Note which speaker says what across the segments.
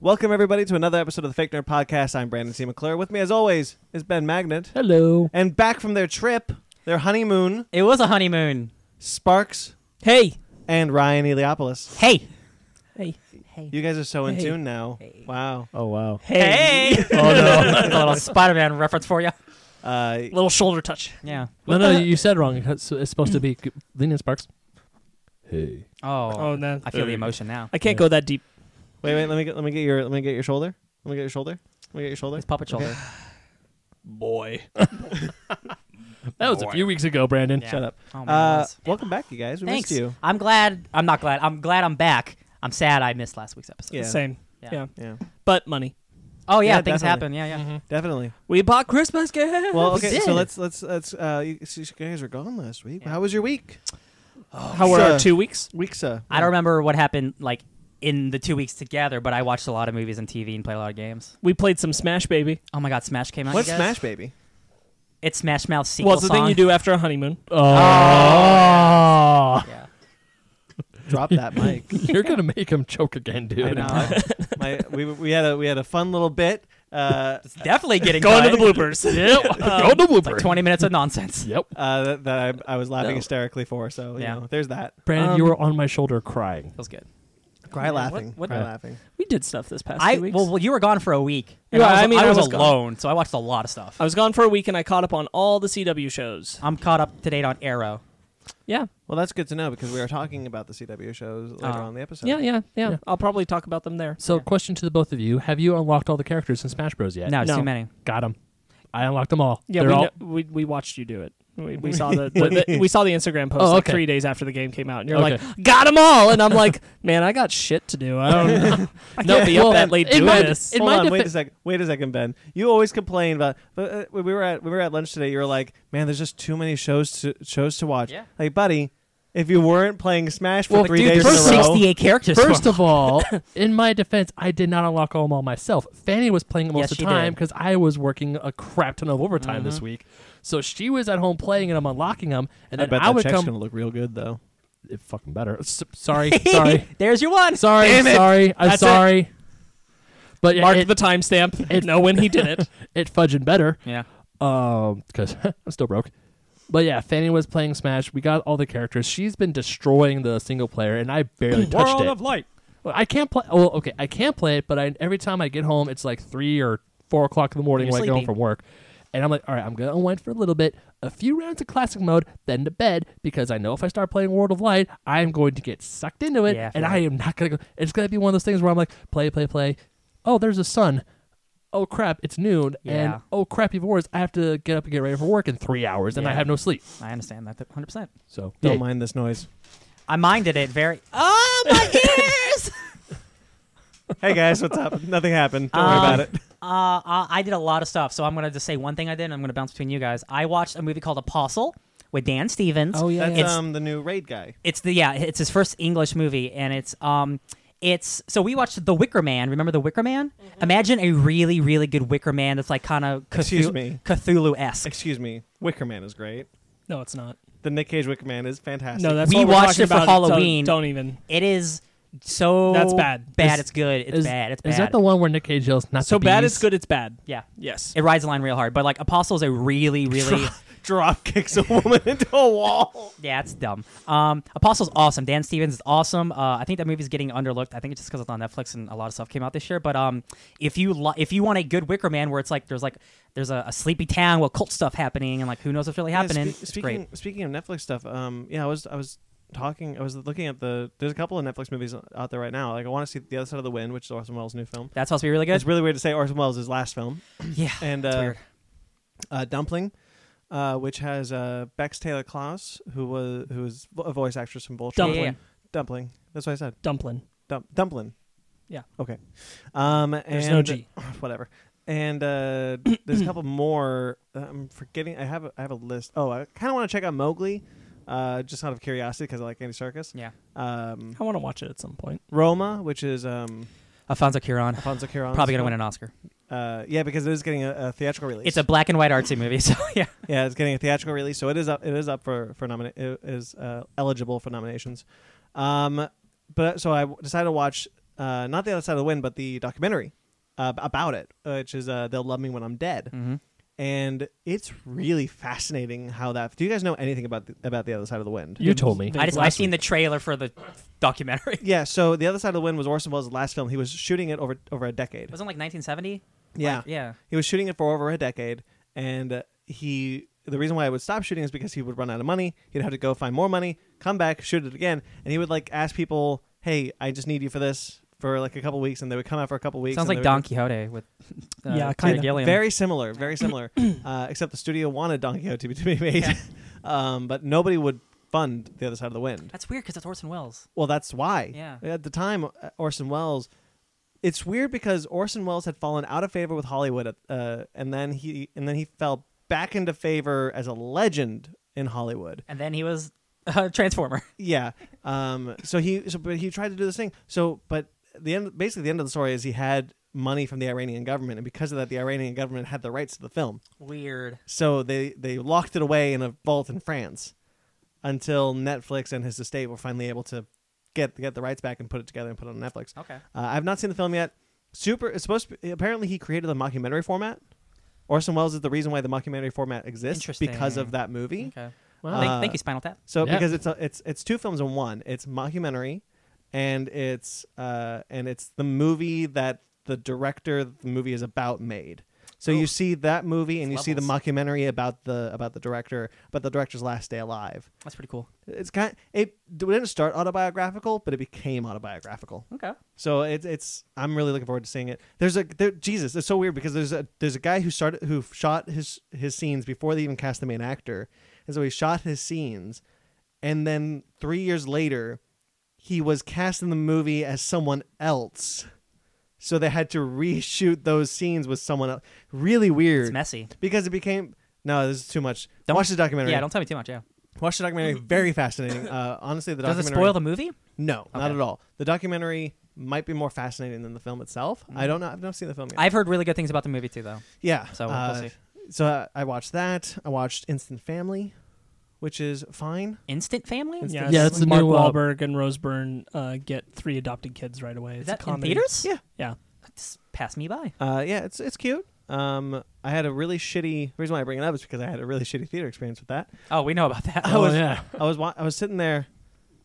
Speaker 1: Welcome everybody to another episode of the Fake Nerd Podcast. I'm Brandon C. McClure. With me, as always, is Ben Magnet.
Speaker 2: Hello.
Speaker 1: And back from their trip, their honeymoon,
Speaker 2: It was a honeymoon.
Speaker 1: Sparks
Speaker 2: Hey.
Speaker 1: and Ryan Eliopoulos.
Speaker 2: Hey. Hey. Hey.
Speaker 1: You guys are so in
Speaker 2: Hey.
Speaker 1: tune now.
Speaker 2: Hey.
Speaker 1: Wow.
Speaker 3: Oh wow.
Speaker 2: Hey. oh no. a little Spider-Man reference for you.
Speaker 1: Uh,
Speaker 2: Little shoulder touch. Yeah.
Speaker 3: no, no, you said wrong. It's, it's supposed to be lenient sparks. Hey.
Speaker 2: Oh.
Speaker 4: Oh, no.
Speaker 2: I feel the emotion now.
Speaker 4: I can't go that deep.
Speaker 1: wait, wait. Let me get, let me get your let me get your shoulder. Let me get your shoulder. Let me get your shoulder.
Speaker 2: It's puppet shoulder.
Speaker 3: Boy. that was a few weeks ago, Brandon.
Speaker 2: Yeah.
Speaker 1: Shut up.
Speaker 2: Oh, man, it
Speaker 1: Uh,
Speaker 2: was-
Speaker 1: welcome back, you guys. We
Speaker 2: Thanks.
Speaker 1: missed you.
Speaker 2: I'm glad. I'm not glad. I'm glad I'm back. I'm sad I missed last week's episode.
Speaker 1: Yeah.
Speaker 4: Same.
Speaker 2: Yeah.
Speaker 4: Yeah.
Speaker 1: Yeah,
Speaker 4: But money.
Speaker 2: Oh yeah,
Speaker 1: Yeah,
Speaker 2: things
Speaker 1: definitely.
Speaker 2: happen. Yeah, yeah.
Speaker 4: Mm-hmm.
Speaker 1: definitely.
Speaker 4: We bought Christmas gifts.
Speaker 1: Well,
Speaker 2: we
Speaker 1: okay.
Speaker 2: did.
Speaker 1: So let's let's let's. Uh, you, so you guys were gone last week.
Speaker 2: Yeah.
Speaker 1: How was your week?
Speaker 4: How were
Speaker 1: so-
Speaker 4: our two weeks?
Speaker 1: Week, sir.
Speaker 2: I don't remember what happened like in the two weeks together, but I watched a lot of movies and TV and played a lot of games.
Speaker 4: We played some Smash Baby.
Speaker 2: Oh my God, Smash came out.
Speaker 1: What's
Speaker 2: you guys?
Speaker 1: Smash Baby?
Speaker 2: It's Smash Mouth sequel
Speaker 4: Well, it's the
Speaker 2: song.
Speaker 4: thing you do after a honeymoon.
Speaker 3: Oh.
Speaker 2: Yeah.
Speaker 1: Drop that mic.
Speaker 3: You're gonna make him choke again, dude.
Speaker 1: I know. My, we, we had a we had a fun little bit. Uh,
Speaker 2: It's definitely getting
Speaker 4: Go into the
Speaker 2: cut.
Speaker 4: bloopers.
Speaker 3: Yep. Go to blooper.
Speaker 2: Like 20 minutes of nonsense.
Speaker 3: Yep.
Speaker 1: uh, that, that I, I was laughing
Speaker 4: No.
Speaker 1: hysterically for. So
Speaker 2: Yeah.
Speaker 1: you know, there's that.
Speaker 3: Brandon,
Speaker 4: Um,
Speaker 3: you were on my shoulder crying.
Speaker 2: Feels good.
Speaker 1: Cry
Speaker 4: Yeah, what-
Speaker 1: laughing.
Speaker 4: what-
Speaker 1: Cry
Speaker 3: Yeah.
Speaker 1: laughing.
Speaker 4: we did stuff this past
Speaker 2: I
Speaker 4: two weeks.
Speaker 2: well, well, you were gone for a week. and
Speaker 4: Yeah,
Speaker 2: I was,
Speaker 4: I mean, I
Speaker 2: was,
Speaker 4: was gone.
Speaker 2: alone, so I watched a lot of stuff.
Speaker 4: I was gone for a week and I caught up on all the CW shows.
Speaker 2: I'm caught up to date on Arrow.
Speaker 4: Yeah.
Speaker 1: Well, that's good to know because we were talking about the CW shows later
Speaker 2: Uh,
Speaker 1: on in the episode.
Speaker 4: Yeah, yeah, yeah,
Speaker 3: Yeah.
Speaker 4: I'll probably talk about them there.
Speaker 3: So,
Speaker 2: Yeah.
Speaker 3: question to the both of you: Have you unlocked all the characters in Smash Bros yet?
Speaker 2: No, it's
Speaker 4: No.
Speaker 2: too many.
Speaker 3: Got them. I unlocked them all.
Speaker 4: Yeah,
Speaker 3: They're
Speaker 4: we,
Speaker 3: all.
Speaker 4: kn- we we watched you do it. We, we saw the, the, the- we saw the Instagram post
Speaker 3: Oh,
Speaker 4: like
Speaker 3: okay.
Speaker 4: three days after the game came out, and you're
Speaker 3: Okay.
Speaker 4: like, "Got them all," and I'm like, "Man, I got shit to do. I don't, know. I can't
Speaker 3: No,
Speaker 4: be up
Speaker 3: well,
Speaker 4: that late
Speaker 3: in
Speaker 4: doing
Speaker 3: my-
Speaker 4: this."
Speaker 3: in
Speaker 1: Hold
Speaker 3: my
Speaker 1: on, wait
Speaker 3: defe-
Speaker 1: a second. Wait a second, Ben. You always complain about. But uh, when we were at when we were at lunch today, you were like, "Man, there's just too many shows to shows to watch."
Speaker 2: Yeah.
Speaker 1: Like, buddy, if you weren't playing Smash for
Speaker 3: Well,
Speaker 1: three
Speaker 3: dude,
Speaker 1: days in
Speaker 3: there's
Speaker 1: a row,
Speaker 2: 68 characters.
Speaker 3: First of all, in my defense, I did not unlock them all myself. Fanny was playing most
Speaker 2: Yes,
Speaker 3: of
Speaker 2: she
Speaker 3: the time
Speaker 2: did.
Speaker 3: because I was working a crap ton of overtime
Speaker 4: Mm-hmm.
Speaker 3: this week. So she was at home playing and I'm unlocking them, and
Speaker 1: I
Speaker 3: then
Speaker 1: bet
Speaker 3: I,
Speaker 1: that
Speaker 3: would
Speaker 1: check's
Speaker 3: come.
Speaker 1: gonna look real good though.
Speaker 3: It fucking better. S- sorry, sorry,
Speaker 2: There's your one.
Speaker 3: sorry,
Speaker 4: Damn it.
Speaker 3: sorry. I'm
Speaker 4: That's it.
Speaker 3: sorry. But yeah,
Speaker 4: Mark
Speaker 3: it,
Speaker 4: the timestamp.
Speaker 3: it-
Speaker 4: and know when he did it.
Speaker 3: it fudging better
Speaker 2: Yeah.
Speaker 3: um because i'm still broke but yeah fanny was playing smash we got all the characters she's been destroying the single player and i barely touched it
Speaker 4: Light.
Speaker 3: Well, I can't play. Well, okay, I can play it, but I, every time I get home, it's like three or four o'clock in the morning
Speaker 2: You're
Speaker 3: when I get home
Speaker 2: sleepy.
Speaker 3: from work, and I'm like, all right, I'm gonna unwind for a little bit, a few rounds of classic mode, then to bed because I know if I start playing World of Light, I am going to get sucked into it,
Speaker 2: Yeah, I feel
Speaker 3: and I am not gonna go. It's gonna be one of those things where I'm like, play, play, play. Oh, there's the sun. Oh crap, it's noon,
Speaker 2: Yeah.
Speaker 3: and oh crappy wars, I have to get up and get ready for work in three hours, and I
Speaker 2: Yeah.
Speaker 3: have no sleep.
Speaker 2: I understand that 100%.
Speaker 3: So
Speaker 1: Don't
Speaker 3: yeah.
Speaker 1: mind this noise.
Speaker 2: I minded it very. Oh, my ears!
Speaker 1: hey guys, what's up? Nothing happened. Don't
Speaker 2: Um,
Speaker 1: worry about it.
Speaker 2: Uh, I I did a lot of stuff, so I'm gonna just say one thing I did. and I'm gonna bounce between you guys. I watched a movie called Apostle with Dan Stevens.
Speaker 3: Oh yeah,
Speaker 1: That's
Speaker 3: yeah.
Speaker 1: um the new raid guy.
Speaker 2: It's the yeah, it's his first English movie, and it's um, it's so we watched The Wicker Man. Remember The Wicker Man?
Speaker 3: Mm-hmm.
Speaker 2: Imagine a really really good Wicker Man that's like kind of
Speaker 1: Excuse me.
Speaker 2: Cthulhu esque.
Speaker 1: Excuse me. Wicker Man is great.
Speaker 4: No, it's not.
Speaker 1: The Nick Cage Wicker Man is fantastic.
Speaker 4: No, that's
Speaker 2: We
Speaker 4: what we're
Speaker 2: watched
Speaker 4: talking
Speaker 2: it for
Speaker 4: about.
Speaker 2: Halloween.
Speaker 4: Don't, don't even.
Speaker 2: It is so
Speaker 4: That's bad.
Speaker 2: Bad.
Speaker 3: Is-
Speaker 2: it's good. It's
Speaker 3: is,
Speaker 2: bad. It's bad.
Speaker 3: Is that the one where Nick Cage yells not
Speaker 4: So
Speaker 3: the
Speaker 4: bad
Speaker 3: bees?
Speaker 4: it's good. It's bad.
Speaker 2: yeah.
Speaker 4: Yes.
Speaker 2: It rides the line real hard, but like Apostle is a really, really
Speaker 1: drop kicks a woman into a wall.
Speaker 2: Yeah, it's dumb. Um, Apostle's awesome. Dan Stevens is awesome. Uh, I think that movie's getting underlooked. I think it's just because it's on Netflix and a lot of stuff came out this year. But um, if you li- if you want a good Wicker Man, where it's like there's like there's a, a sleepy town with cult stuff happening and like who knows what's really happening.
Speaker 1: Yeah, spe-
Speaker 2: it's
Speaker 1: speaking
Speaker 2: great.
Speaker 1: speaking of Netflix stuff, um, yeah, I was I was talking, I was looking at the. There's a couple of Netflix movies out there right now. Like I want to see the other side of the wind, which is Orson Welles' new film.
Speaker 2: That's supposed to be really good.
Speaker 1: It's really weird to say Orson Welles' last film,
Speaker 2: yeah,
Speaker 1: and
Speaker 2: it's
Speaker 1: uh,
Speaker 2: weird.
Speaker 1: uh, Dumpling, uh, which has uh, Bex Taylor Klaus, who was who was vo- a voice actress from Voltron.
Speaker 4: Dumpling.
Speaker 2: Yeah, yeah, yeah.
Speaker 1: Dumpling. That's what I said.
Speaker 4: Dumpling.
Speaker 1: Dump- Dumpling.
Speaker 4: Yeah.
Speaker 1: Okay. Um,
Speaker 4: There's
Speaker 1: and,
Speaker 4: no G.
Speaker 1: Whatever. And uh, there's a couple more. that I'm forgetting. I have a, I have a list. Oh, I kind of want to check out Mowgli, uh, just out of curiosity because I like Andy Serkis.
Speaker 2: Yeah,
Speaker 1: Um,
Speaker 4: I want to watch it at some point.
Speaker 1: Roma, which is um,
Speaker 2: Alfonso Cuarón
Speaker 1: Alfonso Cuarón.
Speaker 2: probably gonna win an Oscar.
Speaker 1: Uh, yeah, because it is getting a, a theatrical release.
Speaker 2: It's a black and white artsy movie, so yeah.
Speaker 1: yeah, it's getting a theatrical release, so it is up. It is up for for nomina- It is uh, eligible for nominations. Um, but so I w- decided to watch uh, not the other side of the wind, but the documentary uh, about it, which is uh, "They'll Love Me When I'm Dead,"
Speaker 2: Mm-hmm.
Speaker 1: and it's really fascinating how that. Do you guys know anything about the, about the other side of the wind?
Speaker 3: You told me.
Speaker 2: I just I've seen the trailer for the documentary.
Speaker 1: Yeah, so the other side of the wind was Orson Welles' last film. He was shooting it over over a decade.
Speaker 2: Wasn't it like 1970?
Speaker 1: yeah,
Speaker 2: Like, yeah.
Speaker 1: he was shooting it for over a decade, and uh, he the reason why I would stop shooting is because he would run out of money. He'd have to go find more money, come back, shoot it again, and he would like ask people, "Hey, I just need you for this." For like a couple weeks, and they would come out for a couple weeks.
Speaker 2: Sounds
Speaker 1: and they
Speaker 2: like
Speaker 1: would-
Speaker 2: Don Quixote with uh,
Speaker 4: Yeah,
Speaker 2: Terry
Speaker 4: kinda.
Speaker 2: Gilliam.
Speaker 1: Very similar, very similar. uh, except the studio wanted Don Quixote to be, to be made, um, but nobody would fund the other side of the wind.
Speaker 2: That's weird because that's Orson Welles.
Speaker 1: Well, that's why.
Speaker 2: Yeah.
Speaker 1: At the time, uh, Orson Welles. It's weird because Orson Welles had fallen out of favor with Hollywood, uh, and then he and then he fell back into favor as a legend in Hollywood.
Speaker 2: And then he was a Transformer.
Speaker 1: Yeah. Um. So he. So, but he tried to do this thing. So, but the end. Basically, the end of the story is he had money from the Iranian government, and because of that, the Iranian government had the rights to the film.
Speaker 2: Weird.
Speaker 1: So they they locked it away in a vault in France until Netflix and his estate were finally able to get get the rights back and put it together and put it on Netflix.
Speaker 2: Okay.
Speaker 1: Uh, I've not seen the film yet. Super. It's supposed. To be, apparently, he created the mockumentary format. Orson Welles is the reason why the mockumentary format exists because
Speaker 2: Interesting.
Speaker 1: of that movie.
Speaker 2: Okay.
Speaker 3: Wow.
Speaker 2: thank,
Speaker 1: Uh,
Speaker 2: thank you, Spinal Tap.
Speaker 1: So
Speaker 3: Yeah.
Speaker 1: because it's a, it's it's two films in one. It's mockumentary, and it's uh and it's the movie that the director the movie is about made. So you see that movie and you see the
Speaker 2: Levels.
Speaker 1: mockumentary about the about the director about the director's last day alive.
Speaker 2: That's pretty cool.
Speaker 1: It's kind it didn't start autobiographical, but it became autobiographical.
Speaker 2: Okay.
Speaker 1: So it's it's I'm really looking forward to seeing it. There's a there, Jesus. It's so weird because there's a there's a guy who started who shot his his scenes before they even cast the main actor, and so he shot his scenes, and then three years later, he was cast in the movie as someone else. So they had to reshoot those scenes with someone else. Really weird.
Speaker 2: It's messy.
Speaker 1: because it became no, this is too much.
Speaker 2: Don't-
Speaker 1: Watch the documentary.
Speaker 2: Yeah, don't tell me too much. Yeah.
Speaker 1: Watch the documentary. Very fascinating. Uh, honestly, the
Speaker 2: Does it
Speaker 1: documentary
Speaker 2: spoil the movie?
Speaker 1: no, not
Speaker 2: Okay.
Speaker 1: at all. The documentary might be more fascinating than the film itself. I don't know. I've not seen the film yet.
Speaker 2: Mm. I've heard really good things about the movie too, though.
Speaker 1: yeah.
Speaker 2: So, we'll see.
Speaker 1: So uh, I watched that. I watched Instant Family, which is fine.
Speaker 2: Instant Family?
Speaker 1: Instant-
Speaker 4: Yeah,
Speaker 1: Yeah,
Speaker 4: it's
Speaker 3: it's the
Speaker 4: Mark
Speaker 3: new, uh,
Speaker 4: Wahlberg and Rose Byrne uh, get three adopted kids right away. It's
Speaker 2: Is
Speaker 4: a
Speaker 2: that in
Speaker 4: comedy.
Speaker 2: theaters?
Speaker 1: Yeah.
Speaker 4: Yeah.
Speaker 2: Just pass me by.
Speaker 1: Uh, yeah, it's it's cute. Um, I had a really shitty reason why I bring it up is because I had a really shitty theater experience with that.
Speaker 2: Oh, we know about that.
Speaker 1: I was
Speaker 3: yeah.
Speaker 1: I was wa- I was sitting there,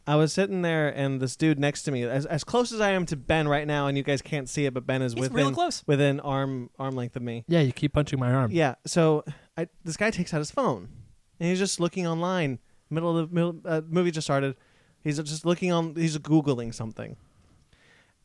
Speaker 1: I was sitting there, and this dude next to me, as as close as I am to Ben right now, and you guys can't see it, but Ben is
Speaker 2: He's
Speaker 1: within
Speaker 2: real close.
Speaker 1: within arm arm length of me.
Speaker 3: Yeah, you keep punching my
Speaker 4: Um,
Speaker 3: arm.
Speaker 1: Yeah. So I, this guy takes out his phone and he's just looking online. Middle of the middle, uh, movie just started. He's just looking on. He's googling something.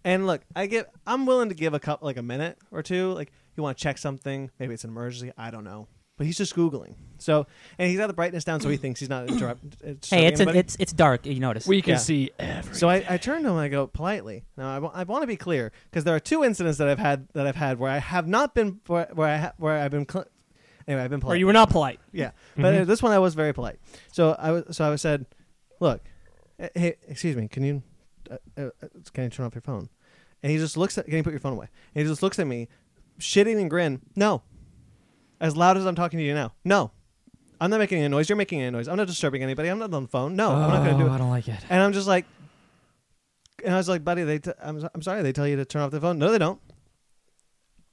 Speaker 1: And look, I get. I'm willing to give a couple, like a minute or two. Like you want to check something. Maybe it's an emergency. I don't know. But he's just googling. So and he's got the brightness down, so he thinks he's not interrupt- interrupting.
Speaker 2: Hey, it's
Speaker 1: anybody.
Speaker 2: it's it's dark. You noticed.
Speaker 3: We can
Speaker 1: Yeah.
Speaker 3: see every.
Speaker 1: So I, I turn to him and I go politely. Now I want to be clear because there are two incidents that I've had that I've had where I have not been where, where I ha- where I've been cl- anyway I've been polite.
Speaker 4: Or you were not polite.
Speaker 1: Yeah, but uh, this one I was very polite. So I was, so I was said, "Look, eh, hey, excuse me, can you, uh, uh, uh, can you turn off your phone?" And he just looks at, "Can you put your phone away?" And he just looks at me, shitting and grin. No, as loud as I'm talking to you now. No, I'm not making any noise. You're making any noise. I'm not disturbing anybody. I'm not on the phone. No, I'm not going to do it.
Speaker 2: Oh, I don't like it.
Speaker 1: And I'm just like, and I was like, buddy, they, t- I'm, so- I'm sorry, they tell you to turn off the phone. No, they don't.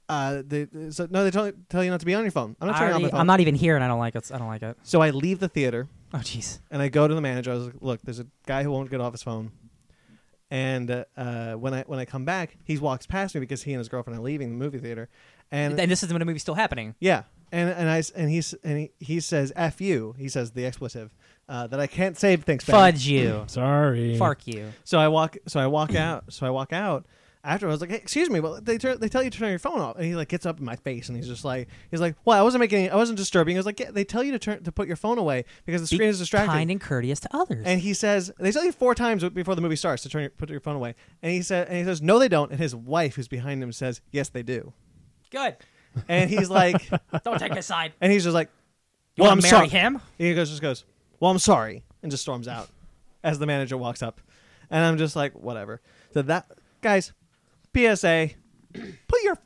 Speaker 1: Uh, they so no, they tell, tell you not to be on your phone. I'm not turning off my phone.
Speaker 2: I'm not even here, and I don't like it. I don't like it.
Speaker 1: so I leave the theater
Speaker 2: Oh, jeez.
Speaker 1: and I go to the manager. I was like, "Look, there's a guy who won't get off his phone." And uh, uh, when I when I come back, he walks past me because he and his girlfriend are leaving the movie theater, and
Speaker 2: And, this is when the movie's still happening.
Speaker 1: yeah, and and I s- and he s- and he, he says "f you," he says the expletive uh, that I can't say. Thanks, Ben.
Speaker 2: Fudge you.
Speaker 1: Mm.
Speaker 3: Sorry.
Speaker 2: Fark you.
Speaker 1: So I walk. So I walk out. So I walk out. After I was like, hey, "Excuse me," well, they turn, they tell you to turn your phone off, and he like gets up in my face, and he's just like, he's like, "Well, I wasn't making, any, I wasn't disturbing." I was like, yeah, "They tell you to turn to put your phone away because the screen
Speaker 2: Be
Speaker 1: is distracting."
Speaker 2: Kind and courteous to others.
Speaker 1: And he says they tell you four times before the movie starts to turn your, put your phone away. And he said, and he says, no, they don't. And his wife, who's behind him, says, yes, they do.
Speaker 2: Good.
Speaker 1: And he's like,
Speaker 2: Don't take my side.
Speaker 1: and he's just like,
Speaker 2: You
Speaker 1: well,
Speaker 2: wanna
Speaker 1: I'm sorry.
Speaker 2: marry him?
Speaker 1: And he goes, just goes, well, I'm sorry, and just storms out as the manager walks up. And I'm just like, whatever. So that guys, PSA, put your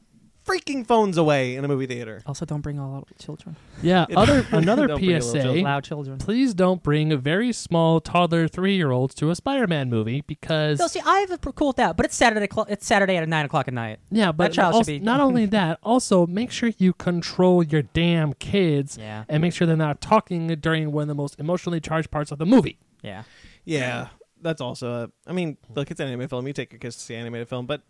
Speaker 1: freaking phones away in a movie theater.
Speaker 2: Also, don't bring all out children.
Speaker 3: Yeah.
Speaker 1: It-
Speaker 3: Other
Speaker 1: Don't
Speaker 3: another
Speaker 1: bring your little
Speaker 3: PSA.
Speaker 1: children.
Speaker 2: Loud children.
Speaker 3: Please don't bring very small toddler three year olds to a Spider Man movie because
Speaker 2: No, see, I have a pr- cool with that, but it's Saturday. Cl- it's Saturday at nine o'clock at night.
Speaker 3: yeah, but
Speaker 2: child should
Speaker 3: also-
Speaker 2: be-
Speaker 3: not only that, also make sure you control your damn kids
Speaker 2: Yeah.
Speaker 3: and make sure they're not talking during one of the most emotionally charged parts of the movie.
Speaker 2: Yeah.
Speaker 1: Yeah, that's also. A, I mean, look, it's an animated film. You take your kids to see an animated film, but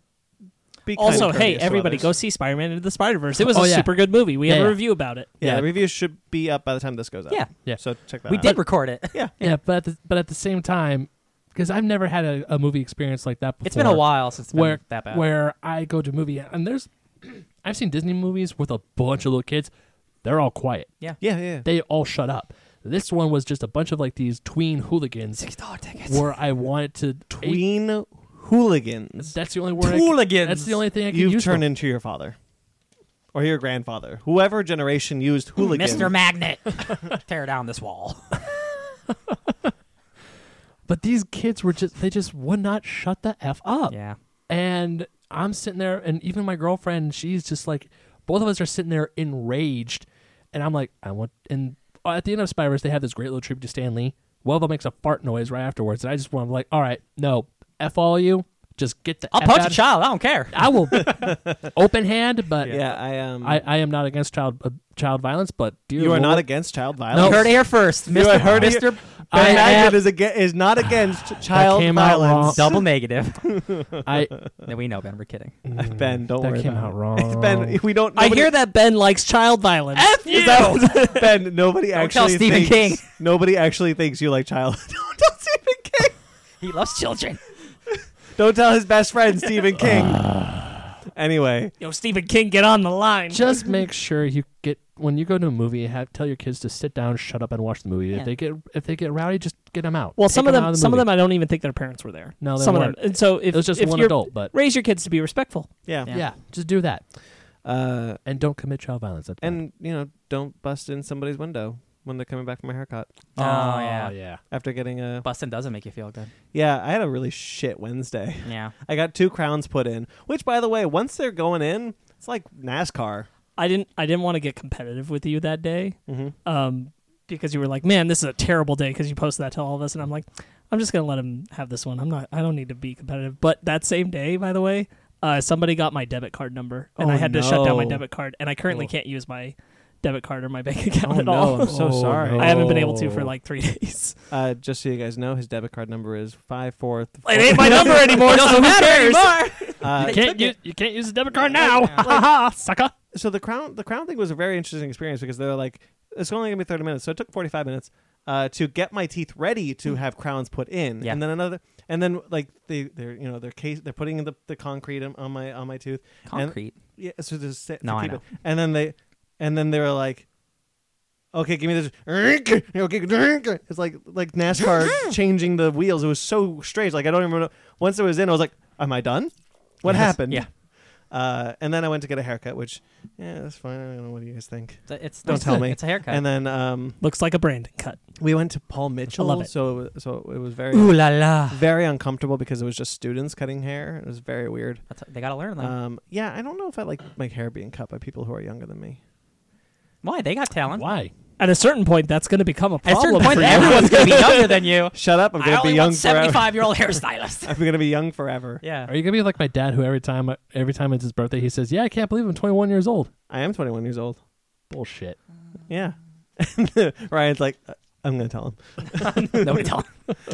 Speaker 1: be kind
Speaker 4: Also,
Speaker 1: and
Speaker 4: hey,
Speaker 1: courteous to
Speaker 4: everybody,
Speaker 1: others.
Speaker 4: go see Spider Man into the Spider Verse. It was
Speaker 3: Oh,
Speaker 4: a
Speaker 3: yeah.
Speaker 4: super good movie. We
Speaker 3: Yeah,
Speaker 4: have
Speaker 3: yeah.
Speaker 4: a review about it.
Speaker 1: Yeah,
Speaker 3: yeah.
Speaker 1: the review should be up by the time this goes out.
Speaker 2: Yeah.
Speaker 3: Yeah.
Speaker 1: So check that.
Speaker 2: We
Speaker 1: out.
Speaker 2: did record it.
Speaker 3: Yeah, but at the, but at the same time, because I've never had a, a movie experience like that before.
Speaker 2: It's been a while since it's been
Speaker 3: Where-
Speaker 2: that bad.
Speaker 3: where I go to a movie and there's I've seen Disney movies with a bunch of little kids. They're all quiet.
Speaker 1: Yeah, yeah.
Speaker 3: They all shut up. This one was just a bunch of like these tween hooligans
Speaker 2: Six dollar tickets.
Speaker 3: where I wanted to
Speaker 1: Tween hooligans.
Speaker 3: That's the only word. I can-
Speaker 2: Hooligans.
Speaker 3: that's the only thing I can
Speaker 1: You've
Speaker 3: use. for-
Speaker 1: turned into your father. Or your grandfather, whoever generation used hooligan.
Speaker 2: Mr. Magnet. Tear down this wall.
Speaker 3: but these kids were just they just would not shut the f up.
Speaker 2: Yeah.
Speaker 3: And I'm sitting there, and even my girlfriend, she's just like, both of us are sitting there enraged, and I'm like, I want. And at the end of Spiders, they have this great little tribute to Stan Lee. One of them makes a fart noise right afterwards, and I just want to be like, all right, no, f all you, just get the.
Speaker 2: I'll
Speaker 3: F
Speaker 2: punch
Speaker 3: out
Speaker 2: a child. I don't care.
Speaker 3: I will open hand, but
Speaker 1: yeah, I um,
Speaker 3: I, I am not against child uh, child violence, but dear
Speaker 1: you are
Speaker 3: Lord,
Speaker 1: not against child violence.
Speaker 2: You heard it here first.
Speaker 1: You
Speaker 2: Mr.
Speaker 1: heard it
Speaker 2: Mr.
Speaker 3: I
Speaker 1: Ben
Speaker 3: am-
Speaker 1: Magnet is, aga- is not against child
Speaker 3: came out
Speaker 1: violence.
Speaker 2: Double negative.
Speaker 3: I
Speaker 2: no, we know, Ben. We're kidding.
Speaker 1: Ben, don't
Speaker 3: Mm. that
Speaker 1: worry.
Speaker 3: came
Speaker 1: about
Speaker 3: out
Speaker 1: it.
Speaker 3: wrong.
Speaker 1: Ben, we don't.
Speaker 4: I
Speaker 1: nobody-
Speaker 4: hear that Ben likes child violence.
Speaker 2: F
Speaker 1: Is that what- ben, nobody
Speaker 2: Don't tell
Speaker 1: actually
Speaker 2: Stephen
Speaker 1: thinks, Nobody actually thinks you like child. don't tell Stephen King.
Speaker 2: He loves children.
Speaker 1: Don't tell his best friend Stephen King. anyway,
Speaker 4: Yo, Stephen King, get on the line.
Speaker 3: just make sure you get when you go to a movie have tell your kids to sit down shut up and watch the movie
Speaker 2: Yeah.
Speaker 3: if they get if they get rowdy just get them out
Speaker 4: well,
Speaker 3: Take
Speaker 4: some of
Speaker 3: 'em out
Speaker 4: them,
Speaker 3: of the
Speaker 4: some of
Speaker 3: movie.
Speaker 4: them, I don't even think their parents were there.
Speaker 3: No, they
Speaker 4: some of
Speaker 3: weren't.
Speaker 4: them. And so if
Speaker 3: it was just
Speaker 4: if
Speaker 3: one
Speaker 4: you're-
Speaker 3: adult but
Speaker 4: raise your kids to be respectful.
Speaker 1: yeah,
Speaker 3: yeah. just do that
Speaker 1: Uh,
Speaker 3: and don't commit child violence at the moment.
Speaker 1: and you know, don't bust in somebody's window when they're coming back from a haircut
Speaker 2: Oh, yeah.
Speaker 3: yeah
Speaker 1: after getting a.
Speaker 2: Bustin doesn't make you feel good.
Speaker 1: Yeah, I had a really shit Wednesday.
Speaker 2: Yeah.
Speaker 1: I got two crowns put in, which, by the way, once they're going in, it's like NASCAR.
Speaker 4: I didn't, I didn't want to get competitive with you that day,
Speaker 1: Mm-hmm.
Speaker 4: um, because you were like, man, this is a terrible day because you posted that to all of us, and I'm like, I'm just gonna let him have this one. I'm not, I don't need to be competitive. But that same day, by the way, uh, somebody got my debit card number, and
Speaker 1: Oh,
Speaker 4: I had to shut down my
Speaker 1: no.
Speaker 4: debit card, and I currently
Speaker 1: Oh.
Speaker 4: can't use my debit card or my bank account
Speaker 1: Oh
Speaker 4: at all.
Speaker 1: no, I'm so
Speaker 3: Oh,
Speaker 1: sorry.
Speaker 3: no.
Speaker 4: I haven't been able to for
Speaker 3: Oh.
Speaker 4: like three days.
Speaker 1: Uh, just so you guys know, his debit card number is five four.
Speaker 4: It ain't my number anymore. so who cares?
Speaker 1: Uh,
Speaker 3: you can't use you can't use the debit card now ha ha sucker
Speaker 1: so the crown, the crown thing was a very interesting experience because they're like, it's only gonna be thirty minutes, so it took forty five minutes uh, to get my teeth ready to have crowns put in,
Speaker 2: Mm. Yeah.
Speaker 1: and then another, and then like they, they're you know they're case, they're putting in the, the concrete on, on my on my tooth,
Speaker 2: Concrete.
Speaker 1: yeah, so just sit,
Speaker 2: No,
Speaker 1: to
Speaker 2: I
Speaker 1: keep
Speaker 2: know.
Speaker 1: it, and then they, and then they were like. Okay, give me this. Okay, it's like like NASCAR changing the wheels. It was so strange. Like I don't even know. Once it was in, I was like, "Am I done? What
Speaker 2: Yes.
Speaker 1: happened?"
Speaker 2: Yeah.
Speaker 1: Uh, and then I went to get a haircut, which yeah, that's fine. I don't know what do you guys think.
Speaker 2: It's a- It's
Speaker 1: Don't
Speaker 2: it's
Speaker 1: tell
Speaker 2: a-
Speaker 1: me.
Speaker 2: It's a haircut.
Speaker 1: And then um,
Speaker 4: Looks like a Brandon cut.
Speaker 1: we went to Paul Mitchell.
Speaker 4: love it.
Speaker 1: So it was, so it was very
Speaker 2: Ooh la la.
Speaker 1: very uncomfortable because it was just students cutting hair. It was very weird.
Speaker 2: That's, they gotta learn. Like,
Speaker 1: Um, yeah, I don't know if I like my hair being cut by people who are younger than me.
Speaker 2: why they got talent?
Speaker 3: why
Speaker 4: At a certain point, that's going to become a
Speaker 2: At a
Speaker 4: problem.
Speaker 2: certain point,
Speaker 4: for you.
Speaker 2: everyone's gonna be younger than you.
Speaker 1: Shut up! I'm
Speaker 2: I
Speaker 1: gonna
Speaker 2: only
Speaker 1: be young
Speaker 2: want
Speaker 1: forever.
Speaker 2: seventy-five year old hairstylist.
Speaker 1: I'm gonna be young forever.
Speaker 2: yeah.
Speaker 3: are you gonna be like my dad who every time every time it's his birthday he says yeah I can't believe I'm 21 years old
Speaker 1: I am 21 years old.
Speaker 3: bullshit
Speaker 1: Yeah. Ryan's like, "Uh, I'm gonna tell him.
Speaker 2: Nobody tell.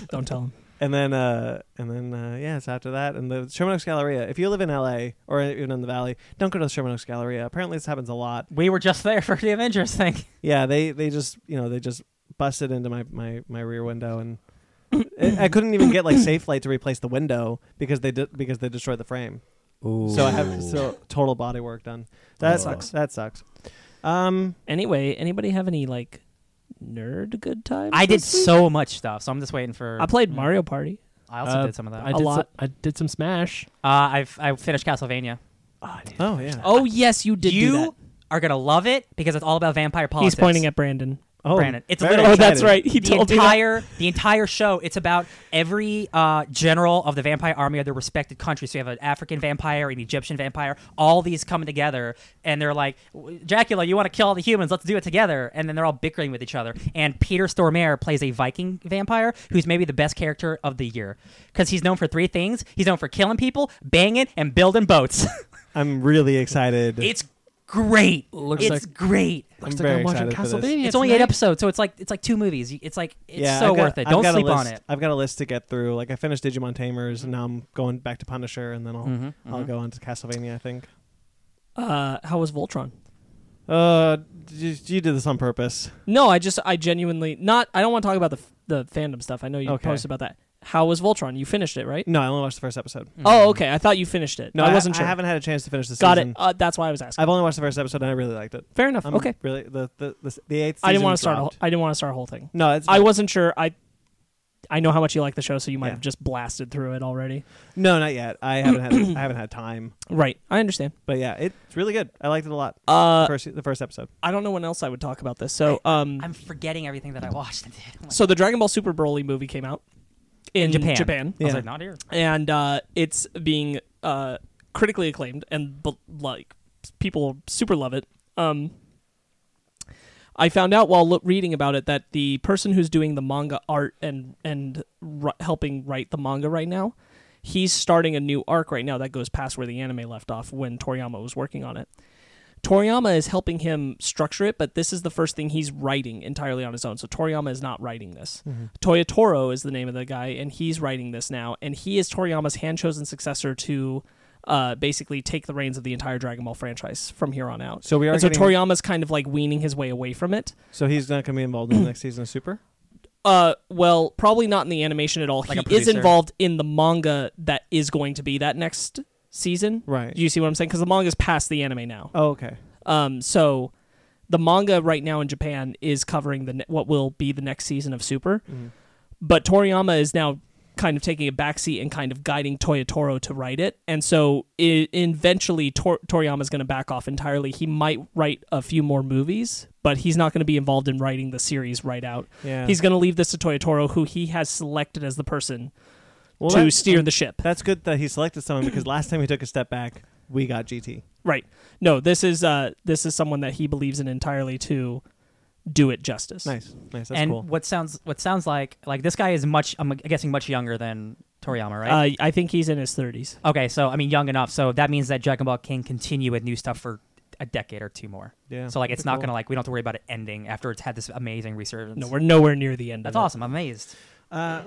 Speaker 4: Don't tell him.
Speaker 1: And then, uh, and then, uh, yeah, it's after that. And the Sherman Oaks Galleria. If you live in LA or even in the Valley, don't go to the Sherman Oaks Galleria. Apparently, this happens a lot.
Speaker 2: We were just there for the Avengers thing.
Speaker 1: Yeah, they they just you know they just busted into my my my rear window and. I I couldn't even get like safe light to replace the window because they did because they destroyed the frame. So I have so total body work done. That
Speaker 3: Oh.
Speaker 1: sucks. That sucks. Um,
Speaker 4: Anyway, anybody have any like nerd good times?
Speaker 2: I did
Speaker 4: this week?
Speaker 2: so much stuff, so I'm just waiting for.
Speaker 4: I played Mario Party.
Speaker 2: I also
Speaker 3: Uh,
Speaker 2: did some of that.
Speaker 3: I
Speaker 2: I,
Speaker 3: did
Speaker 4: A
Speaker 3: some-
Speaker 4: lot.
Speaker 3: I did some Smash
Speaker 2: uh, I've I finished Castlevania.
Speaker 1: oh yeah.
Speaker 4: Oh yes, you did.
Speaker 2: you are gonna love it because it's all about vampire politics.
Speaker 4: He's pointing at Brandon.
Speaker 1: Oh,
Speaker 2: Brandon. It's
Speaker 1: very
Speaker 2: literally
Speaker 4: Oh, that's
Speaker 1: excited.
Speaker 4: right. He
Speaker 2: the
Speaker 4: told me.
Speaker 2: entire the entire show. It's about every uh, general of the vampire army of their respective country. So you have an African vampire, an Egyptian vampire, all these coming together, and they're like, Dracula, you want to kill all the humans? Let's do it together. And then they're all bickering with each other. And Peter Stormare plays a Viking vampire who's maybe the best character of the year because he's known for three things: he's known for killing people, banging, and building boats.
Speaker 1: I'm really excited.
Speaker 2: it's great.
Speaker 3: Looks
Speaker 2: it's great.
Speaker 1: I'm
Speaker 3: Looks like
Speaker 1: very
Speaker 3: I'm watching
Speaker 1: excited for this.
Speaker 3: Castlevania.
Speaker 2: It's only eight
Speaker 3: tonight.
Speaker 2: episodes, so it's like it's like two movies. You- It's like it's
Speaker 1: yeah,
Speaker 2: so
Speaker 1: I've got-
Speaker 2: worth it.
Speaker 1: I've
Speaker 2: Don't
Speaker 1: got a
Speaker 2: sleep on
Speaker 1: list-
Speaker 2: it.
Speaker 1: I've got a list to get through. Like I finished Digimon Tamers, and now I'm going back to Punisher, and then I'll
Speaker 2: Mhm,
Speaker 4: Mm-hmm,
Speaker 1: I'll
Speaker 2: mhm.
Speaker 1: go on to Castlevania. I think.
Speaker 4: Uh, how was Voltron?
Speaker 1: Uh, you, you did this on purpose.
Speaker 4: No, I just I genuinely not. I don't want to talk about the f- the fandom stuff. I know you
Speaker 1: Okay.
Speaker 4: posted about that. How was Voltron? You finished it, right?
Speaker 1: No, I only watched the first episode.
Speaker 4: Oh, okay. I thought you finished it.
Speaker 1: No,
Speaker 4: I wasn't
Speaker 1: I,
Speaker 4: sure.
Speaker 1: haven't had a chance to finish the
Speaker 4: Got
Speaker 1: season.
Speaker 4: it. Uh, that's why I was asking.
Speaker 1: I've only watched the first episode, and I really liked it.
Speaker 4: Fair enough.
Speaker 1: I'm
Speaker 4: okay.
Speaker 1: Really, the the the, the eighth.
Speaker 4: I didn't
Speaker 1: want to
Speaker 4: start. A whole, I didn't want to start a whole thing.
Speaker 1: no, it's
Speaker 4: I wasn't sure. I I know how much you like the show, so you might
Speaker 1: Yeah.
Speaker 4: have just blasted through it already.
Speaker 1: no, not yet. I haven't had I haven't had time.
Speaker 4: Right. I understand.
Speaker 1: But yeah, it's really good. I liked it a lot.
Speaker 4: Uh,
Speaker 1: first the first episode.
Speaker 4: I don't know when else I would talk about this. So, um,
Speaker 1: Mm.
Speaker 2: I'm forgetting everything that I watched. I'm like,
Speaker 4: so the Dragon Ball Super Broly movie came out in,
Speaker 2: Japan.
Speaker 4: Japan,
Speaker 2: I was
Speaker 1: Yeah.
Speaker 2: like, not here.
Speaker 4: and uh, it's being uh, critically acclaimed, and bu- like people super love it. Um, I found out while lo- reading about it that the person who's doing the manga art and and ri- helping write the manga right now, he's starting a new arc right now that goes past where the anime left off when Toriyama was working on it. Toriyama is helping him structure it, but this is the first thing he's writing entirely on his own. So Toriyama is not writing this. Toya Toro is the name of the guy, and he's writing this now. And he is Toriyama's hand chosen successor to uh, basically take the reins of the entire Dragon Ball franchise from here on out.
Speaker 1: So we are
Speaker 4: And so
Speaker 1: getting-
Speaker 4: Toriyama's kind of like weaning his way away from it.
Speaker 1: So he's not going to be involved in the next season of Super.
Speaker 4: Uh, well, probably not in the animation at all.
Speaker 2: Like a
Speaker 4: he is
Speaker 2: producer.
Speaker 4: involved in the manga that is going to be that next season.
Speaker 1: Right.
Speaker 4: Do you see what I'm saying? Because the manga's past the anime now.
Speaker 1: Oh, okay.
Speaker 4: Um, so the manga right now in Japan is covering the ne- what will be the next season of Super,
Speaker 2: Mm-hmm.
Speaker 4: but Toriyama is now kind of taking a backseat and kind of guiding Toya Toro to write it, and so i eventually Tor- Toriyama is going to back off entirely. He might write a few more movies, but he's not going to be involved in writing the series right out.
Speaker 1: Yeah.
Speaker 4: He's going to leave this to Toya Toro, who he has selected as the person
Speaker 1: well,
Speaker 4: to
Speaker 1: that-
Speaker 4: steer the ship.
Speaker 1: That's good that he selected someone because last time he took a step back, we got GT.
Speaker 4: Right. No, this is uh this is someone that he believes in entirely to do it justice.
Speaker 1: Nice, nice. That's
Speaker 2: and
Speaker 1: cool.
Speaker 2: what sounds what sounds like like this guy is much I'm guessing much younger than Toriyama, right?
Speaker 4: Uh, I think he's in his 30s.
Speaker 2: okay, so I mean young enough. So that means that Dragon Ball can continue with new stuff for a decade or two more.
Speaker 1: Yeah.
Speaker 2: so like it's
Speaker 1: Pretty
Speaker 2: not
Speaker 1: cool.
Speaker 2: gonna like we don't have to worry about it ending after it's had this amazing resurgence.
Speaker 4: No, we're nowhere near the end.
Speaker 2: that's
Speaker 4: of it.
Speaker 2: awesome. I'm amazed.
Speaker 1: Uh,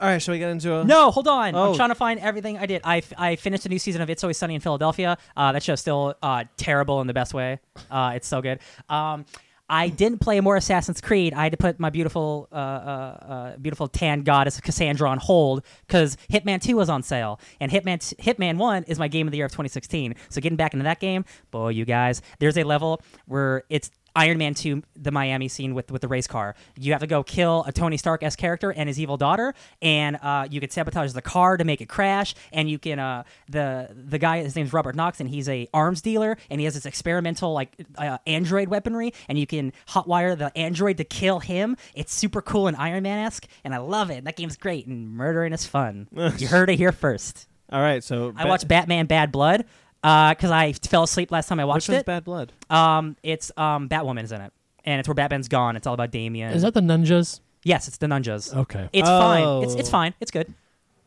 Speaker 1: all right, shall we get into a
Speaker 2: No, hold on.
Speaker 1: Oh.
Speaker 2: I'm trying to find everything I did. I, f- I finished a new season of It's Always Sunny in Philadelphia. Uh, that show's still uh, terrible in the best way. Uh, it's so good. Um, I didn't play more Assassin's Creed. I had to put my beautiful, uh, uh, uh, beautiful tan goddess Cassandra on hold because Hitman 2 was on sale, and Hitman t- Hitman 1 is my game of the year of 2016. So getting back into that game, boy, you guys, there's a level where it's Iron Man 2, the Miami scene with, with the race car. You have to go kill a Tony Stark esque character and his evil daughter, and uh, you can sabotage the car to make it crash. And you can uh, the the guy his name's Robert Knox, and he's a arms dealer, and he has this experimental like uh, android weaponry, and you can hotwire the android to kill him. It's super cool and Iron Man esque, and I love it. That game's great, and murdering is fun. you heard it here first.
Speaker 1: All right, so
Speaker 2: I watched Batman Bad Blood because I fell asleep last time I
Speaker 1: Which
Speaker 2: watched
Speaker 1: one's
Speaker 2: it.
Speaker 1: Bad Blood?
Speaker 2: Um, it's um Batwoman's in it, and it's where Batman's gone. It's all about Damien.
Speaker 3: Is that the ninjas?
Speaker 2: yes, it's the Nunjas.
Speaker 3: Okay.
Speaker 2: It's fine. It's it's
Speaker 1: Oh.
Speaker 2: fine. It's good.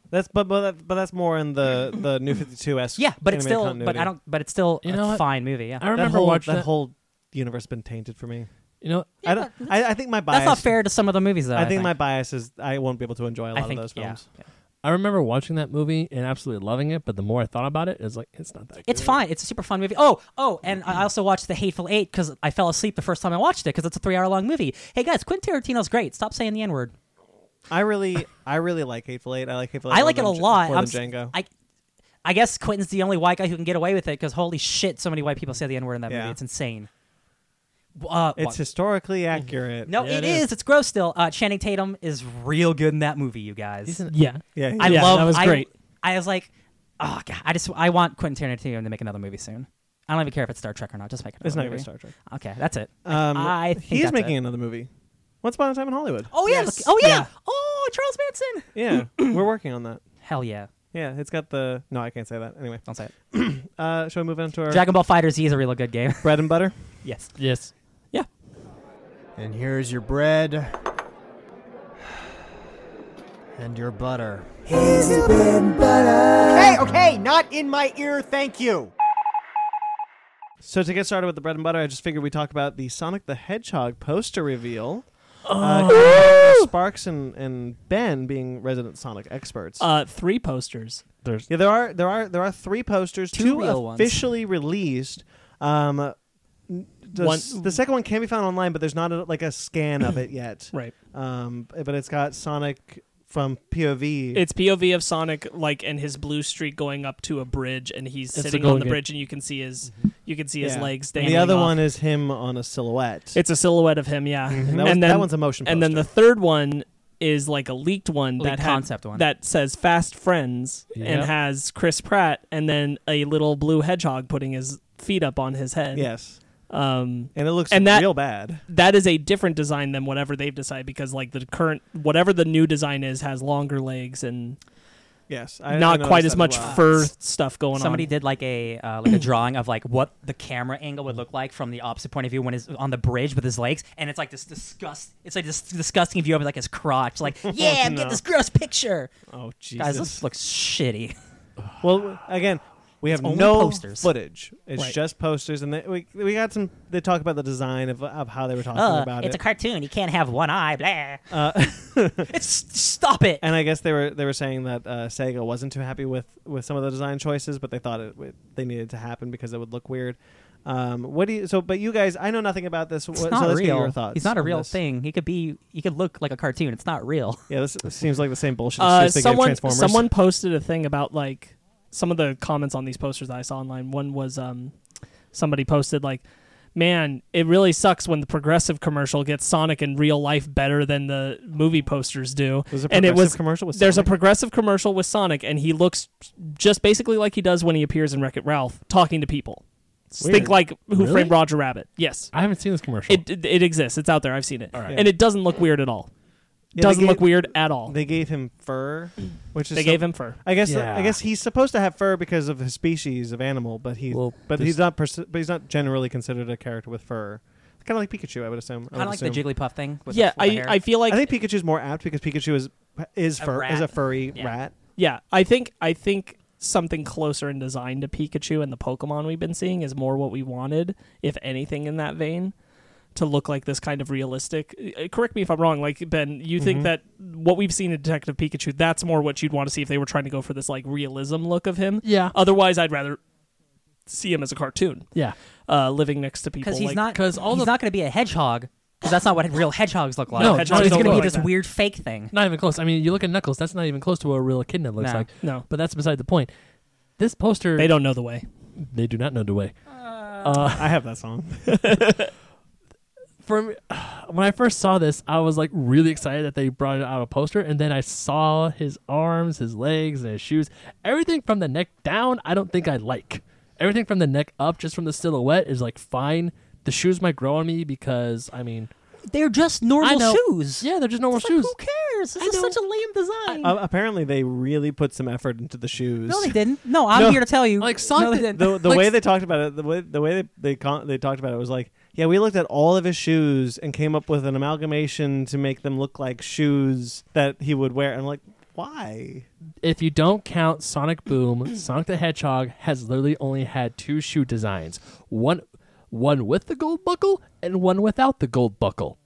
Speaker 1: That's but but, that, but that's more in the the New Fifty Two esque.
Speaker 2: Yeah, but it's still. But I don't. But it's still
Speaker 3: You
Speaker 2: a
Speaker 3: know what?
Speaker 2: fine movie. Yeah.
Speaker 3: I
Speaker 1: That
Speaker 3: remember
Speaker 1: whole,
Speaker 3: watching
Speaker 1: that
Speaker 3: that.
Speaker 1: whole universe has been tainted for me.
Speaker 3: you know,
Speaker 1: I don't. I, I think my bias.
Speaker 2: That's not fair to some of the movies though.
Speaker 1: I, think, my bias is I won't be able to enjoy a lot
Speaker 2: I think
Speaker 1: of those
Speaker 2: yeah.
Speaker 1: films.
Speaker 2: yeah.
Speaker 3: I remember watching that movie and absolutely loving it. But the more I thought about it, it's like it's not that.
Speaker 2: It's
Speaker 3: good.
Speaker 2: fine. It's a super fun movie. Oh, oh, and I also watched The Hateful Eight because I fell asleep the first time I watched it because it's a three-hour-long movie. Hey guys, Quentin Tarantino's great. Stop saying the N-word.
Speaker 1: I really, I really like Hateful Eight. I like Hateful Eight.
Speaker 2: I
Speaker 1: more
Speaker 2: like it
Speaker 1: than
Speaker 2: a
Speaker 1: J-
Speaker 2: lot.
Speaker 1: More
Speaker 2: I'm
Speaker 1: than Django.
Speaker 2: s- I, I guess Quentin's the only white guy who can get away with it because holy shit, so many white people say the N word in that
Speaker 1: Yeah.
Speaker 2: movie. It's insane. Uh,
Speaker 1: it's
Speaker 2: what-
Speaker 1: historically accurate.
Speaker 2: Mm-hmm. no,
Speaker 3: Yeah, it
Speaker 2: it
Speaker 3: is.
Speaker 2: is. It's gross still. Uh, Channing Tatum is real good in that movie, you guys.
Speaker 3: He's an-
Speaker 4: Yeah.
Speaker 1: Yeah.
Speaker 2: I
Speaker 4: Yeah,
Speaker 2: love.
Speaker 4: that was
Speaker 2: I-
Speaker 4: great.
Speaker 2: I, was like, oh god, I just I want Quentin Tarantino to make another movie soon. I don't even care if it's Star Trek or not. Just make it.
Speaker 1: It's not
Speaker 2: another
Speaker 1: even Star
Speaker 2: movie.
Speaker 1: Trek.
Speaker 2: Okay, that's it.
Speaker 1: Um,
Speaker 2: I think
Speaker 1: he is
Speaker 2: that's
Speaker 1: making
Speaker 2: it.
Speaker 1: another movie. Once Upon a Time in Hollywood.
Speaker 2: Oh yeah!
Speaker 4: Yes.
Speaker 2: look- oh yeah.
Speaker 4: Yeah.
Speaker 2: Oh Charles Manson.
Speaker 1: Yeah, we're working on that.
Speaker 2: Hell yeah!
Speaker 1: Yeah, it's got the. No, I can't say that. Anyway,
Speaker 2: Don't say it.
Speaker 1: uh, shall we move on to our
Speaker 2: Dragon Ball Fighters Z is a really good game.
Speaker 1: bread and butter?
Speaker 2: yes.
Speaker 3: Yes.
Speaker 5: And here's your bread. And your butter. Hey, okay, not in my ear, thank you.
Speaker 1: So to get started with the bread and butter, I just figured we talk about the Sonic the Hedgehog poster reveal. Uh,
Speaker 2: Oh.
Speaker 1: with Sparks and, and Ben being resident Sonic experts.
Speaker 4: Uh, three posters.
Speaker 3: There's
Speaker 1: yeah, there are there are there are three posters,
Speaker 2: Two
Speaker 1: two,
Speaker 2: real ones.
Speaker 1: officially released. Um, uh, the,
Speaker 4: One-
Speaker 1: s- the second one can be found online, but there's not a, like a scan of it yet.
Speaker 4: Right.
Speaker 1: Um, but it's got Sonic from POV.
Speaker 4: It's POV of Sonic, like, and his blue streak going up to a bridge, and he's
Speaker 3: the
Speaker 4: sitting on the
Speaker 3: Golden Gate.
Speaker 4: bridge, and you can see his, you can see his
Speaker 1: Yeah.
Speaker 4: legs.
Speaker 1: And
Speaker 4: dangling
Speaker 1: the other
Speaker 4: off.
Speaker 1: one is him on a silhouette.
Speaker 4: it's a silhouette of him, yeah.
Speaker 1: and that, was,
Speaker 4: and then
Speaker 1: that one's a motion. Poster.
Speaker 4: and then the third one is like a leaked one
Speaker 2: Leaked
Speaker 4: that had-
Speaker 2: concept one.
Speaker 4: that says fast friends and
Speaker 3: Yep.
Speaker 4: has Chris Pratt and then a little blue hedgehog putting his feet up on his head.
Speaker 1: yes,
Speaker 4: Um
Speaker 1: and it looks
Speaker 4: And that-
Speaker 1: real bad.
Speaker 4: that is a different design than whatever they've decided because like the current whatever the new design is has longer legs and
Speaker 1: Yes, I,
Speaker 4: not
Speaker 1: I
Speaker 4: quite
Speaker 1: noticed
Speaker 4: as
Speaker 1: that
Speaker 4: much
Speaker 1: well.
Speaker 4: fur stuff going
Speaker 2: Somebody
Speaker 4: on.
Speaker 2: did like a uh, like a drawing of like what the camera angle would look like from the opposite point of view when he's on the bridge with his legs, and it's like this disgust. It's like this disgusting view of like his crotch. Like, yeah, I'm
Speaker 1: No.
Speaker 2: get this gross picture.
Speaker 1: Oh
Speaker 2: Guys,
Speaker 1: Jesus!
Speaker 2: this looks shitty.
Speaker 1: Well, again, we have
Speaker 2: It's only
Speaker 1: no
Speaker 2: posters.
Speaker 1: footage. It's
Speaker 4: Right.
Speaker 1: just posters, and they, we we got some. They talk about the design of, of how they were talking
Speaker 2: Uh,
Speaker 1: about
Speaker 2: it's a
Speaker 1: it.
Speaker 2: cartoon. You can't have one eye. Blah.
Speaker 1: uh,
Speaker 2: It's stop it.
Speaker 1: and I guess they were they were saying that uh, Sega wasn't too happy with with some of the design choices, but they thought it, would they needed to happen because it would look weird. Um, what do you? So, but you guys, I know nothing about this.
Speaker 2: It's
Speaker 1: what,
Speaker 2: not
Speaker 1: so let's
Speaker 2: real.
Speaker 1: Get your thoughts
Speaker 2: He's not a
Speaker 1: on
Speaker 2: real
Speaker 1: this.
Speaker 2: thing. He could be. He could look like a cartoon. It's not real.
Speaker 1: Yeah, this, this seems like the same bullshit.
Speaker 4: Uh,
Speaker 1: as they gave
Speaker 4: someone
Speaker 1: Transformers.
Speaker 4: someone posted a thing about like some of the comments on these posters that I saw online. One was um somebody posted like Man, it really sucks when the progressive commercial gets Sonic in real life better than the movie posters do.
Speaker 1: There's a
Speaker 4: and it
Speaker 1: progressive
Speaker 4: was-
Speaker 1: commercial. With
Speaker 4: There's a
Speaker 1: Sonic?
Speaker 4: progressive commercial with Sonic, and he looks just basically like he does when he appears in Wreck It Ralph, talking to people.
Speaker 1: Weird.
Speaker 4: Think like Who
Speaker 3: Really?
Speaker 4: Framed Roger Rabbit. Yes,
Speaker 3: I haven't seen this commercial.
Speaker 4: it, it it exists. It's out there. I've seen it,
Speaker 3: All right.
Speaker 4: and it doesn't look weird at all.
Speaker 1: Yeah, they
Speaker 4: doesn't look
Speaker 1: gave-
Speaker 4: weird at all. They,
Speaker 1: They gave him fur, which is so-
Speaker 4: gave him fur.
Speaker 1: I guess I
Speaker 3: Yeah.
Speaker 1: guess he's supposed to have fur because of his species of animal, but he
Speaker 3: Well,
Speaker 1: but
Speaker 3: this-
Speaker 1: he's not pers- but he's not generally considered a character with fur. Kind of like Pikachu, I would assume. I
Speaker 2: Kind
Speaker 1: would
Speaker 2: of like
Speaker 1: assume.
Speaker 2: the Jigglypuff thing. With
Speaker 4: yeah,
Speaker 2: the, with the
Speaker 4: I,
Speaker 2: hair.
Speaker 4: I feel like
Speaker 1: I think Pikachu's more apt because Pikachu is is
Speaker 2: A
Speaker 1: fur is a
Speaker 2: rat.
Speaker 1: furry
Speaker 2: Yeah.
Speaker 1: rat.
Speaker 4: yeah, I think I think something closer in design to Pikachu and the Pokemon we've been seeing is more what we wanted, if anything, in that vein, to look like this kind of realistic. uh, Correct me if I'm wrong, like Ben, you
Speaker 1: Mhm.
Speaker 4: think that what we've seen in Detective Pikachu, that's more what you'd want to see if they were trying to go for this like realism look of him.
Speaker 3: yeah.
Speaker 4: Otherwise, I'd rather see him as a cartoon,
Speaker 3: Uh, Yeah.
Speaker 4: uh, living next to people.
Speaker 2: because he's
Speaker 4: like-
Speaker 2: not.
Speaker 3: 'cause all
Speaker 2: he's
Speaker 3: the-
Speaker 2: not going to be a hedgehog. Because that's not what real hedgehogs look like.
Speaker 3: No,
Speaker 2: it's
Speaker 3: hedgehogs
Speaker 2: going
Speaker 3: don't
Speaker 2: to be
Speaker 3: look
Speaker 2: this
Speaker 4: like that.
Speaker 2: weird fake thing.
Speaker 3: Not even close. I mean, you look at Knuckles. That's not even close to what a real echidna looks
Speaker 2: No.
Speaker 3: like.
Speaker 4: No,
Speaker 3: But that's beside the point. This poster,
Speaker 4: they don't know the way.
Speaker 3: they do not know the way. Uh,
Speaker 1: I have that song.
Speaker 3: for me, when I first saw this, I was like really excited that they brought out a poster, and then I saw his arms, his legs, and his shoes. Everything from the neck down, I don't think I like. Everything from the neck up, just from the silhouette, is like fine. The shoes might grow on me because I mean,
Speaker 2: They're just normal
Speaker 3: know.
Speaker 2: shoes.
Speaker 3: yeah, they're just normal
Speaker 2: It's like,
Speaker 3: shoes.
Speaker 2: who cares? This
Speaker 3: I
Speaker 2: is
Speaker 3: know.
Speaker 2: such a lame design.
Speaker 1: Uh, apparently, they really put some effort into the shoes.
Speaker 2: no, they didn't. No, I'm
Speaker 1: No.
Speaker 2: here to tell you.
Speaker 3: Like, Sonic
Speaker 2: no, they
Speaker 3: did-
Speaker 2: didn't.
Speaker 1: The, the
Speaker 3: Like-
Speaker 1: way they talked about it, the way the way they they, con- they talked about it was like, yeah, we looked at all of his shoes and came up with an amalgamation to make them look like shoes that he would wear. And I'm like, why?
Speaker 3: if you don't count Sonic Boom, Sonic the Hedgehog has literally only had two shoe designs. One one with the gold buckle and one without the gold buckle.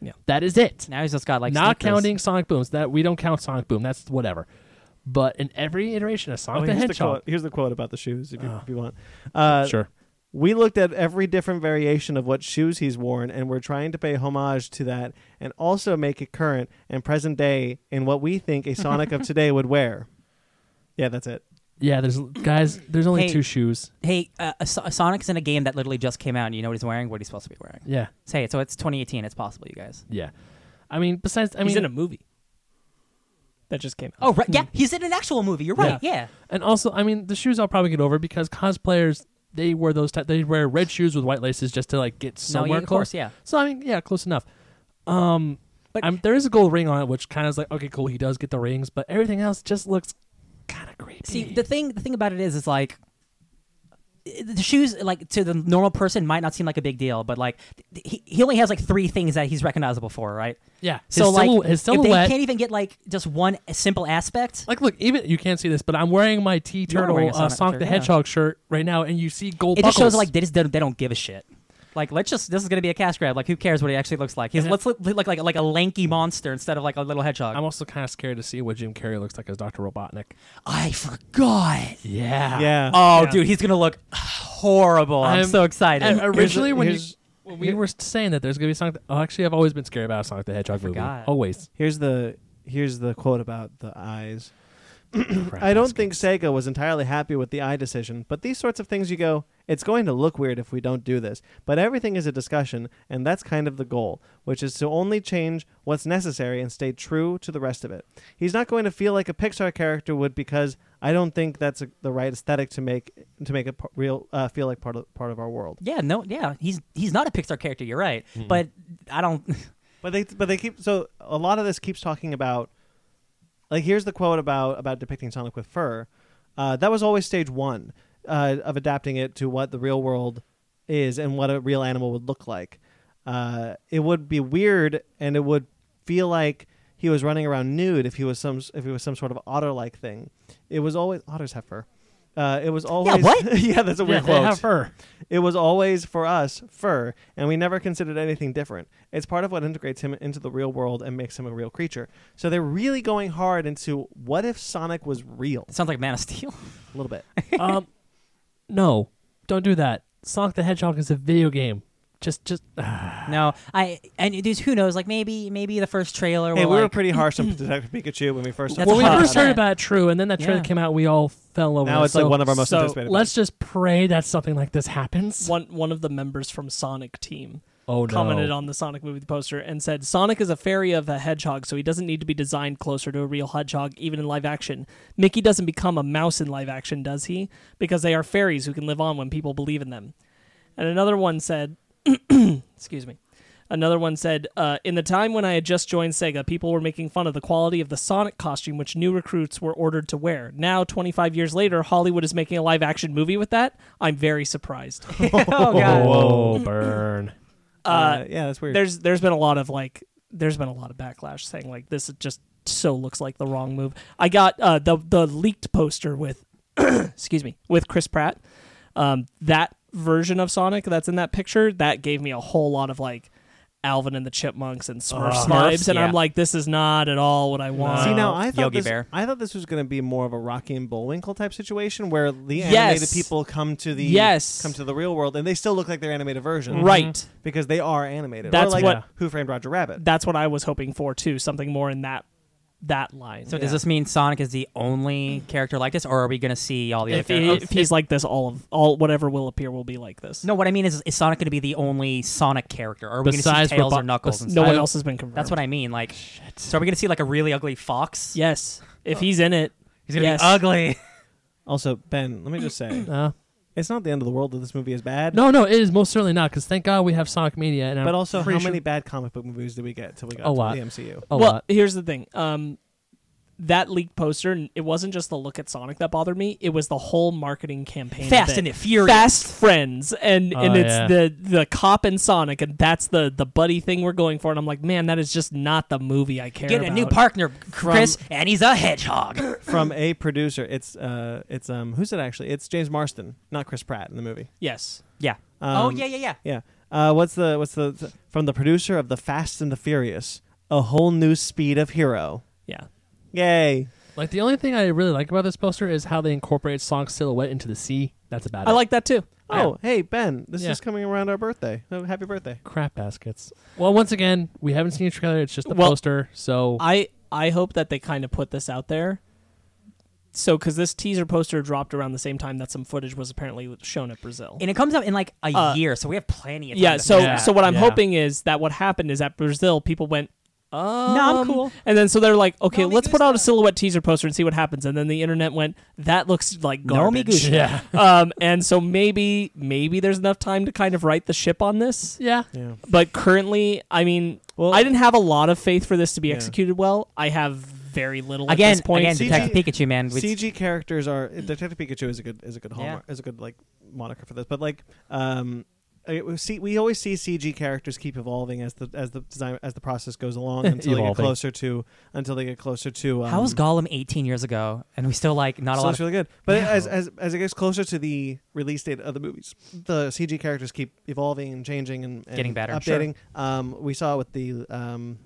Speaker 4: Yeah.
Speaker 3: That is it.
Speaker 2: now he's just got like
Speaker 3: Not
Speaker 2: sneakers.
Speaker 3: counting Sonic Booms. That we don't count Sonic Boom. That's whatever. But in every iteration of Sonic
Speaker 1: Oh,
Speaker 3: the
Speaker 1: here's, the quote,
Speaker 3: Hedgehog,
Speaker 1: here's the quote about the shoes, if you, if you want. Uh,
Speaker 3: sure.
Speaker 1: We looked at every different variation of what shoes he's worn, and we're trying to pay homage to that and also make it current and present day in what we think a Sonic of today would wear. Yeah, that's it.
Speaker 3: Yeah, there's guys. There's only
Speaker 2: Hey.
Speaker 3: two shoes.
Speaker 2: Hey, uh, a So- Sonic's in a game that literally just came out, and you know what he's wearing? What he's supposed to be wearing?
Speaker 3: Yeah,
Speaker 2: Say it. So it's 2018. It's possible, you guys.
Speaker 3: yeah. I mean, besides, I
Speaker 4: he's
Speaker 3: mean,
Speaker 4: in a movie that just came out.
Speaker 2: Oh right, yeah, he's in an actual movie. You're right. Yeah,
Speaker 3: and also, I mean, the shoes I'll probably get over because cosplayers they wear those. Ty- they wear red shoes with white laces just to like get
Speaker 2: no,
Speaker 3: somewhere
Speaker 2: yeah, of
Speaker 3: close.
Speaker 2: course, yeah.
Speaker 3: So I mean, yeah, close enough. Um,
Speaker 4: But-
Speaker 3: I'm, there is a gold ring on it, which kind of is like, okay, cool, he does get the rings, but everything else just looks kind of creepy.
Speaker 2: See, the thing the thing about it is, is like the shoes like to the normal person might not seem like a big deal but like th- he, he only has like three things that he's recognizable for right
Speaker 3: yeah, his
Speaker 2: so like
Speaker 3: silhou- his
Speaker 2: if they
Speaker 3: silhouette.
Speaker 2: can't e- even get like just one simple aspect
Speaker 3: like, look, even you can't see this, but I'm wearing my T
Speaker 2: You are wearing
Speaker 3: Turtle
Speaker 2: a
Speaker 3: uh,
Speaker 2: Sonic
Speaker 3: Sonic
Speaker 2: shirt,
Speaker 3: the
Speaker 2: yeah.
Speaker 3: Hedgehog shirt right now, and you see gold.
Speaker 2: it just
Speaker 3: buckles.
Speaker 2: shows like they just don't, they don't give a shit like let's just this is gonna be a cash grab like who cares what he actually looks like he's
Speaker 3: Yeah.
Speaker 2: let's look, look like like a lanky monster instead of like a little hedgehog
Speaker 3: I'm also kind of scared to see what Jim Carrey looks like as Doctor Robotnik.
Speaker 2: i forgot
Speaker 3: Yeah,
Speaker 1: yeah.
Speaker 2: Oh,
Speaker 4: Yeah.
Speaker 2: dude, he's gonna look horrible. I'm,
Speaker 3: I'm-
Speaker 2: so excited.
Speaker 3: And originally, when, you,
Speaker 1: here's-
Speaker 3: when we were saying that there's gonna be Sonic, oh, actually, I've always been scared about a Sonic the Hedgehog movie.
Speaker 2: forgot.
Speaker 3: Always.
Speaker 1: Here's the here's the quote about the eyes.
Speaker 3: Crap,
Speaker 1: I don't
Speaker 3: that's
Speaker 1: think Sega was entirely happy with the eye decision, but these sorts of things you go, it's going to look weird if we don't do this. But everything is a discussion, and that's kind of the goal, which is to only change what's necessary and stay true to the rest of it. He's not going to feel like a Pixar character would because I don't think that's a, the right aesthetic to make to make it p- real uh, feel like part of part of our world.
Speaker 2: yeah, no, yeah, he's he's not a Pixar character. You're right, but I don't.
Speaker 1: But they but they keep so a lot of this keeps talking about like here's the quote about about depicting Sonic with fur. Uh, that was always stage one uh, of adapting it to what the real world is and what a real animal would look like. Uh, it would be weird and it would feel like he was running around nude if he was some if he was some sort of otter like thing. It was always otters have fur. Uh, it was always
Speaker 2: what?
Speaker 1: yeah that's a
Speaker 3: Yeah,
Speaker 1: weird
Speaker 3: they
Speaker 1: quote.
Speaker 3: have fur.
Speaker 1: It was always for us fur, and we never considered anything different. It's part of what integrates him into the real world and makes him a real creature. So they're really going hard into what if Sonic was real
Speaker 2: It sounds like Man of Steel.
Speaker 1: a little bit.
Speaker 3: um, no, don't do that. Sonic the Hedgehog is a video game. Just, just ah.
Speaker 2: no, I and dude, who knows? Like maybe maybe the first trailer.
Speaker 1: Hey,
Speaker 2: will,
Speaker 1: we were
Speaker 2: like-
Speaker 1: pretty harsh on Detective Pikachu when we first.
Speaker 2: That's
Speaker 3: when we
Speaker 2: a hot
Speaker 3: first
Speaker 2: take.
Speaker 3: heard about it, true, and then that trailer
Speaker 2: Yeah.
Speaker 3: came out, we all fell over.
Speaker 1: now
Speaker 3: it.
Speaker 1: it's like
Speaker 3: So
Speaker 1: one of our most
Speaker 4: so
Speaker 1: anticipated.
Speaker 3: Let's just pray that something like this happens.
Speaker 4: One one of the members from Sonic team
Speaker 3: Oh no!
Speaker 4: commented on the Sonic movie poster and said Sonic is a fairy of a hedgehog, so he doesn't need to be designed closer to a real hedgehog, even in live action. Mickey doesn't become a mouse in live action, does he? Because they are fairies who can live on when people believe in them. And another one said, excuse me. Another one said, uh, in the time when I had just joined Sega, people were making fun of the quality of the Sonic costume, which new recruits were ordered to wear. Now, 25 years later, Hollywood is making a live action movie with that. I'm very surprised.
Speaker 2: oh god.
Speaker 3: Whoa, burn!
Speaker 1: uh,
Speaker 4: uh,
Speaker 1: yeah, that's weird.
Speaker 4: there's there's been a lot of like there's been a lot of backlash saying like this is just so looks like the wrong move. I got uh, the the leaked poster with excuse me with Chris Pratt. Um, that version of Sonic that's in that picture that gave me a whole lot of like Alvin and the Chipmunks and Smurfs
Speaker 2: Ugh.
Speaker 4: vibes,
Speaker 2: Smurfs,
Speaker 4: and
Speaker 2: yeah.
Speaker 4: I'm like this is not at all what I want.
Speaker 1: See now, I thought
Speaker 2: Yogi
Speaker 1: this,
Speaker 2: Bear.
Speaker 1: I thought this was going to be more of a Rocky and Bullwinkle type situation where the
Speaker 4: Yes.
Speaker 1: animated people come to the
Speaker 4: Yes.
Speaker 1: come to the real world and they still look like their animated version,
Speaker 4: Mm-hmm. right.
Speaker 1: Because they are animated. Or
Speaker 4: That's
Speaker 1: like
Speaker 4: what-
Speaker 1: Who Framed Roger Rabbit?
Speaker 4: That's what I was hoping for too. Something more in that that line.
Speaker 2: So does this mean Sonic is the only character like this, or are we gonna see all the
Speaker 4: if,
Speaker 2: other
Speaker 4: he-
Speaker 2: characters?
Speaker 4: if he's like this, all of all whatever will appear will be like this.
Speaker 2: no, what I mean is, is Sonic gonna be the only Sonic character? Or are we gonna
Speaker 3: Besides
Speaker 2: see Tails
Speaker 3: Robo-
Speaker 2: or Knuckles?
Speaker 3: bes-
Speaker 2: and
Speaker 4: no
Speaker 2: stuff?
Speaker 4: one
Speaker 3: I-
Speaker 4: else has been confirmed.
Speaker 2: That's what I mean. Like, so are we gonna see like a really ugly fox?
Speaker 4: Yes,
Speaker 3: Oh.
Speaker 4: if he's in it,
Speaker 2: he's gonna
Speaker 4: yes.
Speaker 2: be ugly.
Speaker 1: Also, Ben, let me just say,
Speaker 3: Uh,
Speaker 1: It's not the end of the world that this movie is bad.
Speaker 3: no, no, it is most certainly not. Because thank God we have Sonic Mania, and
Speaker 1: But
Speaker 3: I'm
Speaker 1: also, how
Speaker 3: pretty
Speaker 1: many
Speaker 3: sure-
Speaker 1: bad comic book movies did we get till we got to
Speaker 3: A lot.
Speaker 1: the MCU?
Speaker 3: a
Speaker 4: well,
Speaker 3: lot.
Speaker 4: here's the thing. Um, that leaked poster, n- it wasn't just the look at Sonic that bothered me. It was the whole marketing campaign.
Speaker 2: Fast
Speaker 4: of
Speaker 2: and
Speaker 4: it.
Speaker 2: the Furious.
Speaker 4: Fast friends, and
Speaker 3: Oh,
Speaker 4: and it's
Speaker 3: yeah.
Speaker 4: the the cop and Sonic, and that's the the buddy thing we're going for. And I'm like, man, that is just not the movie I care
Speaker 2: Get
Speaker 4: about. Um,
Speaker 2: a new partner, Chris, and he's a hedgehog.
Speaker 1: From a producer, it's uh, it's um, who's it actually? It's James Marston, not Chris Pratt in the movie.
Speaker 4: Yes,
Speaker 2: yeah.
Speaker 1: Um,
Speaker 2: oh yeah, yeah, yeah.
Speaker 1: yeah. Uh, what's the what's the th- from the producer of the Fast and the Furious? A whole new speed of hero.
Speaker 4: yeah.
Speaker 1: Yay!
Speaker 3: Like the only thing I really like about this poster is how they incorporate Sonic's silhouette into the sea. That's about
Speaker 4: I
Speaker 3: it.
Speaker 4: like that too.
Speaker 1: Oh, hey Ben, this
Speaker 3: Yeah.
Speaker 1: is coming around our birthday. Oh, happy birthday!
Speaker 3: crap baskets. Well, once again, we haven't seen a trailer. It's just the
Speaker 4: Well,
Speaker 3: poster. So
Speaker 4: I I hope that they kind of put this out there. So, because this teaser poster dropped around the same time that some footage was apparently shown at Brazil.
Speaker 2: And it comes out in like a
Speaker 4: Uh,
Speaker 2: year, so we have plenty of time.
Speaker 4: yeah
Speaker 2: to
Speaker 4: so
Speaker 2: figure it
Speaker 3: Yeah,
Speaker 2: out.
Speaker 4: so what i'm
Speaker 3: yeah.
Speaker 4: hoping is that what happened is at brazil people went um,
Speaker 2: No, I'm cool.
Speaker 4: And then so they're like, okay,
Speaker 2: No me
Speaker 4: let's put out a
Speaker 2: gusta.
Speaker 4: silhouette teaser poster and see what happens. And then the internet went, that looks like
Speaker 2: No me
Speaker 4: garbage.
Speaker 2: gusta.
Speaker 3: Yeah.
Speaker 4: um, and so maybe maybe there's enough time to kind of right the ship on this.
Speaker 3: Yeah.
Speaker 1: Yeah.
Speaker 4: But currently, I mean,
Speaker 1: Well-
Speaker 4: I didn't have a lot of faith for this to be
Speaker 1: Yeah.
Speaker 4: executed well. I have very little at
Speaker 2: Again,
Speaker 4: this point.
Speaker 2: again,
Speaker 1: CG
Speaker 2: Detective Pikachu, man. We-
Speaker 1: CG characters are Detective Pikachu is a good is a good
Speaker 2: Yeah.
Speaker 1: hallmark is a good like moniker for this. But like um I- we see we always see CG characters keep evolving as the as the design as the process goes along until they get
Speaker 3: Evolving.
Speaker 1: closer to until they get closer to um,
Speaker 2: How was Gollum 18 years ago, and we still like not a
Speaker 1: so
Speaker 2: lot
Speaker 1: it's
Speaker 2: of
Speaker 1: really good. But as, as as it gets closer to the release date of the movies, the CG characters keep evolving and changing and, and
Speaker 2: Getting better. Sure.
Speaker 1: updating. Um, we saw with the um,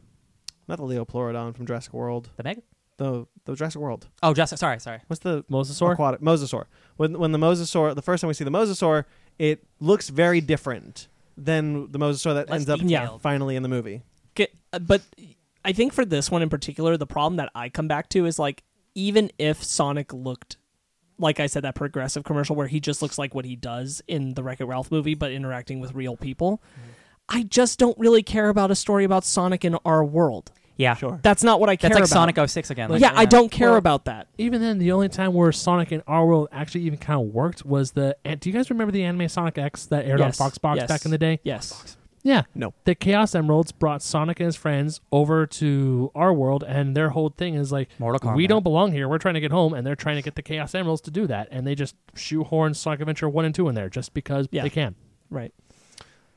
Speaker 1: not the Leo Pleurodon from Jurassic World,
Speaker 2: the Meg?
Speaker 1: the the Jurassic World.
Speaker 2: Oh, just sorry, sorry.
Speaker 1: What's the
Speaker 3: Mosasaur.
Speaker 1: aquatic mosasaur? When when the mosasaur, the first time we see the mosasaur, it looks very different than the mosasaur that
Speaker 2: Less
Speaker 1: ends up
Speaker 2: detailed. Yeah.
Speaker 1: finally in the movie.
Speaker 4: Get- uh, but I think for this one in particular, the problem that I come back to is like even if Sonic looked like I said that progressive commercial where he just looks like what he does in the Wreck It Ralph movie, but interacting with real people.
Speaker 1: Mm-hmm.
Speaker 4: I just don't really care about a story about Sonic in our world.
Speaker 2: Yeah,
Speaker 1: Sure.
Speaker 4: That's not what I care
Speaker 2: That's like
Speaker 4: about.
Speaker 2: Sonic 06 again. like,
Speaker 4: yeah, I don't care
Speaker 3: Well-
Speaker 4: about that.
Speaker 3: Even then, the only time where Sonic and our world actually even kind of worked was the. and Do you guys remember the anime Sonic X that aired
Speaker 4: Yes,
Speaker 3: on Foxbox
Speaker 4: yes.
Speaker 3: back in the day?
Speaker 4: Yes.
Speaker 3: Yeah.
Speaker 1: No.
Speaker 3: The Chaos Emeralds brought Sonic and his friends over to our world, and their whole thing is like,
Speaker 2: Mortal Kombat.
Speaker 3: we don't belong here. We're trying to get home, and they're trying to get the Chaos Emeralds to do that, and they just shoehorn Sonic Adventure one and two in there just because
Speaker 4: Yeah.
Speaker 3: they can.
Speaker 4: Right.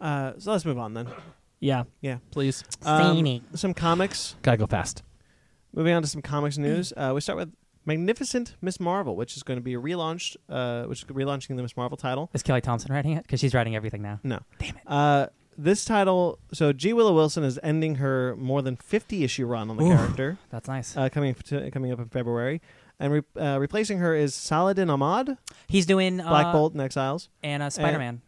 Speaker 1: Uh, so let's move on then.
Speaker 4: Yeah.
Speaker 3: Please,
Speaker 1: Um,
Speaker 2: Sonic.
Speaker 1: Some comics.
Speaker 3: gotta go fast.
Speaker 1: Moving on to some comics
Speaker 2: Mm.
Speaker 1: news. Uh, we start with Magnificent Miss Marvel, which is going to be relaunched. Uh, which is relaunching the Miss Marvel title.
Speaker 2: Is Kelly Thompson writing it? Because she's writing everything now.
Speaker 1: No.
Speaker 2: Damn it.
Speaker 1: Uh, this title. So G. Willow Wilson is ending her more than fifty issue run on the
Speaker 2: Oof.
Speaker 1: character.
Speaker 2: That's nice.
Speaker 1: uh, coming to, coming up in February, and re- uh, replacing her is Saladin Ahmad,
Speaker 2: He's doing uh,
Speaker 1: Black Bolt and Exiles.
Speaker 2: and uh, Spider Man.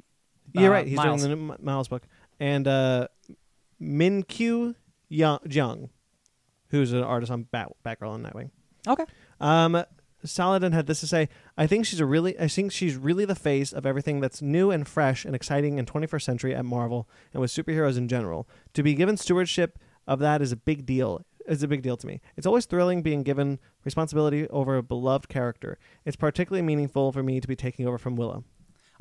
Speaker 1: You're
Speaker 2: uh,
Speaker 1: right. He's doing
Speaker 2: Miles.
Speaker 1: the new Mi- Miles book, and uh, Min Kyu Yo- Jung, who's an artist on Bat- Batgirl and Nightwing.
Speaker 2: Okay.
Speaker 1: Um, Saladin had this to say: "I think she's a really, I think she's really the face of everything that's new and fresh and exciting in 21st century at Marvel and with superheroes in general. To be given stewardship of that is a big deal. Is a big deal to me. It's always thrilling being given responsibility over a beloved character. It's particularly meaningful for me to be taking over from Willow.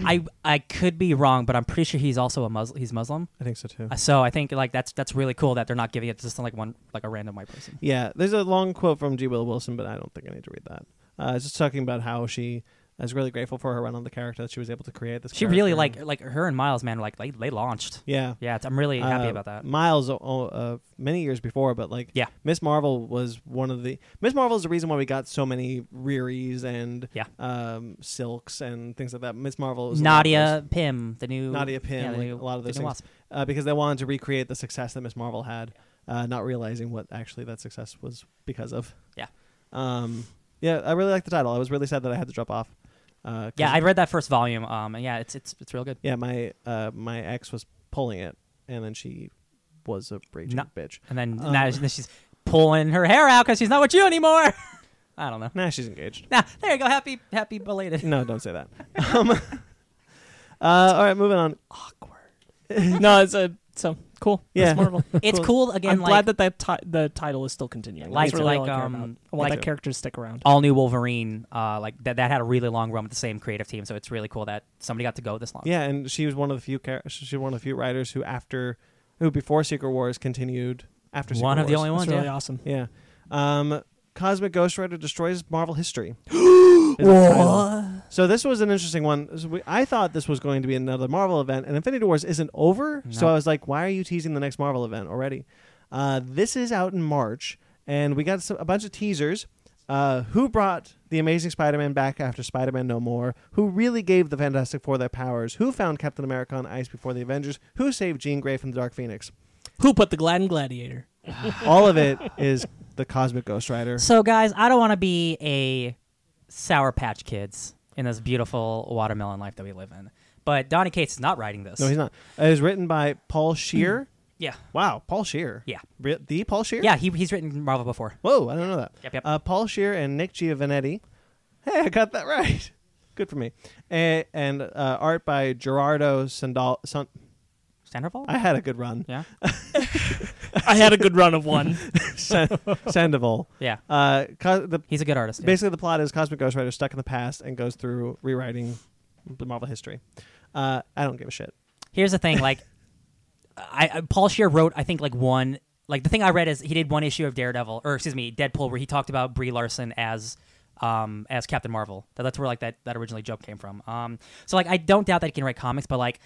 Speaker 2: I I could be wrong, but I'm pretty sure he's also a Muslim. He's Muslim.
Speaker 1: I think so too.
Speaker 2: Uh, So I think like that's that's really cool that they're not giving it to just like one like a random white person.
Speaker 1: Yeah, there's a long quote from G. Will Wilson, but I don't think I need to read that. Uh, it's just talking about how she is really grateful for her run on the character that she was able to create this.
Speaker 2: She really
Speaker 1: character.
Speaker 2: like like her and Miles, man. Like they, they launched.
Speaker 1: Yeah,
Speaker 2: Yeah, it's, I'm really happy
Speaker 1: Uh,
Speaker 2: about that.
Speaker 1: Miles, uh, uh, many years before, but like,
Speaker 2: Yeah.
Speaker 1: Miss Marvel was one of the Miss Marvel is the reason why we got so many Rearies and
Speaker 2: Yeah.
Speaker 1: um, Silks and things like that. Miss Marvel is
Speaker 2: Nadia Pym, the new
Speaker 1: Nadia Pym,
Speaker 2: the
Speaker 1: like, a lot of
Speaker 2: the
Speaker 1: those
Speaker 2: new
Speaker 1: things.
Speaker 2: Wasp.
Speaker 1: uh, because they wanted to recreate the success that Miss Marvel had, uh, not realizing what actually that success was because of.
Speaker 2: Yeah.
Speaker 1: Um. Yeah, I really like the title. I was really sad that I had to drop off. Uh, 'cause-
Speaker 2: Yeah, I read that first volume. Um, and yeah, it's it's it's real good.
Speaker 1: yeah, my uh, my ex was pulling it, and then she was a raging
Speaker 2: No.
Speaker 1: bitch.
Speaker 2: And then
Speaker 1: Um,
Speaker 2: now, then she's pulling her hair out because she's not with you anymore. I don't know.
Speaker 1: Nah, she's engaged.
Speaker 2: Nah, there you go. Happy happy belated.
Speaker 1: No, don't say that. um, uh, all right, moving on.
Speaker 4: no, it's a so cool.
Speaker 1: Yeah.
Speaker 4: That's Marvel.
Speaker 2: It's cool again.
Speaker 4: I'm
Speaker 2: like,
Speaker 4: glad that that ti- the title is still continuing.
Speaker 2: Like-
Speaker 4: That's really all
Speaker 2: like,
Speaker 4: I care
Speaker 2: um,
Speaker 4: about. I want
Speaker 1: like-
Speaker 4: that character to stick around.
Speaker 2: all new Wolverine, uh, like that, that had a really long run with the same creative team, so it's really cool that somebody got to go this long.
Speaker 1: Yeah, and she was one of the few char- she was one of the few writers who after who before Secret Wars continued after Secret
Speaker 2: one of the
Speaker 1: Wars.
Speaker 2: only
Speaker 4: That's
Speaker 2: ones.
Speaker 4: really
Speaker 2: yeah.
Speaker 4: awesome.
Speaker 1: Yeah. Um, Cosmic Ghost Rider destroys Marvel history. Is the title. so this was an interesting one. So we, I thought this was going to be another Marvel event, and Infinity Wars isn't over. So
Speaker 2: No.
Speaker 1: I was like, why are you teasing the next Marvel event already? Uh, this is out in March, and we got some, a bunch of teasers. Uh, who brought the Amazing Spider-Man back after Spider-Man No More? Who really gave the Fantastic Four their powers? Who found Captain America on ice before the Avengers? Who saved Jean Grey from the Dark Phoenix?
Speaker 4: Who put the Gladden Gladiator?
Speaker 1: All of it is the Cosmic Ghost Rider.
Speaker 2: So guys, I don't want to be a sour patch kids in this beautiful watermelon life that we live in. But Donny Cates is not writing this.
Speaker 1: No, he's not. Uh, It was written by Paul Shear.
Speaker 2: Yeah.
Speaker 1: wow, Paul Shear.
Speaker 2: Hmm. Yeah.
Speaker 1: Re- the Paul Shear.
Speaker 2: Yeah, he, he's written Marvel before.
Speaker 1: Whoa, I don't know that.
Speaker 2: Yep, yep.
Speaker 1: Uh, Paul Shear and Nick Giovanetti. Hey, I got that right. Good for me. And, and uh, art by Gerardo Sandal. San-
Speaker 2: Sandoval?
Speaker 1: I had a good run.
Speaker 2: yeah.
Speaker 4: I had a good run of one.
Speaker 1: Sandoval.
Speaker 2: Yeah,
Speaker 1: Uh, co- the
Speaker 2: he's a good artist. yeah.
Speaker 1: basically the plot is Cosmic Ghost Rider is stuck in the past and goes through rewriting the Marvel history. Uh, I don't give a shit.
Speaker 2: Here's the thing, like, I, I Paul Shear wrote, I think, like one, like the thing I read is he did one issue of Daredevil, or excuse me, Deadpool, where he talked about Brie Larson as, um, as Captain Marvel. That, that's where like that that originally joke came from. Um, so like I don't doubt that he can write comics, but like.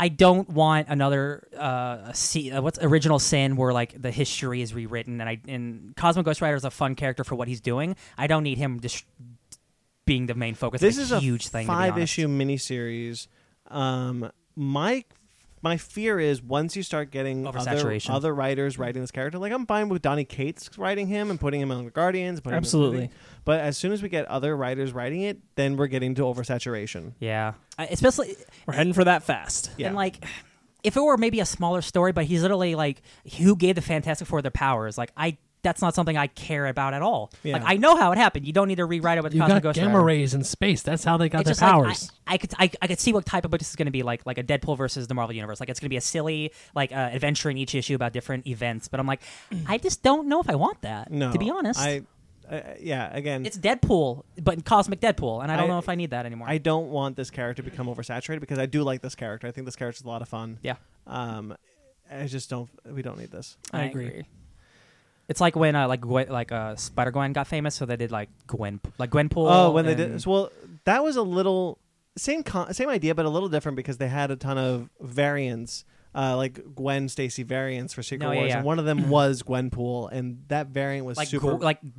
Speaker 2: I don't want another uh, see, uh what's original sin where like the history is rewritten and I and Cosmo Ghost Rider is a fun character for what he's doing. I don't need him just being the main focus.
Speaker 1: this
Speaker 2: of
Speaker 1: is
Speaker 2: a
Speaker 1: a
Speaker 2: huge thing. to be
Speaker 1: five
Speaker 2: honest.
Speaker 1: issue miniseries. Um, my my fear is once you start getting other,
Speaker 2: Oversaturation.
Speaker 1: other writers writing this character, like I'm fine with Donnie Cates writing him and putting him on the Guardians, putting him in the
Speaker 4: Absolutely.
Speaker 1: movie. But as soon as we get other writers writing it, then we're getting to oversaturation.
Speaker 2: Yeah, I, especially
Speaker 4: We're heading for that fast.
Speaker 1: Yeah.
Speaker 2: And like, if it were maybe a smaller story, but he's literally like, who gave the Fantastic Four their powers? Like, I that's not something I care about at all.
Speaker 1: Yeah.
Speaker 2: Like, I know how it happened. You don't need to rewrite it with
Speaker 3: You
Speaker 2: Cosmic
Speaker 3: got
Speaker 2: Ghost
Speaker 3: gamma
Speaker 2: Rider.
Speaker 3: rays in space. That's how they got their
Speaker 2: It's just like, I-
Speaker 3: powers.
Speaker 2: I, could I, I could see what type of book this is going to be like, like a Deadpool versus the Marvel Universe. Like it's going to be a silly like uh, adventure in each issue about different events. But I'm like, I just don't know if I want that.
Speaker 1: No,
Speaker 2: to be honest,
Speaker 1: I uh, yeah again.
Speaker 2: it's Deadpool, but Cosmic Deadpool, and I don't
Speaker 1: I-
Speaker 2: know if I need that anymore.
Speaker 1: I don't want this character to become oversaturated because I do like this character. I think this character's a lot of fun.
Speaker 2: yeah.
Speaker 1: Um, I just don't. We don't need this.
Speaker 4: I agree.
Speaker 2: It's like when uh, like Gwen, like uh, Spider Gwen got famous, so they did like Gwen like Gwenpool.
Speaker 1: Oh, when they
Speaker 2: and-
Speaker 1: did well, that was a little same con- same idea, but a little different because they had a ton of variants, uh, like Gwen Stacy variants for Secret
Speaker 2: No, Oh, yeah,
Speaker 1: Wars,
Speaker 2: yeah.
Speaker 1: and one of them was Gwenpool, and that variant was
Speaker 2: like
Speaker 1: super
Speaker 2: Gw- like g-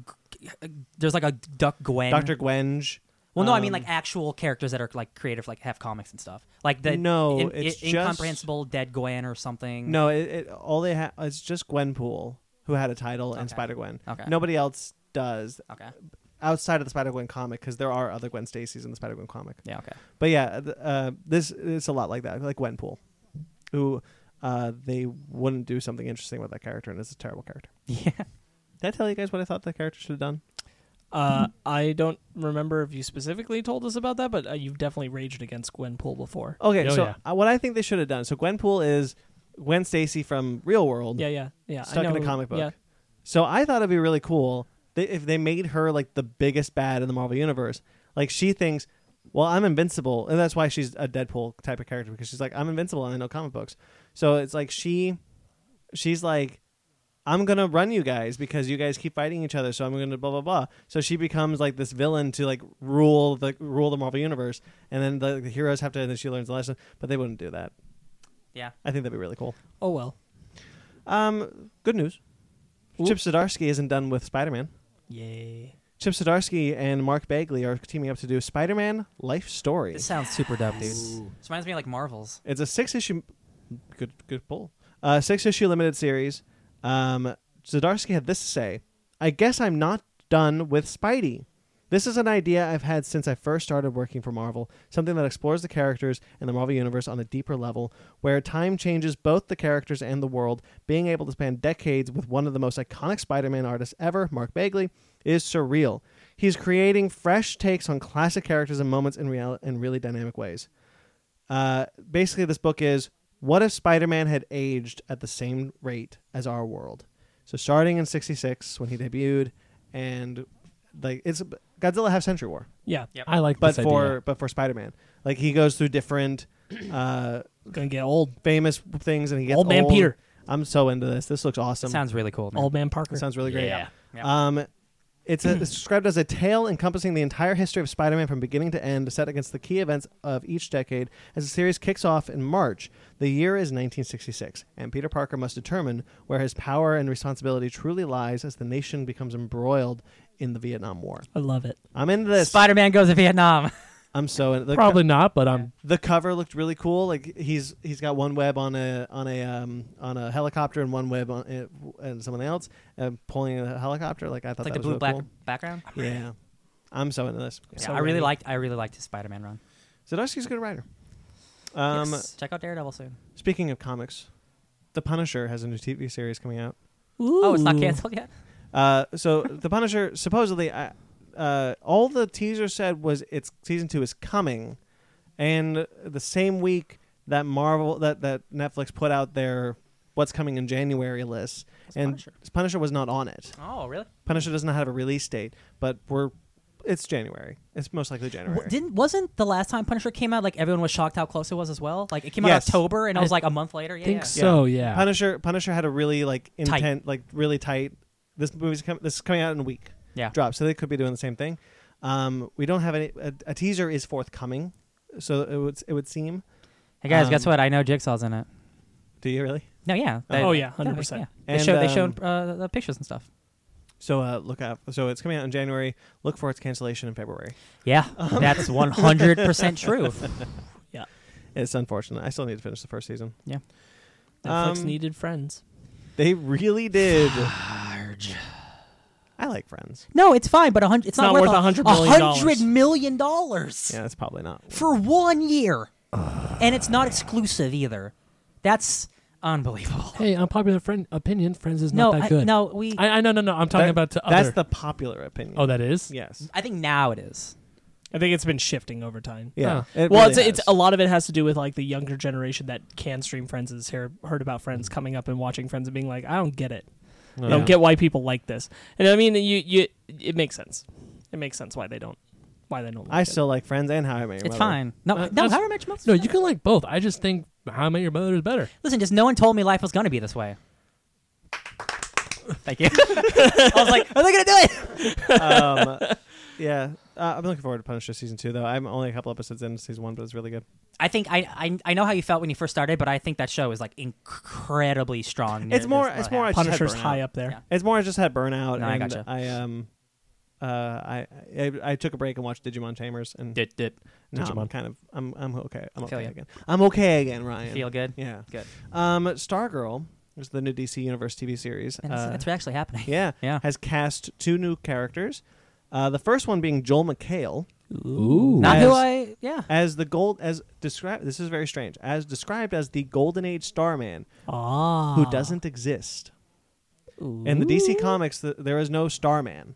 Speaker 2: g- there's like a Duck Gwen. Mm.
Speaker 1: Doctor Gwenge.
Speaker 2: Well, no, I mean
Speaker 1: um,
Speaker 2: like actual characters that are like creative, like have comics and stuff. Like the
Speaker 1: No, it's just-
Speaker 2: incomprehensible dead Gwen or something.
Speaker 1: no, it, it all they had it's just Gwenpool who had a title and
Speaker 2: Okay.
Speaker 1: Spider Gwen.
Speaker 2: Okay.
Speaker 1: Nobody else does
Speaker 2: Okay.
Speaker 1: outside of the Spider Gwen comic because there are other Gwen Stacy's in the Spider Gwen comic.
Speaker 2: Yeah. Okay.
Speaker 1: But yeah, th- uh, this it's a lot like that, like Gwenpool, who uh, they wouldn't do something interesting with that character, and it's a terrible character.
Speaker 2: Yeah.
Speaker 1: Did I tell you guys what I thought the character should have done?
Speaker 4: Uh, I don't remember if you specifically told us about that, but uh, you've definitely raged against Gwenpool before.
Speaker 1: Okay,
Speaker 3: Oh,
Speaker 1: so
Speaker 3: yeah.
Speaker 1: uh, what I think they should have done. So Gwenpool is Gwen Stacy from Real World,
Speaker 4: Yeah, yeah, yeah. I
Speaker 1: Mm. stuck in a
Speaker 4: know-
Speaker 1: comic book.
Speaker 4: Yeah,
Speaker 1: So I thought it'd be really cool they, if they made her like the biggest bad in the Marvel universe. Like she thinks, well, I'm invincible, and that's why she's a Deadpool type of character because she's like, I'm invincible and I know comic books. So it's like she, she's like, I'm gonna run you guys because you guys keep fighting each other. So I'm gonna blah blah blah. So she becomes like this villain to like rule the rule the Marvel universe, and then the, the heroes have to. And then she learns the lesson, but they wouldn't do that.
Speaker 2: Yeah.
Speaker 1: I think that'd be really cool.
Speaker 4: Oh well.
Speaker 1: Um, good news.
Speaker 4: Ooh.
Speaker 1: Chip Zdarsky isn't done with Spider Man.
Speaker 4: Yay.
Speaker 1: Chip Zdarsky and Mark Bagley are teaming up to do Spider-Man: Life Story.
Speaker 2: This sounds super dope, dude. This reminds me of like Marvels.
Speaker 1: It's a six-issue, good good pull, uh, six-issue limited series. Um, Zdarsky had this to say: "I guess I'm not done with Spidey. This is an idea I've had since I first started working for Marvel. Something that explores the characters and the Marvel universe on a deeper level, where time changes both the characters and the world. Being able to span decades with one of the most iconic Spider-Man artists ever, Mark Bagley, is surreal." He's creating fresh takes on classic characters and moments in real in really dynamic ways. Uh, basically, this book is what if Spider Man had aged at the same rate as our world? So, starting in '66 when he debuted, and like it's Godzilla Half Century War,
Speaker 4: Yeah,
Speaker 2: Yep.
Speaker 3: I like
Speaker 1: but
Speaker 3: this
Speaker 1: for
Speaker 3: idea.
Speaker 1: but for Spider Man, like he goes through different uh,
Speaker 4: gonna get old.
Speaker 1: famous things, and he gets
Speaker 4: Old Man Peter.
Speaker 1: I'm so into this. This looks awesome.
Speaker 2: It sounds really cool. Man.
Speaker 4: Old man Parker.
Speaker 1: It sounds really great.
Speaker 2: Yeah. Yeah.
Speaker 1: Um, it's, a, it's described as a tale encompassing the entire history of Spider Man from beginning to end, set against the key events of each decade. As the series kicks off in March, the year is 1966, and Peter Parker must determine where his power and responsibility truly lies as the nation becomes embroiled in the Vietnam War.
Speaker 4: I love it.
Speaker 1: I'm into this.
Speaker 2: Spider-Man goes to Vietnam.
Speaker 1: I'm so in the, co-
Speaker 3: Probably not, but I'm
Speaker 1: the cover looked really cool. Like he's he's got one web on a on a um, on a helicopter and one web on uh, and someone else uh, pulling a helicopter. Like I thought
Speaker 2: It's
Speaker 1: that
Speaker 2: like the
Speaker 1: was
Speaker 2: blue
Speaker 1: really
Speaker 2: black
Speaker 1: cool.
Speaker 2: background.
Speaker 1: Yeah. I'm so into this.
Speaker 2: Yeah,
Speaker 1: So
Speaker 2: I really
Speaker 1: ready.
Speaker 2: liked. I really liked his Spider-Man run.
Speaker 1: Zdarsky's a good writer. Um,
Speaker 2: Yes. Check out Daredevil soon.
Speaker 1: Speaking of comics, The Punisher has a new TV series coming out.
Speaker 2: Oh, it's not
Speaker 4: Ooh.
Speaker 2: canceled yet.
Speaker 1: Uh, so The Punisher, supposedly, I, uh, all the teaser said was it's season two is coming, and the same week that Marvel that that Netflix put out their what's coming in January lists, and
Speaker 2: Punisher?
Speaker 1: Punisher was not on it.
Speaker 2: Oh, really?
Speaker 1: Punisher does not have a release date, but we're it's January. It's most likely January.
Speaker 2: W- didn't wasn't the last time Punisher came out like everyone was shocked how close it was as well? Like it came
Speaker 1: Yes.
Speaker 2: out October and it was
Speaker 3: I
Speaker 2: like a month later. Yeah,
Speaker 3: think
Speaker 2: yeah.
Speaker 3: so. Yeah.
Speaker 1: Punisher Punisher had a really like
Speaker 2: Tight.
Speaker 1: intent like really tight this movie's com- this is coming out in a week.
Speaker 2: Yeah.
Speaker 1: Drop. So they could be doing the same thing. Um we don't have any a, a teaser is forthcoming. So it would it would seem.
Speaker 2: Hey guys, guess
Speaker 1: Um,
Speaker 2: what? I know Jigsaw's in it.
Speaker 1: Do you really?
Speaker 2: No, yeah.
Speaker 4: Oh, yeah, 100%.
Speaker 2: yeah.
Speaker 1: And,
Speaker 2: They showed they
Speaker 1: um,
Speaker 2: showed uh, the pictures and stuff.
Speaker 1: So uh look out. So it's coming out in January. Look for its cancellation in February.
Speaker 2: Yeah,
Speaker 4: Um,
Speaker 2: that's one hundred percent true.
Speaker 1: It's unfortunate. I still need to finish the first season.
Speaker 4: Netflix
Speaker 1: Um,
Speaker 4: needed friends.
Speaker 1: They really did. I like Friends.
Speaker 2: No, it's fine, but a hundred. It's,
Speaker 4: not worth a hundred million dollars.
Speaker 2: hundred million dollars
Speaker 1: Yeah, that's probably not.
Speaker 2: for one year, and it's not exclusive either. That's unbelievable.
Speaker 3: hey, unpopular friend opinion. Friends is
Speaker 2: no,
Speaker 3: not that
Speaker 2: I,
Speaker 3: good.
Speaker 2: no, we. I,
Speaker 3: I, I no no no. I'm talking
Speaker 1: That-
Speaker 3: about the
Speaker 1: That's
Speaker 3: other.
Speaker 1: the popular opinion.
Speaker 3: oh, that is.
Speaker 1: yes.
Speaker 2: think now it is.
Speaker 4: I think it's been shifting over time.
Speaker 1: Yeah.
Speaker 3: Huh.
Speaker 1: It
Speaker 4: oh. well,
Speaker 1: really
Speaker 4: it's, it's
Speaker 1: has.
Speaker 4: a lot of it has to do with like the younger generation that can stream Friends and has hear, heard about
Speaker 1: Mm.
Speaker 4: Friends coming up and watching Friends and being like, I don't get it. I
Speaker 1: Yeah.
Speaker 4: don't get why people like this. And I mean, you you it makes sense. It makes sense why they don't why they don't. Like
Speaker 1: I
Speaker 4: it.
Speaker 1: still like Friends and How I Met Your Mother.
Speaker 2: It's fine. No,
Speaker 3: Uh,
Speaker 2: no.
Speaker 3: that's-
Speaker 2: How much months?
Speaker 3: No, you can like both. I just think How I Met Your Mother is better.
Speaker 2: Listen, just no one told me life was gonna be this way. Thank you. I was like, are they gonna do it?
Speaker 1: um, yeah, uh, I'm looking forward to Punisher season two though. I'm only a couple episodes into season one, but it's really good.
Speaker 2: I think I, I I know how you felt when you first started, but I think that show is like incredibly strong.
Speaker 1: It's more-
Speaker 2: There's-
Speaker 1: it's
Speaker 2: oh,
Speaker 1: more
Speaker 2: yeah.
Speaker 1: I just had
Speaker 4: Punisher's
Speaker 1: burnout.
Speaker 4: high up there.
Speaker 2: Yeah.
Speaker 1: It's more I just had burnout,
Speaker 2: No, I
Speaker 1: and
Speaker 2: gotcha.
Speaker 1: I um, uh, I, I I took a break and watched Digimon Tamers, and
Speaker 2: Did did
Speaker 1: now I'm
Speaker 3: Digimon.
Speaker 1: kind of I'm I'm okay. I'm
Speaker 2: Feel
Speaker 1: okay
Speaker 2: ya.
Speaker 1: again. I'm okay again, Ryan.
Speaker 2: feel good?
Speaker 1: yeah,
Speaker 2: Good.
Speaker 1: Um, Stargirl is the new DC Universe TV series.
Speaker 2: And that's,
Speaker 1: Uh,
Speaker 2: that's actually happening.
Speaker 1: yeah,
Speaker 2: Yeah.
Speaker 1: has cast two new characters. Uh, the first one being Joel McHale,
Speaker 3: Ooh.
Speaker 2: Not
Speaker 1: As-
Speaker 2: who I. Yeah.
Speaker 1: as the gold as described this is very strange as described as the golden age starman
Speaker 4: Ah,
Speaker 1: who doesn't exist in the dc comics th there is no starman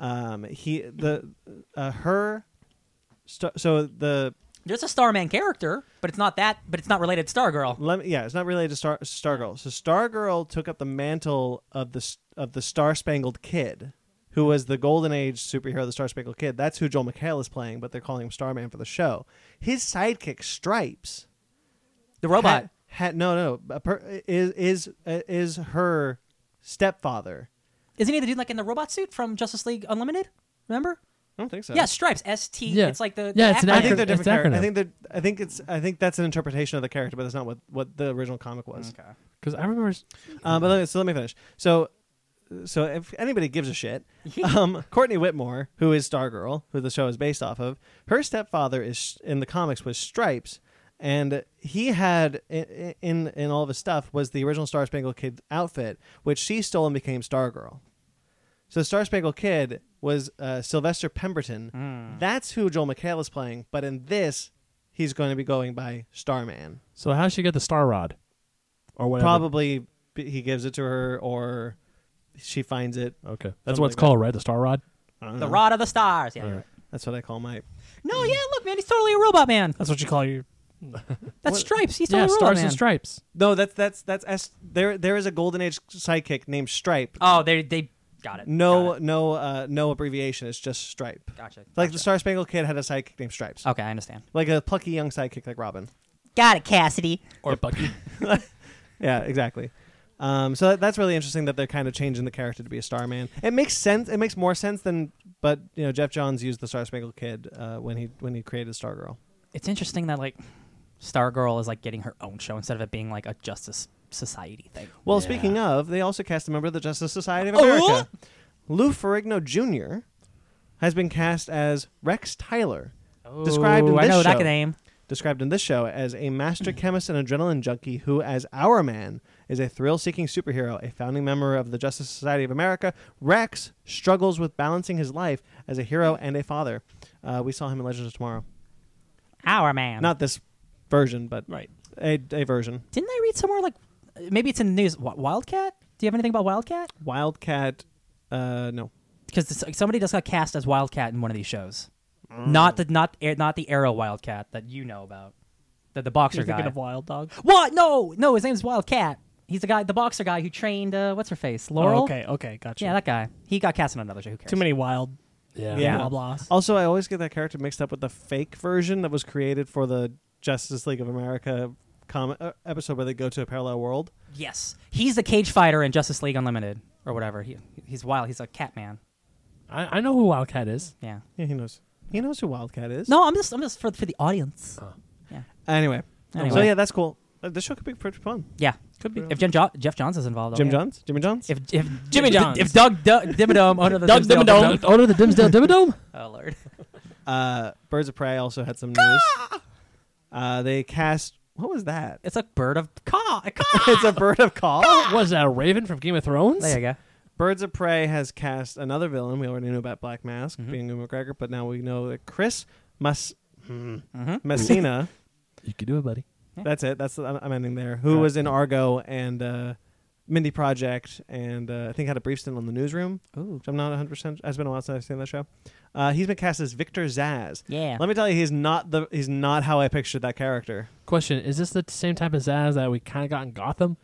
Speaker 1: um he the uh, her sta- so the
Speaker 2: There's a Starman character, but it's not that. But it's not related to Stargirl.
Speaker 1: let me, yeah it's not related to star stargirl so stargirl took up the mantle of the s- of the star spangled kid who was the golden age superhero the star spangled kid that's who joel McHale is playing but they're calling him starman for the show his sidekick stripes
Speaker 2: The robot.
Speaker 1: Ha- ha- no, no, no. A per- is is uh, is her stepfather?
Speaker 2: Isn't he the dude like in the robot suit from Justice League Unlimited? Remember?
Speaker 1: I don't think so.
Speaker 2: Yeah, Stripes. S T.
Speaker 3: Yeah.
Speaker 2: It's like the.
Speaker 3: Yeah,
Speaker 2: the
Speaker 3: it's an
Speaker 1: I
Speaker 2: acronym.
Speaker 1: think they're
Speaker 3: Acron- it's
Speaker 1: different. characters.
Speaker 3: acronym.
Speaker 1: I think that I think it's I think that's an interpretation of the character, but that's not what what the original comic was.
Speaker 2: Okay.
Speaker 3: Because I remember. s-
Speaker 1: Um, but let me, so let me finish. So, so if anybody gives a shit, um, Courtney Whitmore, who is Stargirl, who the show is based off of, her stepfather is in the comics was Stripes, and he had in in, in all of his stuff was the original Star Spangled Kid outfit, which she stole and became Stargirl. So Star Spangled Kid was uh, Sylvester Pemberton. That's who Joel McHale is playing, but in this, he's going to be going by Starman.
Speaker 3: So how she get the Star Rod, or
Speaker 2: Uh,
Speaker 3: whatever?
Speaker 1: Probably b- he gives it to her, or she finds it.
Speaker 3: Okay, that's
Speaker 1: Something
Speaker 3: what
Speaker 1: like
Speaker 3: it's called, right? The Star Rod.
Speaker 2: The Rod of the Stars. Yeah.
Speaker 3: All
Speaker 2: you're
Speaker 1: Uh,
Speaker 3: right.
Speaker 2: right.
Speaker 1: That's what I call my.
Speaker 2: No, yeah. Look, man, he's totally a robot man.
Speaker 4: that's what you call your.
Speaker 2: That's
Speaker 1: What-
Speaker 2: Stripes. He's totally
Speaker 3: Yeah,
Speaker 2: a robot
Speaker 3: Stars
Speaker 2: man.
Speaker 3: and Stripes.
Speaker 1: No, that's that's that's S. There there is a Golden Age sidekick named Stripe.
Speaker 2: Oh, they they got it.
Speaker 1: no
Speaker 2: Got it.
Speaker 1: no uh, no abbreviation. It's just Stripe.
Speaker 2: Gotcha.
Speaker 1: Like
Speaker 2: gotcha. Oh.
Speaker 1: the Star Spangled Kid had a sidekick named Stripes.
Speaker 2: Okay, I understand.
Speaker 1: Like a plucky young sidekick like Robin.
Speaker 2: Got it, Cassidy.
Speaker 3: Or Bucky.
Speaker 1: Yeah, exactly. Um, so that, that's really interesting that they're kind of changing the character to be a Starman. It makes sense. It makes more sense than. But you know, Jeff Johns used the Star Spangled Kid uh, when he when he created Stargirl.
Speaker 2: It's interesting that like Stargirl is like getting her own show instead of it being like a Justice Society thing.
Speaker 1: Well,
Speaker 3: Yeah.
Speaker 1: speaking of, they also cast a member of the Justice Society of
Speaker 2: Oh,
Speaker 1: America.
Speaker 2: what?
Speaker 1: Lou Ferrigno Jr. has been cast as Rex Tyler, Described in
Speaker 2: Ooh, Oh, I
Speaker 1: this
Speaker 2: know
Speaker 1: show.
Speaker 2: that name.
Speaker 1: described in this show as a master chemist and adrenaline junkie who, as our man, is a thrill seeking superhero, a founding member of the Justice Society of America. Rex struggles with balancing his life as a hero and a father. Uh, we saw him in Legends of Tomorrow.
Speaker 2: Our man.
Speaker 1: Not this version, but
Speaker 4: Right.
Speaker 1: a, a version.
Speaker 2: Didn't I read somewhere like uh, maybe it's in the news? Wi- Wildcat. Do you have anything about Wildcat?
Speaker 1: Wildcat, uh, no.
Speaker 2: Because somebody just got cast as Wildcat in one of these shows.
Speaker 1: Mm.
Speaker 2: Not the not Ar- not the Arrow Wildcat that you know about. The the boxer
Speaker 4: You're
Speaker 2: guy.
Speaker 4: thinking of Wild Dog.
Speaker 2: what? No, no. His name's Wildcat. He's the guy, the boxer guy who trained uh, what's her face, Laurel.
Speaker 4: Oh, okay, okay, gotcha.
Speaker 2: Yeah, that guy. He got cast in another show. Who cares?
Speaker 4: Too many wild
Speaker 3: Yeah.
Speaker 1: Yeah.
Speaker 4: blah blahs.
Speaker 1: Also, I always get that character mixed up with the fake version that was created for the Justice League of America com- uh, episode where they go to a parallel world.
Speaker 2: Yes, he's the cage fighter in Justice League Unlimited or whatever. He, he's wild. He's a cat man.
Speaker 3: I, I know who Wildcat is.
Speaker 2: Yeah.
Speaker 1: Yeah, he knows. He knows who Wildcat is.
Speaker 2: No, I'm just I'm just for for the audience.
Speaker 1: Oh. Anyway.
Speaker 2: Anyway.
Speaker 1: So yeah, that's cool. Uh, the show could be pretty fun.
Speaker 2: Yeah, could be if Jim jo- Jeff Johns is involved.
Speaker 1: Jim
Speaker 2: okay.
Speaker 1: Johns. Jimmy Johns.
Speaker 2: If if
Speaker 4: Jimmy
Speaker 2: if-
Speaker 4: Johns.
Speaker 2: If Doug D- Dimmadome under the
Speaker 4: Doug
Speaker 2: Dimsdale
Speaker 4: Dimmadome.
Speaker 2: Dimmadome-
Speaker 3: Owner of Oh, the Dimsdale Dimmadome?
Speaker 2: Oh lord.
Speaker 1: Uh, Birds of Prey also had some news. Uh, they cast. What was that?
Speaker 2: It's a bird of caw. a caw.
Speaker 1: it's a bird of call.
Speaker 3: Was that a Raven from Game of Thrones?
Speaker 2: There you go.
Speaker 1: Birds of Prey has cast another villain. We already knew about Black Mask
Speaker 2: Mhm.
Speaker 1: being Ewan McGregor, but now we know that Chris Mas-
Speaker 2: Mm-hmm.
Speaker 1: Messina.
Speaker 3: You can do it, buddy.
Speaker 1: that's it. That's I'm I'm ending there. Who
Speaker 3: Right.
Speaker 1: was in Argo and uh, Mindy Project, and uh, I think had a brief stint on the Newsroom.
Speaker 2: Ooh.
Speaker 1: Which I'm not 100. percent It's been a while since I've seen that show. Uh, he's been cast as Victor Zaz.
Speaker 2: Yeah.
Speaker 1: Let me tell you, he's not the he's not how I pictured that character.
Speaker 3: Question Is this the same type of Zaz that we kind of got in Gotham?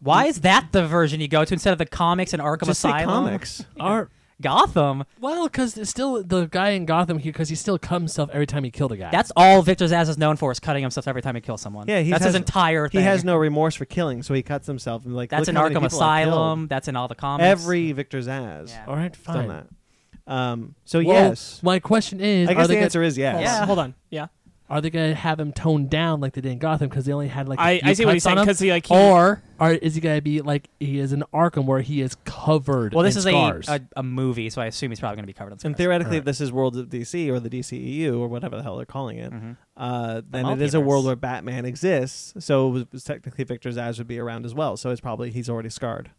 Speaker 2: Why is that the version you go to instead of the comics and Arkham
Speaker 1: Just say
Speaker 2: Asylum?
Speaker 1: comics.
Speaker 3: Or,
Speaker 2: Gotham.
Speaker 3: well, because it's still the guy in Gotham, because he still cut himself every time he killed a guy.
Speaker 2: That's all Victor Zaz is known for is cutting himself every time he kills someone.
Speaker 1: Yeah, he
Speaker 2: that's his
Speaker 1: has-
Speaker 2: entire thing.
Speaker 1: He has no remorse for killing, so he cuts himself and like.
Speaker 2: That's
Speaker 1: look
Speaker 2: in
Speaker 1: how many
Speaker 2: Arkham
Speaker 1: people I killed.
Speaker 2: Asylum. That's in all the comics.
Speaker 1: Every Victor Zaz.
Speaker 2: Yeah.
Speaker 3: all right,
Speaker 1: has
Speaker 3: fine.
Speaker 1: Done that. Um, so
Speaker 3: Well,
Speaker 1: yes,
Speaker 3: My question is
Speaker 1: I guess
Speaker 3: are, they
Speaker 1: the
Speaker 3: gonna,
Speaker 1: answer is yes.
Speaker 2: Yeah.
Speaker 4: Hold on. Yeah.
Speaker 3: are they going to have him toned down like they did in Gotham because they only had like. a
Speaker 4: I,
Speaker 3: few
Speaker 4: I see what
Speaker 3: cuts
Speaker 4: he's
Speaker 3: on
Speaker 4: saying
Speaker 3: him?
Speaker 4: because he like he,
Speaker 3: or, or is he going to be like he is in Arkham where he is covered
Speaker 2: Well, this
Speaker 3: in
Speaker 2: is a,
Speaker 3: scars?
Speaker 2: a a movie, so I assume he's probably going to be covered in scars.
Speaker 1: And theoretically,
Speaker 3: Alright.
Speaker 1: if this is World of DC or the DCEU or whatever the hell they're calling it,
Speaker 4: Mm-hmm.
Speaker 2: Mhm.
Speaker 1: uh, then it is a
Speaker 2: multiverse.
Speaker 1: world where Batman exists. So it was- was technically, Victor Zaz would be around as well. So it's probably he's already scarred.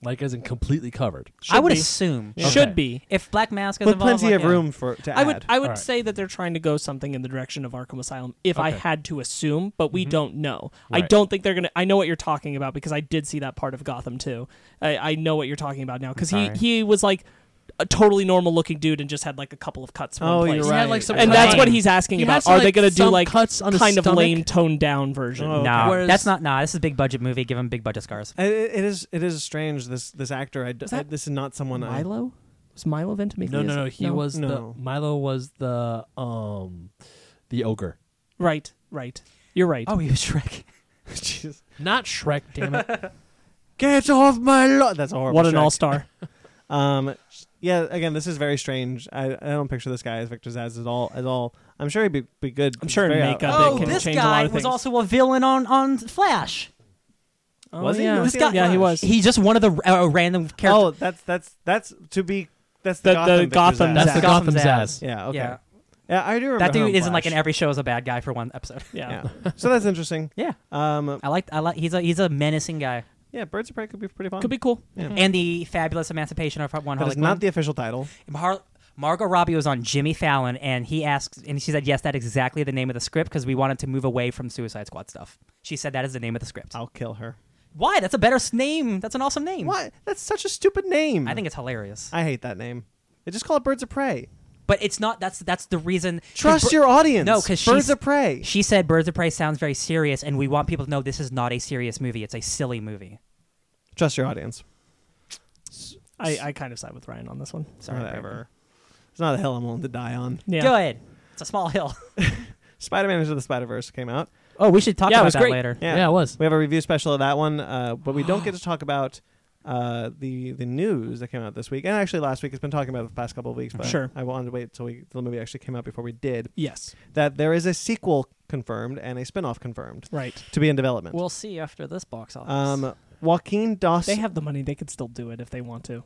Speaker 3: like, as in completely covered.
Speaker 2: I would
Speaker 4: be.
Speaker 2: assume
Speaker 3: Yeah.
Speaker 4: should
Speaker 3: Okay.
Speaker 4: be.
Speaker 2: if Black Mask is
Speaker 1: With
Speaker 2: involved,
Speaker 1: plenty
Speaker 2: like,
Speaker 1: of
Speaker 2: yeah.
Speaker 1: room for to
Speaker 4: I would
Speaker 1: add.
Speaker 4: I would
Speaker 3: Alright.
Speaker 4: say that they're trying to go something in the direction of Arkham Asylum if I
Speaker 3: Okay. Mm-hmm.
Speaker 4: had to assume, but we don't know. I
Speaker 3: Right.
Speaker 4: don't think they're gonna I know what you're talking about because I did see that part of Gotham too. I, I know what you're talking about now because he,
Speaker 2: sorry.
Speaker 4: he was like a totally normal looking dude and just had like a couple of cuts from
Speaker 1: Oh,
Speaker 4: place.
Speaker 1: you're
Speaker 3: He had,
Speaker 1: right.
Speaker 3: like, some
Speaker 4: And
Speaker 3: cuts
Speaker 4: that's
Speaker 3: on-
Speaker 4: what he's asking
Speaker 3: He
Speaker 4: about.
Speaker 3: has some,
Speaker 4: Are they gonna do
Speaker 3: some
Speaker 4: like
Speaker 3: cuts on his
Speaker 4: kind of
Speaker 3: stomach.
Speaker 4: lame toned down version?
Speaker 1: Oh,
Speaker 2: No,
Speaker 3: Whereas-
Speaker 2: that's not. Nah, this is a big budget movie. Give him big budget scars.
Speaker 1: I- it it is it is strange. This this actor. I, d-
Speaker 4: Was that
Speaker 1: I- this is not someone I.
Speaker 4: Milo? Was Milo Ventimiglia?
Speaker 3: No, no, no. He was
Speaker 1: No.
Speaker 3: the Milo was the um the ogre,
Speaker 4: Right, right. You're right.
Speaker 2: Oh, he was Shrek.
Speaker 1: Jesus.
Speaker 3: not Shrek. Damn it!
Speaker 1: Get off my lot. That's a horrible.
Speaker 4: what an
Speaker 1: strike.
Speaker 4: all star.
Speaker 1: Um, yeah. Again, this is very strange. I, I don't picture this guy as Victor Zaz at all. At all. I'm sure he'd be, be good.
Speaker 4: I'm sure in
Speaker 1: Very uh,
Speaker 4: makeup
Speaker 1: out-
Speaker 4: it
Speaker 2: Oh,
Speaker 4: can
Speaker 2: this
Speaker 4: change a lot
Speaker 2: guy
Speaker 4: of
Speaker 2: was
Speaker 4: things.
Speaker 2: also a villain on on Flash.
Speaker 1: Was he?
Speaker 4: Oh, Yeah.
Speaker 1: Who was
Speaker 2: This guy-
Speaker 4: yeah, he was.
Speaker 2: He's just one of the uh, random characters.
Speaker 1: Oh, that's that's that's to be. That's
Speaker 4: The-
Speaker 1: the,
Speaker 4: the
Speaker 1: Gotham. Victor Zsasz.
Speaker 4: Gotham
Speaker 3: That's the
Speaker 2: Gotham
Speaker 3: Gotham
Speaker 2: Zsasz.
Speaker 3: Zaz.
Speaker 1: Yeah. Okay.
Speaker 2: Yeah.
Speaker 1: Yeah. I do remember.
Speaker 2: that
Speaker 1: him
Speaker 2: dude isn't like in
Speaker 1: Flash.
Speaker 2: every show as a bad guy for one episode.
Speaker 4: yeah.
Speaker 1: Yeah. so that's interesting.
Speaker 2: Yeah,
Speaker 1: Um.
Speaker 2: I like I like he's a he's a menacing guy.
Speaker 1: Yeah. Birds of Prey could be pretty fun.
Speaker 4: Could be cool.
Speaker 1: Yeah.
Speaker 2: And the fabulous emancipation of one
Speaker 1: That
Speaker 2: Harley
Speaker 1: is Hmm. not the official title.
Speaker 2: Quinn. Har- Margot Robbie was on Jimmy Fallon, and he asked, and she said, "Yes, that is exactly the name of the script because we wanted to move away from Suicide Squad stuff." She said that is the name of the script.
Speaker 1: I'll kill her.
Speaker 2: Why? That's a better s- name. That's an awesome name.
Speaker 1: What? That's such a stupid name.
Speaker 2: I think it's hilarious.
Speaker 1: I hate that name. They just call it Birds of Prey.
Speaker 2: But it's not. That's that's the reason. 'cause
Speaker 1: Trust
Speaker 2: Bir-
Speaker 1: your audience.
Speaker 2: No, because
Speaker 1: Birds of Prey.
Speaker 2: She said Birds of Prey sounds very serious, and we want people to know this is not a serious movie. It's a silly movie.
Speaker 1: Trust your audience.
Speaker 4: I, I kind of side with Ryan on this one.
Speaker 2: Sorry, Brandon.
Speaker 1: Whatever. It's not a hill I'm willing to die on.
Speaker 4: Yeah.
Speaker 2: Good. It's a small hill.
Speaker 1: Spider-Man Into the Spider-Verse came out.
Speaker 2: Oh, we should talk
Speaker 4: Yeah, it
Speaker 2: about
Speaker 4: was
Speaker 2: that
Speaker 4: great.
Speaker 2: later.
Speaker 1: Yeah.
Speaker 3: Yeah, it was.
Speaker 1: We have a review special of that one, uh, but we don't get to talk about uh, the the news that came out this week, and actually last week. It's been talking about it the past couple of weeks, but
Speaker 4: Sure.
Speaker 1: I wanted to wait till we till the movie actually came out before we did.
Speaker 4: Yes.
Speaker 1: That there is a sequel confirmed and a spin-off confirmed
Speaker 4: Right.
Speaker 1: to be in development.
Speaker 2: We'll see after this box office.
Speaker 1: um, Joaquin
Speaker 4: They
Speaker 1: Dawson.
Speaker 4: have the money. They could still do it if they want to.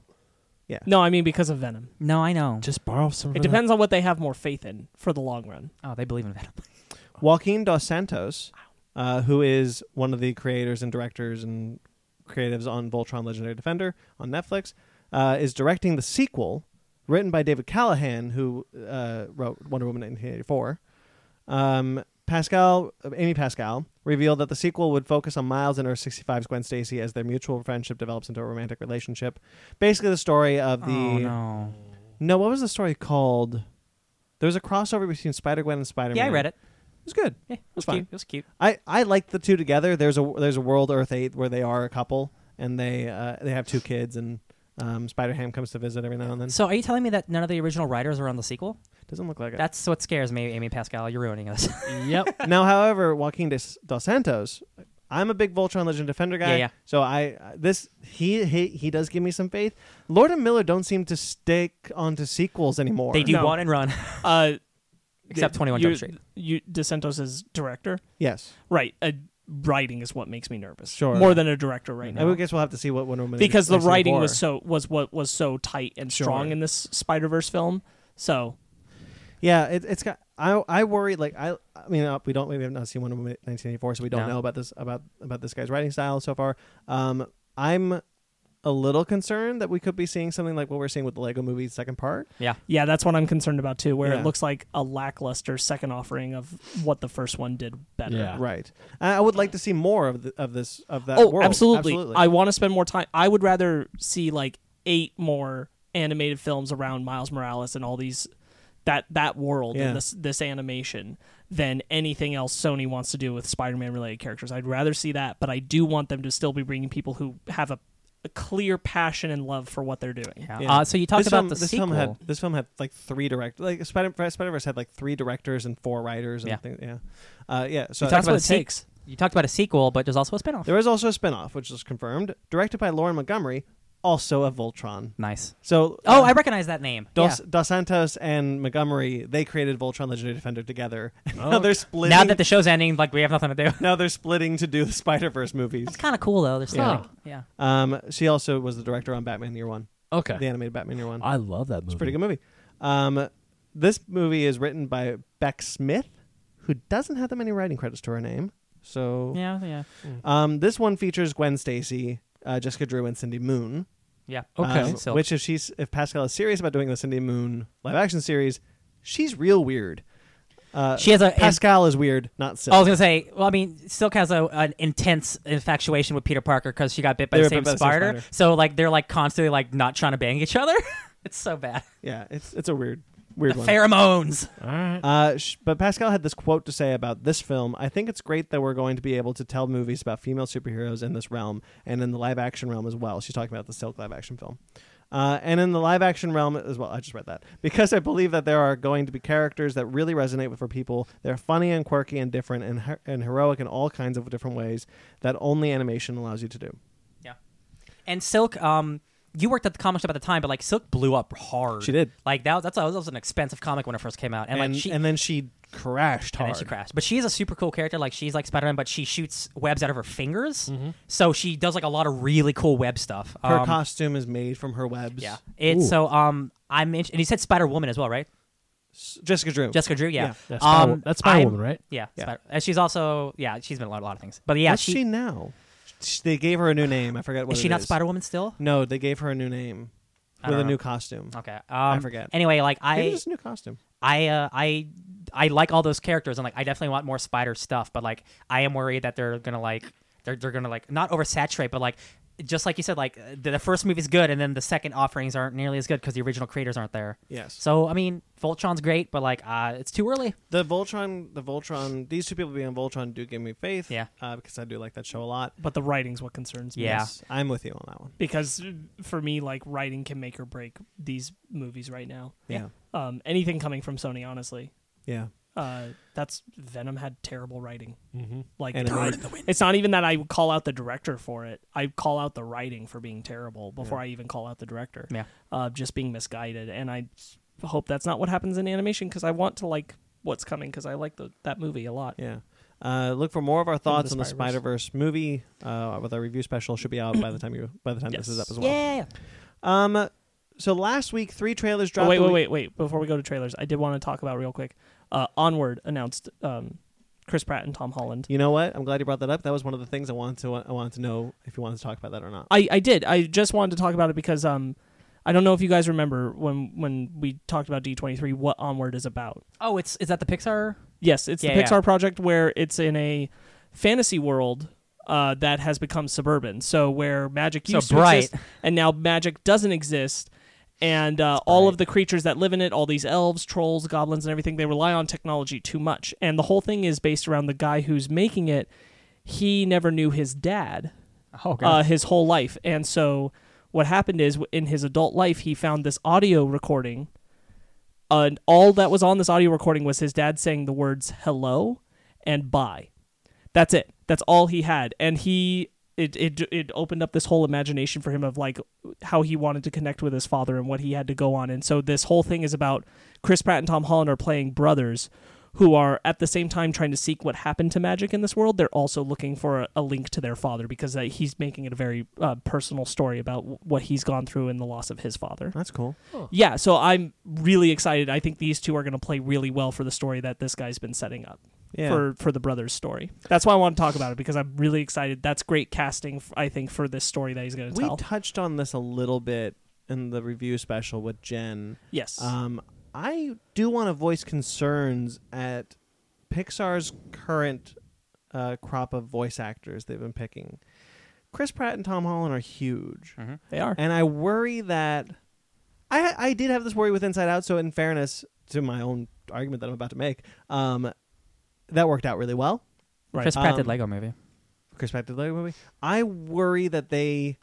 Speaker 1: Yeah. Mm-hmm.
Speaker 4: No, I mean because of Venom.
Speaker 2: no, I know.
Speaker 3: Just borrow some.
Speaker 4: It depends on what they have more faith in for the long run.
Speaker 2: Oh, they believe in Venom.
Speaker 1: Joaquin Dos Santos, uh, who is one of the creators and directors and creatives on Voltron Legendary Defender on Netflix, uh, is directing the sequel written by David Callahan, who uh, wrote Wonder Woman 1984. Um, Pascal, uh, Amy Pascal, revealed that the sequel would focus on Miles and Earth 65's Gwen Stacy as their mutual friendship develops into a romantic relationship. Basically, the story of the.
Speaker 2: Oh no.
Speaker 1: No, what was the story called? There was a crossover between Spider Gwen and Spider Man.
Speaker 2: Yeah, I read it.
Speaker 1: was good.
Speaker 2: Yeah, it was
Speaker 1: fine.
Speaker 2: cute. It was cute.
Speaker 1: I I like the two together. There's a there's a World Earth Eight where they are a couple and they uh, they have two kids and um, Spider Ham comes to visit every now and then.
Speaker 2: So, are you telling me that none of the original writers were on the sequel?
Speaker 1: Doesn't look like it.
Speaker 2: That's what scares me, Amy Pascal. You're ruining us.
Speaker 3: Yep.
Speaker 1: now, however, Joaquin Dos, Dos Santos, I'm a big Voltron Legend Defender guy.
Speaker 2: Yeah, yeah.
Speaker 1: So I this he he he does give me some faith. Lord and Miller don't seem to stick onto sequels anymore.
Speaker 2: they do
Speaker 4: No.
Speaker 2: one and run,
Speaker 4: Uh,
Speaker 2: except
Speaker 4: th-
Speaker 2: 21
Speaker 4: you,
Speaker 2: Jump Street.
Speaker 4: You DeSantos is director,
Speaker 1: Yes.
Speaker 4: right? Uh, writing is what makes me nervous.
Speaker 1: Sure. Mm-hmm.
Speaker 4: more than a director right
Speaker 1: I
Speaker 4: now.
Speaker 1: would guess we'll have to see what Wonder Woman
Speaker 4: because the
Speaker 1: 1984
Speaker 4: writing was so was what was so tight and strong
Speaker 1: Sure.
Speaker 4: in this Spider Verse film. So
Speaker 1: Yeah, it, it's got. I I worry like I I mean uh, we don't we have not seen Wonder Woman 1984 so we don't
Speaker 2: No.
Speaker 1: know about this about about this guy's writing style so far. Um, I'm a little concerned that we could be seeing something like what we're seeing with the Lego Movie second part.
Speaker 2: Yeah.
Speaker 4: yeah, that's what I'm concerned about too. Where
Speaker 1: Yeah.
Speaker 4: it looks like a lackluster second offering of what the first one did better.
Speaker 3: Yeah.
Speaker 1: Right. I I would like to see more of the, of this of that.
Speaker 4: Oh,
Speaker 1: world.
Speaker 4: absolutely. I want to spend more time. I would rather see like eight more animated films around Miles Morales and all these that that world
Speaker 1: Yeah.
Speaker 4: and this this animation than anything else Sony wants to do with Spider-Man related characters. I'd rather see that, but I do want them to still be bringing people who have a, a clear passion and love for what they're doing.
Speaker 2: Yeah.
Speaker 1: Yeah.
Speaker 2: Uh, so you talked
Speaker 1: this
Speaker 2: about
Speaker 1: film,
Speaker 2: the
Speaker 1: this
Speaker 2: sequel.
Speaker 1: film had this film had like three direct like Spider Spider Verse had like three directors and four writers and
Speaker 2: Yeah.
Speaker 1: things. Yeah. Uh, yeah. So
Speaker 2: You
Speaker 4: That's
Speaker 2: talked
Speaker 4: what
Speaker 2: about
Speaker 4: it
Speaker 2: the sequel.
Speaker 4: takes.
Speaker 2: You talked about a sequel, but there's also a spinoff.
Speaker 1: there was also a spin-off which was confirmed, directed by Lauren Montgomery, also of Voltron.
Speaker 2: Nice.
Speaker 1: So
Speaker 2: Oh,
Speaker 1: uh,
Speaker 2: I recognize that name.
Speaker 1: Dos,
Speaker 2: Yeah.
Speaker 1: Dos Santos and Montgomery, they created Voltron Legendary Defender together. now they're splitting.
Speaker 2: Oh, Now that the show's ending, like we have nothing to do.
Speaker 1: now they're splitting to do the Spider Verse movies.
Speaker 2: That's kind of cool though. There's still,
Speaker 1: Yeah.
Speaker 2: like- yeah.
Speaker 1: Um, she also was the director on Batman Year One,
Speaker 3: Okay.
Speaker 1: the animated Batman Year One.
Speaker 3: I love that movie.
Speaker 1: It's a pretty good movie. Um, this movie is written by Beck Smith, who doesn't have that many writing credits to her name. So
Speaker 2: yeah, yeah, yeah,
Speaker 1: um, this one features Gwen Stacy, uh, Jessica Drew, and Cindy Moon.
Speaker 3: Okay.
Speaker 1: Um,
Speaker 2: So-
Speaker 1: which if she's if Pascal is serious about doing the Cindy Moon live action series, she's real weird. Uh,
Speaker 2: She has Oh, a-
Speaker 1: Pascal is weird, not silly.
Speaker 2: I was gonna say, well, I mean, Silk has a, an intense infatuation with Peter Parker because she got bit by
Speaker 1: They
Speaker 2: the
Speaker 1: were
Speaker 2: same
Speaker 1: bit by the same
Speaker 2: spider.
Speaker 1: spider.
Speaker 2: So like they're like constantly like not trying to bang each other. it's so bad.
Speaker 1: yeah, it's it's a weird weird one.
Speaker 2: Pheromones.
Speaker 3: All right.
Speaker 1: Uh, sh- but Pascal had this quote to say about this film. I think it's great that we're going to be able to tell movies about female superheroes in this realm and in the live action realm as well. She's talking about the Silk live action film. Uh, and in the live action realm as well, I just read that. Because I believe that there are going to be characters that really resonate with for people. They're funny and quirky and different and, her- and heroic in all kinds of different ways that only animation allows you to do.
Speaker 2: Yeah. And Silk, um, you worked at the comic shop at the time, but like Silk blew up hard.
Speaker 1: She did.
Speaker 2: Like that. That's that was an expensive comic when it first came out, and,
Speaker 1: And,
Speaker 2: like she.
Speaker 1: and then she crashed hard.
Speaker 2: and then she crashed. But she is a super cool character. Like she's like Spider Man, but she shoots webs out of her fingers. So she does like a lot of really cool web stuff.
Speaker 1: Mm-hmm. Her
Speaker 2: Um,
Speaker 1: costume is made from her webs.
Speaker 2: Yeah. It's so um I'm int- and you said Spider Woman as well, right?
Speaker 1: Jessica Drew.
Speaker 2: Jessica Drew, yeah. Um,
Speaker 1: Yeah,
Speaker 3: That's Spider- that's Spider
Speaker 2: I'm-
Speaker 3: Woman, right?
Speaker 2: Yeah.
Speaker 1: Yeah.
Speaker 2: Spider- and she's also yeah, she's been in a lot, a lot of things. But yeah,
Speaker 1: What's she,
Speaker 2: she,
Speaker 1: now? Sh- They gave her a new name. I forget what
Speaker 2: is she
Speaker 1: it
Speaker 2: not Spider Woman still?
Speaker 1: No, they gave her a new name
Speaker 2: I
Speaker 1: with a
Speaker 2: don't know.
Speaker 1: new costume.
Speaker 2: Okay. Um,
Speaker 1: forget.
Speaker 2: Anyway, like
Speaker 1: Maybe
Speaker 2: I
Speaker 1: just a new costume.
Speaker 2: I uh, I I like all those characters and like I definitely want more spider stuff, but like I am worried that they're gonna like they're they're gonna like not oversaturate, but like just like you said, like the, the first movie's good and then the second offerings aren't nearly as good because the original creators aren't there.
Speaker 1: Yes.
Speaker 2: So I mean, Voltron's great, but like uh, it's too early.
Speaker 1: the Voltron, the Voltron, these two people being on Voltron do give me faith.
Speaker 2: Yeah.
Speaker 1: uh, because I do like that show a lot.
Speaker 4: But the writing's what concerns me.
Speaker 2: Yeah.
Speaker 1: Yes, I'm with you on that one.
Speaker 4: Because for me, like writing can make or break these movies right now.
Speaker 1: Yeah,
Speaker 4: Um, anything coming from Sony, honestly.
Speaker 1: yeah.
Speaker 4: uh, that's Venom had terrible writing.
Speaker 3: Mm-hmm.
Speaker 4: Like
Speaker 1: And it
Speaker 4: I- it's not even that I would call out the director for it. I call out the writing for being terrible before I even call out the director.
Speaker 2: Yeah.
Speaker 4: uh, just being misguided. And I s- hope that's not what happens in animation because I want to like what's coming because I like the, that movie a lot.
Speaker 1: Yeah. Uh, look for more of our thoughts on the Spider
Speaker 4: Spider-Verse.
Speaker 1: Verse movie uh, with our review special. Should be out by the time you by the time this
Speaker 4: Yes.
Speaker 1: is up as well.
Speaker 2: Yeah.
Speaker 1: Um. So last week, three trailers dropped.
Speaker 4: Oh, wait,
Speaker 1: the
Speaker 4: wait,
Speaker 1: week-
Speaker 4: wait, wait. Before we go to trailers, I did want to talk about real quick. Uh, Onward announced um, Chris Pratt and Tom Holland.
Speaker 1: You know what? I'm glad you brought that up. That was one of the things I wanted to I wanted to know if you wanted to talk about that or not.
Speaker 4: I, I did. I just wanted to talk about it because um, I don't know if you guys remember when when we talked about D twenty three what Onward is about.
Speaker 2: Oh, it's is that the Pixar?
Speaker 4: Yes, it's
Speaker 2: Yeah,
Speaker 4: the
Speaker 2: yeah.
Speaker 4: Pixar project where it's in a fantasy world uh, that has become suburban. So where magic
Speaker 2: So
Speaker 4: used to
Speaker 2: bright.
Speaker 4: exist, and now magic doesn't exist. and uh, all of the creatures that live in it, all these elves, trolls, goblins, and everything, they rely on technology too much. And the whole thing is based around the guy who's making it. He never knew his dad
Speaker 2: Oh god.
Speaker 4: uh, his whole life. And so what happened is w- in his adult life, he found this audio recording. Uh, and all that was on this audio recording was his dad saying the words hello and bye. That's it. That's all he had. And he. It, it, it opened up this whole imagination for him of like how he wanted to connect with his father and what he had to go on and so this whole thing is about chris pratt and tom holland are playing brothers who are at the same time trying to seek what happened to magic in this world, they're also looking for a, a link to their father because uh, he's making it a very uh, personal story about w- what he's gone through and the loss of his father.
Speaker 1: That's cool.
Speaker 4: Yeah, so I'm really excited. I think these two are going to play really well for the story that this guy's been setting up
Speaker 1: Yeah.
Speaker 4: for for the brothers' story. That's why I want to talk about it because I'm really excited. That's great casting, f- I think, for this story that he's going to
Speaker 1: we
Speaker 4: tell.
Speaker 1: touched on this a little bit in the review special with Jen.
Speaker 4: yes.
Speaker 2: uh,
Speaker 1: Um, I do want to voice concerns at Pixar's current uh, crop of voice actors they've been picking. Chris Pratt and Tom Holland are huge,
Speaker 2: Mm.
Speaker 4: they are.
Speaker 1: and I worry that I I did have this worry with Inside Out. So, in fairness to my own argument that I'm about to make, um, that worked out really well.
Speaker 4: Right.
Speaker 2: Chris Pratt
Speaker 1: um,
Speaker 2: did Lego Movie.
Speaker 1: Chris Pratt did Lego Movie. I worry that they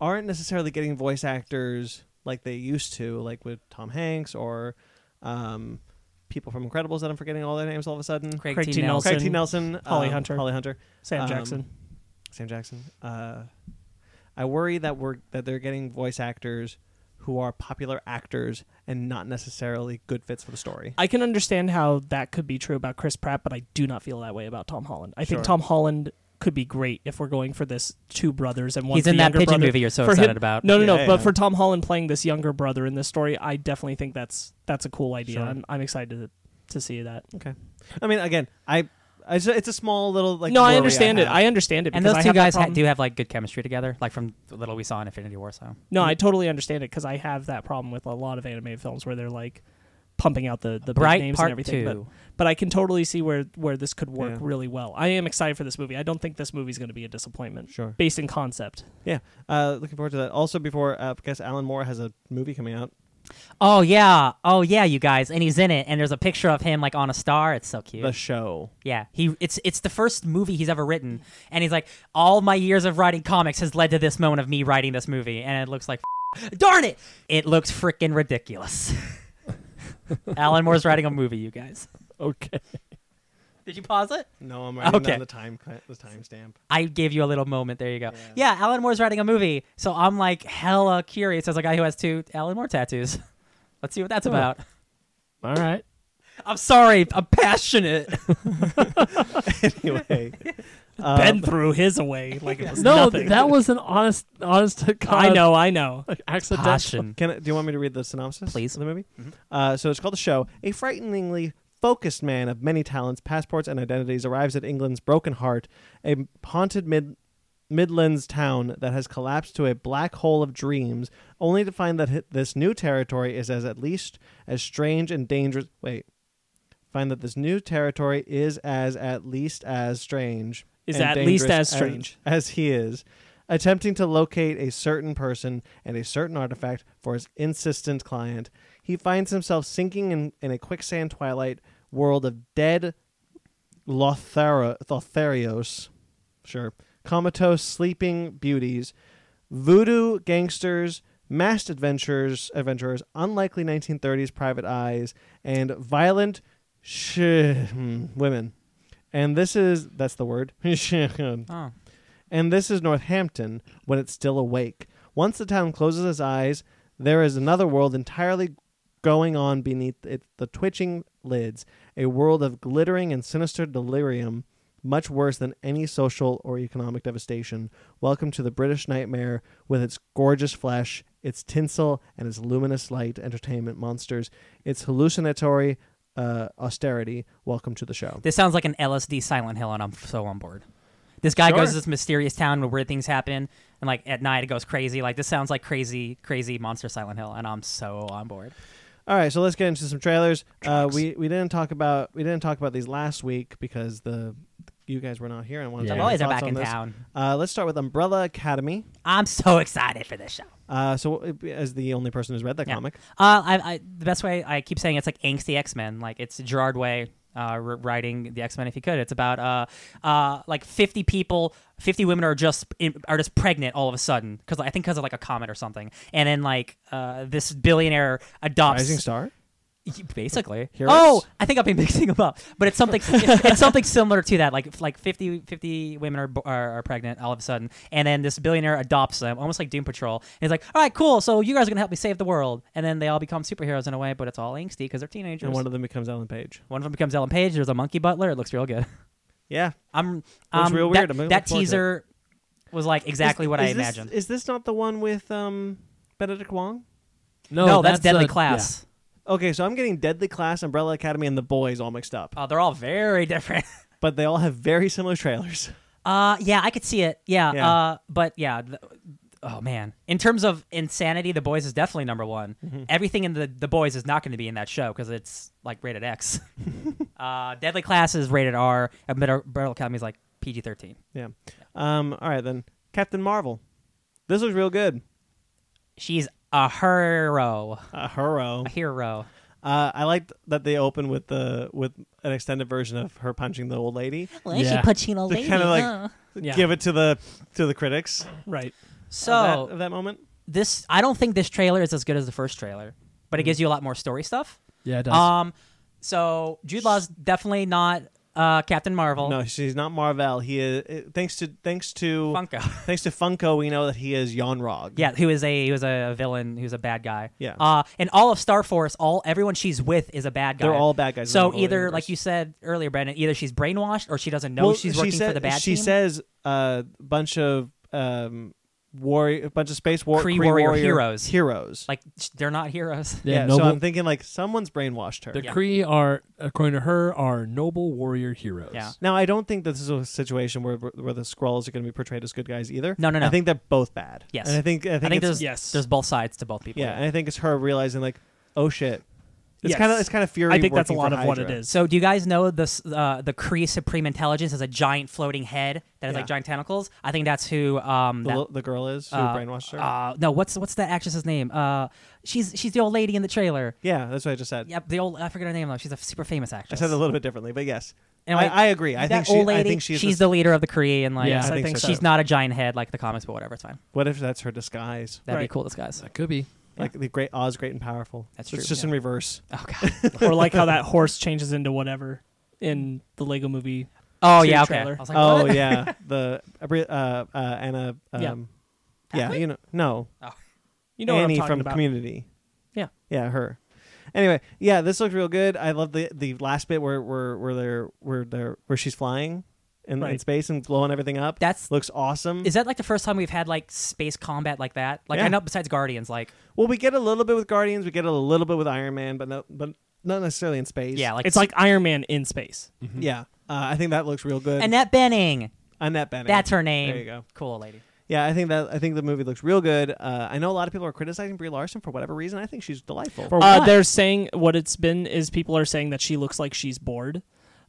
Speaker 1: aren't necessarily getting voice actors like they used to, like with Tom Hanks or um, people from Incredibles that I'm forgetting all their names all of a sudden.
Speaker 2: Craig,
Speaker 4: Craig
Speaker 2: T.
Speaker 4: T.
Speaker 2: Nelson.
Speaker 1: Craig T. Nelson,
Speaker 4: Holly
Speaker 1: um,
Speaker 4: Hunter.
Speaker 1: Holly Hunter,
Speaker 4: Sam
Speaker 1: um,
Speaker 4: Jackson.
Speaker 1: Sam Jackson. Uh, I worry that we're that they're getting voice actors who are popular actors and not necessarily good fits for the story.
Speaker 4: I can understand how that could be true about Chris Pratt, but I do not feel that way about Tom Holland. I
Speaker 1: Sure.
Speaker 4: think Tom Holland could be great if we're going for this two brothers and one.
Speaker 2: He's in that pigeon movie you're so
Speaker 4: For him-
Speaker 2: excited about.
Speaker 4: No, no, no.
Speaker 1: Yeah,
Speaker 4: but
Speaker 1: yeah.
Speaker 4: for Tom Holland playing this younger brother in this story, I definitely think that's that's a cool idea.
Speaker 1: Sure.
Speaker 4: I'm, I'm excited to, to see that.
Speaker 1: I mean, again, I, I it's a- it's a small little like.
Speaker 4: no,
Speaker 1: worry
Speaker 4: I understand it.
Speaker 1: have.
Speaker 4: I understand it.
Speaker 2: And
Speaker 4: because
Speaker 2: those
Speaker 4: I
Speaker 2: two
Speaker 4: have that
Speaker 2: guys ha-
Speaker 4: problem.
Speaker 2: do have like good chemistry together, like from the little we saw in Infinity War. So
Speaker 4: No, I totally understand it because I have that problem with a lot of anime films where they're like pumping out the the big
Speaker 2: Bright
Speaker 4: names
Speaker 2: Part
Speaker 4: and everything. But,
Speaker 2: Two.
Speaker 4: but I can totally see where where this could work
Speaker 1: Yeah.
Speaker 4: really well. I am excited for this movie. I don't think this movie's going to be a disappointment.
Speaker 1: Sure.
Speaker 4: Based in concept.
Speaker 1: Uh, looking forward to that. Also, before uh, I guess Alan Moore has a movie coming out.
Speaker 2: Oh yeah, oh yeah, you guys, and he's in it, and there's a picture of him like on a star. It's so cute.
Speaker 1: The show.
Speaker 2: yeah, he it's it's the first movie he's ever written, and he's like, all my years of writing comics has led to this moment of me writing this movie, and it looks like, darn it, it looks freaking ridiculous. Alan Moore's writing a movie, you guys.
Speaker 3: Okay.
Speaker 2: Did you pause it?
Speaker 1: No, I'm writing
Speaker 2: Okay.
Speaker 1: down the time the timestamp.
Speaker 2: I gave you a little moment. There you go. Yeah. Alan Moore's writing a movie, so I'm like hella curious as a guy who has two Alan Moore tattoos. Let's see what that's about.
Speaker 3: All right.
Speaker 2: I'm sorry, I'm passionate.
Speaker 1: anyway, um,
Speaker 4: ben threw his away like it was
Speaker 3: No,
Speaker 4: nothing.
Speaker 3: that was an honest, honest. to
Speaker 1: uh,
Speaker 4: I
Speaker 3: God,
Speaker 4: know, I know.
Speaker 3: like, accidental.
Speaker 2: Passion.
Speaker 1: Can I, do you want me to read the synopsis?
Speaker 2: Please.
Speaker 1: Of the movie. Uh, so it's called The Show. A frighteningly focused man of many talents, passports, and identities arrives at England's broken heart, a haunted mid. Midlands town that has collapsed to a black hole of dreams, only to find that hi- this new territory is as at least as strange and dangerous. Wait, find that this new territory is as at least as strange.
Speaker 4: Is
Speaker 1: and
Speaker 4: at least
Speaker 1: dangerous
Speaker 4: as strange.
Speaker 1: as he is, attempting to locate a certain person and a certain artifact for his insistent client. He finds himself sinking in, in a quicksand twilight world of dead Lothara, Lotharios, sure, comatose sleeping beauties, voodoo gangsters, masked adventurers, adventurers, unlikely 1930s private eyes, and violent sh- hmm, women. And this is that's the word. hmm.
Speaker 2: Oh.
Speaker 1: And this is Northampton when it's still awake. Once the town closes its eyes, there is another world entirely going on beneath it, the twitching lids, a world of glittering and sinister delirium, much worse than any social or economic devastation. Welcome to the British nightmare with its gorgeous flesh, its tinsel, and its luminous light entertainment monsters, its hallucinatory uh, austerity. Welcome to the show.
Speaker 2: This sounds like an LSD Silent Hill, and I'm so on board. This guy
Speaker 1: Sure.
Speaker 2: goes to this mysterious town where weird things happen, and like at night it goes crazy. Like this sounds like crazy, crazy monster Silent Hill, and I'm so on board.
Speaker 1: All right, so let's get into some trailers. Uh, we we didn't talk about we didn't talk about these last week because the you guys were not here. And I wanted to
Speaker 3: Yeah.
Speaker 2: The
Speaker 1: know your
Speaker 2: boys are
Speaker 1: thoughts
Speaker 2: back
Speaker 1: on
Speaker 2: in
Speaker 1: this.
Speaker 2: town.
Speaker 1: Uh, let's start with Umbrella Academy.
Speaker 2: I'm so excited for this show.
Speaker 1: Uh, so uh, as the only person who's read that
Speaker 2: Yeah.
Speaker 1: comic,
Speaker 2: Uh, I, I, the best way I keep saying it's like angsty X Men. Like it's Gerard Way uh, r- writing the X Men if he could. It's about uh, uh, like fifty people, fifty women are just in, are just pregnant all of a sudden because I think because of like a comet or something. And then like uh, this billionaire adopts
Speaker 1: Rising Star.
Speaker 2: basically.
Speaker 1: Heroes?
Speaker 2: Oh, I think I've been mixing them up, but it's something it's, it's something similar to that. Like like 50, 50 women are, bo- are are pregnant all of a sudden, and then this billionaire adopts them, almost like Doom Patrol. And he's like, "All right, cool. So you guys are gonna help me save the world." And then they all become superheroes in a way, but it's all angsty because they're teenagers.
Speaker 1: And
Speaker 2: one,
Speaker 1: one
Speaker 2: of
Speaker 1: of them becomes Ellen Page.
Speaker 2: them becomes Ellen Page. There's a monkey butler. It looks real good.
Speaker 1: Yeah,
Speaker 2: I'm
Speaker 1: Looks
Speaker 2: um,
Speaker 1: real
Speaker 2: that-
Speaker 1: weird. I'm
Speaker 2: That,
Speaker 1: looking forward to it.
Speaker 2: teaser was like exactly
Speaker 1: Is-
Speaker 2: what I
Speaker 1: is this-
Speaker 2: imagined.
Speaker 1: Is this not the one with um, Benedict Wong?
Speaker 3: No,
Speaker 2: that's, Deadly
Speaker 3: a-
Speaker 2: Class.
Speaker 1: Okay, so I'm getting Deadly Class, Umbrella Academy, and The Boys all mixed up,
Speaker 2: Oh, they're all very different.
Speaker 1: but they all have very similar trailers.
Speaker 2: Uh, yeah, I could see it. Yeah.
Speaker 1: Yeah.
Speaker 2: Uh, but yeah. th- oh man, in terms of insanity, The Boys is definitely number one.
Speaker 1: Mm-hmm.
Speaker 2: Everything in the The Boys is not going to be in that show because it's like rated X. uh, Deadly Class is rated R. and Middle Battle Academy is like PG thirteen.
Speaker 1: Yeah. Um. All right then, Captain Marvel. This looks real good.
Speaker 2: She's a hero.
Speaker 1: A hero.
Speaker 2: A hero.
Speaker 1: Uh, I liked that they open with the with an extended version of her punching the old lady.
Speaker 2: Well,
Speaker 3: she Yeah.
Speaker 2: punching a
Speaker 1: They lady, kinda, like- huh?
Speaker 4: Yeah.
Speaker 1: Give it to the to the critics.
Speaker 4: Right.
Speaker 2: So
Speaker 1: of that, of that moment.
Speaker 2: this, I don't think this trailer is as good as the first trailer, but
Speaker 1: Mm-hmm.
Speaker 2: it gives you a lot more story stuff.
Speaker 3: Yeah, it does.
Speaker 2: Um, so Jude Law's definitely not uh, Captain Marvel.
Speaker 1: No, she's not Marvel. He is thanks to thanks to
Speaker 2: Funko.
Speaker 1: thanks to Funko. We know that he is Yonrog.
Speaker 2: Yeah, who is a who is a villain, who's a bad guy.
Speaker 1: Yeah.
Speaker 2: Uh, and all of Star Force, all everyone she's with is a bad guy.
Speaker 1: They're all bad guys in the
Speaker 2: So
Speaker 1: whole
Speaker 2: either,
Speaker 1: universe.
Speaker 2: like you said earlier, Brandon, either she's brainwashed or she doesn't know
Speaker 1: Well,
Speaker 2: she's
Speaker 1: she
Speaker 2: working
Speaker 1: said-
Speaker 2: for the bad
Speaker 1: She
Speaker 2: team.
Speaker 1: says a bunch of um warrior, a bunch of space war
Speaker 2: Kree
Speaker 1: Kree
Speaker 2: warrior
Speaker 1: warrior,
Speaker 2: heroes.
Speaker 1: heroes.
Speaker 2: like sh- they're not heroes.
Speaker 3: yeah,
Speaker 1: yeah, so
Speaker 3: noble-
Speaker 1: I'm thinking like someone's brainwashed her.
Speaker 3: the
Speaker 2: Yeah.
Speaker 3: Kree are, according to her, are noble warrior heroes.
Speaker 2: Yeah.
Speaker 1: Now I don't think this is a situation where where the Skrulls are going to be portrayed as good guys either.
Speaker 2: No, no, no.
Speaker 1: I think they're both bad.
Speaker 2: Yes.
Speaker 1: and I think I
Speaker 2: I
Speaker 1: think,
Speaker 2: think
Speaker 1: it's-
Speaker 2: there's
Speaker 4: yes.
Speaker 2: there's both sides to both people.
Speaker 1: yeah, and I think it's her realizing like, oh shit, it's
Speaker 4: Yes.
Speaker 1: kind of it's kind of fury.
Speaker 4: I think that's a
Speaker 1: working
Speaker 4: lot
Speaker 1: for
Speaker 4: of what it
Speaker 1: Hydra.
Speaker 4: is.
Speaker 2: So do you guys know this? Uh, the Kree Supreme Intelligence has a giant floating head that has
Speaker 1: Yeah.
Speaker 2: like giant tentacles. I think that's who. Um,
Speaker 1: The,
Speaker 2: that,
Speaker 1: li- the girl is who
Speaker 2: uh,
Speaker 1: brainwashed her.
Speaker 2: uh, no, what's what's that actress's name? Uh, she's she's the old lady in the trailer.
Speaker 1: yeah, that's what I just said.
Speaker 2: Yep, the old I forget her name though. She's a super famous
Speaker 1: I
Speaker 2: actress.
Speaker 1: said it a little bit differently, but yes,
Speaker 2: Anyway,
Speaker 1: I, I agree. I
Speaker 2: that
Speaker 1: think
Speaker 2: old
Speaker 1: she,
Speaker 2: lady,
Speaker 1: I think she's,
Speaker 2: she's
Speaker 1: the,
Speaker 2: the leader of the Kree, and like,
Speaker 3: Yeah, I
Speaker 1: think so,
Speaker 2: she's
Speaker 1: too.
Speaker 2: not a giant head like the comics, but whatever, it's fine.
Speaker 1: What if that's her disguise?
Speaker 2: That'd be
Speaker 4: Right.
Speaker 2: cool, this guy's.
Speaker 3: That could be.
Speaker 1: Like the great Oz, great and powerful.
Speaker 2: That's true,
Speaker 1: It's just
Speaker 2: yeah.
Speaker 1: in reverse.
Speaker 2: Oh god.
Speaker 4: or like how that horse changes into whatever in the Lego movie.
Speaker 2: Oh
Speaker 4: Two
Speaker 2: yeah, okay.
Speaker 4: trailer.
Speaker 2: I was like,
Speaker 1: Oh
Speaker 2: what?
Speaker 1: yeah, the uh, Bri- uh, uh, Anna.
Speaker 4: Yeah.
Speaker 1: Um, yeah, you know, no,
Speaker 4: You know
Speaker 1: Annie
Speaker 4: what I'm talking
Speaker 1: from
Speaker 4: about.
Speaker 1: Community.
Speaker 4: Yeah.
Speaker 1: yeah, her. Anyway, yeah, this looks real good. I love the the last bit where where where they're where they're where she's flying in, in
Speaker 4: Right.
Speaker 1: space and blowing everything up.
Speaker 2: That's-
Speaker 1: looks awesome.
Speaker 2: Is that like the first time we've had like space combat like that? Like
Speaker 1: Yeah.
Speaker 2: I know besides Guardians, like
Speaker 1: well, we get a little bit with Guardians, we get a little bit with Iron Man, but no, but not necessarily in space.
Speaker 2: yeah, like
Speaker 4: It's like Iron Man in space.
Speaker 1: yeah. Uh, I think that looks real good.
Speaker 2: Annette Benning.
Speaker 1: Annette Bening.
Speaker 2: That's her name.
Speaker 1: There you go.
Speaker 2: Cool lady.
Speaker 1: Yeah, I think that I think the movie looks real good. Uh, I know a lot of people are criticizing Brie Larson for whatever reason. I think she's delightful.
Speaker 4: Uh, they're saying what it's been is people are saying that she looks like she's bored.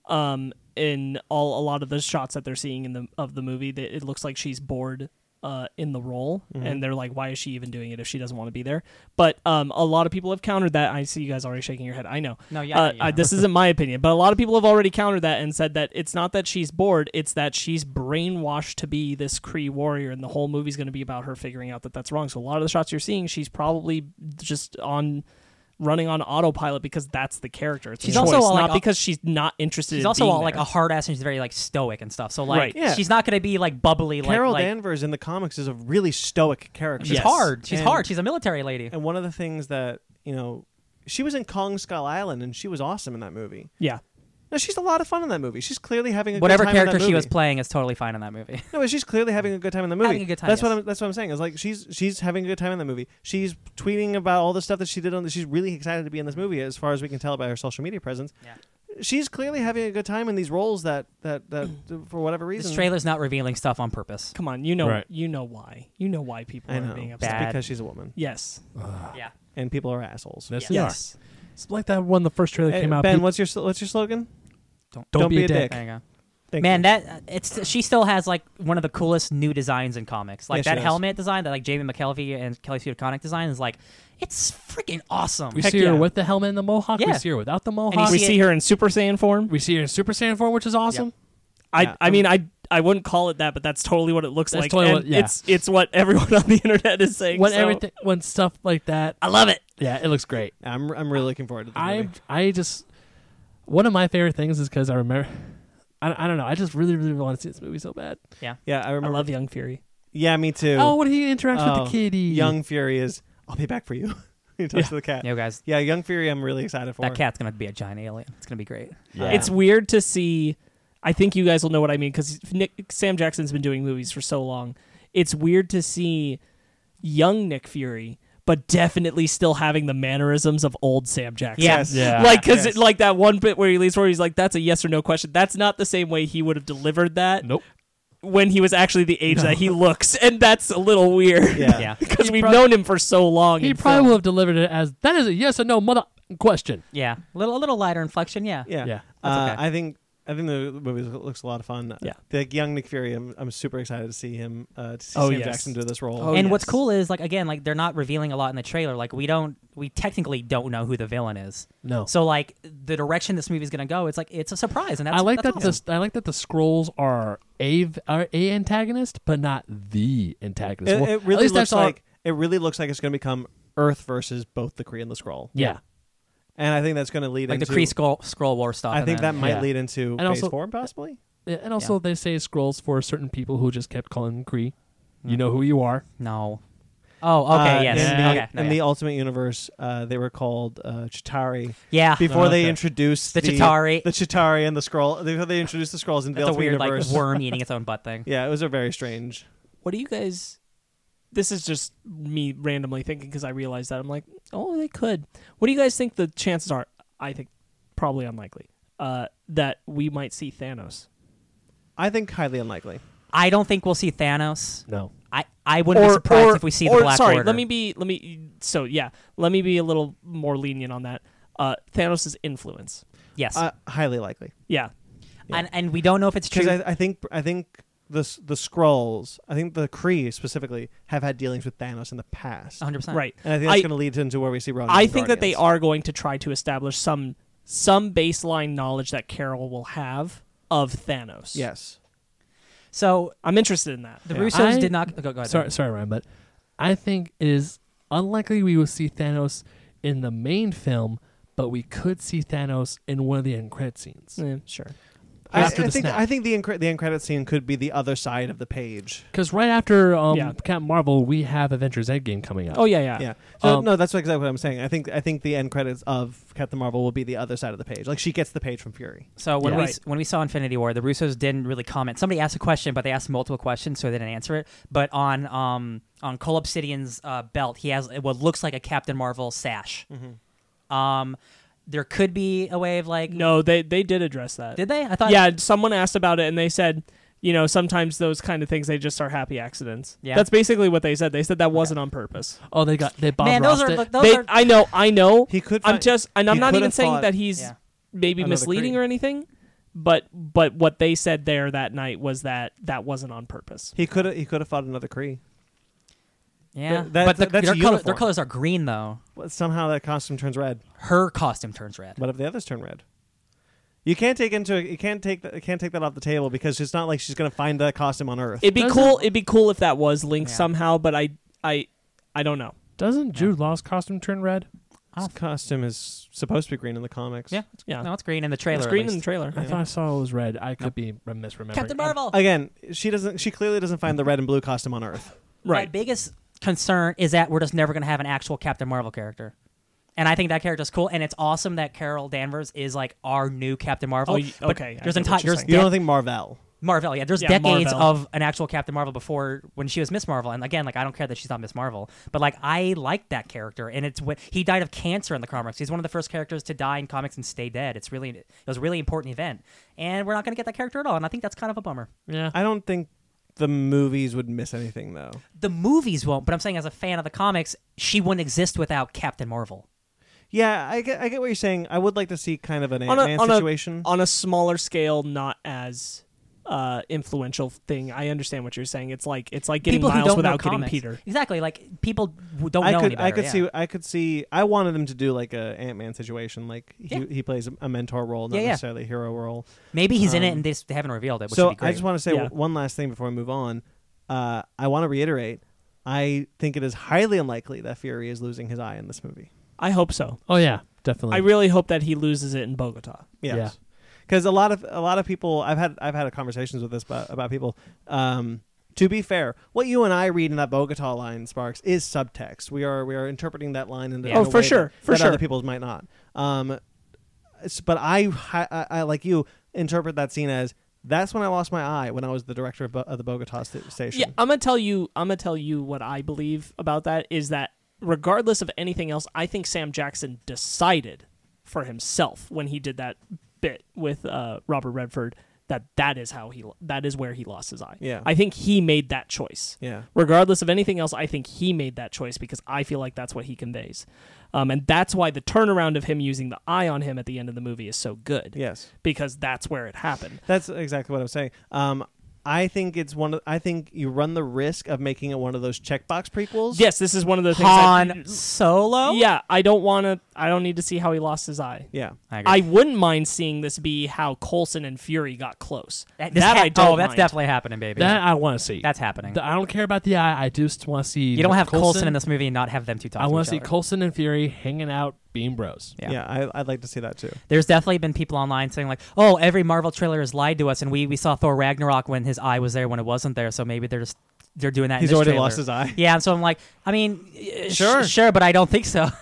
Speaker 4: Um, in all a lot of the shots that they're seeing in the of the movie, that it looks like she's bored. Uh, in the role, and they're like, "Why is she even doing it if she doesn't want to be there?" But um, a lot of people have countered that. I see you guys already shaking your head. I know.
Speaker 2: No, yeah,
Speaker 4: Uh,
Speaker 2: yeah, yeah.
Speaker 4: I- this isn't my opinion, but a lot of people have already countered that and said that it's not that she's bored; it's that she's brainwashed to be this Cree warrior, and the whole movie's going to be about her figuring out that that's wrong. So a lot of the shots you're seeing, she's probably just on running on autopilot because that's the character. It's
Speaker 2: She's
Speaker 4: a
Speaker 2: also
Speaker 4: choice,
Speaker 2: all, like,
Speaker 4: not
Speaker 2: a-
Speaker 4: because she's not interested.
Speaker 2: She's
Speaker 4: in
Speaker 2: also
Speaker 4: being
Speaker 2: all, like
Speaker 4: there.
Speaker 2: a hard ass and she's very like stoic and stuff. So like
Speaker 4: Right.
Speaker 1: Yeah.
Speaker 2: she's not gonna be like bubbly like
Speaker 1: Carol
Speaker 2: like
Speaker 1: Danvers in the comics is a really stoic character.
Speaker 2: she's
Speaker 4: Yes.
Speaker 2: hard. She's
Speaker 1: And-
Speaker 2: hard. She's a military lady.
Speaker 1: And one of the things that you know, she was in Kong Skull Island, and she was awesome in that movie.
Speaker 4: yeah.
Speaker 1: No, she's a lot of fun in that movie. She's clearly having a
Speaker 2: Whatever
Speaker 1: good time in that
Speaker 2: character she
Speaker 1: movie.
Speaker 2: was playing is totally fine in that movie.
Speaker 1: No, but she's clearly having a good time in the movie.
Speaker 2: Having a good time,
Speaker 1: That's what
Speaker 2: yes.
Speaker 1: I'm. That's what I'm saying. Is like she's she's having a good time in the movie. She's tweeting about all the stuff that she did on. The, she's really excited to be in this movie, as far as we can tell by her social media presence.
Speaker 2: Yeah.
Speaker 1: She's clearly having a good time in these roles that that that for whatever reason.
Speaker 2: This trailer's not revealing stuff on purpose.
Speaker 4: Come on, you know,
Speaker 3: Right.
Speaker 4: you know why, you know why people
Speaker 1: I
Speaker 4: are
Speaker 1: know.
Speaker 4: being
Speaker 1: It's
Speaker 4: upset.
Speaker 2: Bad.
Speaker 1: because she's a woman,
Speaker 4: Yes.
Speaker 2: Yeah.
Speaker 1: and people are assholes.
Speaker 3: Yes, they are.
Speaker 4: Yes.
Speaker 3: It's like that one, the first trailer
Speaker 1: Hey,
Speaker 3: came out.
Speaker 1: ben,
Speaker 3: peop-
Speaker 1: what's your sl- what's your slogan?
Speaker 3: don't, be, a dick.
Speaker 2: There you go.
Speaker 1: Thank
Speaker 2: Man,
Speaker 1: you.
Speaker 2: that uh, it's she still has like one of the coolest new designs in comics. Like
Speaker 1: Yes, she
Speaker 2: that
Speaker 1: does.
Speaker 2: helmet design that like Jamie McKelvey and Kelly Sue DeConnick design is like it's freaking awesome.
Speaker 3: We
Speaker 4: Heck
Speaker 3: see her
Speaker 4: yeah.
Speaker 3: with the helmet and the mohawk. We
Speaker 2: Yeah.
Speaker 3: see her without the
Speaker 2: you
Speaker 3: mohawk.
Speaker 4: we
Speaker 2: see
Speaker 4: see
Speaker 2: it-
Speaker 4: her in Super Saiyan form.
Speaker 3: We see her in Super Saiyan form, which is awesome.
Speaker 4: I
Speaker 1: Yeah.
Speaker 4: I mean I I wouldn't call it that, but that's totally what it looks
Speaker 3: That's
Speaker 4: like.
Speaker 3: totally
Speaker 4: and
Speaker 3: what- yeah.
Speaker 4: It's it's what everyone on the internet is saying.
Speaker 3: When
Speaker 4: so-
Speaker 3: everything, when stuff like that,
Speaker 2: I love it.
Speaker 3: yeah, it looks great.
Speaker 1: I'm I'm really looking forward to this
Speaker 3: I
Speaker 1: movie.
Speaker 3: I just one of my favorite things is because I remember. I, I don't know. I just really, really want to see this movie so bad.
Speaker 1: Yeah, I
Speaker 4: I
Speaker 1: remember.
Speaker 4: love Young Fury.
Speaker 1: yeah, me too.
Speaker 3: Oh, when he interacts
Speaker 1: Oh,
Speaker 3: with the kitty,
Speaker 1: Young Fury is. I'll be back for you. he talks to the cat.
Speaker 2: Yo guys,
Speaker 1: Yeah, Young Fury. I'm really excited for.
Speaker 2: that cat's gonna be a giant alien. It's gonna be great.
Speaker 3: Yeah.
Speaker 4: It's weird to see. I think you guys will know what I mean because Nick Sam Jackson's been doing movies for so long. It's weird to see young Nick Fury, but definitely still having the mannerisms of old Sam Jackson.
Speaker 2: Yeah.
Speaker 1: Yes.
Speaker 3: Yeah.
Speaker 4: Like, cause
Speaker 1: Yes.
Speaker 4: it, like that one bit where he leaves, where he's like, "That's a yes or no question." That's not the same way he would have delivered that
Speaker 3: nope.
Speaker 4: when he was actually the age that he looks, and that's a little weird.
Speaker 1: Yeah.
Speaker 2: Yeah.
Speaker 4: because
Speaker 3: He
Speaker 4: we've
Speaker 3: prob-
Speaker 4: known him for so long.
Speaker 3: He
Speaker 4: in
Speaker 3: probably
Speaker 4: film.
Speaker 3: will have delivered it as that is a yes or no mother question.
Speaker 2: Yeah. A little a little lighter inflection, yeah.
Speaker 1: Yeah.
Speaker 3: Yeah.
Speaker 1: Uh,
Speaker 2: That's okay.
Speaker 1: I think I think the movie looks a lot of fun.
Speaker 4: Yeah.
Speaker 1: Like young Nick Fury, I'm, I'm super excited to see him uh, to see
Speaker 4: Oh,
Speaker 1: Sam
Speaker 4: yes.
Speaker 1: Jackson do this role.
Speaker 4: Oh,
Speaker 2: and what's
Speaker 4: yes.
Speaker 2: cool is like again, like they're not revealing a lot in the trailer. Like we don't we technically don't know who the villain is.
Speaker 3: No.
Speaker 2: So like the direction this movie's gonna go, it's like it's a surprise and that's
Speaker 3: I like
Speaker 2: that's
Speaker 3: that
Speaker 2: awesome.
Speaker 3: the I like that the scrolls are a v- are a antagonist, but not the antagonist.
Speaker 1: It,
Speaker 3: Well,
Speaker 1: it really
Speaker 3: at least
Speaker 1: looks
Speaker 3: that's all-
Speaker 1: like it really looks like it's going to become Earth versus both the Kree and the Skrull.
Speaker 3: yeah.
Speaker 1: And I think that's going to lead
Speaker 2: like the
Speaker 1: into
Speaker 2: Kree scroll scroll war stuff.
Speaker 1: I
Speaker 2: and
Speaker 1: think that
Speaker 2: then-
Speaker 1: might
Speaker 3: Yeah.
Speaker 1: lead into
Speaker 3: And
Speaker 1: Phase
Speaker 3: also-
Speaker 1: Four possibly.
Speaker 3: Yeah, And also, they say scrolls for certain people who just kept calling them Kree.
Speaker 1: Mm.
Speaker 3: You know who you are.
Speaker 2: No. Oh, okay,
Speaker 1: Uh,
Speaker 2: yes.
Speaker 1: In the,
Speaker 2: okay. no,
Speaker 1: in
Speaker 2: yeah.
Speaker 1: the Ultimate Universe, uh, they were called uh, Chitari.
Speaker 2: yeah.
Speaker 1: Before they
Speaker 3: okay.
Speaker 1: introduced
Speaker 2: Ah. The Chitauri.
Speaker 1: the Chitari and the scroll, before they introduced the scrolls into the
Speaker 2: That's a
Speaker 1: Ultimate
Speaker 2: weird
Speaker 1: Universe.
Speaker 2: like worm eating its own butt thing.
Speaker 1: yeah, it was a very strange.
Speaker 4: what do you guys this is just me randomly thinking because i realized that i'm like oh they could what do you guys think the chances are i think probably unlikely uh, that we might see thanos
Speaker 1: I think highly unlikely.
Speaker 2: I don't think we'll see Thanos.
Speaker 3: No.
Speaker 2: I, I wouldn't be surprised if we see
Speaker 4: or-
Speaker 2: the Black
Speaker 4: sorry
Speaker 2: Order.
Speaker 4: let me be let me so yeah let me be a little more lenient on that uh, thanos' influence
Speaker 2: yes,
Speaker 1: Uh, highly likely.
Speaker 4: yeah
Speaker 1: yeah.
Speaker 2: and and we don't know if it's true.
Speaker 1: Because I, I think I think the s- the scrolls, I think the Kree specifically have had dealings with Thanos in the past,
Speaker 2: 100. percent
Speaker 4: right
Speaker 1: and I think that's
Speaker 4: I-
Speaker 1: going to lead into where we see Ronan.
Speaker 4: I
Speaker 1: and
Speaker 4: think that they
Speaker 1: Guardians.
Speaker 4: are going to try to establish some some baseline knowledge that Carol will have of Thanos.
Speaker 1: Yes.
Speaker 2: So
Speaker 4: I'm interested in that.
Speaker 2: the
Speaker 1: Yeah.
Speaker 2: Russos
Speaker 3: I-
Speaker 2: did not. oh, Go, go ahead.
Speaker 3: Sorry, sorry, Ryan, but I think it is unlikely we will see Thanos in the main film, but we could see Thanos in one of the end credit scenes.
Speaker 4: Yeah, sure.
Speaker 1: I, I
Speaker 3: After the
Speaker 1: think
Speaker 3: snap.
Speaker 1: I think the incre- the end credit scene could be the other side of the page.
Speaker 3: Because right after um,
Speaker 4: Yeah.
Speaker 3: Captain Marvel, we have Avengers Endgame coming up.
Speaker 4: Oh yeah, yeah.
Speaker 1: Yeah. So
Speaker 3: Um,
Speaker 1: no, that's exactly what I'm saying. I think I think the end credits of Captain Marvel will be the other side of the page. Like she gets the page from Fury.
Speaker 2: So when
Speaker 3: Yeah.
Speaker 2: we
Speaker 4: Right.
Speaker 2: when we saw Infinity War, the Russos didn't really comment. Somebody asked a question, but they asked multiple questions, so they didn't answer it. But on um on Cole Obsidian's uh, belt, he has what looks like a Captain Marvel sash. Um, there could be a way of like.
Speaker 4: No, they they did address that.
Speaker 2: Did they? I thought.
Speaker 4: yeah, someone asked about it and they said, you know, sometimes those kind of things they just are happy accidents.
Speaker 2: Yeah.
Speaker 4: That's basically what they said. They said that wasn't on purpose.
Speaker 3: Oh, they got they Bob
Speaker 2: Man, those
Speaker 3: Rossed
Speaker 2: are
Speaker 3: it.
Speaker 2: look, those
Speaker 4: they
Speaker 2: are.
Speaker 4: I know, I know.
Speaker 1: He could.
Speaker 4: I'm
Speaker 1: find-
Speaker 4: just and I'm
Speaker 1: he
Speaker 4: not
Speaker 1: could
Speaker 4: even
Speaker 1: have
Speaker 4: saying
Speaker 1: thought-
Speaker 4: that he's
Speaker 2: Yeah.
Speaker 4: maybe
Speaker 1: Another
Speaker 4: misleading
Speaker 1: creed.
Speaker 4: or anything, but but what they said there that night was that that wasn't on purpose.
Speaker 1: he could he could have fought another Kree.
Speaker 2: Yeah,
Speaker 1: Th- that's-
Speaker 2: but the,
Speaker 1: that's
Speaker 2: their, color, their
Speaker 1: uniform.
Speaker 2: colors are green though.
Speaker 1: Well, somehow that costume turns red.
Speaker 2: Her costume turns red.
Speaker 1: What if the others turn red? You can't take into you can't take that, you can't take that off the table because it's not like she's going to find that costume on Earth.
Speaker 4: It'd be
Speaker 3: Doesn't-
Speaker 4: cool it'd be cool if that was linked
Speaker 2: Yeah.
Speaker 4: somehow, but I I I don't know.
Speaker 3: Doesn't Jude Law's costume turn red?
Speaker 1: His costume is supposed to be green in the comics.
Speaker 2: Yeah,
Speaker 4: Yeah.
Speaker 2: no, it's green in the trailer.
Speaker 4: it's
Speaker 2: at
Speaker 4: green in
Speaker 2: least.
Speaker 4: the trailer.
Speaker 3: I thought I saw it was red. I could be misremembering.
Speaker 2: Captain Marvel.
Speaker 1: Again, she doesn't. She clearly doesn't find the red and blue costume on Earth.
Speaker 2: My biggest concern is that we're just never going to have an actual Captain Marvel character. And I think that character's cool, and it's awesome that Carol Danvers is like our new Captain Marvel.
Speaker 4: Oh, y-
Speaker 2: but
Speaker 4: okay, I
Speaker 2: There's
Speaker 4: get
Speaker 2: entire
Speaker 4: what you're
Speaker 2: there's
Speaker 4: saying.
Speaker 1: You
Speaker 2: de-
Speaker 1: don't think Marvel?
Speaker 2: Marvel, yeah. There's
Speaker 4: Yeah,
Speaker 2: decades
Speaker 4: Marvel.
Speaker 2: of an actual Captain Marvel before when she was Miss Marvel, and again, like I don't care that she's not Miss Marvel, but like I like that character, and it's when he died of cancer in the comics. He's one of the first characters to die in comics and stay dead. It's really it was a really important event, and we're not going to get that character at all, and I think that's kind of a bummer.
Speaker 3: Yeah.
Speaker 1: I don't think the movies would miss anything though.
Speaker 2: The movies won't, but I'm saying as a fan of the comics, she wouldn't exist without Captain Marvel.
Speaker 1: Yeah, I get, I get what you're saying. I would like to see kind of an Ant
Speaker 4: On a-
Speaker 1: Man
Speaker 4: on a-
Speaker 1: situation.
Speaker 4: on a smaller scale, not as uh, influential thing. I understand what you're saying. It's like it's like getting
Speaker 2: people who
Speaker 4: Miles
Speaker 2: don't
Speaker 4: without
Speaker 2: know
Speaker 4: getting
Speaker 2: comics.
Speaker 4: Peter.
Speaker 2: Exactly. Like people who don't
Speaker 1: I
Speaker 2: Oh, know
Speaker 1: could
Speaker 2: any
Speaker 1: I
Speaker 2: better,
Speaker 1: could
Speaker 2: yeah.
Speaker 1: see I could see I wanted them to do like a Ant Man situation like he,
Speaker 2: Yeah.
Speaker 1: he plays a- a mentor role not
Speaker 2: Yeah, yeah.
Speaker 1: necessarily a hero role.
Speaker 2: Maybe he's in it
Speaker 1: um,
Speaker 2: and they, s- they haven't revealed it. Which would
Speaker 1: so
Speaker 2: be great.
Speaker 1: I just want to say
Speaker 4: Yeah.
Speaker 1: one last thing before we move on. Uh, I want to reiterate. I think it is highly unlikely that Fury is losing his eye in this movie.
Speaker 4: I hope so.
Speaker 3: Oh yeah, definitely.
Speaker 4: I really hope that he loses it in Bogota.
Speaker 1: Yes. Because a lot of a lot of people I've had I've had conversations with this about, about people. Um, to be fair, what you and I read in that Bogota line, Sparks, is subtext. We are we are interpreting that line in, a-
Speaker 2: Yeah.
Speaker 1: in
Speaker 4: Oh,
Speaker 1: a
Speaker 4: for
Speaker 1: way
Speaker 4: sure,
Speaker 1: that,
Speaker 4: for
Speaker 1: that
Speaker 4: sure.
Speaker 1: other people might not. Um, it's- but I, hi- I, I like you interpret that scene as that's when I lost my eye when I was the director of, Bo- of the Bogota sta- station.
Speaker 4: Yeah, I'm gonna tell you. I'm gonna tell you what I believe about that is that regardless of anything else, I think Sam Jackson decided for himself when he did that bit with uh, Robert Redford that that is how he that is where he lost his eye.
Speaker 1: Yeah.
Speaker 4: I think he made that choice.
Speaker 1: Yeah.
Speaker 4: Regardless of anything else, I think he made that choice because I feel like that's what he conveys, um, and that's why the turnaround of him using the eye on him at the end of the movie is so good.
Speaker 1: Yes.
Speaker 4: because that's where it happened.
Speaker 1: That's exactly what I'm saying. Um, I think it's one. Of, I think you run the risk of making it one of those checkbox prequels.
Speaker 4: Yes, this is one of the things. that-
Speaker 2: Han Solo.
Speaker 4: Yeah, I don't want to. I don't need to see how he lost his eye.
Speaker 1: Yeah.
Speaker 2: I, agree.
Speaker 4: I wouldn't mind seeing this be how Colson and Fury got close. That,
Speaker 2: this ha-
Speaker 4: I don't.
Speaker 2: Oh, that's
Speaker 4: mind.
Speaker 2: definitely happening, baby.
Speaker 3: that I want to see.
Speaker 2: that's happening.
Speaker 3: The- I don't care about the eye. I just want to see.
Speaker 2: you don't have
Speaker 3: Coulson,
Speaker 2: Colson in this movie and not have them two talk.
Speaker 3: I
Speaker 2: want
Speaker 3: want
Speaker 2: to
Speaker 3: to
Speaker 2: each
Speaker 3: see
Speaker 2: other.
Speaker 3: Colson and Fury hanging out, being bros.
Speaker 2: Yeah.
Speaker 1: Yeah. I, I'd like to see that too.
Speaker 2: There's definitely been people online saying like, "Oh, every Marvel trailer has lied to us, and we we saw Thor Ragnarok when his eye was there when it wasn't there. So maybe they're just they're doing that. in
Speaker 1: He's
Speaker 2: this
Speaker 1: already
Speaker 2: trailer.
Speaker 1: lost his eye.
Speaker 2: Yeah, and so I'm like, I mean, eh, sh-
Speaker 1: Sure.
Speaker 2: sure, but I don't think so.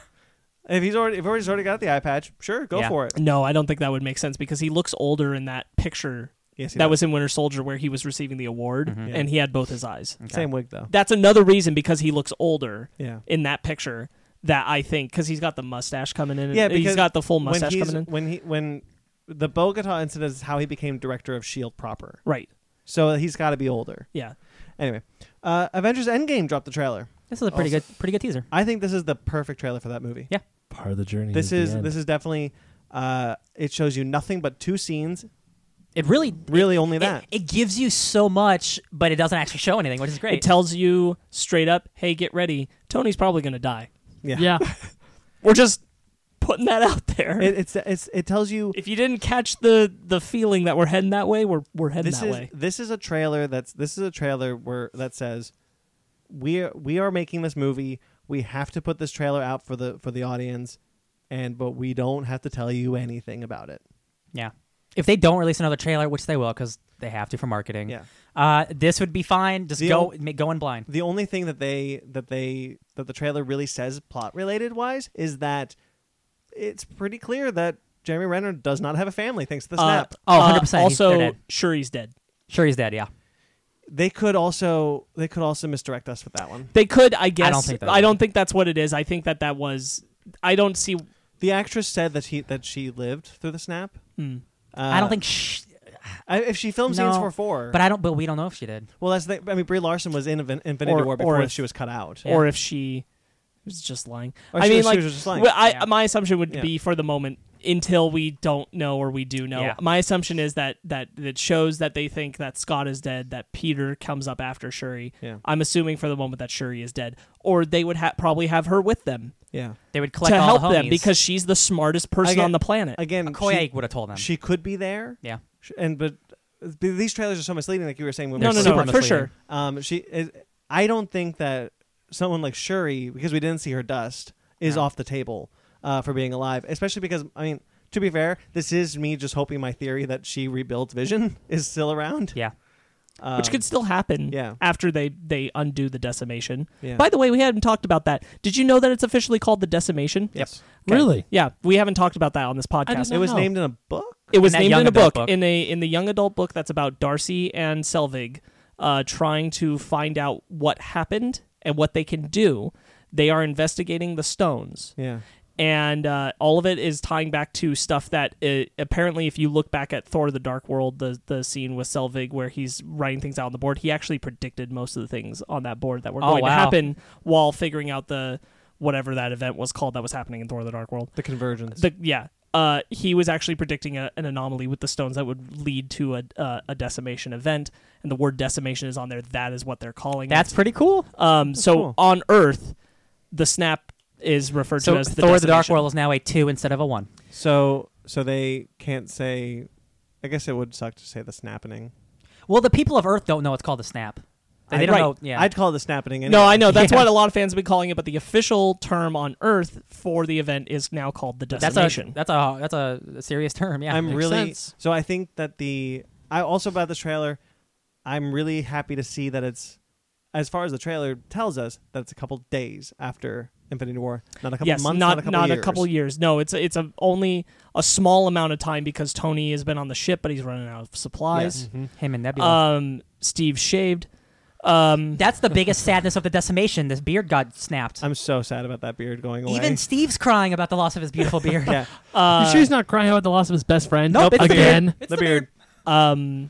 Speaker 1: If he's already, if he's already got the eye patch, sure, go
Speaker 2: Yeah.
Speaker 1: for it.
Speaker 4: No, I don't think that would make sense because he looks older in that picture
Speaker 1: Yes, he
Speaker 4: that
Speaker 1: does.
Speaker 4: was in Winter Soldier where he was receiving the award
Speaker 2: Mhm.
Speaker 4: and he had both his eyes.
Speaker 1: same wig though.
Speaker 4: That's another reason because he looks older
Speaker 1: Yeah,
Speaker 4: in that picture that I think because he's got the mustache coming in.
Speaker 1: yeah.
Speaker 4: he's
Speaker 1: because
Speaker 4: got the full
Speaker 1: when
Speaker 4: mustache
Speaker 1: he's-
Speaker 4: coming in.
Speaker 1: When he when the Bogota incident is how he became director of Shield E proper.
Speaker 4: Right.
Speaker 1: So he's got to be older.
Speaker 4: Yeah.
Speaker 1: Anyway, uh, Avengers Endgame dropped the trailer.
Speaker 2: This is a pretty
Speaker 1: Also-
Speaker 2: good pretty good teaser.
Speaker 1: I think this is the perfect trailer for that movie.
Speaker 2: Yeah.
Speaker 3: Part of the journey.
Speaker 1: This
Speaker 3: the
Speaker 1: is
Speaker 3: end.
Speaker 1: this is definitely. Uh, it shows you nothing but two scenes.
Speaker 2: It really
Speaker 1: Really, only
Speaker 2: it,
Speaker 1: that.
Speaker 2: it gives you so much, but it doesn't actually show anything, which is great.
Speaker 4: It tells you straight up, hey, get ready. Tony's probably going to die.
Speaker 1: yeah.
Speaker 3: Yeah.
Speaker 4: We're just putting that out there.
Speaker 1: It, it's, it's it tells you
Speaker 4: if you didn't catch the the feeling that we're heading that way, we're we're heading
Speaker 1: this
Speaker 4: that
Speaker 1: is
Speaker 4: way.
Speaker 1: this is a trailer that's this is a trailer where that says we are, we are making this movie. We have to put this trailer out for the for the audience, and but we don't have to tell you anything about it.
Speaker 2: yeah. If they don't release another trailer, which they will, because they have to for marketing.
Speaker 1: Yeah.
Speaker 2: Uh, this would be fine. Just
Speaker 1: The
Speaker 2: go
Speaker 1: ol-
Speaker 2: ma- go in blind.
Speaker 1: The only thing that they that they that the trailer really says plot related wise is that it's pretty clear that Jeremy Renner does not have a family thanks to the
Speaker 4: Uh,
Speaker 1: snap.
Speaker 2: Oh,
Speaker 4: uh,
Speaker 2: 100%, he's-
Speaker 4: Also,
Speaker 2: they're dead.
Speaker 4: Shuri's dead.
Speaker 2: Sure, he's dead. Yeah.
Speaker 1: They could also they could also misdirect us with that one.
Speaker 4: They could, I guess.
Speaker 2: think that-
Speaker 4: I don't think that's what it is. I think that that was. I don't see.
Speaker 1: The actress said that he that she lived through the snap. Uh,
Speaker 2: I don't think. Sh-
Speaker 1: I, if she filmed scenes
Speaker 2: No,
Speaker 1: for four,
Speaker 2: but I don't. But we don't know if she did.
Speaker 1: Well, that's the, I mean, Brie Larson was in Invin- Infinity
Speaker 4: Or-
Speaker 1: War before
Speaker 4: or if-
Speaker 1: she was cut out.
Speaker 4: Or if she was just lying.
Speaker 1: Or
Speaker 4: I
Speaker 1: she
Speaker 4: mean,
Speaker 1: was- she
Speaker 4: like,
Speaker 1: was just lying.
Speaker 4: well, I,
Speaker 2: Yeah.
Speaker 4: my assumption would
Speaker 1: Yeah.
Speaker 4: be for the moment until we don't know or we do know.
Speaker 2: Yeah.
Speaker 4: My assumption is that that that shows that they think that Scott is dead, that Peter comes up after Shuri.
Speaker 1: Yeah.
Speaker 4: I'm assuming for the moment that Shuri is dead, or they would ha- probably have her with them
Speaker 1: Yeah.
Speaker 2: They would collect
Speaker 4: to
Speaker 2: all
Speaker 4: help
Speaker 2: the
Speaker 4: them
Speaker 2: homies.
Speaker 4: because she's the smartest person
Speaker 1: Again-
Speaker 4: on the planet.
Speaker 1: Again,
Speaker 2: Koye
Speaker 1: she,
Speaker 2: would have told them.
Speaker 1: she could be there.
Speaker 2: yeah.
Speaker 1: Sh- And but but these trailers are so misleading, like you were saying. When we
Speaker 4: no,
Speaker 1: were
Speaker 4: no,
Speaker 1: playing
Speaker 4: no,
Speaker 1: it.
Speaker 4: for sure.
Speaker 1: Um, she. Is, I don't think that someone like Shuri, because we didn't see her dust, is
Speaker 2: Yeah.
Speaker 1: off the table uh, for being alive. Especially because I mean, to be fair, this is me just hoping my theory that she rebuilt Vision is still around.
Speaker 2: Yeah.
Speaker 1: Um,
Speaker 4: which could still happen
Speaker 1: yeah.
Speaker 4: after they they undo the decimation.
Speaker 1: Yeah.
Speaker 4: By the way, we hadn't talked about that. Did you know that it's officially called the decimation?
Speaker 1: yes.
Speaker 4: Okay.
Speaker 3: Really?
Speaker 4: Yeah, we haven't talked about that on this
Speaker 3: I did
Speaker 4: podcast.
Speaker 3: not
Speaker 1: It was
Speaker 3: No.
Speaker 1: named in a book.
Speaker 4: It was
Speaker 2: In that
Speaker 4: named
Speaker 2: young
Speaker 4: in a
Speaker 2: adult
Speaker 4: book,
Speaker 2: book.
Speaker 4: in a in the young adult book that's about Darcy and Selvig uh, trying to find out what happened and what they can do. They are investigating the stones
Speaker 1: Yeah.
Speaker 4: and uh, all of it is tying back to stuff that uh apparently, if you look back at Thor: The Dark World, the the scene with Selvig where he's writing things out on the board, he actually predicted most of the things on that board that were
Speaker 2: Oh,
Speaker 4: going to
Speaker 2: wow.
Speaker 4: happen while figuring out the whatever that event was called that was happening in Thor: The Dark World.
Speaker 1: The convergence.
Speaker 4: The yeah, uh, he was actually predicting a, an anomaly with the stones that would lead to a, uh, a decimation event, and the word decimation is on there. That is what they're calling
Speaker 2: That's
Speaker 4: it.
Speaker 2: pretty cool.
Speaker 4: Um, so
Speaker 1: cool.
Speaker 4: on Earth, the snap is referred
Speaker 2: So
Speaker 4: to as the
Speaker 2: Thor: The Dark
Speaker 4: decimation.
Speaker 2: World is now a two instead of a one.
Speaker 1: So so they can't say. I guess it would suck to say the snapping.
Speaker 2: Well, the people of Earth don't know it's called a snap. They, they
Speaker 4: I-
Speaker 2: don't
Speaker 4: right.
Speaker 2: know. Yeah.
Speaker 1: I'd call it the snapping. Anyway.
Speaker 4: No, I know that's
Speaker 2: Yeah.
Speaker 4: what a lot of fans have been calling it, but the official term on Earth for the event is now called the
Speaker 2: that's a
Speaker 4: decimation.
Speaker 2: that's a that's a serious term. Yeah.
Speaker 1: I'm
Speaker 4: makes
Speaker 1: really
Speaker 4: sense.
Speaker 1: so. I think that the I also about this trailer. I'm really happy to see that it's as far as the trailer tells us that it's a couple days after Infinity War, not a couple
Speaker 4: yes,
Speaker 1: months,
Speaker 4: not
Speaker 1: not a couple
Speaker 4: not
Speaker 1: years.
Speaker 4: a couple years. No, it's it's a, only a small amount of time because Tony has been on the ship, but he's running out of supplies.
Speaker 2: him and Nebula.
Speaker 1: Uh,
Speaker 4: Um, Steve shaved. Um,
Speaker 2: that's the biggest sadness of the decimation. This beard got snapped.
Speaker 1: I'm so sad about that beard going away.
Speaker 2: Even Steve's crying about the loss of his beautiful beard.
Speaker 1: yeah,
Speaker 4: uh,
Speaker 3: you sure he's not crying about the loss of his best friend?
Speaker 2: Nope, it's the
Speaker 3: again.
Speaker 2: It's
Speaker 1: the, beard.
Speaker 4: um,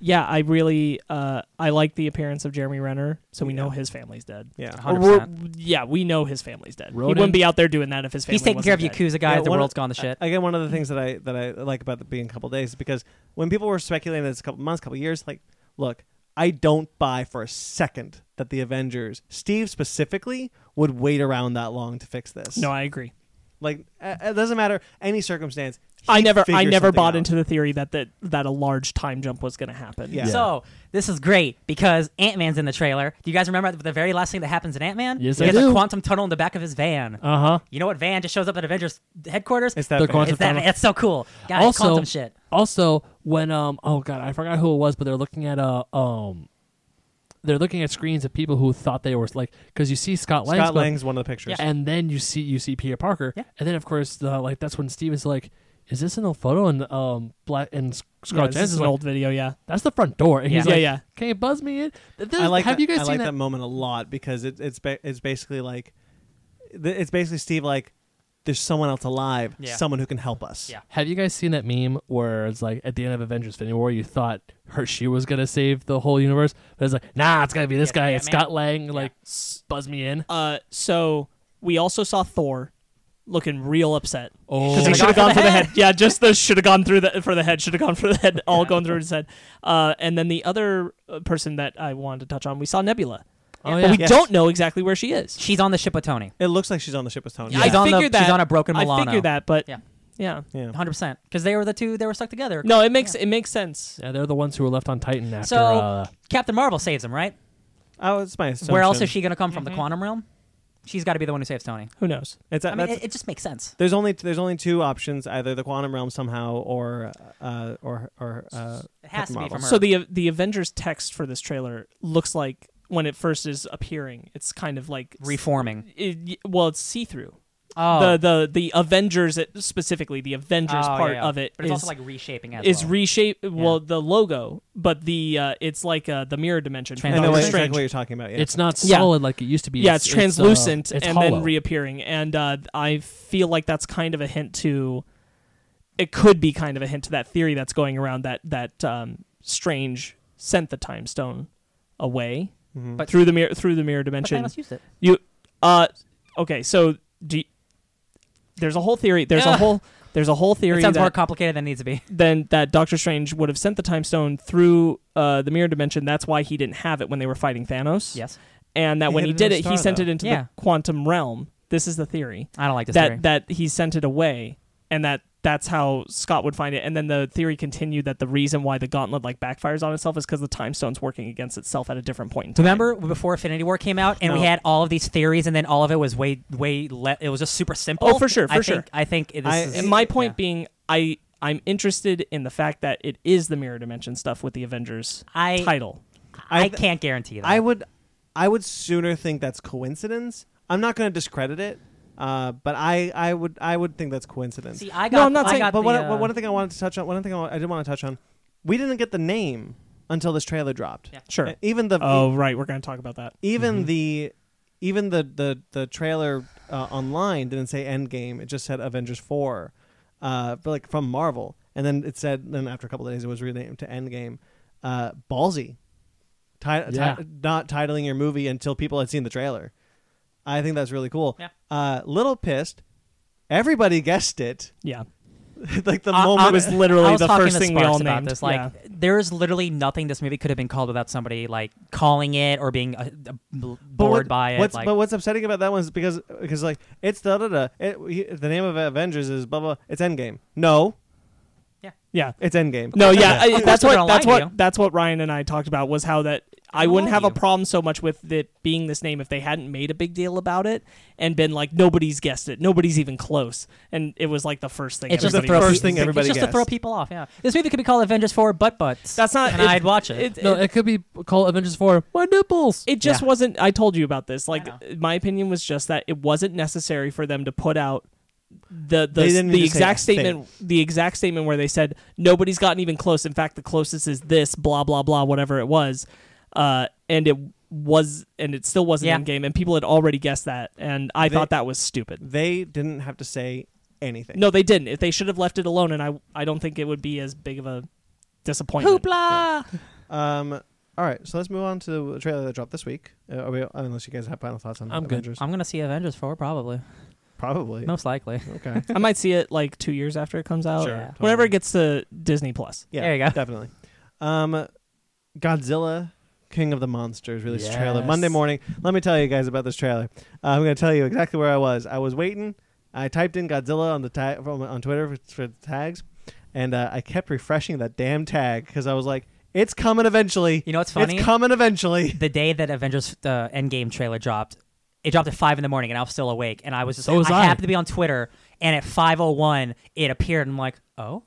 Speaker 4: yeah, I really uh, I like the appearance of Jeremy Renner, so we know his family's dead.
Speaker 1: Yeah,
Speaker 4: Or
Speaker 2: 100%.
Speaker 4: we're- yeah, we know his family's dead. He
Speaker 3: Ronan-
Speaker 4: wouldn't be out there doing that if his family.
Speaker 2: He's taking care of
Speaker 4: wasn't dead.
Speaker 2: Yakuza guys.
Speaker 1: Yeah,
Speaker 2: the
Speaker 1: one-
Speaker 2: world's gone to shit.
Speaker 1: Again, one of the things that I that I like about it being a couple days is because when people were speculating that it's a couple months, couple years, like, look, I don't buy for a second that the Avengers, Steve specifically, would wait around that long to fix this.
Speaker 4: No, I agree.
Speaker 1: like uh, it doesn't matter any circumstance.
Speaker 4: I never I
Speaker 1: figure
Speaker 4: never
Speaker 1: something
Speaker 4: bought
Speaker 1: out.
Speaker 4: into the theory that that, that a large time jump was going to happen.
Speaker 1: Yeah.
Speaker 2: So this is great because Ant Man's in the trailer. Do you guys remember the very last thing that happens in Ant Man?
Speaker 3: Yes,
Speaker 2: he
Speaker 3: I
Speaker 2: has
Speaker 3: do.
Speaker 2: a quantum tunnel in the back of his van.
Speaker 3: Uh huh.
Speaker 2: you know what van just shows up at Avengers headquarters?
Speaker 1: It's that
Speaker 3: The
Speaker 1: bad.
Speaker 3: quantum-
Speaker 2: It's that
Speaker 3: tunnel.
Speaker 2: that's so cool. Guys,
Speaker 3: Also-
Speaker 2: quantum shit.
Speaker 3: Also, when um oh god, I forgot who it was, but they're looking at uh, um they're looking at screens of people who thought they were like because you see Scott Lang's
Speaker 1: Scott
Speaker 3: but-
Speaker 1: Lang's one of the pictures.
Speaker 3: and then you see you see Peter Parker,
Speaker 2: Yeah.
Speaker 3: and then of course the, like that's when Steve is like, "Is this an old photo?" And um black and S-
Speaker 1: Oh,
Speaker 4: Yeah,
Speaker 3: Scarlett
Speaker 4: this
Speaker 3: Johansson's
Speaker 4: is an
Speaker 3: like,
Speaker 4: old video, yeah.
Speaker 3: "That's the front door," and he's
Speaker 2: Yeah.
Speaker 3: like,
Speaker 4: Yeah, yeah.
Speaker 3: "Can you buzz me in?" Th- this-
Speaker 1: I like
Speaker 3: have
Speaker 1: that,
Speaker 3: you guys
Speaker 1: I
Speaker 3: seen
Speaker 1: like that?
Speaker 3: that?
Speaker 1: moment a lot because it, it's ba- it's basically like th- it's basically Steve like there's someone else alive,
Speaker 2: Yeah.
Speaker 1: someone who can help us.
Speaker 2: Yeah.
Speaker 3: Have you guys seen that meme where it's like at the end of Avengers: Infinity War, you thought her she was gonna save the whole universe, but it's like, nah, it's gonna be this
Speaker 2: Yeah,
Speaker 3: guy.
Speaker 2: yeah,
Speaker 3: It's
Speaker 2: man.
Speaker 3: Scott Lang. Like, buzz me in.
Speaker 4: Uh, so we also saw Thor looking real upset
Speaker 3: Oh,
Speaker 4: because he
Speaker 2: Should've
Speaker 4: should have
Speaker 2: gone
Speaker 4: gone
Speaker 2: for the
Speaker 4: for the head. Yeah, just the should have gone through the for the head. Should have gone for the head. All going through his head. Uh, and then the other uh, person that I wanted to touch on, we saw Nebula.
Speaker 3: oh
Speaker 4: But
Speaker 3: yeah.
Speaker 4: we
Speaker 1: Yes.
Speaker 4: don't know exactly where she is.
Speaker 2: She's on the ship with Tony.
Speaker 1: It looks like she's on the ship with Tony.
Speaker 4: I
Speaker 2: She's on the-
Speaker 4: figured that.
Speaker 2: she's on a broken
Speaker 4: I
Speaker 2: Milano.
Speaker 4: figured that, but
Speaker 2: Yeah.
Speaker 4: yeah,
Speaker 1: Yeah.
Speaker 2: 100% because they were the two they were stuck together.
Speaker 4: No, it makes it makes sense.
Speaker 3: Yeah, they're the ones who were left on Titan after.
Speaker 2: So
Speaker 3: uh,
Speaker 2: Captain Marvel saves him, right?
Speaker 1: Oh, it's my assumption.
Speaker 2: Where else is she going to come from? The quantum realm? She's got to be the one who saves Tony.
Speaker 4: Who knows?
Speaker 1: It's a,
Speaker 2: I mean,
Speaker 1: that's,
Speaker 2: it, it just makes sense.
Speaker 1: there's only there's only two options: either the quantum realm somehow, or uh, or or uh,
Speaker 2: It has
Speaker 1: Captain
Speaker 2: to be from
Speaker 1: Marvel.
Speaker 2: her.
Speaker 4: So the the Avengers text for this trailer looks like when it first is appearing, it's kind of like
Speaker 2: reforming.
Speaker 4: It, well, it's see through.
Speaker 2: Oh,
Speaker 4: The the the Avengers it, specifically the Avengers
Speaker 2: Oh,
Speaker 4: part
Speaker 2: yeah, yeah.
Speaker 4: of it
Speaker 2: But it's
Speaker 4: is-
Speaker 2: also like reshaping as
Speaker 4: is
Speaker 2: well.
Speaker 4: reshape. Well, the logo, but the uh, it's like uh, the mirror dimension. from
Speaker 2: I
Speaker 1: I
Speaker 2: know
Speaker 1: know
Speaker 4: Doctor
Speaker 2: what-
Speaker 1: exactly
Speaker 4: Strange.
Speaker 1: what you're talking about. Yeah.
Speaker 3: It's not
Speaker 4: Yeah.
Speaker 3: solid like it used to be.
Speaker 4: yeah, it's, translucent
Speaker 3: uh, it's
Speaker 4: and
Speaker 3: hollow.
Speaker 4: then reappearing, and uh, I feel like that's kind of a hint to. It could be kind of a hint to that theory that's going around that that um, Strange sent the time stone away
Speaker 1: Mhm.
Speaker 2: But-
Speaker 4: through the mirror through the mirror
Speaker 2: But
Speaker 4: dimension.
Speaker 2: Thanos used it.
Speaker 4: You, uh, okay. So do you- there's a whole theory. There's a
Speaker 2: Ugh.
Speaker 4: whole there's a whole
Speaker 2: It
Speaker 4: theory
Speaker 2: sounds more
Speaker 4: that
Speaker 2: complicated than it needs to be.
Speaker 4: then that Doctor Strange would have sent the time stone through uh, the mirror dimension. That's why he didn't have it when they were fighting Thanos.
Speaker 2: Yes,
Speaker 4: And that
Speaker 1: He
Speaker 4: when
Speaker 1: hid
Speaker 4: he
Speaker 1: it in
Speaker 4: did
Speaker 1: the
Speaker 4: it,
Speaker 1: star,
Speaker 4: he sent
Speaker 1: though.
Speaker 4: it into
Speaker 2: Yeah.
Speaker 4: the quantum realm. This is the theory
Speaker 2: I don't like this
Speaker 4: that
Speaker 2: theory.
Speaker 4: that he sent it away, and that that's how Scott would find it. And then the theory continued that the reason why the gauntlet like backfires on itself is because the time stone's working against itself at a different point in time.
Speaker 2: Remember before Infinity War came out, and we
Speaker 1: No.
Speaker 2: had all of these theories, and then all of it was way, way. Le- it was just super simple.
Speaker 4: Oh, for sure,
Speaker 2: I
Speaker 4: for sure.
Speaker 2: Think, I think it- this
Speaker 1: I-
Speaker 2: is
Speaker 4: And my point being, I I'm interested in the fact that it is the mirror dimension stuff with the Avengers
Speaker 2: I-
Speaker 4: title.
Speaker 2: I,
Speaker 1: I-
Speaker 2: can't guarantee that.
Speaker 1: I would, I would sooner think that's coincidence. I'm not going to discredit it, uh, but I, I would, I would think that's coincidence.
Speaker 2: see. I got.
Speaker 4: No, I'm not
Speaker 2: I
Speaker 4: saying-
Speaker 2: got
Speaker 1: but
Speaker 2: the,
Speaker 1: one,
Speaker 2: uh,
Speaker 1: one- one thing I wanted to touch on, one thing I, wa- I did want to touch on, we didn't get the name until this trailer dropped.
Speaker 2: Yeah.
Speaker 4: Sure.
Speaker 1: Uh, Even the
Speaker 4: Oh, right. We're going to talk about that.
Speaker 1: even the even the the the trailer uh, online didn't say Endgame. It just said Avengers Four, uh, but like from Marvel. And then it said then after a couple of days it was renamed to Endgame. Uh, ballsy, Ti- ti-
Speaker 3: Yeah.
Speaker 1: not titling your movie until people had seen the trailer. I think that's really cool.
Speaker 2: Yeah.
Speaker 1: Uh, little pissed. Everybody guessed it.
Speaker 4: Yeah.
Speaker 1: like the
Speaker 4: I- I
Speaker 1: moment
Speaker 4: was literally
Speaker 2: I was
Speaker 4: the
Speaker 2: talking
Speaker 4: first
Speaker 2: to
Speaker 4: thing we
Speaker 2: Sparks
Speaker 4: all
Speaker 2: about
Speaker 4: named.
Speaker 2: This. Like,
Speaker 4: Yeah.
Speaker 2: there is literally nothing this movie could have been called without somebody like calling it or being uh, uh, bored
Speaker 1: But what-
Speaker 2: by it.
Speaker 1: What's,
Speaker 2: like,
Speaker 1: but what's upsetting about that one is because because like it's da da da. It, he- the name of Avengers is blah blah. It's Endgame. No,
Speaker 4: yeah.
Speaker 1: it's Endgame.
Speaker 4: No,
Speaker 2: course
Speaker 4: yeah,
Speaker 2: they're-
Speaker 4: I-
Speaker 2: of course
Speaker 4: that's
Speaker 2: they're
Speaker 4: what
Speaker 2: gonna
Speaker 4: that's
Speaker 2: lie to
Speaker 4: what
Speaker 2: you.
Speaker 4: that's what Ryan and I talked about was how that I
Speaker 2: They'll
Speaker 4: wouldn't
Speaker 2: lie
Speaker 4: have
Speaker 2: to
Speaker 4: a
Speaker 2: you.
Speaker 4: problem so much with it being this name if they hadn't made a big deal about it and been like nobody's guessed it, nobody's even close, and it was like the first thing.
Speaker 2: it's just to
Speaker 4: everybody
Speaker 2: throw
Speaker 1: First
Speaker 2: people-
Speaker 1: thing everybody
Speaker 2: It's just to throw
Speaker 1: guessed.
Speaker 2: people off. Yeah, this movie could be called Avengers Four Butt Butts.
Speaker 4: That's not-
Speaker 2: and
Speaker 4: it-
Speaker 2: I'd watch it.
Speaker 4: it,
Speaker 3: No,
Speaker 4: it,
Speaker 3: it could be called Avengers Four. My nipples.
Speaker 4: it just
Speaker 2: Yeah.
Speaker 4: wasn't. I told you about this. Like
Speaker 2: know.
Speaker 4: my opinion was just that it wasn't necessary for them to put out the the,
Speaker 1: They didn't
Speaker 4: the
Speaker 1: need to say
Speaker 4: exact
Speaker 1: a
Speaker 4: statement the exact statement where they said nobody's gotten even close. In fact, the closest is this blah blah blah whatever it was, uh, and it was and it still wasn't
Speaker 2: Yeah.
Speaker 4: in game, and people had already guessed that, and I
Speaker 1: They-
Speaker 4: thought that was stupid.
Speaker 1: They didn't have to say anything.
Speaker 4: No, they didn't. If they should have left it alone, and I I don't think it would be as big of a disappointment.
Speaker 2: Hoopla!
Speaker 1: Um. All right. So let's move on to the trailer that dropped this week. Uh, are we, unless you guys have final thoughts on
Speaker 3: I'm good.
Speaker 1: Avengers,
Speaker 2: I'm gonna see Avengers Four probably,
Speaker 1: probably.
Speaker 2: most likely.
Speaker 1: Okay.
Speaker 4: I might see it like two years after it comes out,
Speaker 1: Sure,
Speaker 2: Yeah.
Speaker 4: whenever
Speaker 1: totally.
Speaker 4: it gets to Disney Plus.
Speaker 1: Yeah.
Speaker 2: There you go.
Speaker 1: Definitely. Um, Godzilla, King of the Monsters, released a trailer Monday
Speaker 3: Yes.
Speaker 1: morning. Let me tell you guys about this trailer. Uh, I'm going to tell you exactly where I was. I was waiting. I typed in Godzilla on the tag from, on Twitter for, for the tags, and uh, I kept refreshing that damn tag because I was like, "It's coming eventually.
Speaker 2: You know what's funny?
Speaker 1: It's coming eventually."
Speaker 2: the day that Avengers the Endgame trailer dropped, it dropped at five in the morning, and I was still awake. And I was just
Speaker 3: So was I.
Speaker 2: happened to be on Twitter, and at five oh one, it appeared, and I'm like, oh,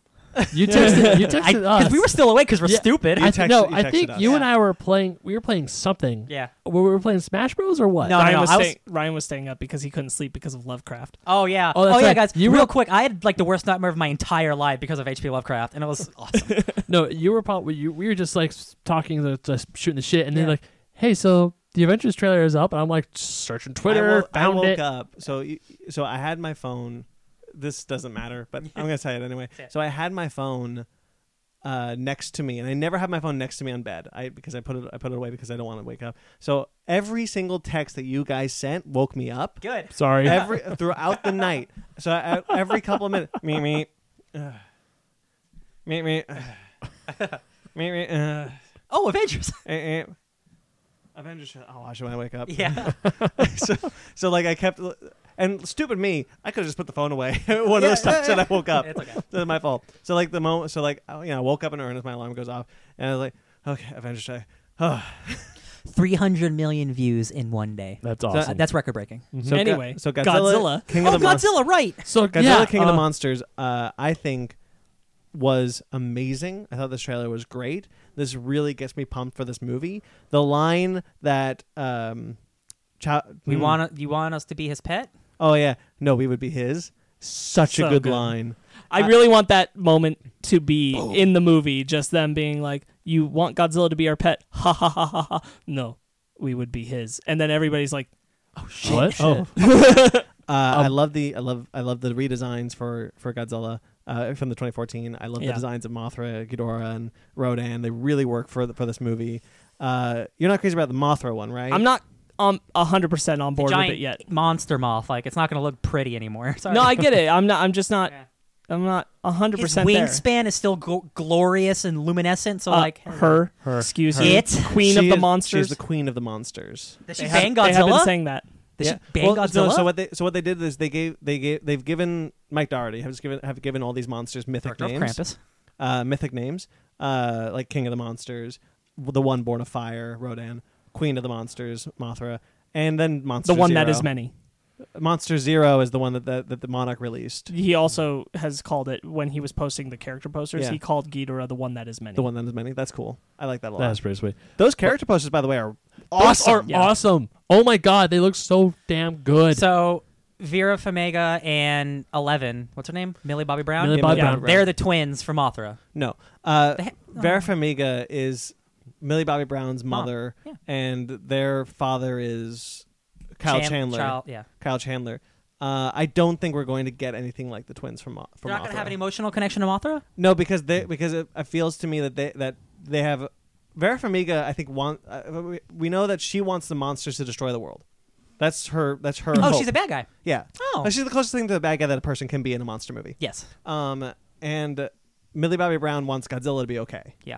Speaker 3: You texted. you texted us.
Speaker 2: because we were still awake because we're
Speaker 3: Yeah.
Speaker 2: stupid.
Speaker 1: You
Speaker 3: I
Speaker 2: I-
Speaker 1: texted-
Speaker 3: th- no,
Speaker 1: you
Speaker 3: I
Speaker 1: texted
Speaker 3: think
Speaker 1: us.
Speaker 3: you
Speaker 2: Yeah.
Speaker 3: and I were playing. We were playing something.
Speaker 2: yeah.
Speaker 3: Were we playing Smash Bros or what?
Speaker 2: No,
Speaker 4: Ryan, was
Speaker 2: I was-
Speaker 4: staying, Ryan was staying up because he couldn't sleep because of Lovecraft.
Speaker 2: Oh yeah.
Speaker 3: Oh,
Speaker 2: Oh,
Speaker 3: that's
Speaker 2: yeah,
Speaker 3: right.
Speaker 2: guys.
Speaker 3: You
Speaker 2: real
Speaker 3: were-
Speaker 2: quick, I had like the worst nightmare of my entire life because of H.P. Lovecraft, and it was awesome.
Speaker 3: No, you were probably you, we were just like s- talking, like, just shooting the shit, and then
Speaker 2: Yeah.
Speaker 3: like, hey, so the Avengers trailer is up, and I'm like searching Twitter,
Speaker 1: I, wo- I
Speaker 3: found
Speaker 1: woke
Speaker 3: it.
Speaker 1: up. So y- so I had my phone. This doesn't matter, but I'm gonna say it anyway.
Speaker 2: Yeah.
Speaker 1: So I had my phone uh, next to me, and I never have my phone next to me on bed. I because I put it I put it away because I don't want to wake up. So every single text that you guys sent woke me up
Speaker 2: Good.
Speaker 3: Sorry,
Speaker 1: every uh, throughout the night. So I, I- every couple of minutes, me me, uh, me me, uh, me me. Uh,
Speaker 2: Oh, Avengers.
Speaker 1: eh, eh. Avengers. I'll watch it when I wake up
Speaker 2: yeah.
Speaker 1: so, so like I kept, and stupid me, I could have just put the phone away. One of those times that I woke up,
Speaker 2: It's okay.
Speaker 1: that's my fault. So like the moment, so like I- you know, I woke up in earnest. My alarm goes off, and I was like, okay, Avengers. I, oh.
Speaker 2: Three hundred million views in one day.
Speaker 3: that's
Speaker 1: awesome.
Speaker 2: Uh, that's record breaking.
Speaker 1: Mm-hmm. So Ga-
Speaker 4: Anyway,
Speaker 1: so Godzilla,
Speaker 4: Godzilla.
Speaker 1: King
Speaker 2: Oh,
Speaker 1: of the Monsters.
Speaker 2: Godzilla, right?
Speaker 3: so
Speaker 1: Godzilla
Speaker 3: yeah,
Speaker 1: King of the
Speaker 3: uh,
Speaker 1: Monsters, uh, I think was amazing. I thought this trailer was great. This really gets me pumped for this movie. The line that um Chow-
Speaker 2: We
Speaker 1: hmm.
Speaker 2: want you want us to be his pet.
Speaker 1: Oh yeah. No, we would be his. Such
Speaker 4: So
Speaker 1: a good,
Speaker 4: good.
Speaker 1: line.
Speaker 4: I,
Speaker 1: I-
Speaker 4: really want that moment to be in the movie, just them being like, "You want Godzilla to be our pet? Ha ha ha ha ha! No, we would be his." And then everybody's like,
Speaker 3: what? Oh,
Speaker 1: Uh, I
Speaker 4: Um,
Speaker 1: love the I love I love the redesigns for for Godzilla uh, from the 2014. I love
Speaker 4: Yeah.
Speaker 1: the designs of Mothra, Ghidorah, and Rodan. They really work for the, for this movie. Uh, you're not crazy about the Mothra one, right?
Speaker 4: "I'm not um hundred percent on
Speaker 2: The
Speaker 4: board with
Speaker 2: giant
Speaker 4: it yet."
Speaker 2: monster moth. Like it's not going to look pretty anymore. Sorry.
Speaker 4: No, I get it. I'm not. I'm just not.
Speaker 2: Yeah.
Speaker 4: I'm not hundred
Speaker 2: his
Speaker 4: percent there.
Speaker 2: wingspan is still gl- glorious and luminescent. So
Speaker 4: Uh,
Speaker 2: like
Speaker 4: her, her, excuse me,
Speaker 2: It?
Speaker 4: queen
Speaker 1: She
Speaker 4: of
Speaker 1: is-
Speaker 4: the
Speaker 1: She's
Speaker 4: monsters.
Speaker 1: the queen of the monsters.
Speaker 2: Does
Speaker 4: They
Speaker 2: she
Speaker 4: have-
Speaker 2: bang
Speaker 4: They have been
Speaker 2: Godzilla?
Speaker 4: saying that.
Speaker 2: Does
Speaker 1: Yeah.
Speaker 2: she bang
Speaker 1: Well,
Speaker 2: Godzilla?
Speaker 1: no, so what they so what they did is they gave they gave they've given Mike Doherty has given have given all these monsters mythic
Speaker 2: Director of
Speaker 1: names,
Speaker 2: Krampus.
Speaker 1: uh, mythic names, uh, like King of the Monsters, the one born of fire, Rodan, Queen of the Monsters, Mothra, and then Monster
Speaker 4: The one
Speaker 1: Zero.
Speaker 4: that is many.
Speaker 1: Monster Zero is the one that the, that the Monarch released,
Speaker 4: He also has called it when he was posting the character posters.
Speaker 1: Yeah.
Speaker 4: He called Ghidorah the one that is many.
Speaker 1: the one that is many. That's cool. I like that a lot.
Speaker 3: that's pretty sweet.
Speaker 1: Those character posters, by the way, are
Speaker 3: Awesome,
Speaker 4: yeah.
Speaker 3: awesome. Oh my god, they look so damn good.
Speaker 2: So Vera Farmiga and Eleven, what's her name? Millie Bobby Brown.
Speaker 3: Millie Bobby
Speaker 4: Yeah,
Speaker 3: Brown.
Speaker 2: They're the twins from Mothra.
Speaker 1: no. Uh,
Speaker 2: They ha- oh.
Speaker 1: Vera Farmiga is Millie Bobby Brown's
Speaker 2: Mom,
Speaker 1: mother,
Speaker 2: yeah.
Speaker 1: and their father is Kyle
Speaker 2: Chan-
Speaker 1: Chandler.
Speaker 2: Chil- yeah.
Speaker 1: Kyle Chandler. Uh, I don't think we're going to get anything like the twins from Mo- from.
Speaker 2: They're not going
Speaker 1: Mothra.
Speaker 2: to have an emotional connection to Mothra.
Speaker 1: No, because they because it, it feels to me that they that they have Vera Farmiga. I think want uh, we- we know that she wants the monsters to destroy the world. That's her. That's her.
Speaker 2: Oh,
Speaker 1: hope.
Speaker 2: she's a bad guy.
Speaker 1: yeah.
Speaker 2: Oh.
Speaker 1: Like, she's the closest thing to the bad guy that a person can be in a monster movie.
Speaker 2: Yes.
Speaker 1: Um, and Millie Bobby Brown wants Godzilla to be okay.
Speaker 2: Yeah.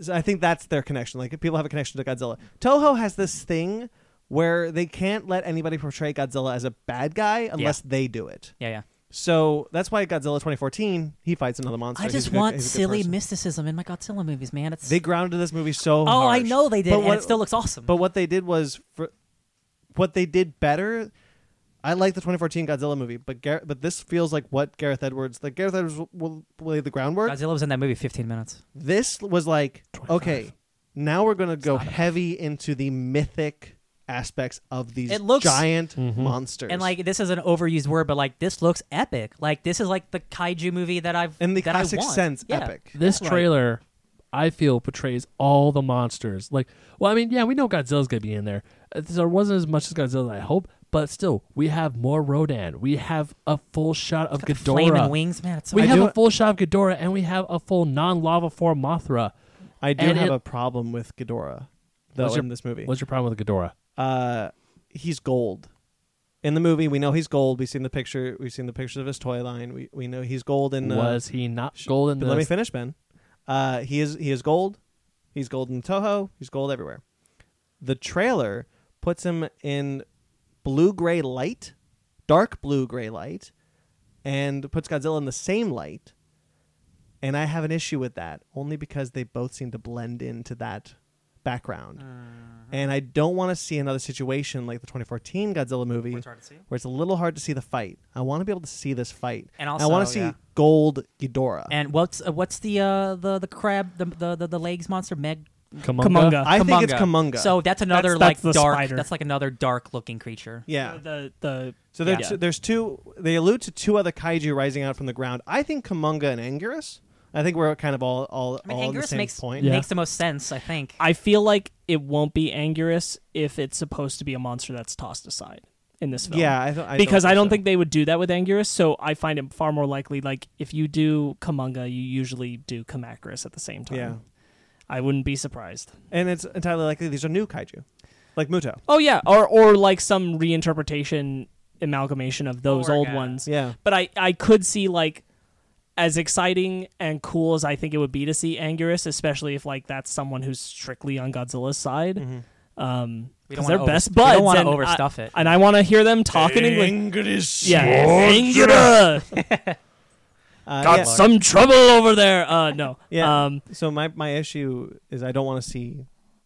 Speaker 1: So I think that's their connection. Like people have a connection to Godzilla. Toho has this thing where they can't let anybody portray Godzilla as a bad guy unless they do it.
Speaker 2: Yeah. Yeah.
Speaker 1: So that's why Godzilla 2014 he fights another monster.
Speaker 2: I
Speaker 1: He's
Speaker 2: just
Speaker 1: a good-
Speaker 2: want
Speaker 1: he's a good
Speaker 2: silly
Speaker 1: person.
Speaker 2: mysticism in my Godzilla movies, man. It's
Speaker 1: They grounded this movie so.
Speaker 2: oh, I
Speaker 1: harsh.
Speaker 2: know they did,
Speaker 1: But
Speaker 2: and
Speaker 1: what-
Speaker 2: it still looks awesome.
Speaker 1: But what they did was, for, what they did better. I like the 2014 Godzilla movie, but Gar- but this feels like what Gareth Edwards, like Gareth Edwards will, will lay the groundwork.
Speaker 2: Godzilla was in that movie 15 minutes.
Speaker 1: This was like okay, now we're gonna go heavy into the mythic aspects of these
Speaker 2: It looks-
Speaker 1: giant monsters,
Speaker 2: And like this is an overused word, but like this looks epic. Like this is like the kaiju movie that I've
Speaker 1: in the
Speaker 2: that I
Speaker 1: classic
Speaker 2: want.
Speaker 1: sense,
Speaker 2: Yeah.
Speaker 1: epic.
Speaker 3: This trailer, I feel, portrays all the monsters. Like, well, I mean, yeah, we know Godzilla's gonna be in there. Uh, There wasn't as much as Godzilla, I hope, but still, we have more Rodan. We have a full shot of
Speaker 2: Flaming
Speaker 3: Ghidorah.
Speaker 2: wings, man. It's so
Speaker 3: We
Speaker 2: I
Speaker 3: have
Speaker 2: do-
Speaker 3: a full shot of Ghidorah, and we have a full non-lava form Mothra.
Speaker 1: I do
Speaker 3: And
Speaker 1: have
Speaker 3: it-
Speaker 1: a problem with Ghidorah, though,
Speaker 3: What's your-
Speaker 1: in this movie.
Speaker 3: What's your problem with Ghidorah?
Speaker 1: uh, he's gold. In the movie, we know he's gold. We've seen the picture. We've seen the pictures of his toy line. We we know he's gold. And uh,
Speaker 3: Was he not gold in
Speaker 1: but
Speaker 3: the?
Speaker 1: let me finish, Ben. Uh, he is he is gold. He's gold in Toho. He's gold everywhere. The trailer puts him in blue gray light, dark blue gray light, and puts Godzilla in the same light. And I have an issue with that only because they both seem to blend into that background.
Speaker 2: Uh-huh.
Speaker 1: And I don't want to see another situation like the 2014 Godzilla movie
Speaker 2: Where it's hard to see?
Speaker 1: where it's a little hard to see the fight. I want to be able to see this fight.
Speaker 2: And
Speaker 1: I want
Speaker 2: also,
Speaker 1: to see
Speaker 2: yeah.
Speaker 1: gold Ghidorah.
Speaker 2: And what's uh, what's the uh the the crab the the the, the legs monster Meg?
Speaker 4: Kamunga.
Speaker 1: I think it's Kamunga.
Speaker 2: So that's another
Speaker 4: That's- that's
Speaker 2: like
Speaker 4: the
Speaker 2: dark.
Speaker 4: spider.
Speaker 2: That's like another dark looking creature.
Speaker 1: yeah.
Speaker 4: The the
Speaker 1: So there,
Speaker 4: yeah.
Speaker 1: two, there's two. They allude to two other kaiju rising out from the ground. I think Kamunga and Anguirus. I think we're kind of all all,
Speaker 2: I mean,
Speaker 1: all on the
Speaker 2: Anguirus
Speaker 1: same
Speaker 2: makes
Speaker 1: point.
Speaker 3: Yeah.
Speaker 2: makes the most sense, I think.
Speaker 4: I feel like it won't be Anguirus if it's supposed to be a monster that's tossed aside in this film.
Speaker 1: Yeah, I th- I
Speaker 4: because I don't
Speaker 1: so.
Speaker 4: think they would do that with Anguirus, so I find it far more likely. Like if you do Kamunga, you usually do Kamacris at the same time.
Speaker 1: Yeah.
Speaker 4: I wouldn't be surprised.
Speaker 1: And it's entirely likely these are new kaiju, like Muto.
Speaker 4: Oh yeah, or or like some reinterpretation amalgamation of those
Speaker 2: Or,
Speaker 4: old
Speaker 2: yeah.
Speaker 4: ones.
Speaker 1: Yeah.
Speaker 4: But I I could see like as exciting and cool as I think it would be to see Anguirus, especially if like that's someone who's strictly on Godzilla's side.
Speaker 1: Mm-hmm.
Speaker 4: Um,
Speaker 2: We don't
Speaker 4: 'cause
Speaker 2: wanna
Speaker 4: they're
Speaker 2: over-
Speaker 4: best
Speaker 2: we don't
Speaker 4: buds.
Speaker 2: wanna
Speaker 4: and
Speaker 2: overstuff
Speaker 4: I,
Speaker 2: it.
Speaker 4: And I want to hear them talk in English.
Speaker 3: English.
Speaker 4: Yeah, Anguirus
Speaker 1: Uh,
Speaker 4: got
Speaker 1: yeah.
Speaker 4: some trouble over there. Uh, no.
Speaker 1: Yeah.
Speaker 4: Um,
Speaker 1: So my my issue is I don't want to see,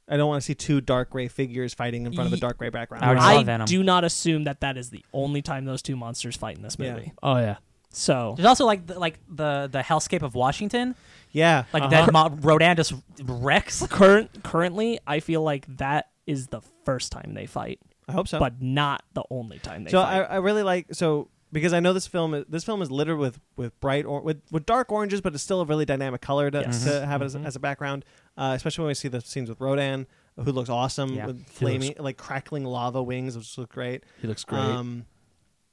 Speaker 1: I don't want to see two dark gray figures fighting in front of a
Speaker 4: Ye-
Speaker 1: dark gray background.
Speaker 2: I already saw
Speaker 4: I
Speaker 2: Venom.
Speaker 4: do not assume that that is the only time those two monsters fight in this
Speaker 1: Yeah.
Speaker 4: movie.
Speaker 3: Oh yeah.
Speaker 4: So
Speaker 2: There's also like the, like the the hellscape of Washington,
Speaker 1: yeah.
Speaker 2: like
Speaker 1: Uh-huh.
Speaker 2: that Mo- Rodan just wrecks.
Speaker 4: current currently, I feel like that is the first time they fight,
Speaker 1: I hope so.
Speaker 4: but not the only time they
Speaker 1: so I,
Speaker 4: fight.
Speaker 1: I really like so because I know this film is- this film is littered with with bright or with with dark oranges, but it's still a really dynamic color to,
Speaker 4: Yes.
Speaker 1: to have as, as a background, uh, especially when we see the scenes with Rodan, who looks awesome
Speaker 2: Yeah.
Speaker 1: with
Speaker 3: He looks-
Speaker 1: flaming like crackling lava wings, which look great.
Speaker 3: He looks great.
Speaker 1: Um,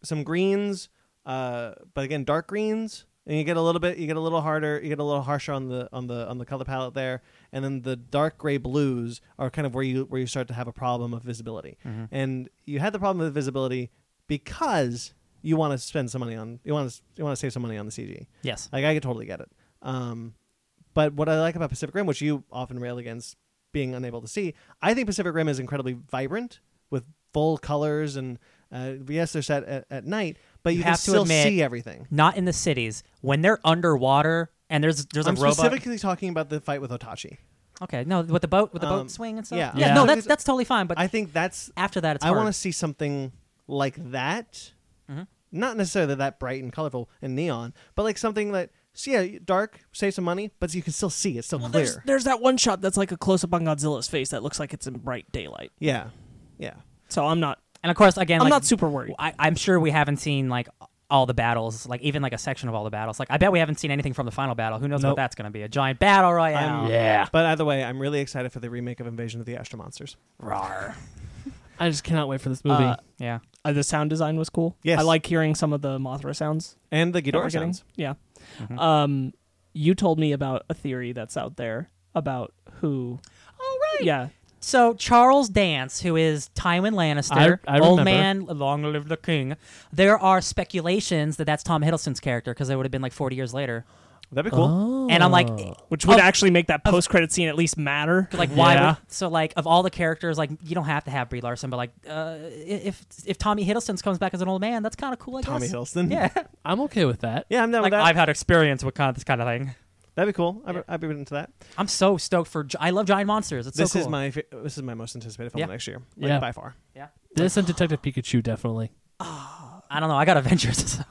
Speaker 1: some greens, uh, but again dark greens, and you get a little bit you get a little harder, you get a little harsher on the on the on the color palette there, and then the dark gray blues are kind of where you where you start to have a problem of visibility,
Speaker 3: Mm-hmm.
Speaker 1: and you had the problem with visibility because you want to spend some money on you want to you want to save some money on the CG.
Speaker 2: Yes.
Speaker 1: Like I could totally get it. Um, but what I like about Pacific Rim, which you often rail against being unable to see, I think Pacific Rim is incredibly vibrant with full colors and uh, yes, they're set at, at night, but you,
Speaker 2: You
Speaker 1: can
Speaker 2: have to
Speaker 1: still
Speaker 2: admit-
Speaker 1: see everything.
Speaker 2: Not in the cities when they're underwater and there's there's
Speaker 1: I'm
Speaker 2: a robot.
Speaker 1: specifically talking about the fight with Otachi.
Speaker 2: Okay, no, with the boat with the
Speaker 1: Um,
Speaker 2: boat swing and stuff.
Speaker 1: yeah.
Speaker 2: yeah,
Speaker 1: Yeah.
Speaker 2: no, that's that's totally fine. But
Speaker 1: I think that's
Speaker 2: after that, it's
Speaker 1: I
Speaker 2: hard.
Speaker 1: want to see something like that.
Speaker 2: Mm-hmm.
Speaker 1: Not necessarily that bright and colorful and neon, but like something that, so yeah, dark, save some money, but you can still see. It's still
Speaker 4: Well,
Speaker 1: clear.
Speaker 4: there's, there's that one shot that's like a close up on Godzilla's face that looks like it's in bright daylight.
Speaker 1: yeah. Yeah.
Speaker 4: So I'm not.
Speaker 2: And of course, again,
Speaker 4: I'm
Speaker 2: like,
Speaker 4: not super worried.
Speaker 2: I, I'm sure we haven't seen like all the battles, like even like a section of all the battles. Like I bet we haven't seen anything from the final battle. Who knows what
Speaker 1: Nope.
Speaker 2: that's going to be? A giant battle royale.
Speaker 1: I'm-
Speaker 3: Yeah.
Speaker 1: But either way, I'm really excited for the remake of Invasion of the Astro Monsters.
Speaker 2: Rawr.
Speaker 3: I just cannot wait for this movie.
Speaker 4: Uh,
Speaker 2: Yeah.
Speaker 4: Uh, the sound design was cool.
Speaker 1: Yes.
Speaker 4: I like hearing some of the Mothra sounds.
Speaker 1: And the
Speaker 4: that we're
Speaker 1: Ghidorah
Speaker 4: getting.
Speaker 1: sounds. Mm-hmm.
Speaker 4: Yeah. Um, you told me about a theory that's out there about who.
Speaker 2: All right.
Speaker 4: Yeah.
Speaker 2: So Charles Dance, who is Tywin Lannister,
Speaker 3: I- I
Speaker 2: old
Speaker 3: remember.
Speaker 2: man, long live the king. There are speculations that that's Tom Hiddleston's character because it would have been like 40 years later.
Speaker 1: That'd be
Speaker 3: Oh,
Speaker 1: cool.
Speaker 2: And I'm like,
Speaker 4: which would
Speaker 2: Oh. of-
Speaker 4: actually make that post-credit scene at least matter.
Speaker 2: like why?
Speaker 3: Yeah.
Speaker 2: Would, so like of all the characters, like you don't have to have Brie Larson, but like uh, i- if if Tommy Hiddleston comes back as an old man, that's kind of cool. I
Speaker 1: Tommy
Speaker 2: guess.
Speaker 1: Hiddleston.
Speaker 2: Yeah,
Speaker 3: I'm okay with that.
Speaker 1: Yeah, I'm down with that.
Speaker 2: had experience with kind of this kind of thing.
Speaker 1: That'd be cool. I'd, I'd be into that.
Speaker 2: I'm so stoked for. I love giant monsters. It's
Speaker 1: this
Speaker 2: so cool.
Speaker 1: is my fa- this is my most anticipated film
Speaker 2: Yeah.
Speaker 1: next year. Like,
Speaker 3: Yeah.
Speaker 1: by far.
Speaker 3: This and Detective Pikachu definitely.
Speaker 2: I don't know. I got Avengers. So.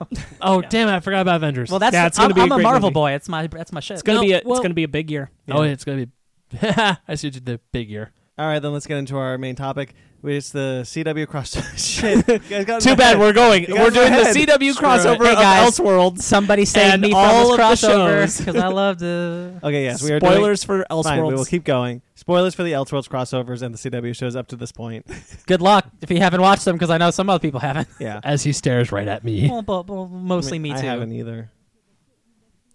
Speaker 3: Oh
Speaker 4: Yeah.
Speaker 3: damn! it, I forgot about Avengers.
Speaker 2: Well, that's
Speaker 4: Yeah, it's
Speaker 2: I'm,
Speaker 4: gonna be a
Speaker 2: I'm a
Speaker 4: great
Speaker 2: Marvel
Speaker 4: movie.
Speaker 2: boy. It's my that's my shit.
Speaker 4: It's gonna
Speaker 3: No,
Speaker 4: be a,
Speaker 3: well-
Speaker 4: it's gonna be a big year.
Speaker 3: oh, it's gonna be. I see what you did. Big year.
Speaker 1: All right, then let's get into our main topic. which is the CW cross. Shit, You guys got in my
Speaker 4: Too bad
Speaker 1: head.
Speaker 4: we're going.
Speaker 1: You guys
Speaker 4: We're doing
Speaker 1: went
Speaker 4: the
Speaker 1: ahead.
Speaker 4: CW
Speaker 1: Screw
Speaker 4: crossover
Speaker 2: Hey,
Speaker 4: of
Speaker 2: guys.
Speaker 4: Elseworld.
Speaker 2: Somebody
Speaker 4: And
Speaker 2: saved me
Speaker 4: all
Speaker 2: from
Speaker 4: of the
Speaker 2: this crossover
Speaker 4: shows.
Speaker 2: because I love the.
Speaker 1: Okay, yes, we are doing-
Speaker 4: Spoilers for
Speaker 1: Fine, we will
Speaker 4: Elseworlds.
Speaker 1: keep going. Spoilers for the Elseworlds crossovers and the CW shows up to this point.
Speaker 2: Good luck if you haven't watched them because I know some other people haven't.
Speaker 1: Yeah,
Speaker 3: As he stares right at me.
Speaker 2: well, but, but mostly
Speaker 1: I mean,
Speaker 2: me
Speaker 1: I
Speaker 2: too.
Speaker 1: haven't either.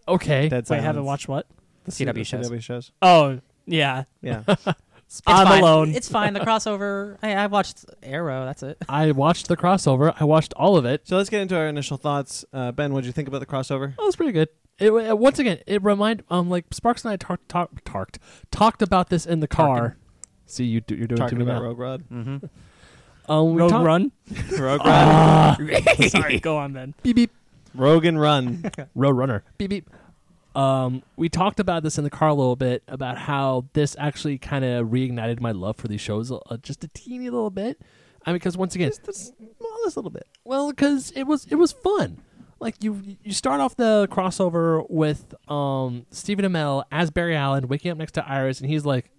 Speaker 3: okay.
Speaker 1: Dead
Speaker 4: Wait,
Speaker 1: silence.
Speaker 4: haven't watched what?
Speaker 1: the
Speaker 2: CW shows.
Speaker 1: CW shows.
Speaker 4: Oh yeah,
Speaker 1: Yeah,
Speaker 2: It's
Speaker 4: I'm
Speaker 2: fine.
Speaker 4: alone.
Speaker 2: It's fine. The crossover. I, I watched Arrow. That's it.
Speaker 3: I watched the crossover. I watched all of it.
Speaker 1: so let's get into our initial thoughts. Uh, ben, what did you think about the crossover?
Speaker 3: That was pretty good. It, uh, once again, it remind um like Sparks and I talked talk, talked talked about this in the car. See you do, you're doing
Speaker 1: Talking
Speaker 3: too many
Speaker 1: about Rogue Rod.
Speaker 2: Mm-hmm.
Speaker 3: Um, we
Speaker 4: Rogue
Speaker 3: talked-
Speaker 4: Run.
Speaker 1: Rogue Rod.
Speaker 4: Sorry, go on then.
Speaker 3: Beep beep.
Speaker 1: Rogue and Run.
Speaker 3: Road Runner. Beep beep. Um, we talked about this in the car a little bit about how this actually kind of reignited my love for these shows uh, just a teeny little bit. I mean, because once again,
Speaker 1: Just the smallest little bit.
Speaker 3: well, because it was it was fun. Like you you start off the crossover with um Stephen Amell as Barry Allen waking up next to Iris, and he's like,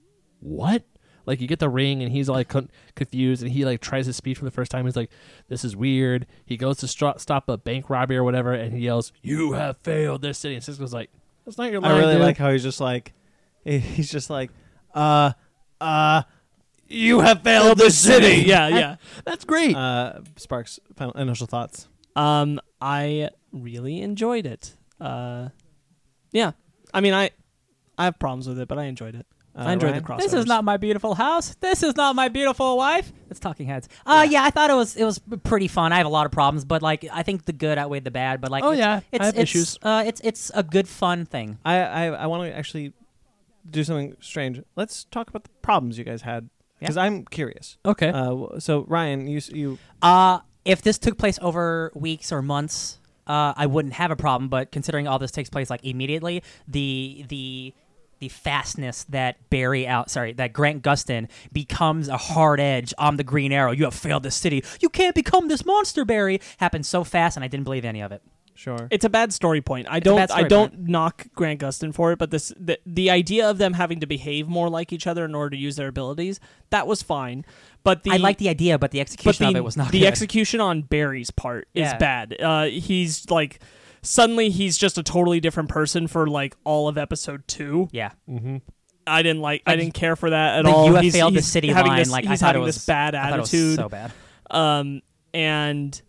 Speaker 3: "What?" Like you get the ring, and he's like con- confused, and he like tries to speak for the first time. He's like, "This is weird." He goes to stra- stop a bank robbery or whatever, and he yells, "You have failed this city." And Cisco's like, "That's not your line."
Speaker 1: I really
Speaker 3: dude."
Speaker 1: like how he's just like, he's just like, uh, uh, you have failed this city.
Speaker 4: Yeah, yeah.
Speaker 3: That's great.
Speaker 1: Uh, Sparks, final, initial thoughts.
Speaker 4: Um, I really enjoyed it. Uh, yeah. I mean, I I have problems with it, but I enjoyed it.
Speaker 1: Uh,
Speaker 4: I enjoyed
Speaker 1: Ryan?
Speaker 4: the crossovers.
Speaker 2: This is not my beautiful house. This is not my beautiful wife. It's Talking Heads. Uh, yeah. I thought it was it was pretty fun. I have a lot of problems, but like I think the good outweighed the bad. But like,
Speaker 3: Oh,
Speaker 2: it's-
Speaker 3: yeah. I
Speaker 2: it's,
Speaker 3: have
Speaker 2: it's,
Speaker 3: issues.
Speaker 2: Uh, it's it's a good fun thing.
Speaker 1: I, I, I want to actually do something strange. Let's talk about the problems you guys had because I'm curious.
Speaker 3: okay.
Speaker 1: Uh, w- so Ryan, you s- you
Speaker 2: Uh, if this took place over weeks or months, uh, I wouldn't have a problem. But considering all this takes place like immediately, the the the fastness that Barry out sorry that Grant Gustin becomes a hard edge on the Green Arrow. You have failed this city. You can't become this monster, Barry. Happened so fast, and I didn't believe any of it.
Speaker 1: sure?
Speaker 4: It's a bad story point. I
Speaker 2: a
Speaker 4: don't.
Speaker 2: bad story
Speaker 4: I don't knock Grant Gustin for it, but this the, the idea of them having to behave more like each other in order to use their abilities that was fine. But the
Speaker 2: I liked the idea, but the
Speaker 4: but
Speaker 2: execution
Speaker 4: the,
Speaker 2: of it was not
Speaker 4: the
Speaker 2: good.
Speaker 4: execution on Barry's part
Speaker 2: Yeah.
Speaker 4: is bad. Uh, he's like suddenly he's just a totally different person for like all of episode two.
Speaker 2: yeah,
Speaker 4: I didn't like. I
Speaker 2: Like,
Speaker 4: didn't care for that at
Speaker 2: the
Speaker 4: all.
Speaker 2: you have
Speaker 4: he's,
Speaker 2: failed
Speaker 4: he's
Speaker 2: the city
Speaker 4: having
Speaker 2: line.
Speaker 4: This,
Speaker 2: like
Speaker 4: he's
Speaker 2: I thought
Speaker 4: having
Speaker 2: it was
Speaker 4: this bad
Speaker 2: I thought it was
Speaker 4: attitude
Speaker 2: so bad.
Speaker 4: um, and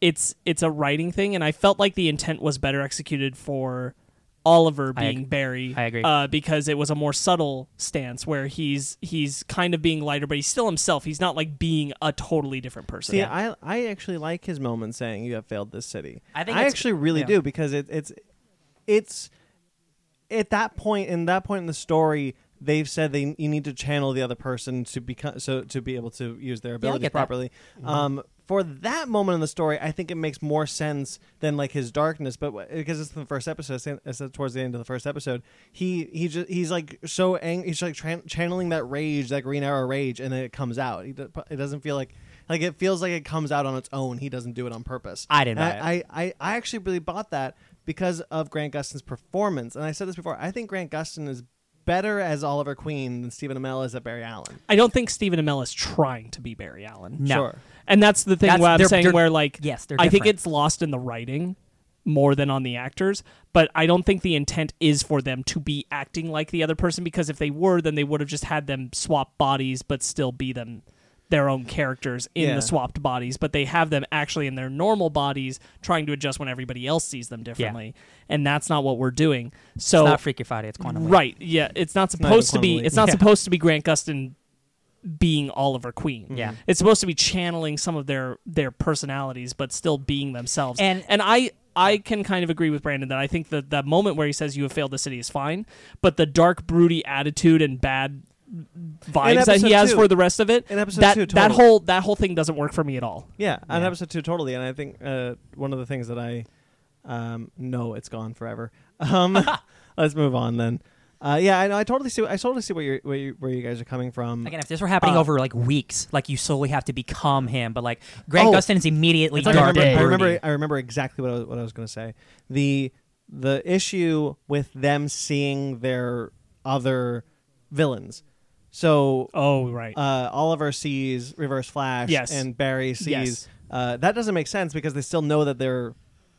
Speaker 4: it's it's a writing thing, and I felt like the intent was better executed for Oliver
Speaker 2: I ag-
Speaker 4: being Barry.
Speaker 2: I agree.
Speaker 4: uh, because it was a more subtle stance where he's he's kind of being lighter, but he's still himself. He's not like being a totally different person.
Speaker 1: See, I I actually like his moment saying you have failed this city.
Speaker 2: I think
Speaker 1: I
Speaker 2: it's-
Speaker 1: actually really
Speaker 2: yeah.
Speaker 1: do because it, it's it's at that point in that point in the story they've said they you need to channel the other person to become so to be able to use their abilities
Speaker 2: get that.
Speaker 1: properly.
Speaker 2: Mm-hmm.
Speaker 1: Um, for that moment in the story, I think it makes more sense than like his darkness, but w- because it's the first episode, it's in- it's towards the end of the first episode, he he just he's like so angry, he's like tran channeling that rage, that Green Arrow rage, and then it comes out. He do- It doesn't feel like like it feels like it comes out on its own. He doesn't do it on purpose.
Speaker 2: I didn't
Speaker 1: And
Speaker 2: buy it.
Speaker 1: I, I, I, I actually really bought that because of Grant Gustin's performance. And I said this before. I think Grant Gustin is better as Oliver Queen than Stephen Amell is at Barry Allen.
Speaker 4: I don't think Stephen Amell is trying to be Barry Allen.
Speaker 2: No.
Speaker 1: Sure.
Speaker 4: And that's the thing
Speaker 2: That's-
Speaker 4: where I'm
Speaker 2: they're-
Speaker 4: saying
Speaker 2: they're-
Speaker 4: where like
Speaker 2: yes, they're
Speaker 4: I think
Speaker 2: different.
Speaker 4: it's lost in the writing more than on the actors, but I don't think the intent is for them to be acting like the other person because if they were, then they would have just had them swap bodies but still be them their own characters in
Speaker 1: Yeah.
Speaker 4: the swapped bodies, but they have them actually in their normal bodies trying to adjust when everybody else sees them differently. And that's not what we're doing. So
Speaker 2: it's not Freaky Friday. It's Quantum. Leap.
Speaker 4: Right. Yeah. It's not
Speaker 1: not even
Speaker 4: supposed to
Speaker 1: Quantum
Speaker 4: be.
Speaker 1: Leap.
Speaker 4: It's not
Speaker 2: Yeah.
Speaker 4: supposed to be Grant Gustin being Oliver Queen.
Speaker 2: Yeah.
Speaker 1: Mm-hmm.
Speaker 4: It's supposed to be channeling some of their their personalities but still being themselves.
Speaker 2: And-
Speaker 4: and I I can kind of agree with Brandon that I think that that moment where he says you have failed the city is fine, but the dark broody attitude and bad vibes that
Speaker 1: episode
Speaker 4: he has
Speaker 1: two.
Speaker 4: for the rest of it
Speaker 1: In episode
Speaker 4: that,
Speaker 1: two,
Speaker 4: that
Speaker 1: totally.
Speaker 4: whole that whole thing doesn't work for me at all.
Speaker 1: Yeah, on
Speaker 2: Yeah.
Speaker 1: episode two, totally. And I think uh, one of the things that I um, know it's gone forever. Um, let's move on then. Uh, yeah, I know. I totally see. I totally see what you're, where you where you guys are coming from.
Speaker 2: Again, if this were happening
Speaker 1: Uh,
Speaker 2: over like weeks, like you slowly have to become him. But like Grant
Speaker 1: Oh.
Speaker 2: Gustin is immediately
Speaker 3: It's like
Speaker 2: dark.
Speaker 1: I,
Speaker 3: Day.
Speaker 1: remember,
Speaker 2: and
Speaker 1: I
Speaker 2: broody.
Speaker 1: remember. I remember exactly what I was, what I was going to say. The the issue with them seeing their other villains. So
Speaker 4: Oh, right.
Speaker 1: uh, Oliver sees Reverse Flash,
Speaker 4: Yes.
Speaker 1: and Barry sees.
Speaker 4: Yes.
Speaker 1: Uh, that doesn't make sense because they still know that they're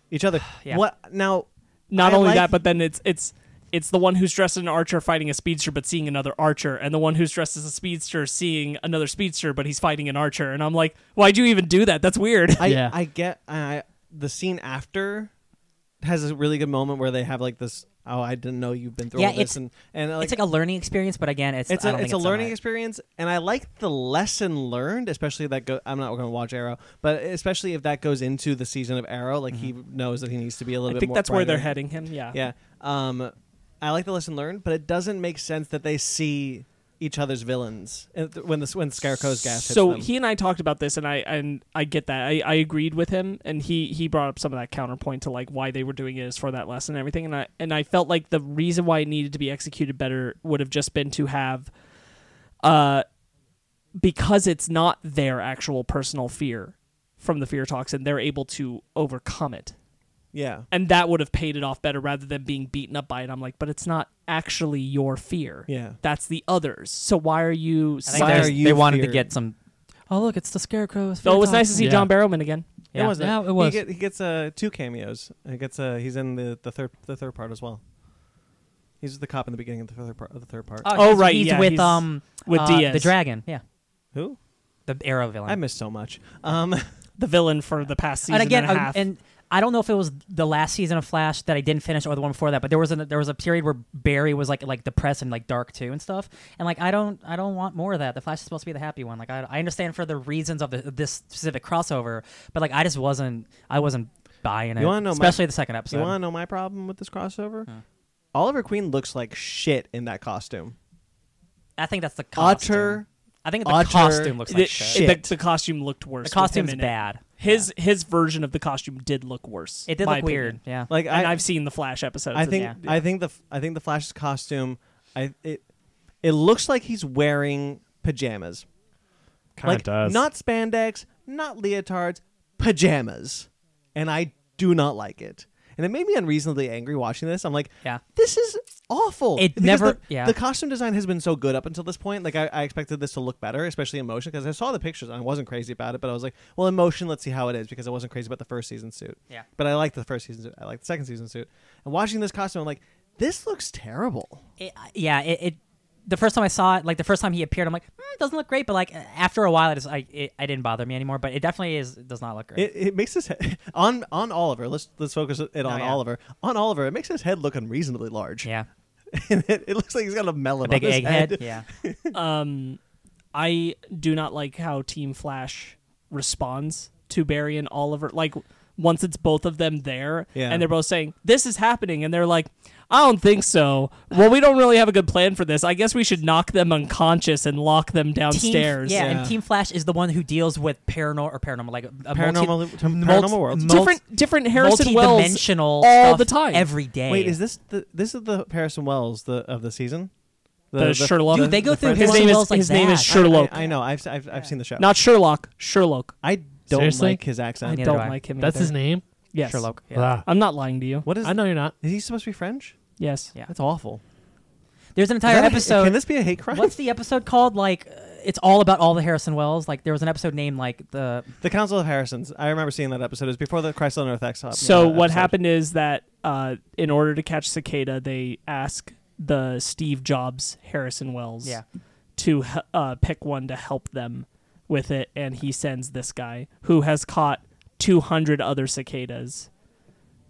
Speaker 1: each other.
Speaker 2: Yeah.
Speaker 1: What now?
Speaker 4: Not
Speaker 1: I
Speaker 4: only
Speaker 1: like-
Speaker 4: that, but then it's it's it's the one who's dressed as an archer fighting a speedster but seeing another archer, and the one who's dressed as a speedster seeing another speedster but he's fighting an archer. And I'm like, why'd you even do that? That's weird.
Speaker 1: I
Speaker 3: Yeah.
Speaker 1: I get I the scene after has a really good moment where they have like this. Oh, I didn't know you've been through
Speaker 2: Yeah,
Speaker 1: all this,
Speaker 2: it's-
Speaker 1: and and like
Speaker 2: it's like a learning experience, but again, it's
Speaker 1: it's
Speaker 2: I
Speaker 1: a
Speaker 2: don't
Speaker 1: it's
Speaker 2: think
Speaker 1: a learning
Speaker 2: alright.
Speaker 1: experience, and I like the lesson learned, especially that go, I'm not going to watch Arrow, but especially if that goes into the season of Arrow, like he knows that he needs to be a little
Speaker 4: I
Speaker 1: bit.
Speaker 4: think
Speaker 1: more
Speaker 4: that's where they're
Speaker 1: brighter.
Speaker 4: heading him. Yeah.
Speaker 1: Yeah, um, I like the lesson learned, but it doesn't make sense that they see each other's villains uh, th- when the when Scarecrow's gas. hits
Speaker 4: So
Speaker 1: them.
Speaker 4: he and I talked about this, and I and I get that. I, I agreed with him, and he he brought up some of that counterpoint to like why they were doing it is for that lesson and everything. And I and I felt like the reason why it needed to be executed better would have just been to have, uh, because it's not their actual personal fear from the fear toxin, they're able to overcome it,
Speaker 1: yeah.
Speaker 4: and that would have paid it off better rather than being beaten up by it. I'm like, but it's not actually your fear.
Speaker 1: Yeah.
Speaker 4: That's the others. So why are you?
Speaker 2: I think
Speaker 1: Why
Speaker 2: there's-
Speaker 1: are you
Speaker 2: they wanted to
Speaker 1: feared?
Speaker 2: get some. Oh look, it's the scarecrow.
Speaker 4: Though it was nice to see
Speaker 3: Yeah.
Speaker 4: John Barrowman again.
Speaker 1: It was.
Speaker 3: Yeah, it was.
Speaker 1: He, get, he gets uh, two cameos. He gets uh, he's in the, the third the third part as well. He's the cop in the beginning of the third part. Of the third part.
Speaker 4: Oh,
Speaker 2: he's-
Speaker 4: right,
Speaker 2: he's
Speaker 4: yeah,
Speaker 2: with
Speaker 4: he's
Speaker 2: um
Speaker 4: with
Speaker 2: uh,
Speaker 4: Diaz.
Speaker 2: the dragon. Yeah,
Speaker 1: Who?
Speaker 2: the arrow villain.
Speaker 1: I missed so much. Um,
Speaker 4: the villain for the past season
Speaker 2: and again,
Speaker 4: and, a
Speaker 2: I-
Speaker 4: half.
Speaker 2: and I don't know if it was the last season of Flash that I didn't finish or the one before that, but there was a there was a period where Barry was like like depressed and like dark too and stuff. And like I don't I don't want more of that. The Flash is supposed to be the happy one. Like I, I understand for the reasons of the, this specific crossover, but like I just wasn't I wasn't buying it.
Speaker 1: You wanna know my-
Speaker 2: especially the second
Speaker 1: you
Speaker 2: episode.
Speaker 1: want to know my problem with this crossover? Oliver Queen looks like shit in that costume.
Speaker 2: I think that's the costume.
Speaker 1: Utter.
Speaker 2: I think the
Speaker 1: utter
Speaker 2: costume looks
Speaker 4: the,
Speaker 2: like
Speaker 4: the-
Speaker 2: shit.
Speaker 1: shit.
Speaker 4: the costume looked
Speaker 2: The
Speaker 4: worse. with him
Speaker 2: costume's
Speaker 4: in it.
Speaker 2: bad.
Speaker 4: His his version of the costume did look worse.
Speaker 2: It did
Speaker 4: my
Speaker 2: look
Speaker 4: opinion.
Speaker 2: weird. Yeah.
Speaker 1: Like
Speaker 4: And I,
Speaker 1: I,
Speaker 4: have seen the Flash episodes.
Speaker 1: I
Speaker 4: and-
Speaker 1: think
Speaker 2: yeah.
Speaker 1: I think the f- I think the Flash's costume. I it it looks like he's wearing pajamas.
Speaker 3: Kinda
Speaker 1: like
Speaker 3: does.
Speaker 1: not spandex, not leotards, pajamas, and I do not like it. And it made me unreasonably angry watching this. I'm like,
Speaker 2: Yeah.
Speaker 1: this is awful.
Speaker 2: It
Speaker 1: Because
Speaker 2: never-
Speaker 1: The,
Speaker 2: yeah.
Speaker 1: the costume design has been so good up until this point. Like I, I expected this to look better, especially in motion, because I saw the pictures and I wasn't crazy about it. But I was like, well, in motion, let's see how it is, because I wasn't crazy about the first season suit.
Speaker 2: Yeah.
Speaker 1: But I liked the first season suit. I liked the second season suit. And watching this costume, I'm like, this looks terrible.
Speaker 2: it, yeah, it, it. The first time I saw it, like the first time he appeared, I'm like, mm, doesn't look great. But like after a while, I just, I, it, I didn't bother me anymore. But it definitely is does not look great.
Speaker 1: It, it makes his head on on Oliver. Let's let's focus it on
Speaker 2: Oh, yeah.
Speaker 1: Oliver. On Oliver, it makes his head look unreasonably large.
Speaker 2: yeah,
Speaker 1: and it, it looks like he's got a melon
Speaker 2: a big
Speaker 1: on his
Speaker 2: egghead. Yeah,
Speaker 4: um, I do not like how Team Flash responds to Barry and Oliver. Like once it's both of them there,
Speaker 1: Yeah.
Speaker 4: and they're both saying this is happening, and they're like. I don't think so. Well, we don't really have a good plan for this. I guess we should knock them unconscious and lock
Speaker 2: Team-
Speaker 4: them downstairs.
Speaker 2: yeah,
Speaker 1: Yeah.
Speaker 2: and Team Flash is the one who deals with paranormal or paranormal, like a
Speaker 1: Paranormal-
Speaker 2: multi,
Speaker 1: paranormal worlds.
Speaker 2: multi-
Speaker 4: different different Harrison Wells
Speaker 2: multi-dimensional
Speaker 4: all
Speaker 2: stuff
Speaker 4: the time.
Speaker 2: every day.
Speaker 1: Wait, is this the this is the Harrison Wells the of the season?
Speaker 4: The Sherlock-
Speaker 2: Dude, they go through
Speaker 1: French-
Speaker 4: his
Speaker 2: Harrison
Speaker 4: name is
Speaker 2: Wells like
Speaker 4: his name is
Speaker 2: that.
Speaker 4: Sherlock.
Speaker 1: I, I know. I've I've, I've seen the show.
Speaker 4: Not Sherlock, Sherlock.
Speaker 1: I don't
Speaker 3: Seriously?
Speaker 1: like his
Speaker 4: I
Speaker 1: accent.
Speaker 2: Neither
Speaker 4: don't
Speaker 2: do I.
Speaker 4: like him.
Speaker 3: That's
Speaker 4: either.
Speaker 3: his name.
Speaker 4: Yes.
Speaker 2: Sherlock? Yeah.
Speaker 1: Uh,
Speaker 3: Ah.
Speaker 4: I'm not lying to you.
Speaker 1: What is?
Speaker 3: I know you're not.
Speaker 1: Is he supposed to be French?
Speaker 4: Yes.
Speaker 2: Yeah.
Speaker 1: That's awful.
Speaker 2: There's an
Speaker 1: Is
Speaker 2: entire
Speaker 1: that a-
Speaker 2: episode.
Speaker 1: can this be a hate crime?
Speaker 2: What's the episode called? Like, uh, it's all about all the Harrison Wells. Like, there was an episode named like the
Speaker 1: the Council of Harrisons. I remember seeing that episode. It was before the Christ on Earth X. uh,
Speaker 4: So what
Speaker 1: episode.
Speaker 4: happened is that uh, in order to catch Cicada, they ask the Steve Jobs Harrison Wells
Speaker 2: Yeah.
Speaker 4: to h- uh, pick one to help them with it, and he sends this guy who has caught 200 other cicadas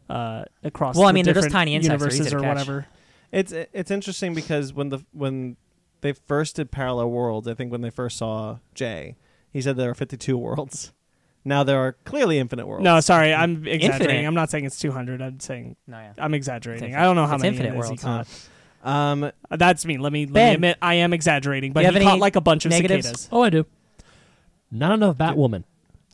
Speaker 4: uh, across.
Speaker 2: Well, I
Speaker 4: the
Speaker 2: mean, they're just
Speaker 4: different
Speaker 2: tiny insects, so they're easy
Speaker 4: universes
Speaker 2: to
Speaker 4: or
Speaker 2: catch.
Speaker 4: whatever.
Speaker 1: It's it's interesting because when the when they first did parallel worlds, I think when they first saw Jay, he said there are 52 worlds. Now there are clearly infinite worlds.
Speaker 4: No, sorry, I'm exaggerating.
Speaker 2: Infinite.
Speaker 4: I'm not saying it's 200. I'm saying
Speaker 2: No, yeah.
Speaker 4: I'm exaggerating.
Speaker 2: It's
Speaker 4: I don't know how
Speaker 2: it's
Speaker 4: many
Speaker 2: infinite
Speaker 4: it is he
Speaker 2: worlds.
Speaker 4: caught.
Speaker 1: Um,
Speaker 4: Uh, That's me. Let me let
Speaker 2: Ben.
Speaker 4: me admit I am exaggerating, but
Speaker 2: You
Speaker 4: he
Speaker 2: have any
Speaker 4: caught like a bunch of
Speaker 2: negatives?
Speaker 4: cicadas.
Speaker 3: Oh, I do. Not enough Batwoman.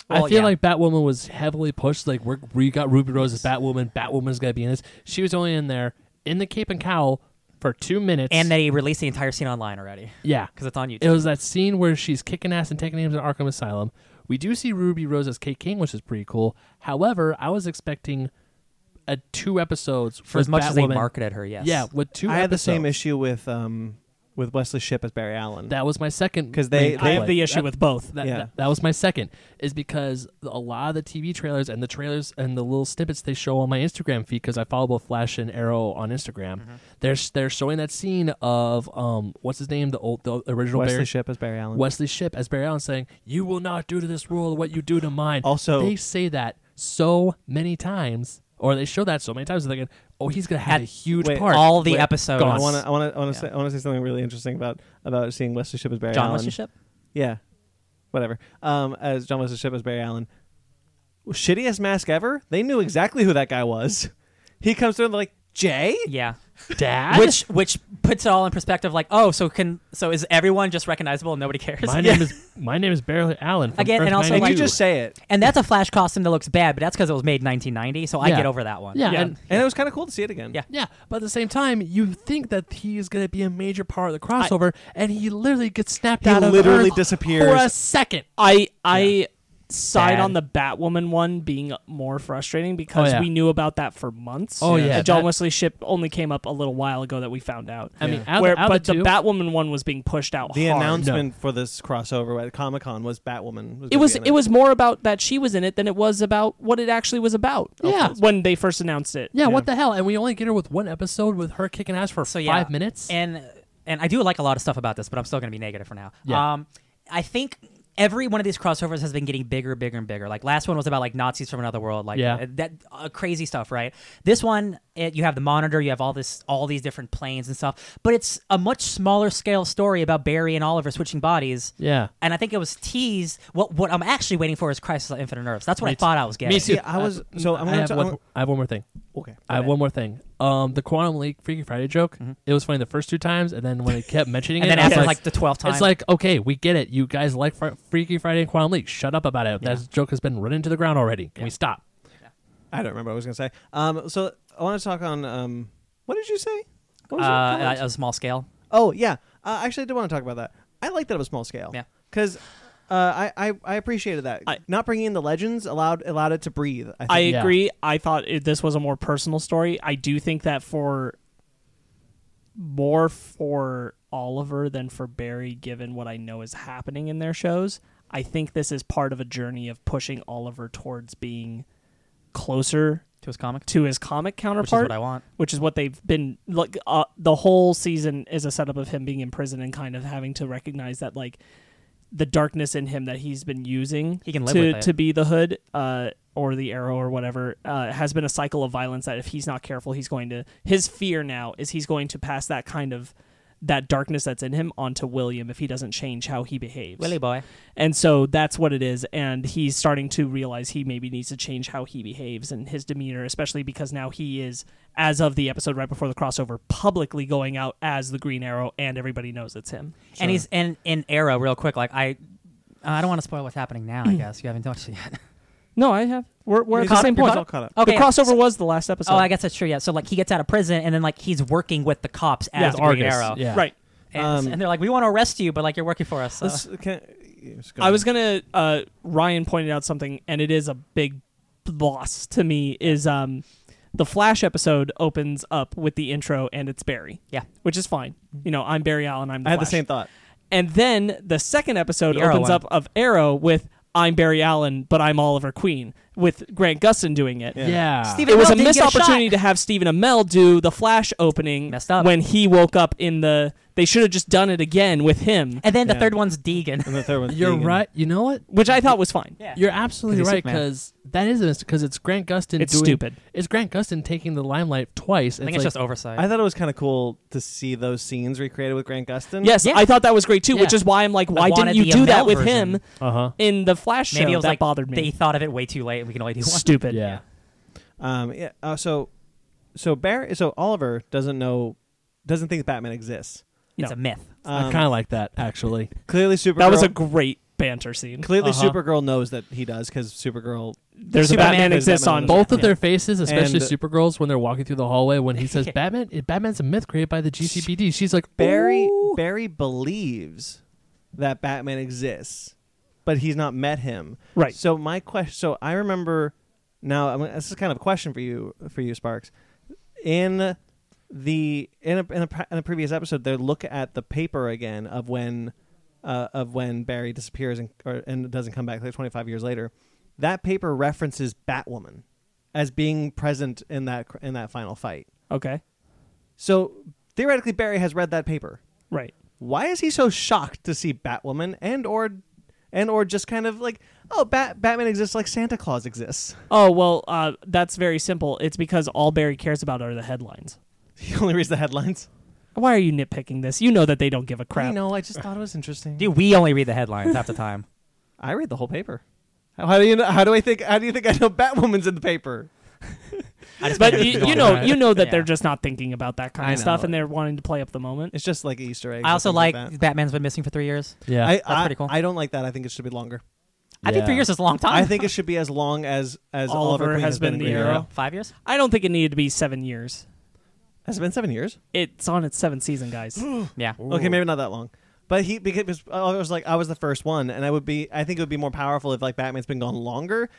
Speaker 2: Well,
Speaker 3: I feel
Speaker 2: yeah.
Speaker 3: like Batwoman was heavily pushed. Like we're, we got Ruby Rose as Batwoman. Batwoman's gonna be in this. She was only in there in the cape and cowl for two minutes.
Speaker 2: And they released the entire scene online already
Speaker 3: yeah,
Speaker 2: because it's on YouTube.
Speaker 3: it was that scene where she's kicking ass and taking names at Arkham Asylum. We do see Ruby Rose as Kate King, which is pretty cool. However, I was expecting a two episodes
Speaker 2: for as
Speaker 3: with
Speaker 2: much as they
Speaker 3: Batwoman.
Speaker 2: marketed her, yes.
Speaker 3: Yeah, with two.
Speaker 1: I had the same
Speaker 3: episodes.
Speaker 1: issue with um, with Wesley Ship as Barry Allen.
Speaker 3: That was my second
Speaker 1: 'Cause they-
Speaker 3: main
Speaker 1: they-
Speaker 4: I have
Speaker 3: complaint.
Speaker 4: the issue
Speaker 3: Oh, That-
Speaker 4: with both.
Speaker 3: That,
Speaker 1: Yeah.
Speaker 3: that, that was my second is because a lot of the TV trailers and the trailers and the little snippets they show on my Instagram feed because I follow both Flash and Arrow on Instagram.
Speaker 2: Mm-hmm.
Speaker 3: They're they're showing that scene of um what's his name the old the original
Speaker 1: Wesley
Speaker 3: Barry,
Speaker 1: Ship as Barry Allen.
Speaker 3: Wesley Ship as Barry Allen saying you will not do to this world what you do to mine.
Speaker 1: Also-
Speaker 3: they say that so many times or they show that so many times. They're thinking oh he's gonna have
Speaker 2: At-
Speaker 3: a huge
Speaker 1: wait,
Speaker 3: part.
Speaker 2: all the
Speaker 3: Wait,
Speaker 2: episodes.
Speaker 3: gone.
Speaker 1: I want to I want to I want
Speaker 2: Yeah.
Speaker 1: to say I want to say something really interesting about about seeing Wesley Ship as Barry
Speaker 2: John
Speaker 1: Allen.
Speaker 2: Wesley Ship?
Speaker 1: Yeah. Whatever. Um, as John Wesley Ship as Barry Allen. Shittiest mask ever? They knew exactly who that guy was. He comes through and they're like, Jay?
Speaker 2: Yeah.
Speaker 3: Dad.
Speaker 2: which which puts it all in perspective like, oh, so can so is everyone just recognizable and nobody cares?
Speaker 3: my name is my name is Barry Allen from
Speaker 2: Again, and
Speaker 3: Earth
Speaker 2: also,
Speaker 1: And
Speaker 2: like-
Speaker 1: you
Speaker 3: 92.
Speaker 1: just say it.
Speaker 2: and that's a Flash costume that looks bad, but that's because it was made in 1990, so I
Speaker 3: Yeah.
Speaker 2: get over that one.
Speaker 3: yeah,
Speaker 4: Yeah.
Speaker 3: and-
Speaker 1: And it was kind of cool to see it again.
Speaker 2: Yeah.
Speaker 3: Yeah, but at the same time, you think that he is going to be a major part of the crossover, and he literally gets snapped
Speaker 1: He
Speaker 3: out of
Speaker 1: literally
Speaker 3: Earth
Speaker 1: disappears.
Speaker 3: for a second.
Speaker 4: I I side
Speaker 2: Bad.
Speaker 4: on the Batwoman one being more frustrating because
Speaker 3: Oh, yeah.
Speaker 4: we knew about that for months.
Speaker 3: Oh, yeah,
Speaker 4: And John
Speaker 3: that-
Speaker 4: Wesley Ship only came up a little while ago that we found out.
Speaker 3: I mean,
Speaker 4: Yeah.
Speaker 3: out,
Speaker 4: Where,
Speaker 3: out
Speaker 4: but
Speaker 3: the,
Speaker 4: the
Speaker 3: two,
Speaker 4: Batwoman one was being pushed out.
Speaker 1: The
Speaker 4: hard.
Speaker 1: announcement for this crossover at Comic Con was Batwoman. Was
Speaker 4: It
Speaker 1: gonna
Speaker 4: was
Speaker 1: be in
Speaker 4: it was more about that she was in it than it was about what it actually was about.
Speaker 3: Yeah.
Speaker 4: When they first announced it.
Speaker 3: yeah, what the hell? And we only get her with one episode with her kicking ass for
Speaker 2: So yeah,
Speaker 3: five minutes.
Speaker 2: And and I do like a lot of stuff about this, but I'm still going to be negative for now.
Speaker 3: Yeah.
Speaker 2: Um, I think every one of these crossovers has been getting bigger, bigger, and bigger. Like last one was about like Nazis from another world, like
Speaker 3: Yeah.
Speaker 2: that uh, crazy stuff, right? This one, it, you have the monitor, you have all this, all these different planes and stuff, but it's a much smaller scale story about Barry and Oliver switching bodies.
Speaker 3: yeah,
Speaker 2: And I think it was teased. What what I'm actually waiting for is Crisis on Infinite Earths. That's what
Speaker 3: Me
Speaker 2: I
Speaker 3: too.
Speaker 2: thought I was getting.
Speaker 3: me too.
Speaker 1: Yeah, I was- so I'm
Speaker 3: I
Speaker 1: gonna
Speaker 3: have
Speaker 1: t-
Speaker 3: one,
Speaker 1: I'm-
Speaker 3: I have one more thing.
Speaker 1: Okay.
Speaker 3: I have one more thing. Um, the Quantum Leap Freaky Friday joke. It was funny the first two times, and then when it kept mentioning
Speaker 2: And
Speaker 3: it,
Speaker 2: then
Speaker 3: I was
Speaker 2: after like the 12th time,
Speaker 3: It's like, okay, we get it. You guys like Fri Freaky Friday and Quantum Leap. Shut up about it. That joke has been run into the ground already. Can we stop?
Speaker 1: I don't remember what I was going to say. Um, so I want to talk on. Um, what did you say? What
Speaker 2: uh,
Speaker 1: was your comment?
Speaker 2: at a small scale.
Speaker 1: Oh yeah, uh, actually, I did want to talk about that. I like that it was small scale.
Speaker 2: Yeah.
Speaker 1: because uh, I, I I appreciated that.
Speaker 4: I-
Speaker 1: Not bringing in the legends allowed allowed it to breathe. I, think. Uh,
Speaker 4: I
Speaker 3: Yeah.
Speaker 4: agree. I thought it, this was a more personal story. I do think that for more for Oliver than for Barry, given what I know is happening in their shows, I think this is part of a journey of pushing Oliver towards being closer
Speaker 2: To his comic,
Speaker 4: to his comic
Speaker 2: which is
Speaker 4: counterpart,
Speaker 2: what I want.
Speaker 4: which is what they've been like. Uh, the whole season is a setup of him being in prison and kind of having to recognize that like the darkness in him that he's been using
Speaker 2: He can live
Speaker 4: to
Speaker 2: with it.
Speaker 4: to be the hood uh, or the arrow or whatever uh, has been a cycle of violence that if he's not careful, he's going to his fear now is he's going to pass that kind of that darkness that's in him onto William if he doesn't change how he behaves.
Speaker 2: Willy boy.
Speaker 4: And so that's what it is. And he's starting to realize he maybe needs to change how he behaves and his demeanor, especially because now he is, as of the episode right before the crossover, publicly going out as the Green Arrow, and everybody knows it's him.
Speaker 2: and he's in in era real quick like i i don't want to spoil what's happening now i guess you haven't watched it yet
Speaker 4: No, I have. We're, we're
Speaker 1: You're
Speaker 4: at the
Speaker 1: caught-
Speaker 4: same
Speaker 1: you're
Speaker 4: point.
Speaker 1: caught- caught up.
Speaker 2: Okay,
Speaker 4: the
Speaker 2: yeah.
Speaker 4: crossover was the last episode.
Speaker 2: oh i guess that's true yeah so like he gets out of prison and then like he's working with the cops
Speaker 4: Yeah.
Speaker 2: as
Speaker 4: As
Speaker 2: the Green
Speaker 3: Argus,
Speaker 2: arrow
Speaker 3: yeah.
Speaker 4: Right.
Speaker 2: and,
Speaker 1: Um,
Speaker 2: and they're like we want to arrest you but like you're working for us so.
Speaker 1: Let's- can- yeah, just go
Speaker 4: I was
Speaker 1: ahead.
Speaker 4: gonna. Uh, Ryan pointed out something, and it is a big loss to me. Is um, the Flash episode opens up with the intro, and it's Barry.
Speaker 2: Yeah.
Speaker 4: which is fine. You know, I'm Barry Allen. I'm. The
Speaker 1: I had the
Speaker 4: Flash.
Speaker 1: same thought.
Speaker 4: And then the second episode
Speaker 2: The Arrow
Speaker 4: opens
Speaker 2: one.
Speaker 4: up of Arrow with I'm Barry Allen, but I'm Oliver Queen with Grant Gustin doing it.
Speaker 1: Yeah.
Speaker 3: Yeah.
Speaker 2: Steven
Speaker 4: It was
Speaker 2: Amell
Speaker 4: a
Speaker 2: didn't
Speaker 4: missed
Speaker 2: get shot.
Speaker 4: opportunity to have Stephen Amell do the Flash opening
Speaker 2: Messed up.
Speaker 4: when he woke up in the. They should have just done it again with him,
Speaker 2: and then the
Speaker 1: Yeah.
Speaker 2: third one's deegan
Speaker 1: And the third one.
Speaker 3: You're right. You know what?
Speaker 4: which I thought was fine.
Speaker 2: yeah
Speaker 3: You're absolutely
Speaker 2: 'Cause he's
Speaker 3: right
Speaker 2: Superman.
Speaker 3: because that is a mistake because it's Grant Gustin.
Speaker 4: It's
Speaker 3: doing,
Speaker 4: stupid.
Speaker 3: It's Grant Gustin taking the limelight twice.
Speaker 2: I think it's,
Speaker 3: it's, like,
Speaker 2: just oversight.
Speaker 1: I thought it was kind of cool to see those scenes recreated with Grant Gustin.
Speaker 4: Yes,
Speaker 2: Yeah.
Speaker 4: I thought that was great too, which
Speaker 2: Yeah.
Speaker 4: is why I'm like,
Speaker 2: I
Speaker 4: why didn't
Speaker 2: wanted
Speaker 4: you
Speaker 2: the
Speaker 4: do that
Speaker 2: Amell
Speaker 4: with
Speaker 2: version.
Speaker 4: him
Speaker 3: uh huh.
Speaker 4: in the Flash
Speaker 2: Maybe
Speaker 4: show?
Speaker 2: it was
Speaker 4: that
Speaker 2: like
Speaker 4: bothered me.
Speaker 2: they thought of it way too late. We can only do one.
Speaker 4: Stupid.
Speaker 3: Yeah.
Speaker 1: Um. Yeah. Uh, so, so Barry. So Oliver doesn't know, doesn't think Batman exists.
Speaker 2: It's a myth.
Speaker 1: Um,
Speaker 3: I kind of like that actually.
Speaker 1: clearly, Supergirl.
Speaker 4: That was a great banter scene.
Speaker 1: clearly
Speaker 3: Uh-huh.
Speaker 1: Supergirl knows that he does because Supergirl.
Speaker 4: There's
Speaker 2: Superman-
Speaker 4: a Batman
Speaker 1: there's
Speaker 4: exists
Speaker 1: Batman
Speaker 4: on
Speaker 1: in
Speaker 4: both.
Speaker 3: Both of their faces, especially
Speaker 1: And-
Speaker 3: Supergirl's, when they're walking through the hallway, when he says Batman, eh, Batman's a myth created by the GCPD. She's like
Speaker 1: Barry.
Speaker 3: "Ooh."
Speaker 1: Barry believes that Batman exists, but he's not met him.
Speaker 4: Right.
Speaker 1: So my question. So I remember. Now I mean, this is kind of a question for you, for you, Sparks. In the in a, in a pre- in a previous episode, they look at the paper again of when uh, of when Barry disappears and or, and doesn't come back like 25 years later. That paper references Batwoman as being present in that cr- in that final fight.
Speaker 4: Okay.
Speaker 1: So theoretically, Barry has read that paper.
Speaker 4: Right.
Speaker 1: Why is he so shocked to see Batwoman and or and or just kind of like oh Bat- Batman exists like Santa Claus exists?
Speaker 4: Oh well, uh, that's very simple. It's because all Barry cares about are the headlines.
Speaker 1: He only reads the headlines.
Speaker 4: Why are you nitpicking this? You know that they don't give a crap.
Speaker 1: I know. I just thought it was interesting.
Speaker 2: Dude, we only read the headlines half the time.
Speaker 1: I read the whole paper. How, how do you know? How do I think? How do you think I know Batwoman's in the paper?
Speaker 2: I just
Speaker 4: But
Speaker 2: made
Speaker 4: you,
Speaker 2: up
Speaker 4: you
Speaker 2: the
Speaker 4: know,
Speaker 2: genre.
Speaker 4: you know that they're
Speaker 2: Yeah.
Speaker 4: just not thinking about that kind
Speaker 1: I
Speaker 4: of stuff,
Speaker 1: know.
Speaker 4: and they're wanting to play up the moment.
Speaker 1: It's just like Easter eggs.
Speaker 2: I also
Speaker 1: and
Speaker 2: like
Speaker 1: things that.
Speaker 2: Batman's been missing for three years.
Speaker 3: Yeah,
Speaker 1: I, I,
Speaker 2: pretty cool. Ah.
Speaker 1: I don't like that. I think it should be longer.
Speaker 2: I think three
Speaker 3: Yeah.
Speaker 2: years is a long time.
Speaker 1: I think it should be as long as as
Speaker 4: Oliver
Speaker 1: Oliver, Queen
Speaker 4: has been
Speaker 1: in
Speaker 4: the
Speaker 1: Green
Speaker 4: hero.
Speaker 2: Five years?
Speaker 4: I don't think it needed to be seven years.
Speaker 1: Has it been seven years?
Speaker 4: It's on its seventh season, guys.
Speaker 2: Yeah.
Speaker 1: Okay, maybe not that long. But he because I was like I was the first one, and I would be. I think it would be more powerful if like Batman's been gone longer,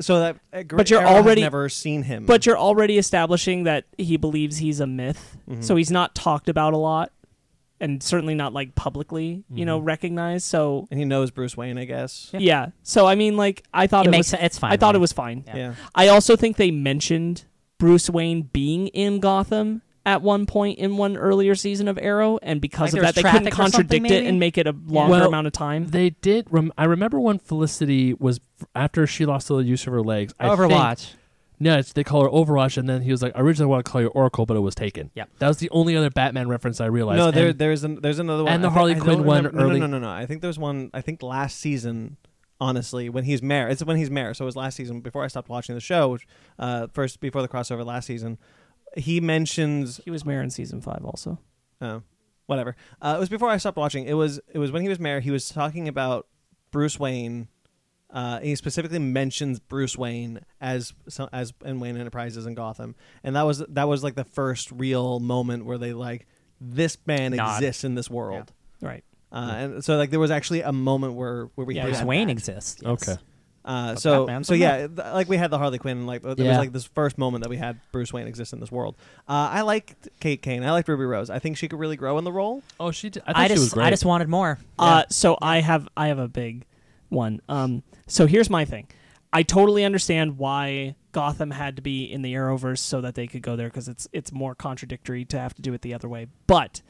Speaker 1: so that uh, Gr-
Speaker 4: But you're
Speaker 1: Arrow has
Speaker 4: already-
Speaker 1: never seen him.
Speaker 4: But you're already establishing that he believes he's a myth,
Speaker 1: Mm-hmm.
Speaker 4: so he's not talked about a lot, and certainly not like publicly, you
Speaker 1: Mm-hmm.
Speaker 4: know, recognized. So
Speaker 1: and he knows Bruce Wayne, I guess.
Speaker 4: yeah. So I mean, like, I thought
Speaker 2: It
Speaker 4: it,
Speaker 2: makes
Speaker 4: was.
Speaker 2: se- it's fine,
Speaker 4: I thought
Speaker 2: though.
Speaker 4: it was fine.
Speaker 1: Yeah.
Speaker 4: I also think they mentioned Bruce Wayne being in Gotham at one point in one earlier season of Arrow, and
Speaker 2: Like
Speaker 4: because
Speaker 2: there
Speaker 4: of that,
Speaker 2: was
Speaker 4: they couldn't
Speaker 2: traffic or something,
Speaker 4: contradict it
Speaker 2: maybe?
Speaker 4: and make it a longer
Speaker 3: Well,
Speaker 4: amount of time.
Speaker 3: They did. Rem- I remember when Felicity was after she lost the use of her legs. I think-
Speaker 2: Overwatch.
Speaker 3: no, it's, they call her Overwatch, and then he was like, "I originally want to call you Oracle, but it was taken."
Speaker 2: Yep.
Speaker 3: that was the only other Batman reference I realized.
Speaker 1: No,
Speaker 3: And
Speaker 1: there there's an, there's another one.
Speaker 3: and the
Speaker 1: I thi-
Speaker 3: Harley
Speaker 1: I don't
Speaker 3: Quinn one
Speaker 1: remember- no,
Speaker 3: early-
Speaker 1: No, no, no, no. I think there's one. I think last season, honestly, when he's mayor, it's when he's mayor. So it was last season before I stopped watching the show. Which, uh, first before the crossover last season, he mentions
Speaker 4: he was mayor in season five, also.
Speaker 1: Oh, whatever. Uh, it was before I stopped watching. It was it was when he was mayor. He was talking about Bruce Wayne. Uh, he specifically mentions Bruce Wayne as so- as in Wayne Enterprises in Gotham, and that was that was like the first real moment where they like this man
Speaker 2: Nod.
Speaker 1: exists in this world.
Speaker 4: Right.
Speaker 1: Uh, and so like there was actually a moment where where we
Speaker 4: Yeah,
Speaker 1: had
Speaker 2: Bruce
Speaker 1: that.
Speaker 2: Wayne exists. yes.
Speaker 3: Okay.
Speaker 1: Uh, so
Speaker 2: Batman's
Speaker 1: so
Speaker 2: a
Speaker 1: yeah, th- like we had the Harley Quinn, like there was
Speaker 3: Yeah.
Speaker 1: like this first moment that we had Bruce Wayne exist in this world. Uh, I liked Kate Kane. I liked Ruby Rose. I think she could really grow in the role.
Speaker 3: oh, she. Did, I thought
Speaker 2: I,
Speaker 3: she was
Speaker 2: just
Speaker 3: great.
Speaker 2: I just wanted more.
Speaker 4: Uh, so I have I have a big one. Um, so here's my thing. I totally understand why Gotham had to be in the Arrowverse so that they could go there because it's it's more contradictory to have to do it the other way. But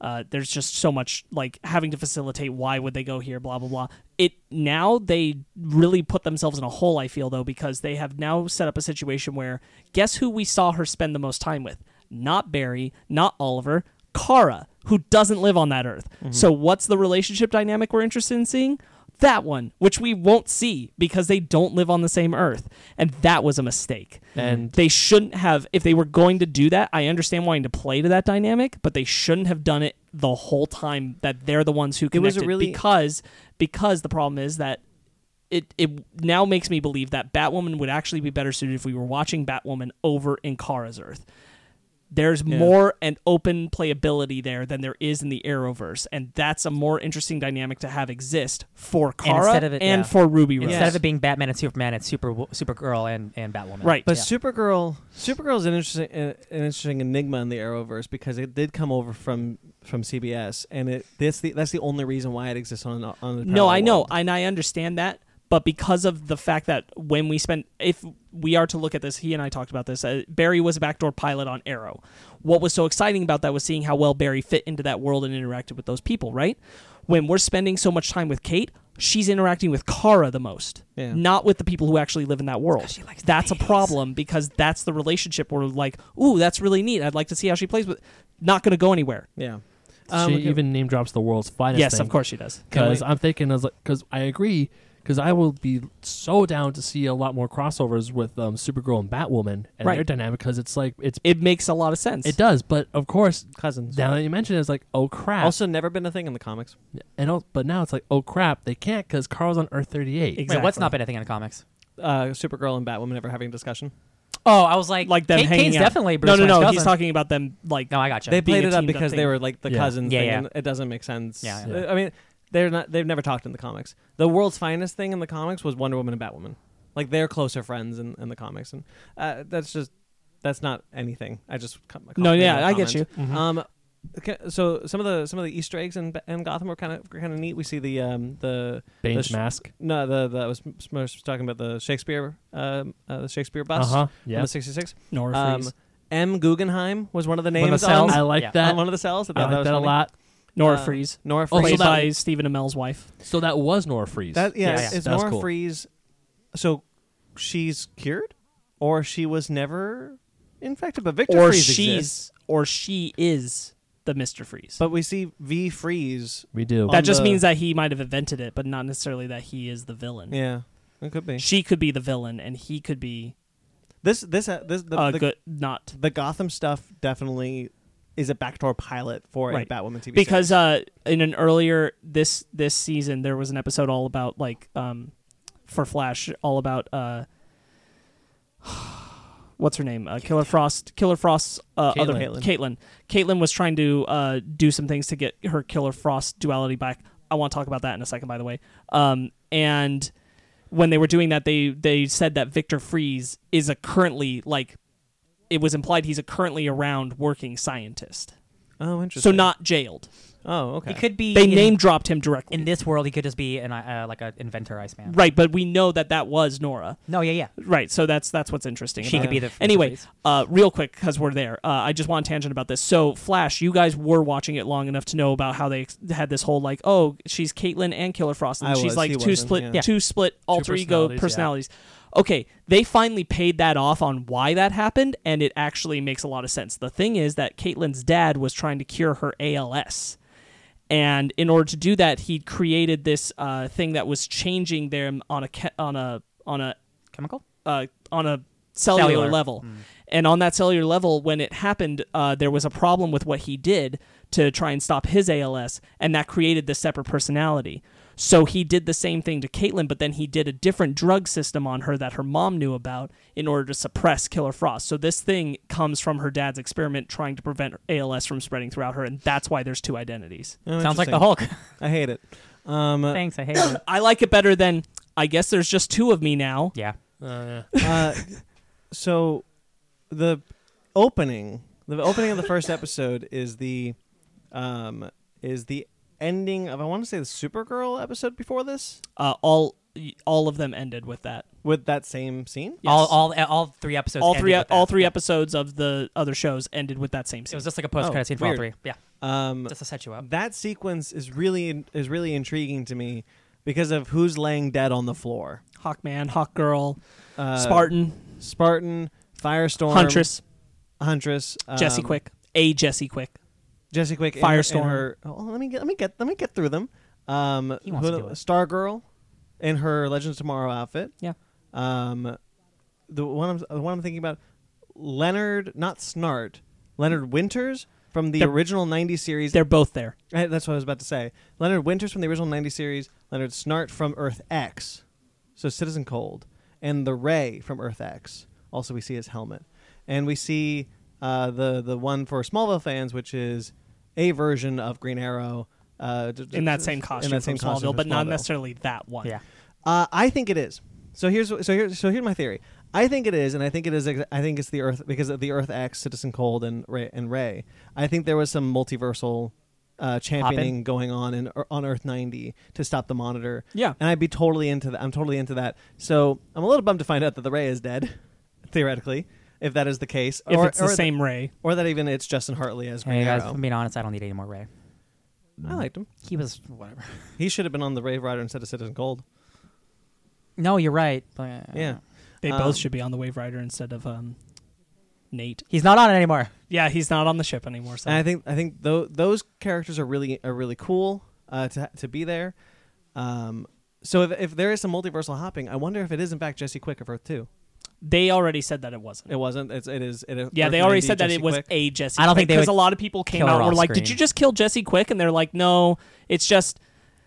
Speaker 4: uh, there's just so much like having to facilitate. Why would they go here? Blah blah blah. It now they really put themselves in a hole. I feel though because they have now set up a situation where guess who we saw her spend the most time with? Not Barry, not Oliver, Kara, who doesn't live on that earth.
Speaker 1: Mm-hmm.
Speaker 4: So, what's the relationship dynamic we're interested in seeing? That one, which we won't see because they don't live on the same earth. And that was a mistake.
Speaker 3: and
Speaker 4: They shouldn't have, if they were going to do that, I understand wanting to play to that dynamic, but they shouldn't have done it the whole time that they're the ones who
Speaker 1: It was
Speaker 4: connected
Speaker 1: a really-
Speaker 4: because because the problem is that it it now makes me believe that Batwoman would actually be better suited if we were watching Batwoman over in Kara's Earth. There's more and open playability there than there is in the Arrowverse, and that's a more interesting dynamic to have exist for
Speaker 2: And
Speaker 4: Kara
Speaker 2: instead
Speaker 4: and,
Speaker 2: of it- yeah.
Speaker 4: for Ruby Rose.
Speaker 2: Instead of it being Batman and Superman, it's Super Supergirl and, and Batwoman.
Speaker 4: Right.
Speaker 1: But
Speaker 2: Yeah.
Speaker 1: Supergirl, Supergirl is an interesting, an interesting enigma in the Arrowverse because it did come over from from CBS, and it that's the that's the only reason why it exists on an- on the
Speaker 4: No, I know, and I understand that. But because of the fact that when we spent, if we are to look at this, he and I talked about this. Uh, Barry was a backdoor pilot on Arrow. What was so exciting about that was seeing how well Barry fit into that world and interacted with those people, right? When we're spending so much time with Kate, she's interacting with Kara the most,
Speaker 1: Yeah.
Speaker 4: not with the people who actually live in that world.
Speaker 2: she likes
Speaker 4: that's a
Speaker 2: titties.
Speaker 4: problem because that's the relationship where like, ooh, that's really neat. I'd like to see how she plays, but not going to go anywhere.
Speaker 1: Yeah. Um,
Speaker 3: she
Speaker 1: okay.
Speaker 3: even name drops the world's finest.
Speaker 4: yes,
Speaker 3: thing.
Speaker 4: of course she does.
Speaker 1: Can
Speaker 3: because
Speaker 1: we-
Speaker 3: I'm thinking as because I agree because I will be so down to see a lot more crossovers with um, Supergirl and Batwoman and their
Speaker 4: Right.
Speaker 3: dynamic because it's like it's
Speaker 4: It makes a lot of sense.
Speaker 3: it does, but of course
Speaker 1: cousins.
Speaker 3: now that you mention it, it's like oh crap,
Speaker 1: Also, never been a thing in the comics.
Speaker 3: and al- but now it's like oh crap they can't because Carl's on Earth 38.
Speaker 2: Wait,
Speaker 4: Ex-
Speaker 2: what's
Speaker 4: Exactly.
Speaker 2: not been a thing in the comics?
Speaker 1: Uh, Supergirl and Batwoman ever having a discussion.
Speaker 2: Oh, I was like,
Speaker 4: like them
Speaker 2: Kate
Speaker 4: hanging
Speaker 2: Kane's
Speaker 4: out.
Speaker 2: definitely Bruce
Speaker 4: no, no,
Speaker 2: Wayne's
Speaker 4: no.
Speaker 2: cousin.
Speaker 4: He's talking about them like
Speaker 2: No, I gotcha.
Speaker 1: They
Speaker 4: being
Speaker 1: played
Speaker 4: a
Speaker 1: it up
Speaker 4: teamed up
Speaker 1: because
Speaker 4: thing.
Speaker 1: they were like the
Speaker 3: Yeah.
Speaker 1: cousins
Speaker 2: Yeah,
Speaker 1: thing,
Speaker 2: yeah.
Speaker 1: and it doesn't make sense.
Speaker 2: Yeah,
Speaker 3: yeah.
Speaker 1: I mean, they're not. They've never talked in the comics. The world's finest thing in the comics was Wonder Woman and Batwoman. Like they're closer friends in, in the comics, and uh, that's just that's not anything. I just co-
Speaker 4: No, yeah,
Speaker 1: made a
Speaker 4: I get
Speaker 1: comment.
Speaker 3: Mhm.
Speaker 1: Um, okay, so some of the some of the Easter eggs in, Ba- in Gotham were kind of kind of neat. We see the um the
Speaker 3: Bane's
Speaker 1: the sh-
Speaker 3: mask.
Speaker 1: no the the I was, I was talking about the Shakespeare um uh, the Shakespeare
Speaker 3: Uh
Speaker 1: bus
Speaker 3: huh.
Speaker 1: on
Speaker 3: Yeah.
Speaker 1: the sixty six.
Speaker 4: Nora
Speaker 1: Um,
Speaker 4: Freeze.
Speaker 1: M Guggenheim was one of the
Speaker 2: of the
Speaker 1: names on,
Speaker 2: cells?
Speaker 3: I like
Speaker 2: Yeah.
Speaker 1: on
Speaker 3: that.
Speaker 1: one of the cells.
Speaker 3: I like
Speaker 1: was
Speaker 3: that a
Speaker 1: funny.
Speaker 3: lot.
Speaker 4: Nora
Speaker 1: uh,
Speaker 4: Freeze,
Speaker 1: Nora Freeze.
Speaker 3: Oh, so
Speaker 4: played
Speaker 3: that-
Speaker 4: by Stephen Amell's wife.
Speaker 3: So that was Nora Freeze.
Speaker 1: That yeah,
Speaker 2: Yes.
Speaker 1: it's- it's
Speaker 3: That was
Speaker 1: Nora
Speaker 3: cool.
Speaker 1: Freeze. So she's cured, or she was never infected. But Victor
Speaker 4: or
Speaker 1: Freeze
Speaker 4: she's
Speaker 1: exists.
Speaker 4: or she is the Mister Freeze.
Speaker 1: But we see V Freeze.
Speaker 3: we do.
Speaker 1: on
Speaker 4: that just
Speaker 1: the-
Speaker 4: means that he might have invented it, but not necessarily that he is the villain.
Speaker 1: Yeah, it could be
Speaker 4: She could be the villain, and he could be
Speaker 1: this. This uh, this the
Speaker 4: uh,
Speaker 1: the,
Speaker 4: good, not
Speaker 1: the Gotham stuff definitely is a backdoor pilot for
Speaker 4: Right.
Speaker 1: a Batwoman TV
Speaker 4: because uh, in an earlier this this season there was an episode all about like um, for Flash all about uh, what's her name uh, Killer Frost Killer Frost's uh, other
Speaker 1: Caitlin.
Speaker 4: Caitlin Caitlin was trying to uh, do some things to get her Killer Frost duality back. I want to talk about that in a second, by the way. Um, and when they were doing that, they they said that Victor Freeze is a currently like it was implied he's a currently around working scientist,
Speaker 1: series. Oh,
Speaker 4: so
Speaker 1: interesting.
Speaker 4: not jailed.
Speaker 1: Oh, okay.
Speaker 2: He could be.
Speaker 4: They
Speaker 2: in,
Speaker 4: name dropped him directly.
Speaker 2: in this world. He could just be an uh, like an inventor, Iceman.
Speaker 4: Right, but we know that that was Nora.
Speaker 2: No, yeah, yeah.
Speaker 4: Right, so that's that's what's interesting.
Speaker 2: She
Speaker 4: about
Speaker 2: could be
Speaker 4: it.
Speaker 2: the.
Speaker 4: Anyway,
Speaker 2: Freeze.
Speaker 4: uh, real quick because we're there. Uh, I just want a tangent about this. So, Flash, you guys were watching it long enough to know about how they ex- had this whole like, oh, she's Caitlyn and Killer Frost, and
Speaker 1: I
Speaker 4: she's
Speaker 1: was, he
Speaker 4: like two
Speaker 1: wasn't,
Speaker 4: split,
Speaker 1: yeah.
Speaker 4: two split alter ego
Speaker 3: personalities, yeah.
Speaker 4: personalities. Okay, they finally paid that off on why that happened, and it actually makes a lot of sense. The thing is that Caitlyn's dad was trying to cure her ALS. And in order to do that, he created this uh, thing that was changing them on a ke- on a on a
Speaker 2: chemical.
Speaker 4: uh, on a cellular,
Speaker 2: Cellular.
Speaker 4: level. And on that cellular level, when it happened, uh, there was a problem with what he did to try and stop his ALS, and that created this separate personality. So he did the same thing to Caitlyn, but then he did a different drug system on her that her mom knew about in order to suppress Killer Frost. So this thing comes from her dad's experiment trying to prevent ALS from spreading throughout her, and that's why there's two identities.
Speaker 1: Oh,
Speaker 2: Sounds like the
Speaker 1: interesting.
Speaker 2: Hulk.
Speaker 1: I hate it. Um, uh,
Speaker 2: Thanks, I hate it.
Speaker 4: I like it better than I guess there's just two of me now.
Speaker 2: Yeah.
Speaker 3: Uh,
Speaker 1: Uh, so the opening the opening of the first episode is the um is the ending of I want to say the Supergirl episode before this
Speaker 4: Uh, all all of them ended with that.
Speaker 1: with that same scene.
Speaker 4: Yes.
Speaker 2: All, all, all three episodes.
Speaker 4: all
Speaker 2: ended
Speaker 4: three e-,
Speaker 2: with that.
Speaker 4: all three
Speaker 2: Yeah.
Speaker 4: episodes of the other shows ended with that same
Speaker 2: It
Speaker 4: scene.
Speaker 2: was just like a post credit
Speaker 1: Oh,
Speaker 2: scene for all
Speaker 1: weird.
Speaker 2: three. Yeah,
Speaker 1: Um,
Speaker 2: just to set you up.
Speaker 1: that sequence is really is really intriguing to me because of who's laying dead on the floor.
Speaker 4: Hawkman, Hawk Girl,
Speaker 1: Uh,
Speaker 4: Spartan,
Speaker 1: Spartan, Firestorm,
Speaker 4: Huntress,
Speaker 1: Huntress, um,
Speaker 4: Jesse Quick, a Jesse Quick.
Speaker 1: Jesse Quick, and her- and
Speaker 4: Firestorm.
Speaker 1: her- oh, let me get let me get let me get through them. Um,
Speaker 2: He wants to do it.
Speaker 1: Stargirl in her Legends of Tomorrow outfit.
Speaker 4: Yeah.
Speaker 1: Um, the one I'm, the one I'm thinking about, Leonard, not Snart, Leonard Winters from the
Speaker 4: They're-
Speaker 1: original '90s series.
Speaker 4: They're both there.
Speaker 1: Eh, That's what I was about to say. Leonard Winters from the original '90s series. Leonard Snart from Earth X, so Citizen Cold, and the Ray from Earth X. Also, we see his helmet, and we see uh, the the one for Smallville fans, which is a version of Green Arrow. Uh, d- d-
Speaker 4: In that
Speaker 1: d-
Speaker 4: same costume from
Speaker 1: costume
Speaker 4: Smallville,
Speaker 1: from
Speaker 4: but not
Speaker 1: Smallville.
Speaker 4: necessarily that one.
Speaker 2: Yeah.
Speaker 1: Uh, I think it is. So here's so here's so here's my theory. I think it is, and I think it is. ex- I think it's the Earth because of the Earth X, Citizen Cold, and Ray, and Ray. I think there was some multiversal uh, championing going on in er, on Earth ninety to stop the Monitor.
Speaker 4: Yeah.
Speaker 1: and I'd be totally into that. I'm totally into that. So I'm a little bummed to find out that the Ray is dead, theoretically, if that is the case,
Speaker 4: If
Speaker 1: or,
Speaker 4: it's the
Speaker 1: or
Speaker 4: same Ray.
Speaker 1: or that even it's Justin Hartley as Green
Speaker 2: Hey guys, if
Speaker 1: Arrow.
Speaker 2: I'm being honest, I don't need any more Ray.
Speaker 1: I liked him.
Speaker 2: He was whatever.
Speaker 1: He should have been on the Wave Rider instead of Citizen Gold.
Speaker 2: No, you're right. But,
Speaker 1: Yeah.
Speaker 4: They
Speaker 1: Um,
Speaker 4: both should be on the Wave Rider instead of um, Nate.
Speaker 2: he's not on it anymore.
Speaker 4: Yeah, he's not on the ship anymore. So
Speaker 1: And I think I think tho- those characters are really are really cool uh, to to be there. Um, so if, if there is some multiversal hopping, I wonder if it is in fact Jesse Quick of Earth Two.
Speaker 4: they already said that it wasn't.
Speaker 1: It wasn't. It's it is. It is
Speaker 4: yeah,
Speaker 1: Earth
Speaker 4: they already
Speaker 1: 90
Speaker 4: said that
Speaker 1: Jesse
Speaker 4: it was
Speaker 1: Quick.
Speaker 4: a Jesse.
Speaker 2: I don't think they
Speaker 4: because a
Speaker 2: would
Speaker 4: lot of people came
Speaker 2: kill her
Speaker 4: out and were
Speaker 2: off
Speaker 4: like, "Did
Speaker 2: screen.
Speaker 4: you just kill Jesse Quick?" And they're like, "No, it's just."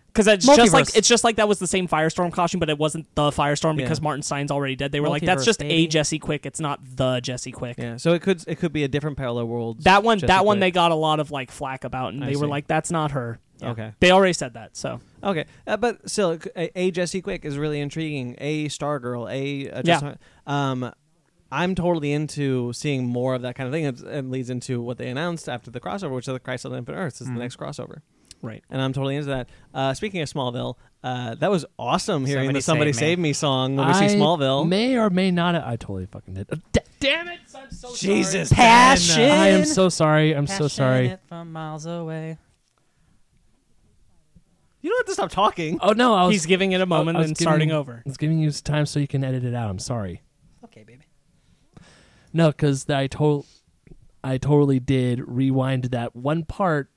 Speaker 4: Because it's just like
Speaker 2: Multiverse.
Speaker 4: it's just like that was the same Firestorm costume, but it wasn't the Firestorm
Speaker 1: Yeah.
Speaker 4: because Martin Stein's already dead. They were like, "That's
Speaker 2: Multiverse,
Speaker 4: just a
Speaker 2: baby.
Speaker 4: Jesse Quick. It's not the Jesse Quick."
Speaker 1: Yeah. So it could it could be a different parallel world.
Speaker 4: That one,
Speaker 1: Jesse
Speaker 4: that one,
Speaker 1: Quick.
Speaker 4: they got a lot of like flack about, and
Speaker 1: I
Speaker 4: they were
Speaker 1: see.
Speaker 4: like, "That's not her." Yeah.
Speaker 1: Okay.
Speaker 4: they already said that. So
Speaker 1: Okay, uh, but still, it c- a, a Jesse Quick is really intriguing. A Stargirl, a uh,
Speaker 4: Yeah.
Speaker 1: Jess- um, I'm totally into seeing more of that kind of thing. It's- It leads into what they announced after the crossover, which is the Christ on Infinite Earths
Speaker 4: Mm-hmm.
Speaker 1: is the next crossover,
Speaker 4: right,
Speaker 1: and I'm totally into that. Uh, speaking of Smallville, uh, that was awesome hearing
Speaker 2: Somebody
Speaker 1: the "Somebody
Speaker 2: Save Me.
Speaker 1: Save Me" song when we
Speaker 3: I
Speaker 1: see Smallville.
Speaker 3: May or may not. I totally fucking did. D- damn it! I'm so
Speaker 1: Jesus,
Speaker 3: sorry.
Speaker 2: Passion.
Speaker 3: I am so sorry. I'm so sorry.
Speaker 2: Passionate From miles away.
Speaker 1: you don't have to stop talking.
Speaker 3: Oh no, I was.
Speaker 4: he's giving it a moment
Speaker 3: I was
Speaker 4: and
Speaker 3: giving-
Speaker 4: starting over.
Speaker 3: I was giving you time so you can edit it out. I'm sorry.
Speaker 2: Okay, baby.
Speaker 3: No, because I told, I totally did rewind that one part,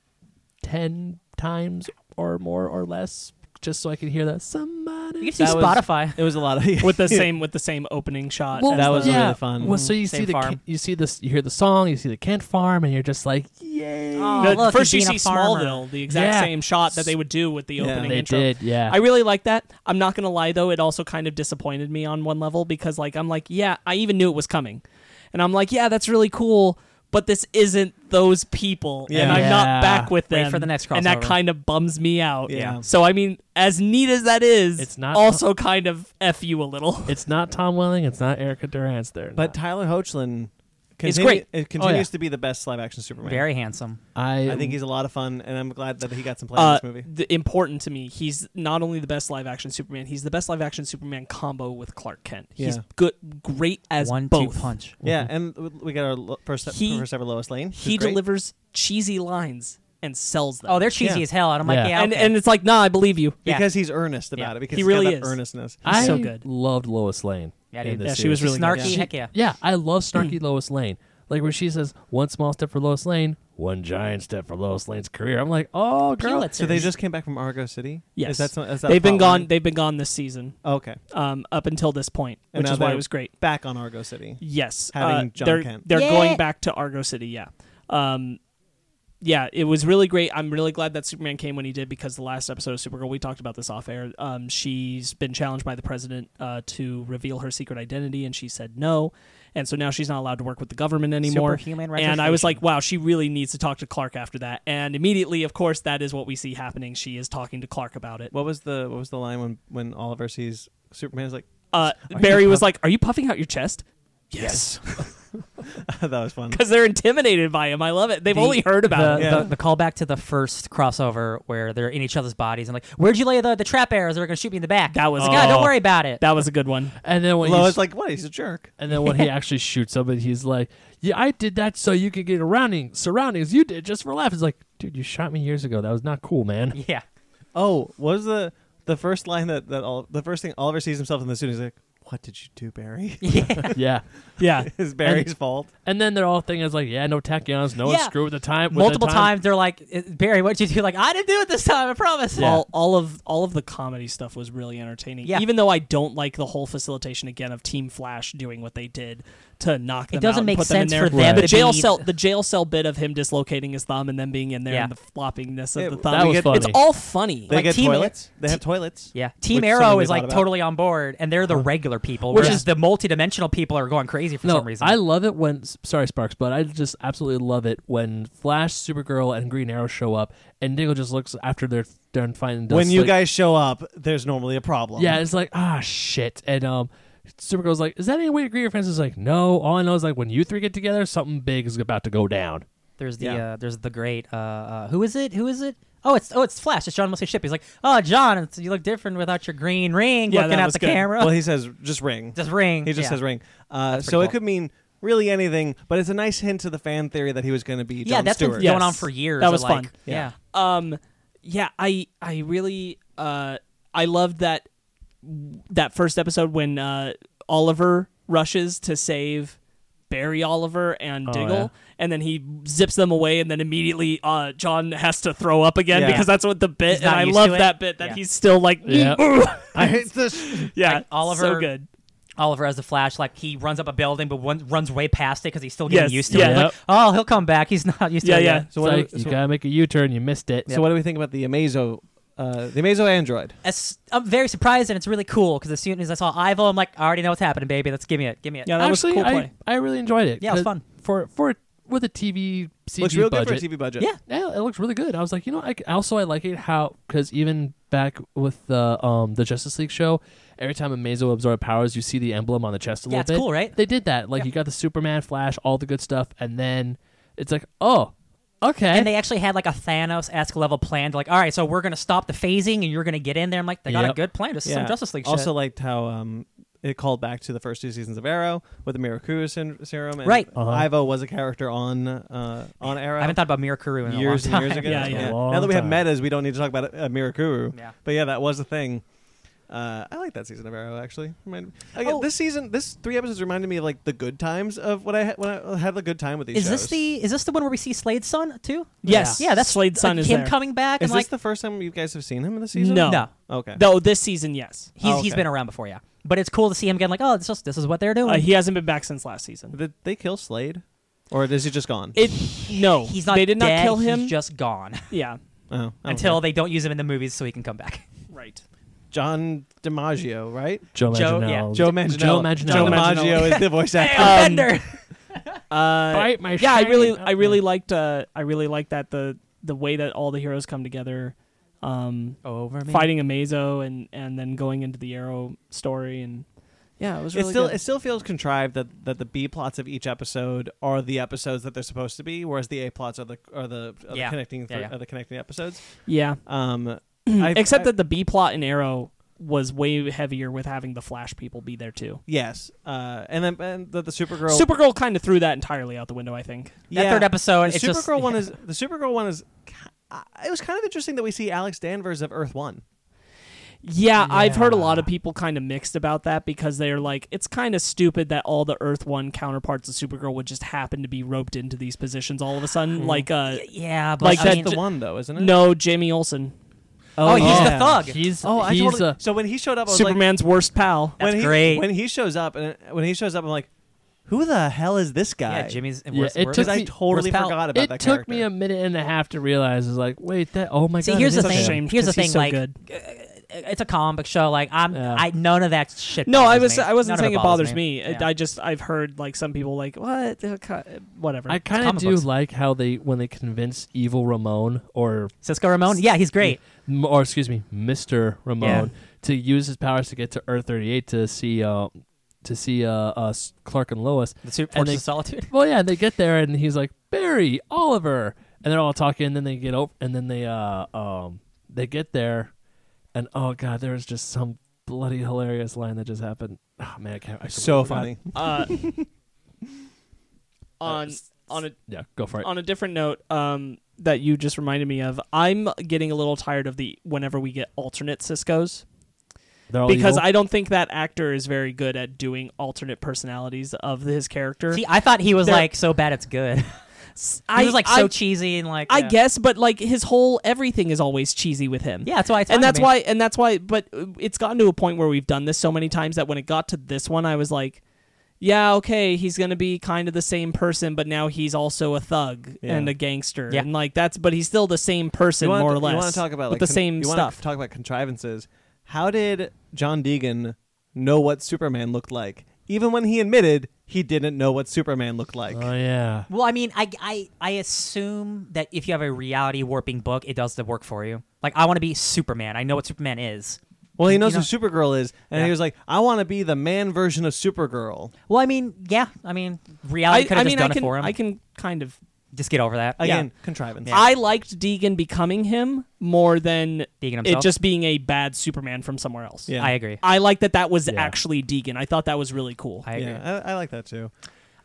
Speaker 3: ten times or more or less, just so I could hear that somebody.
Speaker 2: You can see
Speaker 1: That was-
Speaker 2: Spotify.
Speaker 1: It was a lot of
Speaker 4: with the same with the same opening shot.
Speaker 1: Well,
Speaker 4: as
Speaker 1: that
Speaker 4: the-
Speaker 1: was
Speaker 3: yeah.
Speaker 1: really fun.
Speaker 3: Well, so you
Speaker 2: Same
Speaker 3: see the
Speaker 2: farm.
Speaker 3: Kent- you see this, you hear the song, you see the Kent farm, and you're just like, yay!
Speaker 2: Oh,
Speaker 4: the-
Speaker 2: look,
Speaker 4: first you
Speaker 2: he's
Speaker 4: see
Speaker 2: being a farmer.
Speaker 4: Smallville, the exact
Speaker 3: Yeah.
Speaker 4: same shot that they would do with the
Speaker 1: Yeah.
Speaker 4: opening
Speaker 3: they
Speaker 4: intro.
Speaker 3: did, yeah.
Speaker 4: I really like that. I'm not gonna lie though, it also kind of disappointed me on one level because like I'm like, yeah, I even knew it was coming, and I'm like, yeah, that's really cool, but this isn't those people, and
Speaker 1: Yeah.
Speaker 4: I'm
Speaker 3: Yeah.
Speaker 4: not back with
Speaker 2: Wait
Speaker 4: them
Speaker 2: for the next
Speaker 4: and that
Speaker 2: crossover.
Speaker 4: kind of bums me out.
Speaker 1: Yeah.
Speaker 4: So I mean, as neat as that is,
Speaker 3: It's not-
Speaker 4: also kind of f you a little.
Speaker 3: it's not Tom Welling, it's not Erica Durant's there,
Speaker 1: but Tyler Hoechlin.
Speaker 4: It's
Speaker 1: continu-
Speaker 4: great. Oh,
Speaker 1: It continues to be the best live action Superman.
Speaker 2: Very handsome.
Speaker 3: I,
Speaker 1: I think he's a lot of fun, and I'm glad that he got some play in
Speaker 4: Uh,
Speaker 1: this movie.
Speaker 4: the, important to me, he's not only the best live action Superman, he's the best live action Superman combo with Clark Kent. He's
Speaker 1: Yeah.
Speaker 4: good, great as
Speaker 2: One
Speaker 4: both.
Speaker 2: two punch.
Speaker 1: Yeah, and w- we got our lo- first
Speaker 4: mm-hmm. He-
Speaker 1: first ever Lois Lane. who's
Speaker 4: He
Speaker 1: great.
Speaker 4: delivers cheesy lines and sells them.
Speaker 2: Oh, they're cheesy
Speaker 1: Yeah.
Speaker 2: as hell, and I'm
Speaker 3: Yeah.
Speaker 2: like, yeah,
Speaker 4: and
Speaker 2: okay.
Speaker 4: and it's like, nah, I believe you.
Speaker 2: Yeah.
Speaker 1: because he's earnest about
Speaker 2: Yeah.
Speaker 1: it. Because
Speaker 4: He
Speaker 1: he's got
Speaker 4: really
Speaker 1: that
Speaker 4: is.
Speaker 1: earnestness.
Speaker 3: I
Speaker 4: so good.
Speaker 3: Loved Lois Lane.
Speaker 2: Yeah,
Speaker 3: in
Speaker 2: dude.
Speaker 3: this
Speaker 4: Yeah, she was
Speaker 3: series.
Speaker 4: really
Speaker 2: snarky.
Speaker 4: good,
Speaker 1: yeah.
Speaker 2: Heck yeah.
Speaker 3: Yeah, I love
Speaker 2: Hmm.
Speaker 3: snarky Lois Lane. Like where she says, "One small step for Lois Lane, one giant step for Lois Lane's career." I'm like, "Oh, girl,
Speaker 2: Pulitzer.
Speaker 1: So they just came back from Argo City.
Speaker 4: Yes.
Speaker 1: is that, some, is that a
Speaker 4: They've been
Speaker 1: plot
Speaker 4: gone.
Speaker 1: line?
Speaker 4: They've been gone this season,
Speaker 1: okay,
Speaker 4: um, up until this point,
Speaker 1: And
Speaker 4: which
Speaker 1: now
Speaker 4: is why
Speaker 1: they're-
Speaker 4: it was great.
Speaker 1: back on Argo City.
Speaker 4: Yes,
Speaker 1: Having
Speaker 4: uh,
Speaker 1: John
Speaker 4: they're
Speaker 1: Kent.
Speaker 4: they're
Speaker 2: Yeah.
Speaker 4: going back to Argo City. Yeah, um, yeah, it was really great. I'm really glad that Superman came when he did because the last episode of Supergirl, we talked about this off air. Um, she's been challenged by the president uh, to reveal her secret identity, and she said no, and so now she's not allowed to work with the government anymore.
Speaker 2: Superhuman
Speaker 4: And I was
Speaker 2: registration.
Speaker 4: like, wow, she really needs to talk to Clark after that. And immediately, of course, that is what we see happening. She is talking to Clark about it. Uh,
Speaker 1: What was the what was the line when when Oliver sees Superman's like
Speaker 4: Uh,
Speaker 1: Are you
Speaker 4: Barry was
Speaker 1: puff-
Speaker 4: like, "Are you puffing out your chest?" Yes,
Speaker 1: that was fun.
Speaker 4: because they're intimidated by him. I love it. They've
Speaker 2: The-
Speaker 4: only heard about
Speaker 2: the,
Speaker 4: it.
Speaker 1: Yeah.
Speaker 2: the, the callback to the first crossover where they're in each other's bodies and like, where'd you lay the, the trap arrows that are gonna shoot me in the back?
Speaker 4: That was
Speaker 2: like,
Speaker 4: a-
Speaker 2: "Ah, don't
Speaker 4: Oh.
Speaker 2: worry about it.
Speaker 4: That was a good one.
Speaker 3: And then when
Speaker 1: Lois
Speaker 3: he's,
Speaker 1: like what? He's a jerk.
Speaker 3: and then when he actually shoots somebody, he's like, "Yeah, I did that so you could get around surroundings. You did just for laughs." It's like, dude, you shot me years ago. That was not cool, man.
Speaker 2: yeah.
Speaker 1: Oh, what was the the first line that that all the first thing Oliver sees himself in the suit? He's like, "What did you do, Barry?"
Speaker 3: yeah.
Speaker 4: Yeah.
Speaker 1: It's Barry's fault.
Speaker 3: And then their whole thing is like, "Yeah, no tachyons, no one
Speaker 2: Yeah.
Speaker 3: screw with the time." with the
Speaker 2: Multiple
Speaker 3: time.
Speaker 2: times they're like, "Eh, Barry, what'd you do? Like, I didn't do it this time, I promise.
Speaker 3: Yeah.
Speaker 4: All, all of all of the comedy stuff was really entertaining.
Speaker 2: Yeah.
Speaker 4: Even though I don't like the whole facilitation again of Team Flash doing what they did to knock them
Speaker 2: doesn't
Speaker 4: out and
Speaker 2: make
Speaker 4: put them in
Speaker 2: sense
Speaker 4: there.
Speaker 2: for them
Speaker 4: The
Speaker 2: to
Speaker 4: jail
Speaker 2: be-
Speaker 4: cell the jail cell bit of him dislocating his thumb and then being in there
Speaker 2: Yeah.
Speaker 4: and the floppingness of
Speaker 1: It-
Speaker 4: the
Speaker 3: that
Speaker 4: thumb.
Speaker 3: was
Speaker 4: it's
Speaker 3: funny.
Speaker 4: all funny.
Speaker 1: They
Speaker 2: Like
Speaker 1: get
Speaker 2: Team-
Speaker 1: toilets. They have toilets.
Speaker 2: Yeah. Team
Speaker 1: Which
Speaker 2: Arrow
Speaker 1: somebody
Speaker 2: is
Speaker 1: thought
Speaker 2: like
Speaker 1: about.
Speaker 2: totally on board and they're the
Speaker 4: Uh-huh.
Speaker 2: regular people,
Speaker 3: Which
Speaker 2: whereas
Speaker 3: is-
Speaker 2: the multidimensional people are going crazy for
Speaker 3: no,
Speaker 2: some reason.
Speaker 3: I love it when sorry Sparks, but I just absolutely love it when Flash, Supergirl, and Green Arrow show up, and Diggle just looks after they're done fighting. dust,
Speaker 1: When you
Speaker 3: like-
Speaker 1: guys show up, there's normally a problem.
Speaker 3: yeah, it's like ah shit, and um, Supergirl's like, is that any way to greet your friends? Is like, no, all I know is like when you three get together, something big is about to go down.
Speaker 2: There's the
Speaker 1: Yeah.
Speaker 2: uh, there's the great uh, uh, who is it? Who is it? Oh, it's oh, it's Flash. It's John Wesley Ship. He's like, oh, John, it's, you look different without your green ring.
Speaker 4: Yeah,
Speaker 2: looking
Speaker 4: that
Speaker 2: at
Speaker 4: was
Speaker 2: the
Speaker 4: good.
Speaker 2: camera.
Speaker 1: Well, he says just ring.
Speaker 2: just ring.
Speaker 1: He just
Speaker 2: yeah.
Speaker 1: says ring. Uh, so
Speaker 2: pretty
Speaker 1: it
Speaker 2: cool.
Speaker 1: could mean really anything, but it's a nice hint to the fan theory that he was going to be John
Speaker 2: Yeah, that's
Speaker 1: Stewart.
Speaker 2: been
Speaker 4: Yes.
Speaker 2: going on for years.
Speaker 4: That
Speaker 2: of
Speaker 4: was
Speaker 2: like,
Speaker 4: fun.
Speaker 2: Yeah.
Speaker 1: Yeah.
Speaker 4: Um, yeah, I I really uh I loved that that first episode when uh Oliver rushes to save Barry Oliver and
Speaker 3: Oh,
Speaker 4: Diggle,
Speaker 3: yeah.
Speaker 4: and then he zips them away, and then immediately uh John has to throw up again
Speaker 1: Yeah.
Speaker 4: because that's what the bit.
Speaker 2: He's
Speaker 4: And
Speaker 2: not
Speaker 4: I
Speaker 2: used
Speaker 4: love
Speaker 2: to it.
Speaker 4: that bit that
Speaker 2: Yeah.
Speaker 4: he's still like,
Speaker 3: Yeah.
Speaker 1: I hate this.
Speaker 4: yeah,
Speaker 2: Like, Oliver-
Speaker 4: so good.
Speaker 2: Oliver as the Flash, like he runs up a building, but one, runs way past it because he's still getting
Speaker 4: Yes,
Speaker 2: used to
Speaker 4: yeah.
Speaker 2: it. Like, oh, he'll come back. He's not used
Speaker 4: Yeah,
Speaker 2: to it.
Speaker 4: yeah.
Speaker 2: yet.
Speaker 1: So
Speaker 3: It's
Speaker 1: what,
Speaker 3: like,
Speaker 1: do,
Speaker 3: you
Speaker 1: so,
Speaker 3: gotta make a U-turn. You missed it.
Speaker 1: so what do we think about the Amazo, uh, the Amazo Android?
Speaker 2: It's- I'm very surprised, and it's really cool because as soon as I saw Ivo, I'm like, I already know what's happening, baby. Let's give me it, give me it.
Speaker 4: Yeah, that
Speaker 3: Actually,
Speaker 4: was a cool
Speaker 3: I,
Speaker 4: play.
Speaker 3: I really enjoyed it.
Speaker 2: Yeah, it was
Speaker 3: 'cause
Speaker 2: fun.
Speaker 3: for for with a TV CG
Speaker 1: Looks real
Speaker 3: budget.
Speaker 1: good for a TV budget.
Speaker 2: Yeah.
Speaker 3: Yeah, it looks really good. I was like, you know, I c- also I like it how because even back with the um the Justice League show, every time Amazo absorbed powers, you see the emblem on the chest a
Speaker 2: Yeah,
Speaker 3: little
Speaker 2: it's
Speaker 3: bit.
Speaker 2: cool, right?
Speaker 3: They did that. Like
Speaker 2: Yeah.
Speaker 3: you got the Superman, Flash, all the good stuff, and then it's like, oh, okay.
Speaker 2: And they actually had like a Thanos-esque level plan. To like, all right, so we're gonna stop the phasing, and you're gonna get in there. I'm like, they got a
Speaker 3: Yep.
Speaker 2: good plan. This is some Justice League
Speaker 1: Also
Speaker 2: shit.
Speaker 1: liked how um, it called back to the first two seasons of Arrow with the Mirakuru syn- serum. And
Speaker 2: Right.
Speaker 3: Uh-huh.
Speaker 1: Ivo was a character on uh, on Arrow.
Speaker 2: I haven't thought about Mirakuru in
Speaker 1: years
Speaker 2: a long
Speaker 1: and
Speaker 2: time.
Speaker 1: years ago.
Speaker 4: Yeah, yeah.
Speaker 3: Long
Speaker 1: Now that we have
Speaker 3: time.
Speaker 1: metas, we don't need to talk about uh, Mirakuru.
Speaker 2: Yeah.
Speaker 1: But yeah, that was a thing. Uh, I like that season of Arrow actually. Remind- Again,
Speaker 2: Oh.
Speaker 1: This season, this three episodes reminded me of like the good times of when I ha- when I uh, had the good time with these.
Speaker 2: Is this
Speaker 1: shows.
Speaker 2: the is this the one where we see Slade's son too?
Speaker 4: Yes.
Speaker 2: Yeah, that's
Speaker 4: Slade's son
Speaker 2: like,
Speaker 4: is
Speaker 2: him
Speaker 4: there.
Speaker 2: coming back
Speaker 1: Is
Speaker 2: and like
Speaker 1: this the first time you guys have seen him in the season?
Speaker 4: No.
Speaker 2: no.
Speaker 1: Okay.
Speaker 4: Though this season, yes,
Speaker 2: He's,
Speaker 1: Oh,
Speaker 2: he's
Speaker 1: okay.
Speaker 2: been around before, yeah. But it's cool to see him again. Like, oh, this is this is what they're doing.
Speaker 4: uh, he hasn't been back since last season.
Speaker 1: Did they kill Slade, or is he just gone?
Speaker 4: It no,
Speaker 2: he's not.
Speaker 4: They did
Speaker 2: dead,
Speaker 4: not kill him.
Speaker 2: He's just gone
Speaker 4: yeah,
Speaker 1: oh, I don't
Speaker 2: until
Speaker 1: care.
Speaker 2: they don't use him in the movies, so he can come back.
Speaker 4: right.
Speaker 1: John DiMaggio, right?
Speaker 3: Joe,
Speaker 2: Joe- yeah,
Speaker 3: Manganiello.
Speaker 1: Joe Manganiello.
Speaker 3: Joe
Speaker 1: Joe
Speaker 3: Manganiello.
Speaker 1: DiMaggio is the voice actor.
Speaker 4: Um,
Speaker 2: Bender.
Speaker 4: Uh,
Speaker 3: Bite my
Speaker 4: yeah, I really,
Speaker 3: shiny-
Speaker 4: I really liked, uh, I really liked that the the way that all the heroes come together, um,
Speaker 2: Over
Speaker 4: fighting Amazo and and then going into the Arrow story and yeah, it was
Speaker 1: it
Speaker 4: really
Speaker 1: still
Speaker 4: good.
Speaker 1: it still feels contrived that, that the B plots of each episode are the episodes that they're supposed to be, whereas the A plots are the are the, are
Speaker 2: Yeah.
Speaker 1: the connecting
Speaker 2: Yeah, yeah.
Speaker 1: are the connecting episodes.
Speaker 4: yeah.
Speaker 1: Um, I,
Speaker 4: Except
Speaker 1: I-
Speaker 4: that the B plot in Arrow was way heavier with having the Flash people be there too.
Speaker 1: yes, uh, and then and the, the Supergirl
Speaker 4: Supergirl kind of threw that entirely out the window. I think.
Speaker 2: That
Speaker 1: yeah.
Speaker 2: third episode,
Speaker 1: The
Speaker 2: it's
Speaker 1: Supergirl
Speaker 2: just
Speaker 1: one is the Supergirl one is. ki- uh, It was kind of interesting that we see Alex Danvers of Earth One.
Speaker 4: Yeah, I've heard a lot
Speaker 2: Yeah.
Speaker 4: of people kind of mixed about that because they're like, it's kind of stupid that all the Earth One counterparts of Supergirl would just happen to be roped into these positions all of a sudden. Like, uh,
Speaker 2: yeah, but
Speaker 4: Like
Speaker 2: I
Speaker 4: that-
Speaker 2: mean-
Speaker 1: the one though, isn't it?
Speaker 4: no, Jamie Olson,
Speaker 2: oh, he's
Speaker 3: yeah.
Speaker 2: the thug.
Speaker 3: He's
Speaker 1: Oh, I
Speaker 3: he's
Speaker 1: totally.
Speaker 3: a,
Speaker 1: so when he showed up, I was like,
Speaker 4: Superman's worst pal.
Speaker 2: That's
Speaker 1: when he,
Speaker 2: great.
Speaker 1: When he shows up, and uh, when he shows up, I'm like, who the hell is this guy?
Speaker 2: yeah, Jimmy's.
Speaker 3: Yeah,
Speaker 2: worst-
Speaker 3: it
Speaker 2: worst-
Speaker 1: Because I
Speaker 3: me-
Speaker 1: totally
Speaker 2: worst pal.
Speaker 1: forgot about
Speaker 3: it
Speaker 1: that.
Speaker 3: took me
Speaker 1: character.
Speaker 3: a minute and a half to realize. Is like, wait, that. Oh my
Speaker 2: See,
Speaker 3: god.
Speaker 2: here's
Speaker 3: it
Speaker 2: the
Speaker 3: is
Speaker 4: It's
Speaker 2: thing.
Speaker 4: a
Speaker 3: him.
Speaker 4: shame
Speaker 2: Here's the
Speaker 4: 'cause
Speaker 2: thing,
Speaker 4: he's so
Speaker 2: like-
Speaker 4: good.
Speaker 2: it's a comic book show. Like I'm,
Speaker 3: Yeah.
Speaker 2: I none of that shit.
Speaker 4: No, I
Speaker 2: bothers
Speaker 4: was
Speaker 2: me.
Speaker 4: I wasn't
Speaker 2: None of
Speaker 4: saying it
Speaker 2: bothers
Speaker 4: bothers me. It-
Speaker 2: Yeah.
Speaker 4: I just I've heard like some people like what Uh, ki- whatever.
Speaker 3: I kind of
Speaker 2: comic
Speaker 3: do
Speaker 2: books.
Speaker 3: like how they when they convince evil Ramon or
Speaker 2: Cisco Ramon, yeah, he's great.
Speaker 3: m- or excuse me, Mister Ramon to use his powers to get to Earth thirty eight to see uh to see uh, uh S- Clark and Lois.
Speaker 2: The Super
Speaker 3: And
Speaker 2: Fortress
Speaker 3: they-
Speaker 2: of Solitude.
Speaker 3: Well, yeah, they get there and he's like Barry Oliver, and they're all talking. And then they get over, and then they uh um they get there, and oh god, there was just some bloody hilarious line that just happened. Oh man, I can't. I
Speaker 1: so
Speaker 3: completely forgot.
Speaker 1: funny.
Speaker 4: uh, on on a
Speaker 3: Yeah, go for it.
Speaker 4: on a different note um, that you just reminded me of, I'm getting a little tired of the whenever we get alternate Cisco's
Speaker 2: Oh,
Speaker 3: They're all
Speaker 4: because
Speaker 3: evil.
Speaker 4: I don't think that actor is very good at doing alternate personalities of his character.
Speaker 2: See, I thought he was
Speaker 4: They're-
Speaker 2: like so bad it's good. he
Speaker 4: I
Speaker 2: was like
Speaker 4: I,
Speaker 2: so cheesy and like.
Speaker 4: I
Speaker 2: yeah.
Speaker 4: guess, but like his whole everything is always cheesy with him.
Speaker 2: Yeah, that's why. It's
Speaker 4: and
Speaker 2: fine to
Speaker 4: that's
Speaker 2: me.
Speaker 4: why and that's why but uh, it's gotten to a point where we've done this so many times that when it got to this one i was like yeah okay he's gonna be kind of the same person but now he's also a thug
Speaker 1: Yeah.
Speaker 4: and a gangster
Speaker 2: Yeah.
Speaker 4: and like that's but he's still the same person
Speaker 1: You wanna-
Speaker 4: more or
Speaker 1: You
Speaker 4: less
Speaker 1: want to talk about like
Speaker 4: with the
Speaker 1: con-
Speaker 4: same
Speaker 1: you wanna
Speaker 4: stuff
Speaker 1: Talk about contrivances. How did John Deegan know what Superman looked like, even when he admitted he didn't know what Superman looked like?
Speaker 3: Oh yeah.
Speaker 2: Well, I mean, I, I I assume that if you have a reality warping book, it does the work for you. Like, I want to be Superman. I know what Superman is.
Speaker 1: well, he knows
Speaker 2: you know-
Speaker 1: who Supergirl is, and
Speaker 2: Yeah.
Speaker 1: he was like, "I want to be the man version of Supergirl."
Speaker 2: Well, I mean, yeah. I mean, reality
Speaker 4: I,
Speaker 2: could
Speaker 4: I
Speaker 2: have
Speaker 4: mean
Speaker 2: just done
Speaker 4: i can
Speaker 2: it for him.
Speaker 4: i can kind of
Speaker 2: just get over that.
Speaker 4: I-
Speaker 1: Again, contrivance.
Speaker 4: i liked deegan becoming him more than
Speaker 2: Deegan
Speaker 4: it
Speaker 2: himself?
Speaker 4: just being a bad superman from somewhere else
Speaker 1: Yeah.
Speaker 2: I agree.
Speaker 4: i like that that was
Speaker 3: Yeah.
Speaker 4: actually deegan i thought that was really cool
Speaker 2: I agree.
Speaker 1: yeah, I, I like that too.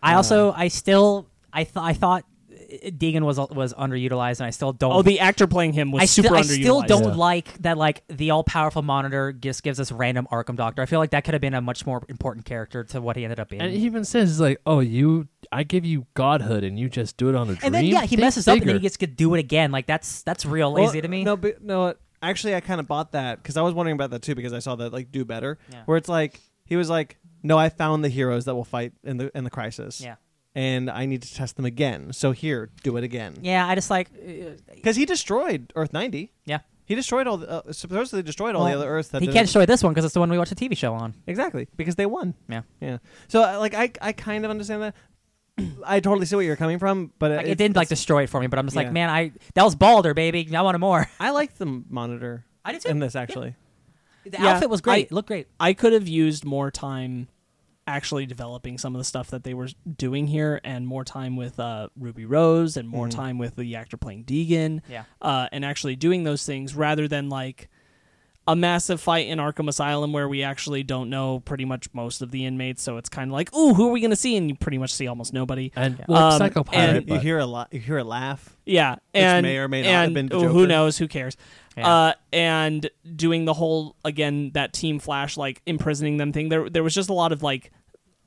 Speaker 2: I also, I still, I th- I thought uh, Deegan was was underutilized, and I still don't.
Speaker 4: Oh, the actor playing him was
Speaker 2: I,
Speaker 4: super
Speaker 2: still, I
Speaker 4: underutilized.
Speaker 2: still don't
Speaker 3: Yeah.
Speaker 2: like that. Like the all powerful monitor just gives us random Arkham Doctor. I feel like that could have been a much more important character to what he ended up being.
Speaker 3: And he even says, he's like, oh, you, I give you godhood and you just do it on a dream.
Speaker 2: And then yeah, he
Speaker 3: Think
Speaker 2: messes up and then
Speaker 3: bigger."
Speaker 2: he gets to do it again. Like that's that's real lazy
Speaker 1: Well,
Speaker 2: to me.
Speaker 1: No, but no. Actually, I kind of bought that because I was wondering about that too because I saw that like do better,
Speaker 2: Yeah.
Speaker 1: where it's like he was like, "No, I found the heroes that will fight in the in the crisis,
Speaker 2: Yeah.
Speaker 1: and I need to test them again. So here, do it again."
Speaker 2: Yeah, I just like uh,
Speaker 1: because he destroyed Earth ninety.
Speaker 2: yeah.
Speaker 1: He destroyed all the uh, supposedly destroyed all
Speaker 2: Well,
Speaker 1: the other Earths. That
Speaker 2: he
Speaker 1: didn't-
Speaker 2: can't show it this one because it's the one we watched a TV show on.
Speaker 1: exactly because they won.
Speaker 2: Yeah.
Speaker 1: Yeah. So uh, like I I kind of understand that. I totally see where you're coming from, but
Speaker 2: Like,
Speaker 1: it,
Speaker 2: it, didn't like destroy it for me, but I'm just
Speaker 1: Yeah.
Speaker 2: like, man, I that was Balder, baby. I wanted more.
Speaker 1: I like the monitor.
Speaker 2: I did too.
Speaker 1: in this actually.
Speaker 2: The
Speaker 4: Yeah,
Speaker 2: outfit was great.
Speaker 4: I-
Speaker 2: it looked great.
Speaker 4: I could have used more time actually developing some of the stuff that they were doing here and more time with uh, Ruby Rose and more time with the actor playing Deegan
Speaker 2: Yeah.
Speaker 4: uh, and actually doing those things rather than like a massive fight in Arkham Asylum where we actually don't know pretty much most of the inmates. So it's kind of like, ooh, who are we going to see? And you pretty much see almost nobody.
Speaker 3: And well,
Speaker 4: Um,
Speaker 3: psychopath.
Speaker 4: and-
Speaker 1: you hear a lot. You hear a laugh.
Speaker 4: Yeah, and
Speaker 1: may or may not
Speaker 4: and,
Speaker 1: have been the
Speaker 4: oh, who
Speaker 1: Joker.
Speaker 4: knows? Who cares?
Speaker 2: Yeah.
Speaker 4: Uh, and doing the whole again that Team Flash like imprisoning them thing. There, there was just a lot of like,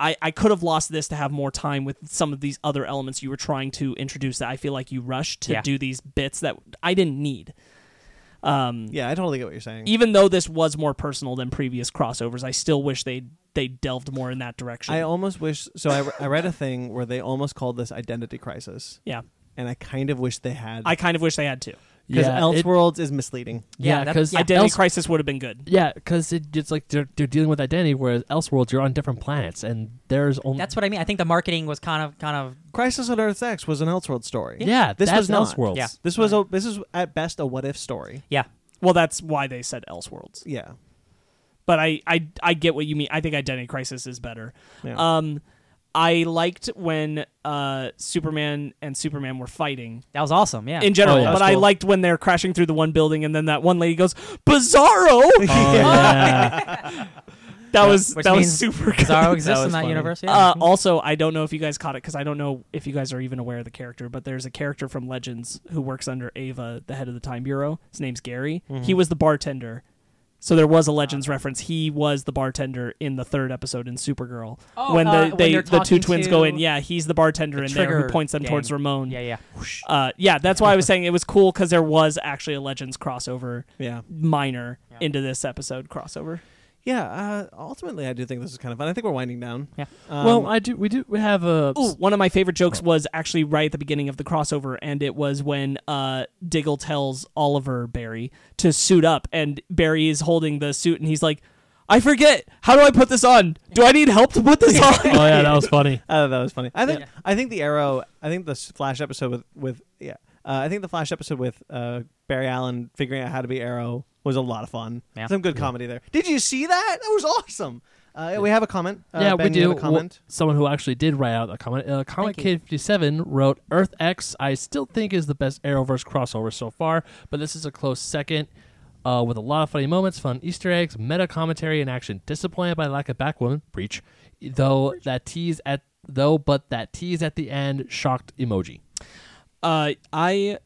Speaker 4: I I could have lost this to have more time with some of these other elements you were trying to introduce. That I feel like you rushed to
Speaker 2: Yeah.
Speaker 4: do these bits that I didn't need. Um,
Speaker 1: Yeah, I totally get what you're saying.
Speaker 4: even though this was more personal than previous crossovers, I still wish they they delved more in that direction.
Speaker 1: I almost wish. So I, I read a thing where they almost called this identity crisis,
Speaker 4: yeah,
Speaker 1: and I kind of wish they had.
Speaker 4: I kind of wish they had too.
Speaker 1: because
Speaker 3: yeah, it-
Speaker 1: Elseworlds is misleading.
Speaker 3: yeah,
Speaker 2: Yeah, that-
Speaker 3: because
Speaker 2: yeah.
Speaker 4: Identity
Speaker 3: Else-
Speaker 4: Crisis would have been good.
Speaker 3: Yeah, because it, it's like they're, they're dealing with identity, whereas Elseworlds, you're on different planets, and there's only
Speaker 2: That's what I mean. I think the marketing was kind of kind of
Speaker 1: Crisis on Earth X was an Elseworld story.
Speaker 3: yeah,
Speaker 1: this
Speaker 3: that's
Speaker 1: was not.
Speaker 3: Elseworlds.
Speaker 2: Yeah.
Speaker 1: This was a, this is at best a what if story.
Speaker 2: yeah.
Speaker 4: Well, that's why they said Elseworlds.
Speaker 1: Yeah.
Speaker 4: but I, I I get what you mean. I think Identity Crisis is better.
Speaker 3: Uh,
Speaker 1: Yeah.
Speaker 4: Um, I liked when uh, Superman and Superman were fighting
Speaker 2: That was awesome. Yeah.
Speaker 4: in general,
Speaker 3: Oh, yeah.
Speaker 4: but
Speaker 1: That's
Speaker 4: I
Speaker 1: cool.
Speaker 4: liked when they're crashing through the one building and then that one lady goes Bizarro.
Speaker 3: Oh, yeah.
Speaker 4: that was
Speaker 2: Which
Speaker 4: that was
Speaker 2: means
Speaker 4: super. good.
Speaker 2: Bizarro
Speaker 1: That
Speaker 2: exists in
Speaker 1: was
Speaker 2: that
Speaker 1: funny.
Speaker 2: universe. Yeah.
Speaker 4: Uh, also, I don't know if you guys caught it because I don't know if you guys are even aware of the character, but there's a character from Legends who works under Ava, the head of the Time Bureau. His name's Gary.
Speaker 2: Mm-hmm.
Speaker 4: He was the bartender. So there
Speaker 2: Ah.
Speaker 4: was a Legends reference. He was the bartender in the third episode in Supergirl
Speaker 2: Oh,
Speaker 4: when the
Speaker 2: uh, when
Speaker 4: they
Speaker 2: they're
Speaker 4: the two
Speaker 2: talking
Speaker 4: twins
Speaker 2: to
Speaker 4: go in. Yeah, he's the bartender
Speaker 2: the
Speaker 4: in there who
Speaker 2: Trigger
Speaker 4: points them
Speaker 2: gang.
Speaker 4: towards Ramon.
Speaker 2: yeah, yeah.
Speaker 4: Uh, yeah, that's why I was saying it was cool because there was actually a Legends crossover
Speaker 1: Yeah.
Speaker 4: minor
Speaker 2: Yeah.
Speaker 4: into this episode crossover.
Speaker 1: Yeah. Uh, ultimately, I do think this is kind of fun. I think we're winding down.
Speaker 2: Yeah.
Speaker 1: Um,
Speaker 3: well, I do. We do. We have a.
Speaker 4: Ooh, one of my favorite jokes was actually right at the beginning of the crossover, and it was when uh, Diggle tells Oliver Barry to suit up, and Barry is holding the suit, and he's like, "I forget. How do I put this on? Do I need help to put this on?"
Speaker 3: Oh yeah, that was funny.
Speaker 1: I thought that was funny. I think
Speaker 2: Yeah.
Speaker 1: I think the Arrow. I think the s- Flash episode with with yeah. Uh, I think the Flash episode with uh, Barry Allen figuring out how to be Arrow was a lot of fun.
Speaker 2: Yeah.
Speaker 1: Some good comedy there. Did you see that? That was awesome. Uh, We have a comment. Uh,
Speaker 3: yeah,
Speaker 1: ben,
Speaker 3: we do.
Speaker 1: You have a
Speaker 3: Wh-
Speaker 1: comment.
Speaker 3: someone who actually did write out a comment. Uh, comic
Speaker 2: you.
Speaker 3: Kid fifty seven wrote Earth X. I still think is the best Arrowverse crossover so far, but this is a close second. Uh, with a lot of funny moments, fun Easter eggs, meta commentary, and action. Disappointed by lack of Batwoman, breach. Though that tease at though, but that tease at the end shocked emoji.
Speaker 4: Uh, I,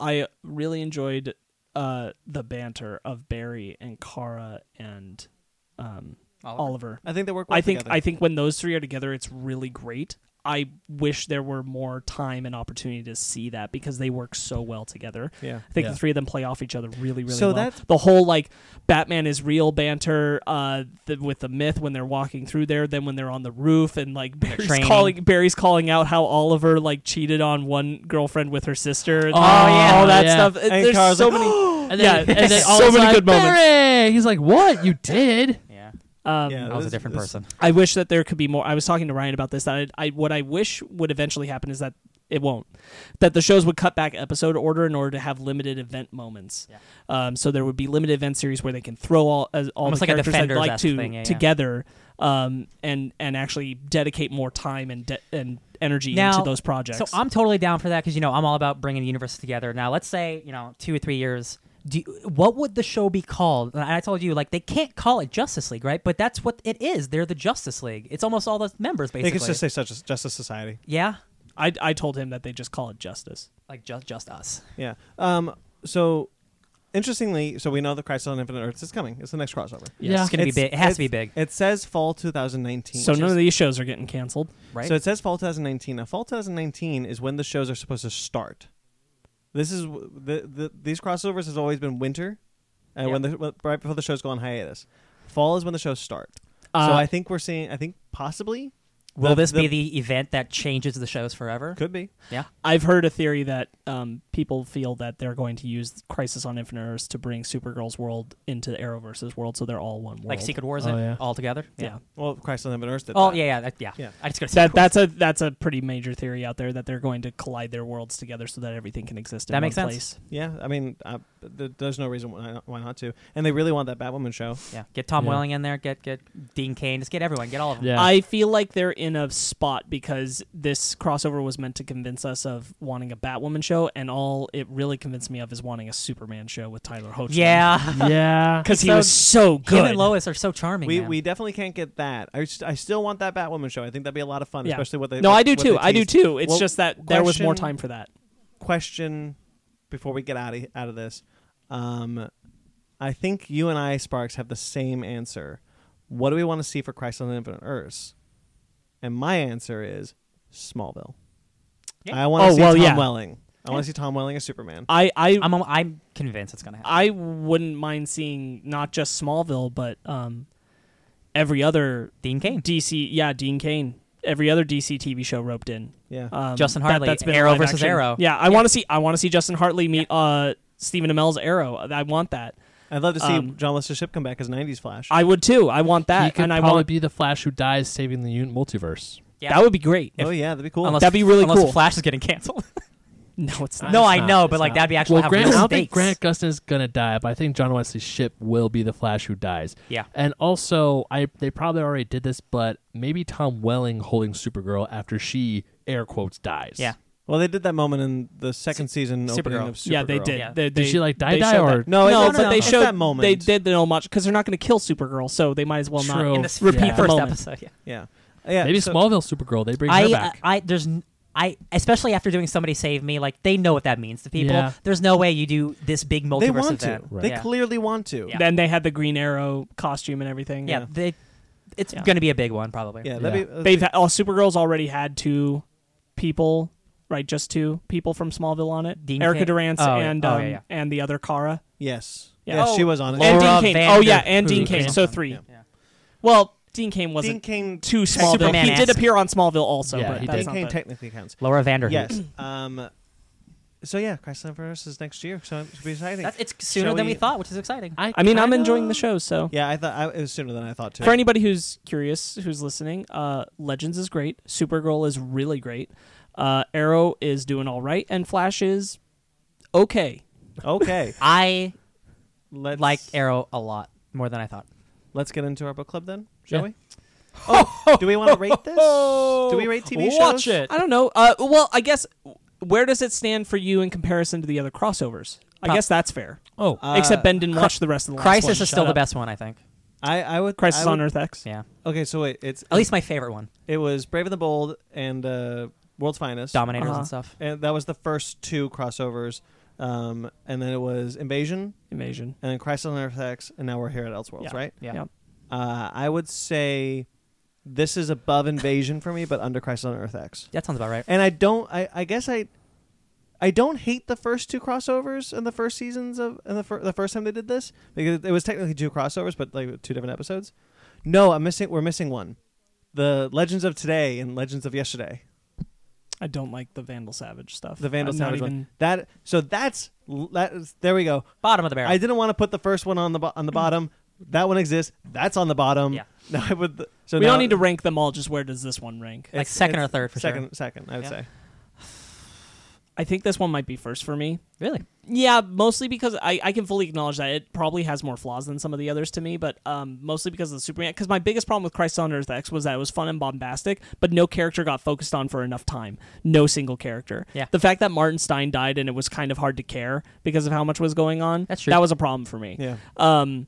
Speaker 4: I really enjoyed uh, the banter of Barry and Kara and um,
Speaker 2: Oliver.
Speaker 4: Oliver.
Speaker 1: I think they work. Well
Speaker 4: I think
Speaker 1: together.
Speaker 4: I think when those three are together, it's really great. I wish there were more time and opportunity to see that because they work so well together.
Speaker 1: Yeah.
Speaker 4: I think
Speaker 3: Yeah.
Speaker 4: the three of them play off each other really, really
Speaker 1: So
Speaker 4: well.
Speaker 1: that's-
Speaker 4: the whole like Batman is real banter uh, the, with the myth when they're walking through there, then when they're on the roof and like Barry's
Speaker 2: training.
Speaker 4: calling Barry's calling out how Oliver like cheated on one girlfriend with her sister. and
Speaker 3: Oh,
Speaker 4: all
Speaker 3: yeah.
Speaker 4: that
Speaker 3: Yeah.
Speaker 4: stuff. It-
Speaker 1: And
Speaker 4: there's
Speaker 1: Kara's
Speaker 4: so
Speaker 1: like,
Speaker 4: many.
Speaker 3: And then,
Speaker 4: yeah,
Speaker 3: and then all
Speaker 4: so
Speaker 3: of a
Speaker 4: many
Speaker 3: sudden,
Speaker 4: good moments.
Speaker 3: "Barry!" He's like, "What you did?"
Speaker 2: yeah.
Speaker 4: Um,
Speaker 1: Yeah,
Speaker 2: I was a
Speaker 1: this-
Speaker 2: different
Speaker 1: this-
Speaker 2: person.
Speaker 4: I wish that there could be more. I was talking to Ryan about this. That I, I what I wish would eventually happen is that it won't. That the shows would cut back episode order in order to have limited event moments.
Speaker 2: Yeah.
Speaker 4: Um, so there would be limited event series where they can throw all as, all
Speaker 2: Almost
Speaker 4: the
Speaker 2: like a
Speaker 4: characters they'd like
Speaker 2: Defenders-esque
Speaker 4: to
Speaker 2: thing, yeah, yeah.
Speaker 4: together, um, and and actually dedicate more time and de- and energy
Speaker 2: Now-
Speaker 4: into those projects.
Speaker 2: So I'm totally down for that because you know I'm all about bringing the universes together. Now let's say you know two or three years. Do you- what would the show be called? And I told you like they can't call it Justice League, right? But that's what it is. They're the Justice League. It's almost all the members
Speaker 1: They
Speaker 2: basically.
Speaker 1: could just say such as Justice Society.
Speaker 2: yeah.
Speaker 4: I, I told him that they just call it justice.
Speaker 2: Like just just us.
Speaker 1: Yeah. Um. So, interestingly, so we know the Crisis on Infinite Earths is coming. It's the next crossover.
Speaker 2: It's gonna be
Speaker 1: It's-
Speaker 2: big. It has to be
Speaker 1: it's-
Speaker 2: big,
Speaker 1: It says fall 2019.
Speaker 4: So
Speaker 1: Which
Speaker 4: none
Speaker 1: is-
Speaker 4: of these shows are getting canceled.
Speaker 2: right?
Speaker 1: So it says fall 2019. Now, fall 2019 is when the shows are supposed to start. This is w- the, the these crossovers has always been winter, and when the when- right before the shows go on hiatus, fall is when the shows start. so
Speaker 4: Uh,
Speaker 1: I think we're seeing. I think possibly
Speaker 2: Will this be the event that changes the shows forever?
Speaker 1: could be
Speaker 2: Yeah.
Speaker 4: I've heard a theory that um, people feel that they're going to use Crisis on Infinite Earths to bring Supergirl's world into the Arrowverse's world, so they're all one world.
Speaker 2: Like Secret Wars
Speaker 3: Oh,
Speaker 2: and
Speaker 3: yeah.
Speaker 2: all together.
Speaker 4: yeah.
Speaker 1: well Christ on Heaven Earth. Did
Speaker 2: Oh
Speaker 1: that.
Speaker 2: yeah, yeah, that, yeah.
Speaker 1: Yeah.
Speaker 2: I just got
Speaker 4: That that's a that's a pretty major theory out there that they're going to collide their worlds together so that everything can exist in
Speaker 2: That
Speaker 4: one
Speaker 2: makes sense.
Speaker 4: place.
Speaker 1: yeah. I mean, uh, th- there's no reason why not, why not to. And they really want that Batwoman show.
Speaker 2: yeah. Get Tom
Speaker 3: Yeah.
Speaker 2: Welling in there. Get get Dean Kane. Just get everyone. Get all of them.
Speaker 3: Yeah.
Speaker 4: I feel like they're in a spot because this crossover was meant to convince us of wanting a Batwoman show, and all it really convinced me of is wanting a Superman show with Tyler Hoechlin.
Speaker 2: Yeah.
Speaker 3: yeah.
Speaker 4: because he
Speaker 2: So-
Speaker 4: was so
Speaker 2: Him
Speaker 4: good.
Speaker 2: and Lois are so charming.
Speaker 1: We,
Speaker 2: man.
Speaker 1: we definitely can't get that. I, s- I still want that Batwoman show. I think that'd be a lot of fun,
Speaker 4: Yeah.
Speaker 1: especially what they.
Speaker 4: no,
Speaker 1: what-
Speaker 4: I do
Speaker 1: what they
Speaker 4: too. I do
Speaker 1: teased.
Speaker 4: too. It's
Speaker 1: Well,
Speaker 4: just that there was more
Speaker 1: question-
Speaker 4: time for that.
Speaker 1: question before we get out of out of this. Um, I think you and I, Sparks, have the same answer. What do we want to see for Christ on Infinite Earths? And my answer is Smallville.
Speaker 2: Yeah.
Speaker 1: I want to
Speaker 4: Oh,
Speaker 1: see
Speaker 4: well,
Speaker 1: Tom
Speaker 4: yeah. Uh,
Speaker 1: Welling. I want to see Tom Welling as Superman.
Speaker 4: I I
Speaker 2: I'm I'm convinced it's gonna happen.
Speaker 4: I wouldn't mind seeing not just Smallville, but um, every other
Speaker 2: Dean Kane.
Speaker 4: DC. Yeah, Dean Kane. Every other DC TV show roped in.
Speaker 1: yeah.
Speaker 4: Um,
Speaker 2: Justin
Speaker 4: that-
Speaker 2: Hartley,
Speaker 4: that's been
Speaker 2: Arrow
Speaker 4: live
Speaker 2: versus
Speaker 4: action.
Speaker 2: Arrow.
Speaker 4: Yeah, I want to see. I want to see Justin Hartley meet uh, Stephen Amell's Arrow. I want that.
Speaker 1: I'd love to see
Speaker 4: um,
Speaker 1: John Lester Ship come back as '90s Flash.
Speaker 4: I would too. I want
Speaker 3: he
Speaker 4: that,
Speaker 3: could
Speaker 4: and I
Speaker 3: probably
Speaker 4: want
Speaker 3: be the Flash who dies saving the unit multiverse.
Speaker 2: Yeah.
Speaker 4: that would be great.
Speaker 1: oh yeah, that'd be cool.
Speaker 2: Unless,
Speaker 4: That'd be really
Speaker 2: unless
Speaker 4: cool.
Speaker 2: Flash is getting canceled.
Speaker 4: no, it's not.
Speaker 2: no,
Speaker 3: it's
Speaker 2: I
Speaker 3: not,
Speaker 2: know,
Speaker 3: it's
Speaker 2: but like
Speaker 3: not.
Speaker 2: that'd be actually
Speaker 3: Well,
Speaker 2: have
Speaker 3: Grant, I
Speaker 2: real
Speaker 3: don't think
Speaker 2: stakes.
Speaker 3: Grant Gustin is gonna die, but I think John Wesley Ship will be the Flash who dies.
Speaker 2: Yeah.
Speaker 3: And also, I they probably already did this, but maybe Tom Welling holding Supergirl after she air quotes dies.
Speaker 2: Yeah.
Speaker 1: well, they did that moment in the second season opening
Speaker 2: Supergirl.
Speaker 1: of Supergirl.
Speaker 4: yeah, they did.
Speaker 2: Yeah.
Speaker 4: They,
Speaker 3: Did
Speaker 4: they-
Speaker 3: she, like, die
Speaker 4: they
Speaker 3: die
Speaker 4: showed
Speaker 3: or-
Speaker 4: that.
Speaker 1: No,
Speaker 4: no,
Speaker 1: it's
Speaker 4: but
Speaker 1: not-
Speaker 4: they
Speaker 1: it's
Speaker 4: showed
Speaker 1: that moment.
Speaker 4: They did know much because they're not going to kill Supergirl, so they might as well
Speaker 3: True.
Speaker 4: not.
Speaker 2: in this repeat
Speaker 3: Yeah.
Speaker 2: first
Speaker 4: Moment.
Speaker 2: episode. Yeah.
Speaker 1: Yeah, yeah.
Speaker 3: Maybe
Speaker 1: so-
Speaker 3: Smallville Supergirl. They bring
Speaker 2: I, uh,
Speaker 3: her back.
Speaker 2: I, I there's n- I especially after doing somebody save me like they know what that means to people.
Speaker 3: Yeah.
Speaker 2: There's no way you do this big multiverse
Speaker 1: They want to.
Speaker 2: event.
Speaker 1: They
Speaker 2: yeah.
Speaker 1: clearly want to.
Speaker 2: Yeah.
Speaker 4: Then they had the Green Arrow costume and everything.
Speaker 2: yeah,
Speaker 1: yeah.
Speaker 2: they it's
Speaker 4: Yeah.
Speaker 2: going to be a big one probably.
Speaker 1: Yeah, uh, that'd
Speaker 3: Yeah.
Speaker 1: be.
Speaker 4: they've had, oh, Supergirl's already had two people, right? Just two people from Smallville on it.
Speaker 2: Dean
Speaker 4: Erica
Speaker 2: Cain?
Speaker 4: Durance
Speaker 2: Oh, yeah.
Speaker 4: and
Speaker 2: Oh,
Speaker 4: um,
Speaker 2: yeah, yeah.
Speaker 4: and the other Kara.
Speaker 1: yes.
Speaker 4: Yeah.
Speaker 1: Yes,
Speaker 4: Oh,
Speaker 1: she was on it.
Speaker 2: Laura
Speaker 4: and Dean Kane. Oh yeah, and Dean
Speaker 2: Vanderhoof or
Speaker 4: Kane. So
Speaker 2: something.
Speaker 4: three.
Speaker 2: Yeah.
Speaker 4: Well, Dean Kane wasn't
Speaker 1: Dean Kane
Speaker 4: too Smallville.
Speaker 2: Superman
Speaker 4: he did
Speaker 2: esque.
Speaker 4: appear on Smallville also,
Speaker 3: Yeah,
Speaker 4: but
Speaker 3: he
Speaker 1: Dean
Speaker 3: did.
Speaker 4: that's not
Speaker 1: Kane
Speaker 4: the-
Speaker 1: technically counts.
Speaker 2: Laura Vanderhoof.
Speaker 1: Yes. um, so yeah, Christ on Earth is next year, so it should be exciting.
Speaker 2: That's, it's sooner
Speaker 1: Shall
Speaker 2: than we,
Speaker 1: we-
Speaker 2: thought, which is exciting.
Speaker 4: I mean, I'm
Speaker 3: kinda-
Speaker 4: enjoying the show, so
Speaker 1: yeah, I thought I, it was sooner than I thought too.
Speaker 4: For anybody who's curious, who's listening, uh, Legends is great. Supergirl is really great. Uh, Arrow is doing all right, and Flash is okay.
Speaker 1: okay,
Speaker 2: I
Speaker 1: let's
Speaker 2: like Arrow a lot more than I thought.
Speaker 1: Let's get into our book club then, shall
Speaker 3: Yeah.
Speaker 1: we? Oh, do we want to rate this? Do we rate TV
Speaker 3: Watch
Speaker 1: shows?
Speaker 3: it.
Speaker 4: I don't know. Uh, well, I guess where does it stand for you in comparison to the other crossovers? I
Speaker 2: Pro-
Speaker 4: guess that's fair.
Speaker 3: Oh,
Speaker 1: Uh,
Speaker 4: Except Ben didn't watch the rest of the last one.
Speaker 2: Crisis is
Speaker 4: Shut
Speaker 2: still the
Speaker 4: up.
Speaker 2: best one, I think.
Speaker 1: I, I would.
Speaker 4: Crisis
Speaker 1: I would,
Speaker 4: on Earth X.
Speaker 2: Yeah.
Speaker 1: Okay, so wait, it's
Speaker 2: At least my favorite one.
Speaker 1: it was Brave and the Bold and uh, World's Finest,
Speaker 2: Dominators
Speaker 4: Uh-huh.
Speaker 2: and stuff.
Speaker 1: and that was the first two crossovers. Um, and then it was Invasion,
Speaker 4: Invasion.
Speaker 1: and then Crisis on Earth X, and now we're here at Elseworlds,
Speaker 4: Yeah.
Speaker 1: right?
Speaker 2: Yeah.
Speaker 4: Yeah.
Speaker 1: Uh, I would say this is above Invasion for me, but under Crisis on Earth X.
Speaker 2: That sounds about right.
Speaker 1: And I don't. I, I guess I. I don't hate the first two crossovers and the first seasons of and the, fir- the first time they did this because it was technically two crossovers but like two different episodes. No, I'm missing. We're missing one, the Legends of Today and Legends of Yesterday.
Speaker 4: I don't like the Vandal Savage stuff.
Speaker 1: The Vandal
Speaker 4: I'm not
Speaker 1: Savage
Speaker 4: even-
Speaker 1: one. That so that's that is, there we go.
Speaker 2: Bottom of the barrel.
Speaker 1: I didn't want to put the first one on the bo- on the bottom. That one exists. That's on the bottom.
Speaker 2: Yeah.
Speaker 1: No, I would. So
Speaker 4: We
Speaker 1: now-
Speaker 4: don't need to rank them all. Just where does this one rank?
Speaker 2: like
Speaker 1: it's-
Speaker 2: second
Speaker 1: it's
Speaker 2: or third for
Speaker 1: second,
Speaker 2: sure.
Speaker 1: Second, I would
Speaker 2: Yeah.
Speaker 1: say.
Speaker 4: I think this one might be first for me.
Speaker 2: Really?
Speaker 4: Yeah, mostly because I, I can fully acknowledge that it probably has more flaws than some of the others to me, but um, mostly because of the Superman. Because my biggest problem with Christ on Earth X was that it was fun and bombastic, but no character got focused on for enough time. No single character.
Speaker 2: Yeah.
Speaker 4: The fact that Martin Stein died and it was kind of hard to care because of how much was going on.
Speaker 2: That's true.
Speaker 4: That was a problem for me.
Speaker 1: Yeah.
Speaker 4: Um,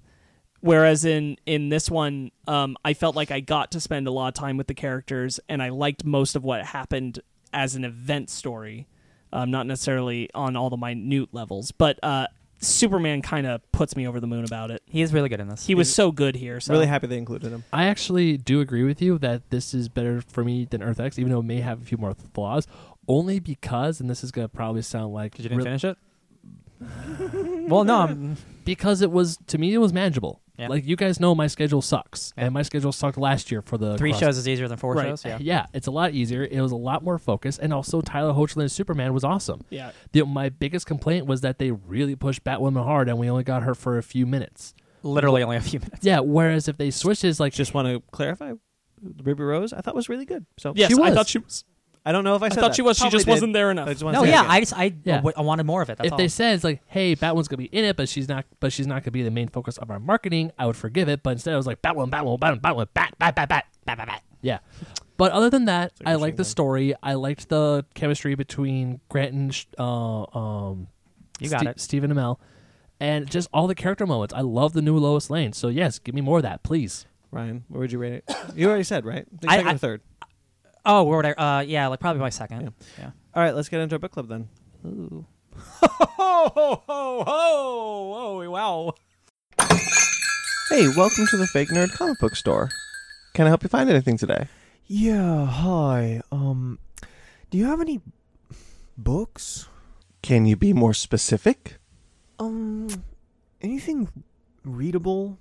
Speaker 4: whereas in in this one, um, I felt like I got to spend a lot of time with the characters, and I liked most of what happened as an event story, um, not necessarily on all the minute levels. But uh, Superman kind of puts me over the moon about it.
Speaker 2: He is really good in this.
Speaker 4: He was so good here. So
Speaker 1: Really happy they included him.
Speaker 3: I actually do agree with you that this is better for me than Earth X, even though it may have a few more flaws. Only because, and this is gonna probably sound like
Speaker 2: Did you didn't
Speaker 3: real-
Speaker 2: finish it? well, no. um, I'm,
Speaker 3: because it was to me it was manageable.
Speaker 2: Yeah.
Speaker 3: Like you guys know, my schedule sucks,
Speaker 2: Yeah.
Speaker 3: and my schedule sucked last year for the
Speaker 2: three
Speaker 3: cross-
Speaker 2: shows is easier than four
Speaker 4: Right.
Speaker 2: shows. Yeah.
Speaker 3: it's a lot easier. It was a lot more focused, and also Tyler Hoechlin as Superman was awesome.
Speaker 4: yeah,
Speaker 3: The, my biggest complaint was that they really pushed Batwoman hard, and we only got her for a few minutes.
Speaker 2: Literally only a few minutes.
Speaker 3: Yeah, whereas if they switched his like
Speaker 1: Just want to clarify, Ruby Rose I thought was really good. So
Speaker 4: yes,
Speaker 3: She
Speaker 4: I
Speaker 3: was.
Speaker 4: thought she was.
Speaker 1: I don't know if I
Speaker 4: I
Speaker 1: said
Speaker 4: thought
Speaker 1: that.
Speaker 4: she was. She
Speaker 1: Probably
Speaker 4: just
Speaker 1: did.
Speaker 4: wasn't there
Speaker 1: I
Speaker 4: enough.
Speaker 1: just wanna
Speaker 2: No,
Speaker 1: say
Speaker 2: yeah.
Speaker 1: that.
Speaker 2: I just I,
Speaker 3: Yeah.
Speaker 2: w- I wanted more of it. That's
Speaker 3: if
Speaker 2: all.
Speaker 3: they said it's like, hey, Batwoman's gonna be in it, but she's not, but she's not gonna be the main focus of our marketing, I would forgive it. But instead, I was like, Batwoman, Batwoman, Batwoman, Batwoman, Bat, Bat, Bat, Bat, Bat, Bat, Bat. Yeah. But other than that,
Speaker 1: like
Speaker 3: I
Speaker 1: Machine
Speaker 3: like the
Speaker 1: Gun.
Speaker 3: story. I liked the chemistry between Grant and sh- uh, um,
Speaker 2: You got it.
Speaker 3: Stephen Amell, and just all the character moments. I love the new Lois Lane. So yes, give me more of that, please.
Speaker 1: Ryan, where would you rate it? You already said right. Think
Speaker 2: I-
Speaker 1: second
Speaker 2: I-
Speaker 1: or third.
Speaker 2: Oh, where would I? Uh, yeah, like probably my second. Yeah.
Speaker 1: All right, let's get into our book club then.
Speaker 2: Ooh.
Speaker 4: ho ho ho ho! Wow.
Speaker 1: Hey, welcome to the Fake Nerd Comic Book Store. Can I help you find anything today?
Speaker 5: Yeah, hi. Um, do you have any books?
Speaker 1: Can you be more specific?
Speaker 5: Um, anything readable?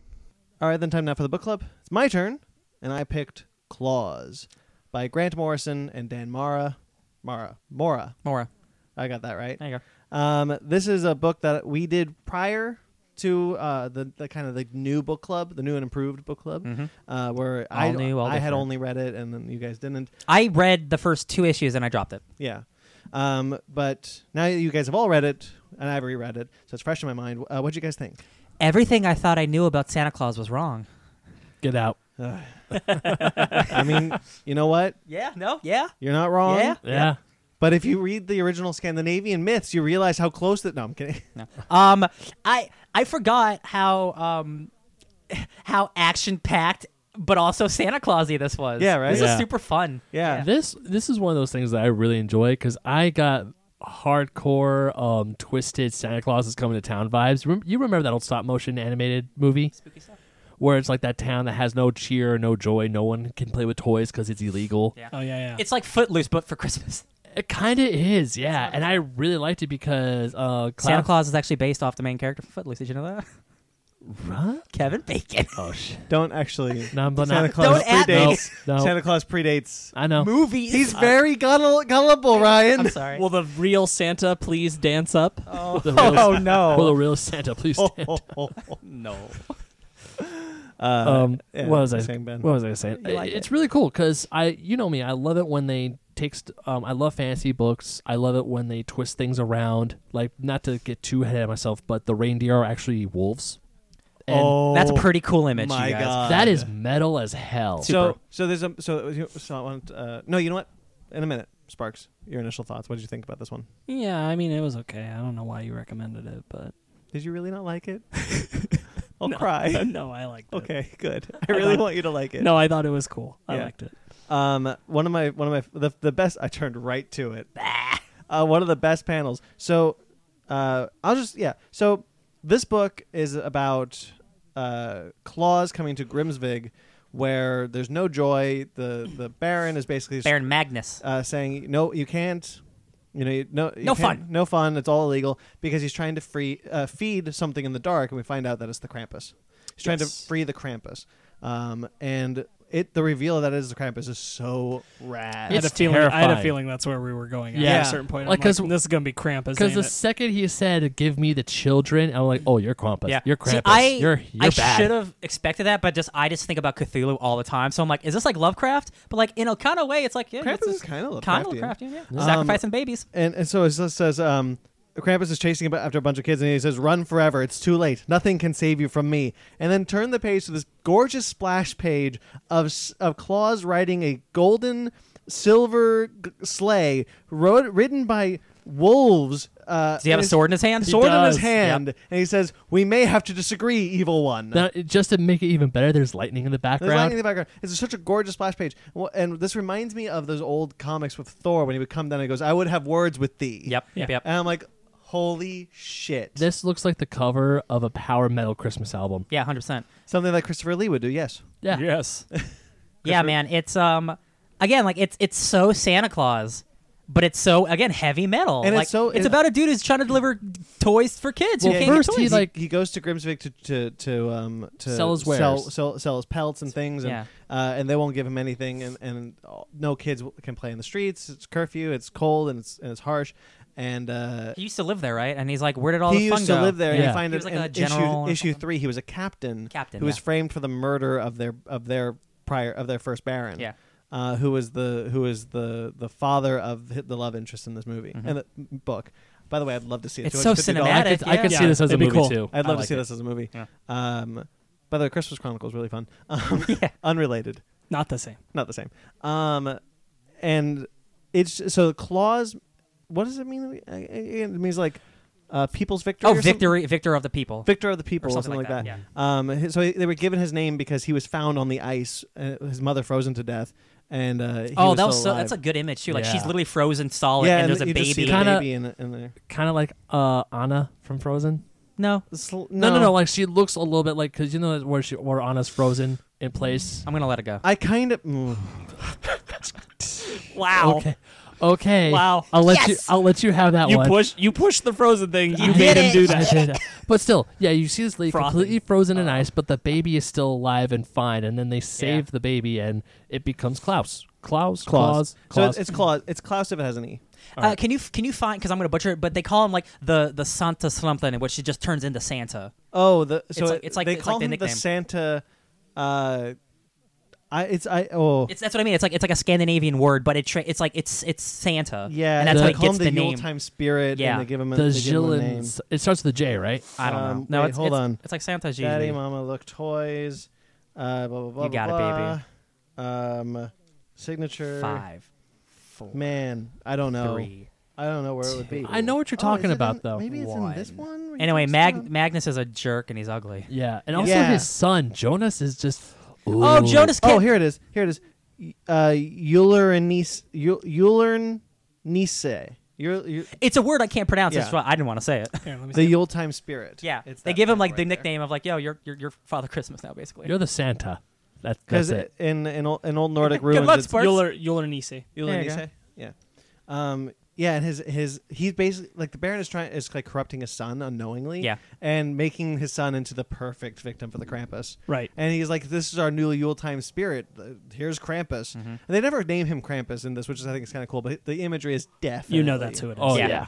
Speaker 1: All right, then time now for the book club. It's my turn, and I picked Claws by Grant Morrison and Dan Mara. Mara. Mora.
Speaker 2: Mora.
Speaker 1: I got that right.
Speaker 2: There you go.
Speaker 1: Um, this is a book that we did prior to uh, the, the kind of the new book club, the new and improved book club,
Speaker 2: Mm-hmm.
Speaker 1: uh, where
Speaker 2: All
Speaker 1: I,
Speaker 2: new, all
Speaker 1: I had
Speaker 2: different.
Speaker 1: only read it and then you guys didn't.
Speaker 2: I read the first two issues and I dropped it.
Speaker 1: Yeah. Um, but now you guys have all read it, and I've reread it, so it's fresh in my mind. Uh, what do you guys think?
Speaker 2: Everything I thought I knew about Santa Claus was wrong.
Speaker 3: Get out.
Speaker 1: Ugh. I mean, you know what?
Speaker 2: Yeah. No. Yeah.
Speaker 1: You're not wrong.
Speaker 2: Yeah.
Speaker 3: Yeah.
Speaker 1: But if you read the original Scandinavian myths, you realize how close that. No, I'm kidding.
Speaker 2: No. Um, I I forgot how um how action packed, but also Santa Clausy this was.
Speaker 1: Yeah, right?
Speaker 2: This
Speaker 3: Yeah.
Speaker 2: is super fun.
Speaker 1: Yeah.
Speaker 3: This this is one of those things that I really enjoy because I got hardcore um, twisted Santa Claus is coming to town vibes. Rem- you remember that old stop motion animated movie
Speaker 2: Spooky stuff.
Speaker 3: where it's like that town that has no cheer, no joy, no one can play with toys because it's illegal.
Speaker 2: Yeah.
Speaker 4: Oh yeah, yeah.
Speaker 2: It's like Footloose, but for Christmas.
Speaker 3: It kind of is, yeah. And I really liked it because uh,
Speaker 2: Santa Claus is actually based off the main character from Footloose. Did you know that?
Speaker 3: What?
Speaker 2: Kevin Bacon.
Speaker 3: Oh shit!
Speaker 1: Don't actually.
Speaker 3: No, but
Speaker 1: Santa
Speaker 3: not-
Speaker 1: Claus
Speaker 2: Don't at me.
Speaker 1: predates.
Speaker 3: No, no.
Speaker 1: Santa Claus predates.
Speaker 3: I know.
Speaker 2: Movies.
Speaker 1: He's very gullible, gullible Ryan.
Speaker 2: I'm sorry.
Speaker 4: Will the real Santa please dance up?
Speaker 2: oh,
Speaker 3: The real-
Speaker 2: no.
Speaker 3: Will the real Santa please? stand?
Speaker 2: no.
Speaker 1: Uh,
Speaker 3: Um,
Speaker 1: yeah,
Speaker 3: what was I
Speaker 1: saying, Ben?
Speaker 3: What was I saying?
Speaker 2: You like
Speaker 3: it's really cool because I, you know me, I love it when they take. St- um, I love fantasy books. I love it when they twist things around. Like not to get too ahead of myself, but the reindeer are actually wolves. And
Speaker 1: oh,
Speaker 2: That's a pretty cool image,
Speaker 1: my
Speaker 2: you guys.
Speaker 1: God.
Speaker 3: that is metal as hell.
Speaker 1: So, so there's a so so I want uh, no, you know what? In a minute, Sparks, your initial thoughts. What did you think about this one?
Speaker 4: Yeah, I mean it was okay. I don't know why you recommended it, but
Speaker 1: Did you really not like it? I'll
Speaker 4: No.
Speaker 1: cry.
Speaker 4: no, I liked it.
Speaker 1: okay, good. I really want you to like it.
Speaker 4: No, I thought it was cool. I
Speaker 1: Yeah.
Speaker 4: liked it.
Speaker 1: Um, one of my one of my the, the best. I turned right to it. uh, one of the best panels. So, uh, I'll just yeah. So this book is about uh, Claus coming to Grimsvig, where there's no joy. The the Baron is basically
Speaker 2: Baron Magnus.
Speaker 1: uh, saying no, you can't. You know, you, no, you
Speaker 2: No
Speaker 1: can't-
Speaker 2: fun.
Speaker 1: no fun. It's all illegal because he's trying to free uh, feed something in the dark, and we find out that it's the Krampus. He's trying
Speaker 4: Yes.
Speaker 1: to free the Krampus, um, and it the reveal that it is the Krampus is so
Speaker 4: I
Speaker 1: rad.
Speaker 4: had a
Speaker 3: It's
Speaker 4: feeling. I had a
Speaker 3: terrifying.
Speaker 4: feeling that's where we were going. At,
Speaker 3: Yeah.
Speaker 4: at a certain point,
Speaker 3: Like,
Speaker 4: I'm
Speaker 3: 'cause-
Speaker 4: like, this is gonna be Krampus.
Speaker 3: because
Speaker 4: ain't
Speaker 3: the
Speaker 4: it?
Speaker 3: second he said, "Give me the children," I'm like, "Oh, you're Krampus.
Speaker 2: Yeah.
Speaker 3: You're Krampus.
Speaker 2: See, I,
Speaker 3: you're you're
Speaker 2: I
Speaker 3: bad."
Speaker 2: should have expected that, but just I just think about Cthulhu all the time. So I'm like, is this like Lovecraft? But like in a kind of way, it's like yeah,
Speaker 1: Krampus
Speaker 2: it's
Speaker 1: is kind of
Speaker 2: kind of
Speaker 1: Lovecraftian.
Speaker 2: Lovecraftian. Yeah,
Speaker 1: Um,
Speaker 2: sacrificing babies.
Speaker 1: And and so it just says um, Krampus is chasing ab- after a bunch of kids, and he says, "Run forever! It's too late. Nothing can save you from me." And then turn the page to this gorgeous splash page of s- of Claus riding a golden silver g- sleigh, rode, ridden by wolves. Uh,
Speaker 2: Does he have a
Speaker 1: his-
Speaker 2: sword in his hand?
Speaker 1: Sword in his
Speaker 3: does,
Speaker 1: hand, and he says, "We may have to disagree, evil one."
Speaker 3: Now, just to make it even better, there's lightning in the
Speaker 1: There's
Speaker 3: background.
Speaker 1: lightning in the background. It's such a gorgeous splash page, Well, and this reminds me of those old comics with Thor when he would come down and he goes, "I would have words with thee."
Speaker 2: Yep. Yep. Yep.
Speaker 1: And I'm like, "Holy shit!"
Speaker 3: This looks like the cover of a power metal Christmas album.
Speaker 2: Yeah. Hundred percent.
Speaker 1: Something that Christopher Lee would do. Yes.
Speaker 3: Yeah.
Speaker 4: Yes.
Speaker 2: Yeah, man. It's um, again, like it's it's so Santa Claus, but it's so again heavy metal.
Speaker 1: And it's
Speaker 2: like,
Speaker 1: so-
Speaker 2: it's
Speaker 1: and-
Speaker 2: about a dude who's trying to deliver toys for kids
Speaker 3: Well,
Speaker 2: who can't
Speaker 3: first
Speaker 2: get
Speaker 3: he,
Speaker 2: toys.
Speaker 1: He,
Speaker 3: like-
Speaker 1: he goes to Grimsvik to to to, um, to
Speaker 3: Sell his wares.
Speaker 1: sell, sell, sell his pelts and things, and
Speaker 2: Yeah.
Speaker 1: uh, and they won't give him anything, and and all- no kids w- can play in the streets. It's curfew. It's cold and it's and it's harsh, and uh,
Speaker 2: he used to live there, right? And he's like, where did all
Speaker 1: he
Speaker 2: the fun
Speaker 1: used
Speaker 2: go? Oh,
Speaker 1: to live there. And
Speaker 3: Yeah.
Speaker 1: you find
Speaker 2: He
Speaker 1: it
Speaker 2: was like
Speaker 1: in
Speaker 2: a general or
Speaker 1: issue, issue
Speaker 2: something.
Speaker 1: three. He was a captain,
Speaker 2: Captain,
Speaker 1: who was
Speaker 2: yeah.
Speaker 1: framed for the murder of their of their prior of their first baron.
Speaker 2: Yeah.
Speaker 1: Uh, who was the who was the the father of hi- the love interest in this movie and the book? By the way, I'd love to see it.
Speaker 2: Mm-hmm. It's so
Speaker 1: $250.
Speaker 2: cinematic.
Speaker 3: Oh, I could, I
Speaker 2: Yeah.
Speaker 3: could
Speaker 4: Yeah,
Speaker 3: see this as a
Speaker 4: it'd be
Speaker 3: movie
Speaker 4: cool.
Speaker 3: too.
Speaker 1: I'd
Speaker 3: I
Speaker 1: love
Speaker 3: like
Speaker 1: to see
Speaker 3: it.
Speaker 1: this as a movie.
Speaker 2: Yeah.
Speaker 1: Um, by the way, Christmas Chronicle is really fun. Um, Unrelated,
Speaker 4: Not the same.
Speaker 1: not the same. Um, and it's so clause. What does it mean? Uh, It means like uh, people's victory.
Speaker 2: Oh,
Speaker 1: or something?
Speaker 2: victory, victor of the people.
Speaker 1: Victor of the people,
Speaker 2: Or
Speaker 1: or
Speaker 2: something
Speaker 1: something,
Speaker 2: like
Speaker 1: like that. Um, his- so he- they were given his name because he was found on the ice, uh, his mother frozen to death, and uh, he
Speaker 2: oh,
Speaker 1: was
Speaker 2: that was so.
Speaker 1: still alive.
Speaker 2: That's a good image too. Like she's
Speaker 3: Yeah.
Speaker 2: literally frozen solid,
Speaker 1: yeah,
Speaker 2: and there's a
Speaker 1: you just see
Speaker 2: baby.
Speaker 1: the
Speaker 3: Kinda-
Speaker 1: baby in, in there.
Speaker 3: Kind of like uh, Anna from Frozen.
Speaker 2: no,
Speaker 1: Sl-
Speaker 3: No. no, no, Like she looks a little bit like because you know where she where Anna's frozen in place.
Speaker 2: I'm gonna let it go.
Speaker 1: I kind of. mm,
Speaker 4: Wow.
Speaker 3: Okay. Okay.
Speaker 4: Wow.
Speaker 3: I'll let you.
Speaker 2: Yes!
Speaker 3: I'll let you have that
Speaker 4: You
Speaker 3: one.
Speaker 4: push you push the frozen thing. You
Speaker 3: I
Speaker 4: made him do
Speaker 3: I
Speaker 4: that. Uh.
Speaker 3: did. But still, yeah, you see this lady
Speaker 4: Frothing.
Speaker 3: completely frozen in ice, but the baby is still alive and fine. And then they save the baby, and it becomes Klaus. Klaus. Klaus.
Speaker 1: So
Speaker 3: Klaus.
Speaker 1: it's, it's Claus. It's Klaus if it has an E.
Speaker 2: Uh, can you can you find? Because I'm gonna butcher it, but they call him like the the Santa something, which she just turns into Santa.
Speaker 1: Oh, the so
Speaker 2: like-
Speaker 1: it-
Speaker 2: it's like-
Speaker 1: they
Speaker 2: it's
Speaker 1: call
Speaker 2: like the
Speaker 1: him the
Speaker 2: nickname.
Speaker 1: Santa. Uh, I it's I oh
Speaker 2: It's that's what I mean. It's like it's like a Scandinavian word, but it tra- it's like it's it's Santa.
Speaker 1: yeah,
Speaker 2: and that's
Speaker 1: they
Speaker 2: how it
Speaker 1: call him
Speaker 2: gets
Speaker 1: the,
Speaker 2: the name.
Speaker 1: Yuletime spirit.
Speaker 2: Yeah.
Speaker 1: and they give him a,
Speaker 3: the
Speaker 1: they give him a name.
Speaker 3: Jillins. It starts with a J, right?
Speaker 2: I don't
Speaker 1: Um,
Speaker 2: know. No,
Speaker 1: wait,
Speaker 2: it's,
Speaker 1: hold
Speaker 2: it's-
Speaker 1: on.
Speaker 2: It's like Santa Jesus.
Speaker 1: Daddy, mama, look, toys. Uh, blah blah blah.
Speaker 2: You
Speaker 1: blah,
Speaker 2: got it,
Speaker 1: blah. baby. Um, signature.
Speaker 2: Five, four,
Speaker 1: Man, I don't know.
Speaker 2: three.
Speaker 1: I don't know where it would be.
Speaker 3: I know what you're
Speaker 1: Oh,
Speaker 3: talking
Speaker 1: is it
Speaker 3: about,
Speaker 1: in-
Speaker 3: though.
Speaker 1: Maybe it's in this
Speaker 2: One.
Speaker 1: one. where you
Speaker 2: Anyway,
Speaker 1: can
Speaker 2: Mag-
Speaker 1: stop?
Speaker 2: Magnus is a jerk and he's ugly.
Speaker 3: Yeah, and also
Speaker 1: Yeah.
Speaker 3: his son Jonas is just.
Speaker 2: Oh,
Speaker 3: Ooh.
Speaker 2: Jonas! Kid-
Speaker 1: Oh, here it is. Here it is. Y- Uh, Euler and Nice. Euler Nice. You're, you
Speaker 2: It's a word I can't pronounce.
Speaker 1: Yeah.
Speaker 2: That's why I didn't want to say it.
Speaker 4: Here, let me
Speaker 1: the
Speaker 4: see.
Speaker 1: Yuletime spirit.
Speaker 2: Yeah,
Speaker 1: It's
Speaker 2: they
Speaker 1: that
Speaker 2: give him
Speaker 1: thing
Speaker 2: like the
Speaker 1: right there.
Speaker 2: nickname of like, yo, you're, you're, you're Father Christmas now, basically.
Speaker 3: You're the Santa. That, that's
Speaker 1: Because
Speaker 3: it.
Speaker 1: in in old, in old Nordic
Speaker 2: Good
Speaker 1: ruins,
Speaker 2: luck,
Speaker 1: it's
Speaker 2: Sparks.
Speaker 4: Euler Euler Nisi.
Speaker 2: There you
Speaker 1: Yulenice. Yeah, um, yeah, and his his he's basically like the Baron is trying is like corrupting his son unknowingly.
Speaker 2: Yeah.
Speaker 1: and making his son into the perfect victim for the Krampus.
Speaker 4: Right.
Speaker 1: And he's like, "This is our new Yuletime spirit. Uh, Here's Krampus."
Speaker 4: Mm-hmm.
Speaker 1: And they never name him Krampus in this, which is I think is kind of cool. But the imagery is definitely
Speaker 4: You know that's who it is.
Speaker 3: Oh
Speaker 2: Yeah.
Speaker 3: yeah.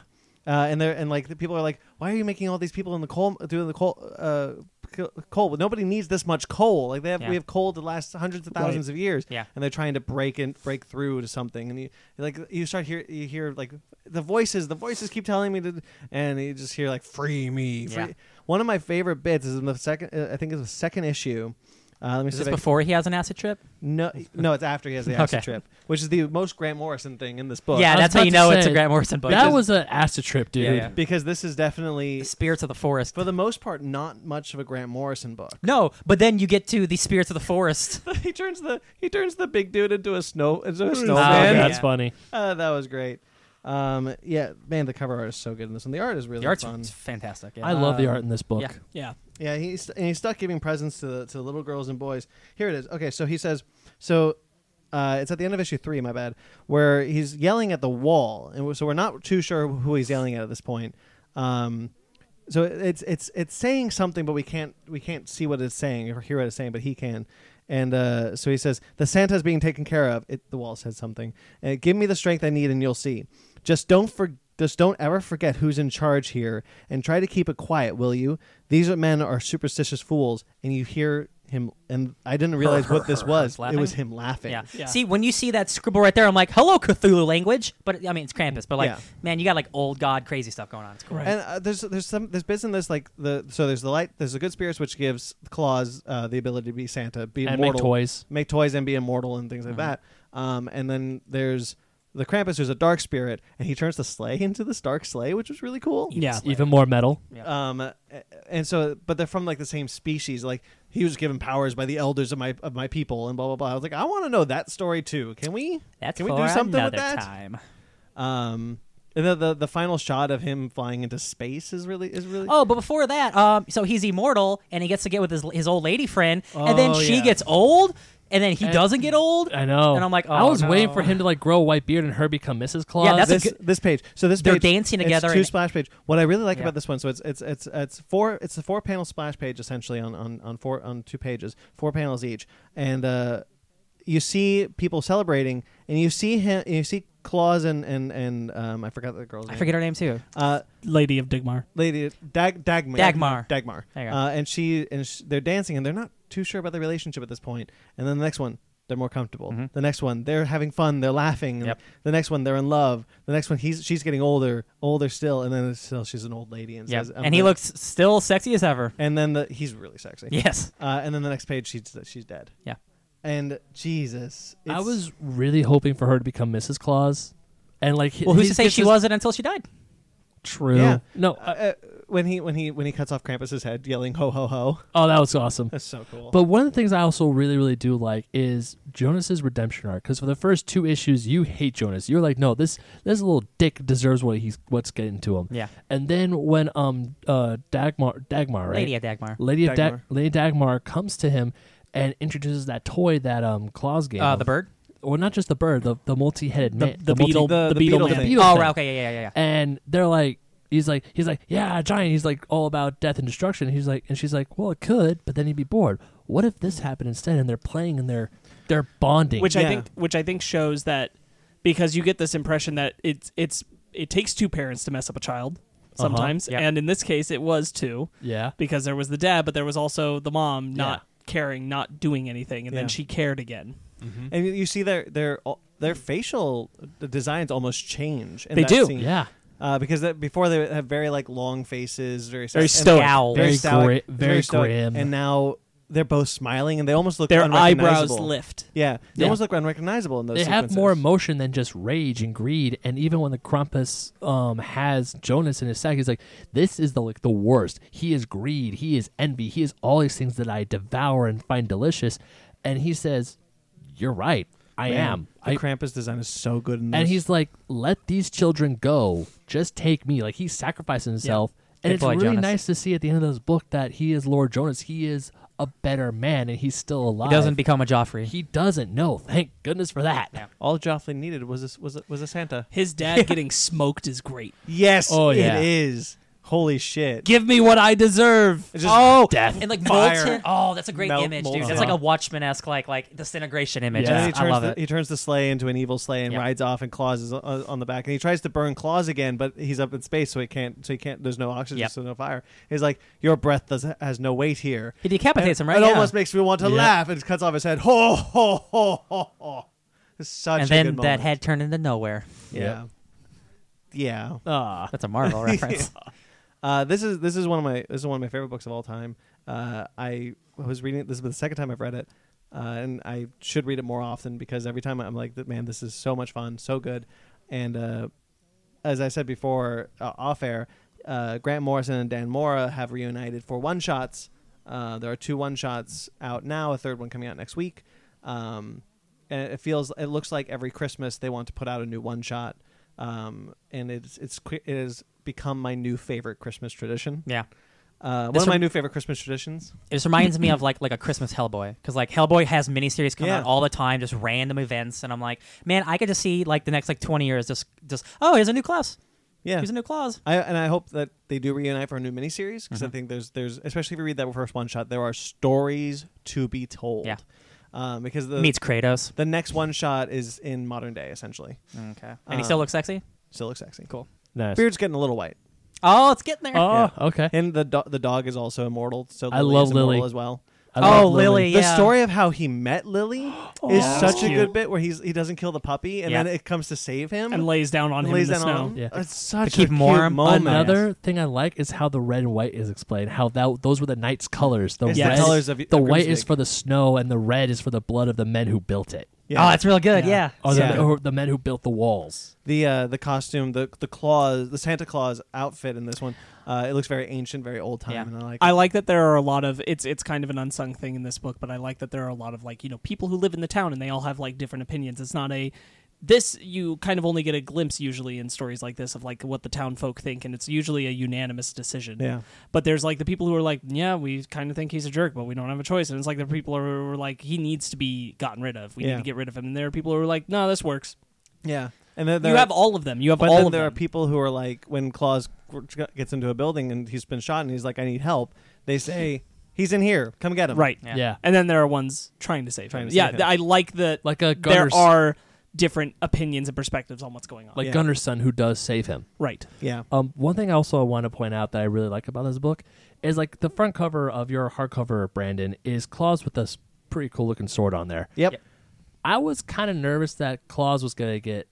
Speaker 1: uh, and they're and like the people are like, why are you making all these people in the coal doing the coal uh, c- coal? Well, nobody needs this much coal. Like they have,
Speaker 2: Yeah.
Speaker 1: we have coal to last hundreds of thousands of years.
Speaker 2: Yeah.
Speaker 1: and they're trying to break and break through to something. And you like you start hear you hear like the voices. The voices keep telling me to, and you just hear like free me. Free.
Speaker 2: Yeah.
Speaker 1: One of my favorite bits is in the second. Uh, I think it's the second issue. Uh, let me
Speaker 2: Is
Speaker 1: see
Speaker 2: this
Speaker 1: if I-
Speaker 2: before he has an acid trip?
Speaker 1: no, no, it's after he has the acid
Speaker 2: Okay.
Speaker 1: trip, which is the most Grant Morrison thing in this book.
Speaker 2: yeah,
Speaker 3: was
Speaker 2: that's how
Speaker 3: about
Speaker 2: you
Speaker 3: to
Speaker 2: know it's a
Speaker 3: say,
Speaker 2: Grant Morrison book.
Speaker 3: That
Speaker 2: Just
Speaker 3: was an acid trip, dude.
Speaker 2: Yeah, yeah.
Speaker 1: because this is definitely
Speaker 2: the spirits of the forest.
Speaker 1: for the most part, not much of a Grant Morrison book.
Speaker 2: No, but then you get to the spirits of the forest.
Speaker 1: he turns the he turns the big dude into a snow into a
Speaker 3: Oh,
Speaker 1: snowman.
Speaker 3: that's
Speaker 2: Yeah.
Speaker 3: funny.
Speaker 1: Uh, that was great. Um, yeah, man, the cover art is so good in this one. The art is really
Speaker 2: the art's
Speaker 1: fun.
Speaker 2: fantastic. Yeah. Uh,
Speaker 3: I love the
Speaker 1: Um,
Speaker 3: art in this book.
Speaker 2: yeah.
Speaker 4: Yeah.
Speaker 1: Yeah, he's and he's stuck giving presents to the to the little girls and boys. Here it is. Okay, so he says so. Uh, it's at the end of issue three, my bad, where he's yelling at the wall, and we're- so we're not too sure who he's yelling at at this point. Um, so it's it's it's saying something, but we can't we can't see what it's saying or hear what it's saying, but he can. And uh, so he says, "The Santa's being taken care of." It, the wall says something. Uh, Give me the strength I need, and you'll see. Just don't for, just don't ever forget who's in charge here, and try to keep it quiet, will you? These men are superstitious fools, and you hear him. And I didn't realize what this was. It
Speaker 2: Laughing?
Speaker 1: was him laughing.
Speaker 2: Yeah.
Speaker 4: Yeah.
Speaker 2: See, when you see that scribble right there, I'm like, "Hello, Cthulhu language." But I mean, it's Krampus. But like,
Speaker 1: Yeah.
Speaker 2: man, you got like old god crazy stuff going on. It's cool.
Speaker 4: Right.
Speaker 1: And uh, there's there's some there's bits in this like the so there's the light there's the good spirits which gives Claus uh, the ability to be Santa, be
Speaker 3: And make
Speaker 1: immortal,
Speaker 3: toys.
Speaker 1: make toys and be immortal and things like that. Um, and then there's the Krampus, who's a dark spirit, and he turns the sleigh into this dark sleigh, which was really cool.
Speaker 4: Yeah.
Speaker 3: Even more metal.
Speaker 1: Um, a- and so, but they're from like the same species. Like he was given powers by the elders of my of my people, and blah blah blah. I was like, I want to know that story too. Can we?
Speaker 2: That's
Speaker 1: Can we
Speaker 2: for
Speaker 1: do something with
Speaker 2: another
Speaker 1: that?
Speaker 2: time.
Speaker 1: Um, and the, the the final shot of him flying into space is really is really.
Speaker 2: Oh, but before that, um, so he's immortal and he gets to get with his his old lady friend, and then
Speaker 3: Oh,
Speaker 2: she
Speaker 3: yeah.
Speaker 2: gets old, and then he
Speaker 3: And-
Speaker 2: doesn't get old.
Speaker 3: I know.
Speaker 2: And I'm like,
Speaker 3: I
Speaker 2: oh,
Speaker 3: was waiting
Speaker 2: no.
Speaker 3: for him to like grow a white beard and her become Mrs. Claus.
Speaker 2: that's a
Speaker 1: this,
Speaker 2: good-
Speaker 1: this page. So this
Speaker 2: They're
Speaker 1: page,
Speaker 2: dancing
Speaker 1: it's
Speaker 2: together
Speaker 1: two
Speaker 2: and-
Speaker 1: splash page. What I really like
Speaker 2: Yeah.
Speaker 1: about this one, so it's it's it's it's four. It's a four panel splash page essentially on on on four on two pages, four panels each, and uh, you see people celebrating, and you see him, you see Claus and and and um, I forgot the girl's
Speaker 2: I
Speaker 1: name.
Speaker 2: forget her name too.
Speaker 1: Uh,
Speaker 4: Lady of Digmar.
Speaker 1: lady Dag- Dagmar.
Speaker 2: Dagmar.
Speaker 1: Dagmar.
Speaker 2: There you go.
Speaker 1: Uh, and she and sh- they're dancing, and they're not too sure about the relationship at this point. And then the next one, they're more comfortable. The next one, they're having fun, they're laughing. and
Speaker 2: Mm-hmm. Yep.
Speaker 1: The next one, they're in love. The next one, he's she's getting older, older still, and then it's still she's an old lady, and
Speaker 2: Yeah,
Speaker 1: says, I'm
Speaker 2: and he
Speaker 1: gonna-
Speaker 2: looks still sexy as ever.
Speaker 1: And then the, he's really sexy.
Speaker 2: Yes.
Speaker 1: Uh, and then the next page, she's she's dead.
Speaker 2: Yeah.
Speaker 1: And Jesus,
Speaker 3: I
Speaker 1: it's-
Speaker 3: was really hoping for her to become Mrs. Claus, and like,
Speaker 2: Well, who's to
Speaker 3: he's
Speaker 2: say
Speaker 3: just
Speaker 2: she
Speaker 3: as-
Speaker 2: wasn't until she died?
Speaker 3: True.
Speaker 1: Yeah.
Speaker 3: No.
Speaker 1: Uh, uh, when he when he when he cuts off Krampus's head, yelling "Ho ho ho!"
Speaker 3: oh, that was awesome.
Speaker 1: That's so cool.
Speaker 3: But one of the things I also really, really do like is Jonas's redemption arc. Because for the first two issues, you hate Jonas. You're like, no, this this little dick deserves what he's what's getting to him.
Speaker 2: Yeah.
Speaker 3: And then when um uh Dagmar Dagmar right
Speaker 2: Lady of Dagmar.
Speaker 3: Lady of Dag-
Speaker 1: Dagmar.
Speaker 3: Lady Dagmar comes to him and introduces that toy that um Claus gave
Speaker 2: Uh,
Speaker 3: him.
Speaker 2: the bird.
Speaker 3: or not just the bird the the multi headed man
Speaker 4: the
Speaker 3: multi-
Speaker 4: beetle-
Speaker 1: the,
Speaker 4: the beetle
Speaker 1: beetle
Speaker 4: man.
Speaker 1: thing.
Speaker 3: beetle
Speaker 2: Oh,
Speaker 3: thing.
Speaker 2: right, okay, yeah, yeah, yeah, yeah.
Speaker 3: and they're like he's like he's like yeah giant he's like all about death and destruction he's like and she's like well it could but then he'd be bored what if this happened instead and they're playing and they're they're bonding
Speaker 4: Which I
Speaker 1: Yeah.
Speaker 4: think which I think shows that because you get this impression that it's it's it takes two parents to mess up a child
Speaker 3: Uh-huh.
Speaker 4: sometimes.
Speaker 2: Yep.
Speaker 4: And in this case it was two.
Speaker 3: yeah
Speaker 4: because there was the dad, but there was also the mom not caring, not doing anything, and
Speaker 1: Yeah.
Speaker 4: then she cared again.
Speaker 1: and you- you see their their uh, their facial designs almost change. In
Speaker 4: They
Speaker 1: that
Speaker 4: do.
Speaker 1: scene.
Speaker 3: yeah
Speaker 1: uh, because that, before they have very like long faces, very
Speaker 4: Very
Speaker 1: sta-
Speaker 4: stoic.
Speaker 1: and
Speaker 2: Owl.
Speaker 1: very
Speaker 3: Very
Speaker 1: stoic,
Speaker 3: gri-
Speaker 1: it's
Speaker 3: very
Speaker 1: stoic.
Speaker 3: grim.
Speaker 1: and now they're both smiling and they almost look
Speaker 4: Their eyebrows
Speaker 1: unrecognizable.
Speaker 4: lift.
Speaker 1: Yeah, they
Speaker 3: Yeah.
Speaker 1: almost look unrecognizable in those.
Speaker 3: they have
Speaker 1: sequences.
Speaker 3: more emotion than just rage and greed and even when the Krampus um has Jonas in his sack he's like this is the like the worst he is greed he is envy he is all these things that I devour and find delicious and he says you're right I
Speaker 1: Man,
Speaker 3: am
Speaker 1: The
Speaker 3: I
Speaker 1: Krampus design is so good, in this.
Speaker 3: and he's like, "Let these children go. Just take me." Like he's sacrificing himself, and
Speaker 2: Good
Speaker 3: it's
Speaker 2: boy,
Speaker 3: really
Speaker 2: Jonas.
Speaker 3: nice to see at the end of this book that he is Lord Jonas. He is a better man, and he's still alive.
Speaker 2: He doesn't become a Joffrey.
Speaker 3: He doesn't know. Thank goodness for that.
Speaker 1: all Joffrey needed was a, was a, was a Santa.
Speaker 4: His dad getting smoked is great.
Speaker 1: Yes,
Speaker 3: Oh, yeah.
Speaker 1: it is. Holy shit!
Speaker 4: Give me what I deserve.
Speaker 1: It's just
Speaker 2: oh,
Speaker 3: death.
Speaker 2: and like
Speaker 1: Fire.
Speaker 2: molten. Oh, that's a great
Speaker 1: Melt-
Speaker 2: image, dude.
Speaker 1: molten.
Speaker 2: That's like a Watchmen esque like like disintegration image.
Speaker 1: And
Speaker 3: Yeah.
Speaker 1: then he
Speaker 2: I
Speaker 1: turns
Speaker 2: love
Speaker 1: the,
Speaker 2: it.
Speaker 1: He turns the sleigh into an evil sleigh and
Speaker 2: Yeah.
Speaker 1: rides off, and Claus is on, on the back. And he tries to burn Claus again, but he's up in space, so he can't. So he can't. There's no oxygen,
Speaker 2: Yep.
Speaker 1: so no fire. He's like, "Your breath does, has no weight here."
Speaker 2: He decapitates him, right?
Speaker 1: It
Speaker 2: Yeah.
Speaker 1: almost makes me want to
Speaker 3: Yeah.
Speaker 1: laugh. And cuts off his head. Ho ho ho ho ho. It's such a
Speaker 2: and then
Speaker 1: good
Speaker 2: that
Speaker 1: moment.
Speaker 2: head turned into nowhere.
Speaker 1: Yeah. Yeah.
Speaker 3: Ah,
Speaker 2: That's a Marvel reference.
Speaker 1: Uh, this is this is one of my this is one of my favorite books of all time. Uh, I was reading it. This is the second time I've read it, uh, and I should read it more often because every time I'm like, man, this is so much fun, so good. And uh, as I said before, uh, off air, uh, Grant Morrison and Dan Mora have reunited for one shots. Uh, there are two one shots out now, a third one coming out next week. Um, and it feels, it looks like every Christmas they want to put out a new one shot. Um, and it's it's que- it has become my new favorite Christmas tradition.
Speaker 2: Yeah.
Speaker 1: Uh, one
Speaker 2: This
Speaker 1: of my
Speaker 2: rem-
Speaker 1: new favorite Christmas traditions.
Speaker 2: It just reminds me of like like a Christmas Hellboy because like Hellboy has miniseries coming
Speaker 1: Yeah.
Speaker 2: out all the time, just random events, and I'm like, man, I could just see like the next like 20 years just just oh, here's a new Klaus,
Speaker 1: Yeah,
Speaker 2: here's a new Klaus.
Speaker 1: I, and I hope that they do reunite for a new miniseries because I think there's there's especially if you read that first one shot, there are stories to be told.
Speaker 2: Yeah.
Speaker 1: Um, because the
Speaker 2: Meets Kratos.
Speaker 1: the next one shot is in modern day essentially.
Speaker 2: Okay. And he still
Speaker 1: Um,
Speaker 2: looks sexy.
Speaker 1: Still looks sexy. Cool.
Speaker 3: nice.
Speaker 1: Beard's getting a little white,
Speaker 2: Oh, it's getting there.
Speaker 3: Oh, okay.
Speaker 1: and the do- the dog is also immortal. So
Speaker 3: I
Speaker 1: Lily
Speaker 3: love
Speaker 1: is immortal
Speaker 3: Lily.
Speaker 1: as well.
Speaker 3: I love
Speaker 2: Oh, Lily. Yeah.
Speaker 1: The story of how he met Lily is
Speaker 4: Oh, that's
Speaker 1: such a
Speaker 4: cute.
Speaker 1: good bit where he's he doesn't kill the puppy and
Speaker 2: Yeah.
Speaker 1: then it comes to save him
Speaker 4: And lays down on him
Speaker 1: lays
Speaker 4: in the
Speaker 1: down
Speaker 4: snow.
Speaker 1: on him.
Speaker 3: Yeah.
Speaker 1: It's such
Speaker 2: keep
Speaker 1: a
Speaker 2: him
Speaker 1: cute
Speaker 2: warm.
Speaker 1: moment.
Speaker 3: Another thing I like is how the red and white is explained. How that those were the knight's colors. The
Speaker 1: It's
Speaker 4: the
Speaker 3: red,
Speaker 1: colors of-
Speaker 3: the
Speaker 1: of
Speaker 3: white is
Speaker 1: Grimsby.
Speaker 3: for the snow, and the red is for the blood of the men who built it.
Speaker 1: Yeah.
Speaker 2: Oh, it's real good.
Speaker 4: Yeah.
Speaker 2: Yeah.
Speaker 3: Oh, the,
Speaker 1: Yeah.
Speaker 3: men, who- the men who built the walls.
Speaker 1: the uh, the costume, the the claws, the Santa Claus outfit in this one. Uh, it looks very ancient, very old time,
Speaker 2: Yeah.
Speaker 1: and I like.
Speaker 4: I like that there are a lot of it's it's kind of an unsung thing in this book, but I like that there are a lot of like you know people who live in the town and they all have like different opinions. It's not a this you kind of only get a glimpse usually in stories like this of like what the town folk think, and it's usually a unanimous decision.
Speaker 1: Yeah,
Speaker 4: But there's like the people who are like, yeah, we kind of think he's a jerk, but we don't have a choice. And it's like the people who are like, he needs to be gotten rid of. We
Speaker 1: Yeah.
Speaker 4: need to get rid of him. And there are people who are like, no, this works.
Speaker 1: yeah. And then there
Speaker 4: you
Speaker 1: are,
Speaker 4: have all of them. You have
Speaker 1: but
Speaker 4: all
Speaker 1: then
Speaker 4: of
Speaker 1: there
Speaker 4: them.
Speaker 1: are people who are like, when Claus gets into a building and he's been shot, and he's like, "I need help." They say, "He's in here. Come get him."
Speaker 4: right.
Speaker 2: Yeah.
Speaker 4: And then there are ones trying to save
Speaker 1: Trying
Speaker 4: him.
Speaker 1: to
Speaker 4: yeah,
Speaker 1: save him.
Speaker 4: th- I like that
Speaker 3: Like a
Speaker 4: there
Speaker 3: Gunner's,
Speaker 4: are different opinions and perspectives on what's going on.
Speaker 3: like
Speaker 1: Yeah.
Speaker 3: Gunner's son who does save him.
Speaker 4: right.
Speaker 1: Yeah.
Speaker 3: Um, one thing also I want to point out that I really like about this book is like the front cover of your hardcover, Brandon, is Claus with this pretty cool looking sword on there.
Speaker 1: Yep.
Speaker 2: Yeah.
Speaker 3: I was kind of nervous that Claus was gonna get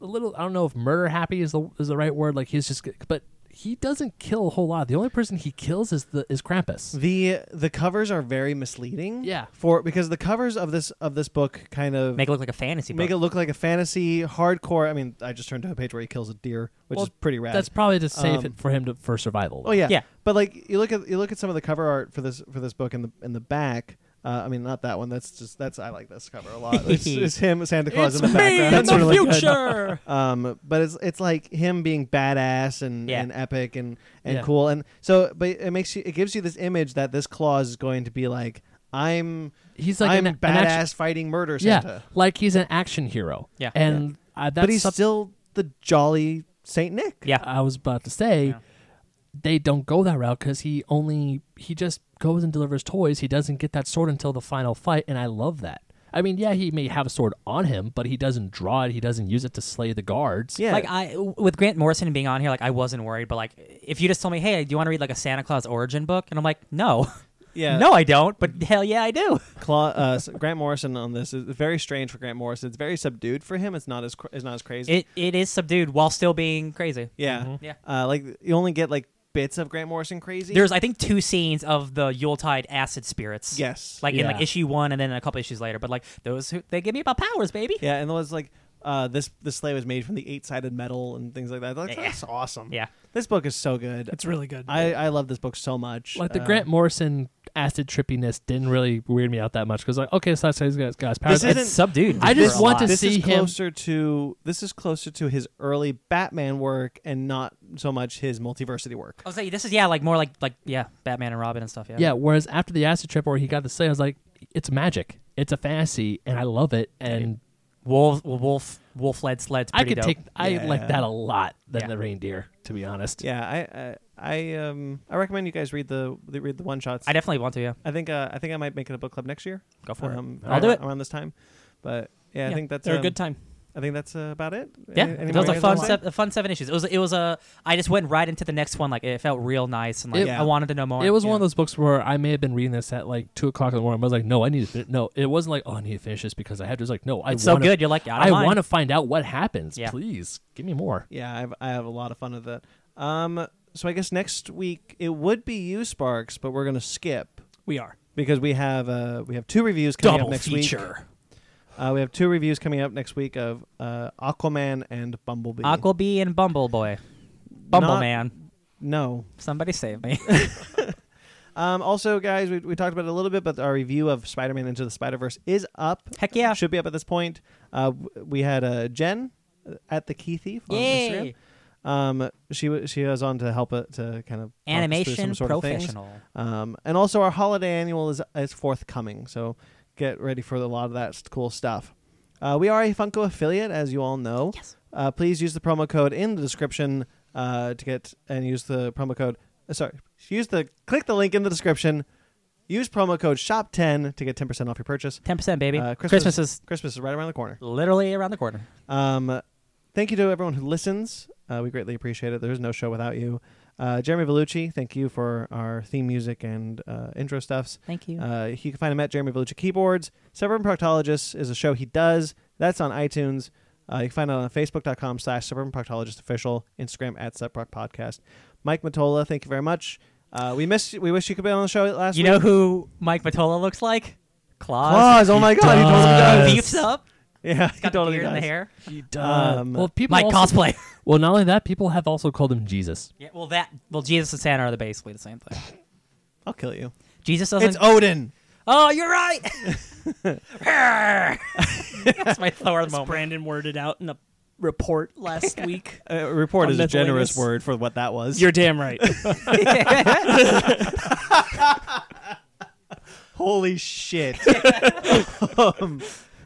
Speaker 3: a little. I don't know if murder happy is the is the right word. Like he's just, g- but he doesn't kill a whole lot. The only person he kills is the is Krampus.
Speaker 1: The the covers are very misleading.
Speaker 3: Yeah.
Speaker 1: For because the covers of this of this book kind of
Speaker 2: Make it look like a fantasy book.
Speaker 1: make it look like a fantasy hardcore. I mean, I just turned to a page where he kills a deer, which
Speaker 3: Well,
Speaker 1: is pretty rad.
Speaker 3: That's probably to save
Speaker 1: Um,
Speaker 3: it for him to for survival.
Speaker 1: oh yeah,
Speaker 2: Yeah.
Speaker 1: But like you look at you look at some of the cover art for this for this book in the in the back. Uh, I mean, not that one. That's just that's I like this cover a lot. It's, it's him, Santa Claus
Speaker 4: It's
Speaker 1: in the
Speaker 4: me
Speaker 1: background.
Speaker 4: in
Speaker 1: That's
Speaker 4: the
Speaker 1: really good.
Speaker 4: future.
Speaker 1: Um, but it's it's like him being badass and,
Speaker 2: Yeah.
Speaker 1: and epic and, and
Speaker 3: Yeah.
Speaker 1: cool and so but it makes you it gives you this image that this Claus is going to be like I'm
Speaker 3: he's like
Speaker 1: I'm
Speaker 3: an,
Speaker 1: badass
Speaker 3: an action-
Speaker 1: fighting murder Santa.
Speaker 3: yeah, like he's an action hero.
Speaker 2: Yeah.
Speaker 3: and Uh, that's
Speaker 1: but he's
Speaker 3: something
Speaker 1: still the jolly Saint Nick.
Speaker 2: yeah.
Speaker 3: I was about to say.
Speaker 2: Yeah.
Speaker 3: They don't go that route because he only he just goes and delivers toys. He doesn't get that sword until the final fight, and I love that. I mean, yeah, he may have a sword on him, but he doesn't draw it. He doesn't use it to slay the guards.
Speaker 1: Yeah.
Speaker 2: Like I, with Grant Morrison being on here, like I wasn't worried, but like if you just told me, hey, do you want to read like a Santa Claus origin book? And I'm like, no,
Speaker 1: yeah.
Speaker 2: no, I don't. But hell yeah, I do.
Speaker 1: Cla- uh, s- Grant Morrison on this is very strange for Grant Morrison. It's very subdued for him. It's not as cr- it's not as crazy.
Speaker 2: It Mm-hmm. it is subdued while still being crazy.
Speaker 1: yeah.
Speaker 2: Yeah.
Speaker 1: Uh, like you only get like bits of Grant Morrison crazy.
Speaker 2: There's I think two scenes of the Yuletide acid spirits.
Speaker 1: yes.
Speaker 2: Like in
Speaker 3: Yeah.
Speaker 2: like issue one and then a couple issues later. But like those who they give me about powers, baby.
Speaker 1: yeah, and it was like uh, this this sleigh was made from the eight sided metal and things like that. Like,
Speaker 2: Yeah.
Speaker 1: That's awesome.
Speaker 2: Yeah.
Speaker 1: This book is so good.
Speaker 4: It's really good.
Speaker 1: I I love this book so much.
Speaker 3: Like the
Speaker 1: Uh,
Speaker 3: Grant Morrison acid trippiness didn't really weird me out that much because like okay, so that's how he's got got his powers.
Speaker 1: This
Speaker 3: It's-
Speaker 1: isn't-
Speaker 2: It's subdued.
Speaker 3: I
Speaker 2: for
Speaker 3: just
Speaker 2: a
Speaker 3: want
Speaker 2: lot.
Speaker 3: to
Speaker 1: this
Speaker 3: see
Speaker 1: is
Speaker 3: him-
Speaker 1: closer to this is closer to his early Batman work and not so much his multiversity work.
Speaker 2: I was like, this is yeah, like more like like yeah, Batman and Robin and stuff. Yeah.
Speaker 3: yeah. Whereas after the acid trip where he got the slay, I was like, it's magic. It's a fantasy, and I love it. And
Speaker 2: Wolf wolf wolf led sled's
Speaker 3: I
Speaker 2: pretty
Speaker 3: could
Speaker 2: dope.
Speaker 3: take I
Speaker 1: Yeah.
Speaker 3: like that a lot than
Speaker 2: Yeah.
Speaker 3: the reindeer, to be honest.
Speaker 1: Yeah, I, I I um I recommend you guys read the, the read the one shots.
Speaker 2: I definitely want to. Yeah.
Speaker 1: I think uh, I think I might make it a book club next year.
Speaker 2: Go for it.
Speaker 1: um,
Speaker 3: I'll
Speaker 1: around-
Speaker 2: do it.
Speaker 1: around this time. But yeah, I
Speaker 4: Yeah,
Speaker 1: think that's
Speaker 4: They're
Speaker 1: um,
Speaker 4: a good time.
Speaker 1: I think that's uh, about it.
Speaker 2: Yeah,
Speaker 1: Any- any
Speaker 2: it
Speaker 1: more
Speaker 2: was a
Speaker 1: you guys
Speaker 2: fun,
Speaker 1: wanna
Speaker 2: se- a fun seven issues. It was, it was a. I just went right into the next one. Like it felt real nice, and like
Speaker 1: It-
Speaker 2: I wanted to know more.
Speaker 3: It was
Speaker 1: Yeah.
Speaker 3: one of those books where I may have been reading this at like two o'clock in the morning. I was like, no, I need to. Fin-. No, it wasn't like, oh, I need to finish this because I have to. It's like, no, I
Speaker 2: It's so
Speaker 3: wanna,
Speaker 2: good. You're like,
Speaker 3: I,
Speaker 2: I,
Speaker 3: want to find out what happens.
Speaker 2: Yeah.
Speaker 3: Please give me more.
Speaker 1: say? Yeah, I have I have a lot of fun with that. Um, so I guess next week it would be you Sparks, but we're gonna skip
Speaker 4: We are.
Speaker 1: because we have uh we have two reviews coming up next week. Uh, we have two reviews coming up next week of uh, Aquaman and Bumblebee.
Speaker 2: Aquabee and Bumble Boy, Bumble
Speaker 1: Not-
Speaker 2: Man.
Speaker 1: No,
Speaker 2: Somebody save me.
Speaker 1: Um, also, guys, we, we talked about it a little bit, but our review of Spider Man Into the Spider Verse is up.
Speaker 2: Heck yeah.
Speaker 1: Should be up at this point. Uh, w- we had uh, Jen uh, at the Key Thief on
Speaker 2: Yay!
Speaker 1: Instagram. Um, she wa- she was on to help uh, to kind of talk us through
Speaker 2: Animation
Speaker 1: some sort of things.
Speaker 2: professional.
Speaker 1: Um, and also, our holiday annual is is forthcoming, so get ready for a lot of that s- cool stuff. Uh, we are a Funko affiliate, as you all know.
Speaker 2: Yes.
Speaker 1: Uh, please use the promo code in the description uh, to get and use the promo code. uh, sorry, use the click the link in the description. Use promo code shop ten to get ten percent off your purchase.
Speaker 2: Ten percent, baby.
Speaker 1: Uh, Christmas-
Speaker 2: Christmas, is
Speaker 1: Christmas is right around the corner.
Speaker 2: literally around the corner.
Speaker 1: Um, thank you to everyone who listens. Uh, we greatly appreciate it. There is no show without you. Uh, Jeremy Vellucci, thank you for our theme music and uh, intro stuffs.
Speaker 2: Thank you.
Speaker 1: Uh, you can find him at Jeremy Bellucci Keyboards. Suburban Proctologist is a show he does. That's on iTunes. Uh, you can find it on facebook.com slash Suburban Proctologist Official, Instagram at Subproc Podcast. Mike Matola, thank you very much. Uh, we miss. We wish you could be on the show last
Speaker 2: you
Speaker 1: week.
Speaker 2: know who Mike Matola looks like? claws.
Speaker 1: Claws. Oh my god, he totally does.
Speaker 2: Beefs up.
Speaker 1: Yeah, he
Speaker 2: Got the
Speaker 1: totally
Speaker 2: beard and the
Speaker 1: does.
Speaker 2: hair.
Speaker 3: He does.
Speaker 1: Um,
Speaker 3: Uh, well, people
Speaker 2: Like
Speaker 3: also-
Speaker 2: cosplay.
Speaker 3: Well, not only that, people have also called him Jesus.
Speaker 2: Yeah, well, that well, Jesus and Santa are the- basically the same thing.
Speaker 1: I'll kill you.
Speaker 2: Jesus doesn't.
Speaker 1: It's Odin.
Speaker 2: oh, you're right. That's my Thor
Speaker 4: As
Speaker 2: moment.
Speaker 4: Brandon worded out in a report last week.
Speaker 1: Uh, report
Speaker 4: A
Speaker 1: is a generous
Speaker 4: miscellaneous-
Speaker 1: word for what that was.
Speaker 4: You're damn right.
Speaker 1: Holy shit. um,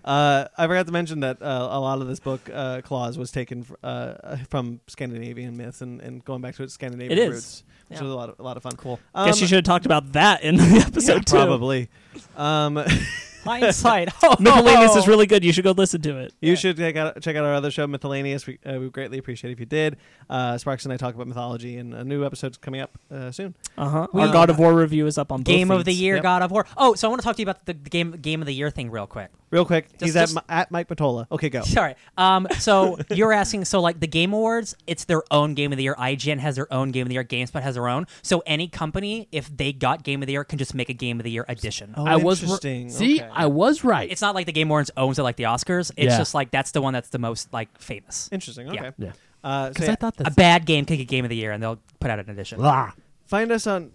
Speaker 1: uh, I forgot to mention that uh, a lot of this book, uh, Claus, was taken fr- uh, from Scandinavian myths and, and going back to its Scandinavian
Speaker 4: It is.
Speaker 1: roots, which
Speaker 2: Yeah.
Speaker 1: was a lot of, a lot of fun.
Speaker 2: Cool.
Speaker 1: Um,
Speaker 4: Guess you should have talked about that in the episode
Speaker 1: yeah,
Speaker 4: too.
Speaker 1: probably. Um,
Speaker 2: Hindsight. Oh,
Speaker 4: Miscellaneous is really good. You should go listen to it.
Speaker 1: You should check out check out our other show, Miscellaneous. We, uh, we would greatly appreciate it if you did. Uh, Sparks and I talk about mythology, and a new episode's coming up uh, soon.
Speaker 4: Uh huh.
Speaker 2: We-
Speaker 4: Our God of War review is up on both
Speaker 2: Game of the
Speaker 4: feeds.
Speaker 2: Year,
Speaker 1: Yep.
Speaker 2: God of War. Oh, so I want to talk to you about the, the game Game of the Year thing real quick.
Speaker 1: Real quick,
Speaker 2: Just-
Speaker 1: he's
Speaker 2: just-
Speaker 1: at Mi- at Mike Matola. Okay, go.
Speaker 2: Sorry. Um, so you're asking, so like the Game Awards, it's their own Game of the Year. IGN has their own Game of the Year. GameSpot has their own. So any company, if they got Game of the Year, can just make a Game of the Year edition.
Speaker 1: Oh,
Speaker 3: I was r-
Speaker 1: interesting.
Speaker 3: See,
Speaker 1: Okay.
Speaker 3: I was right.
Speaker 2: It's not like the Game Awards owns it like the Oscars. It's
Speaker 3: Yeah.
Speaker 2: just like that's the one that's the most like famous.
Speaker 1: interesting. Okay.
Speaker 2: Yeah.
Speaker 3: yeah,
Speaker 1: Uh, so
Speaker 3: because
Speaker 1: yeah,
Speaker 3: I thought
Speaker 2: A
Speaker 3: that.
Speaker 2: bad game could get Game of the Year, and they'll put out an edition.
Speaker 3: Blah.
Speaker 1: find us on.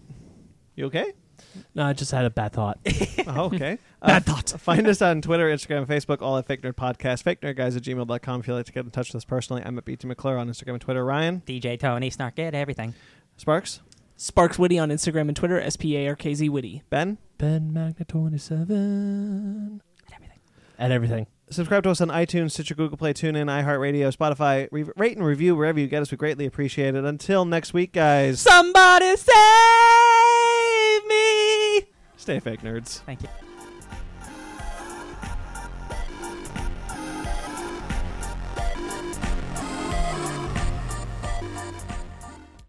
Speaker 1: You okay?
Speaker 3: No, I just had a bad thought.
Speaker 1: Oh, okay.
Speaker 4: Bad thought.
Speaker 1: Find us on Twitter, Instagram, Facebook, all at Fake Nerd Podcast. Fake Nerd Guys at gmail.com. If you'd like to get in touch with us personally, I'm at BT McClure on Instagram and Twitter. Ryan,
Speaker 2: DJ Tony Snark did everything.
Speaker 1: Sparks,
Speaker 4: Sparks Witty on Instagram and Twitter. S P A R K Z Witty.
Speaker 1: Ben.
Speaker 3: ben Magna twenty seven
Speaker 2: Did everything.
Speaker 3: at everything.
Speaker 1: Subscribe to us on iTunes, Stitcher, Google Play, TuneIn, iHeartRadio, Spotify. Re- rate and review wherever you get us. We greatly appreciate it. Until next week, guys,
Speaker 2: Somebody save me!
Speaker 1: stay fake nerds.
Speaker 2: Thank you.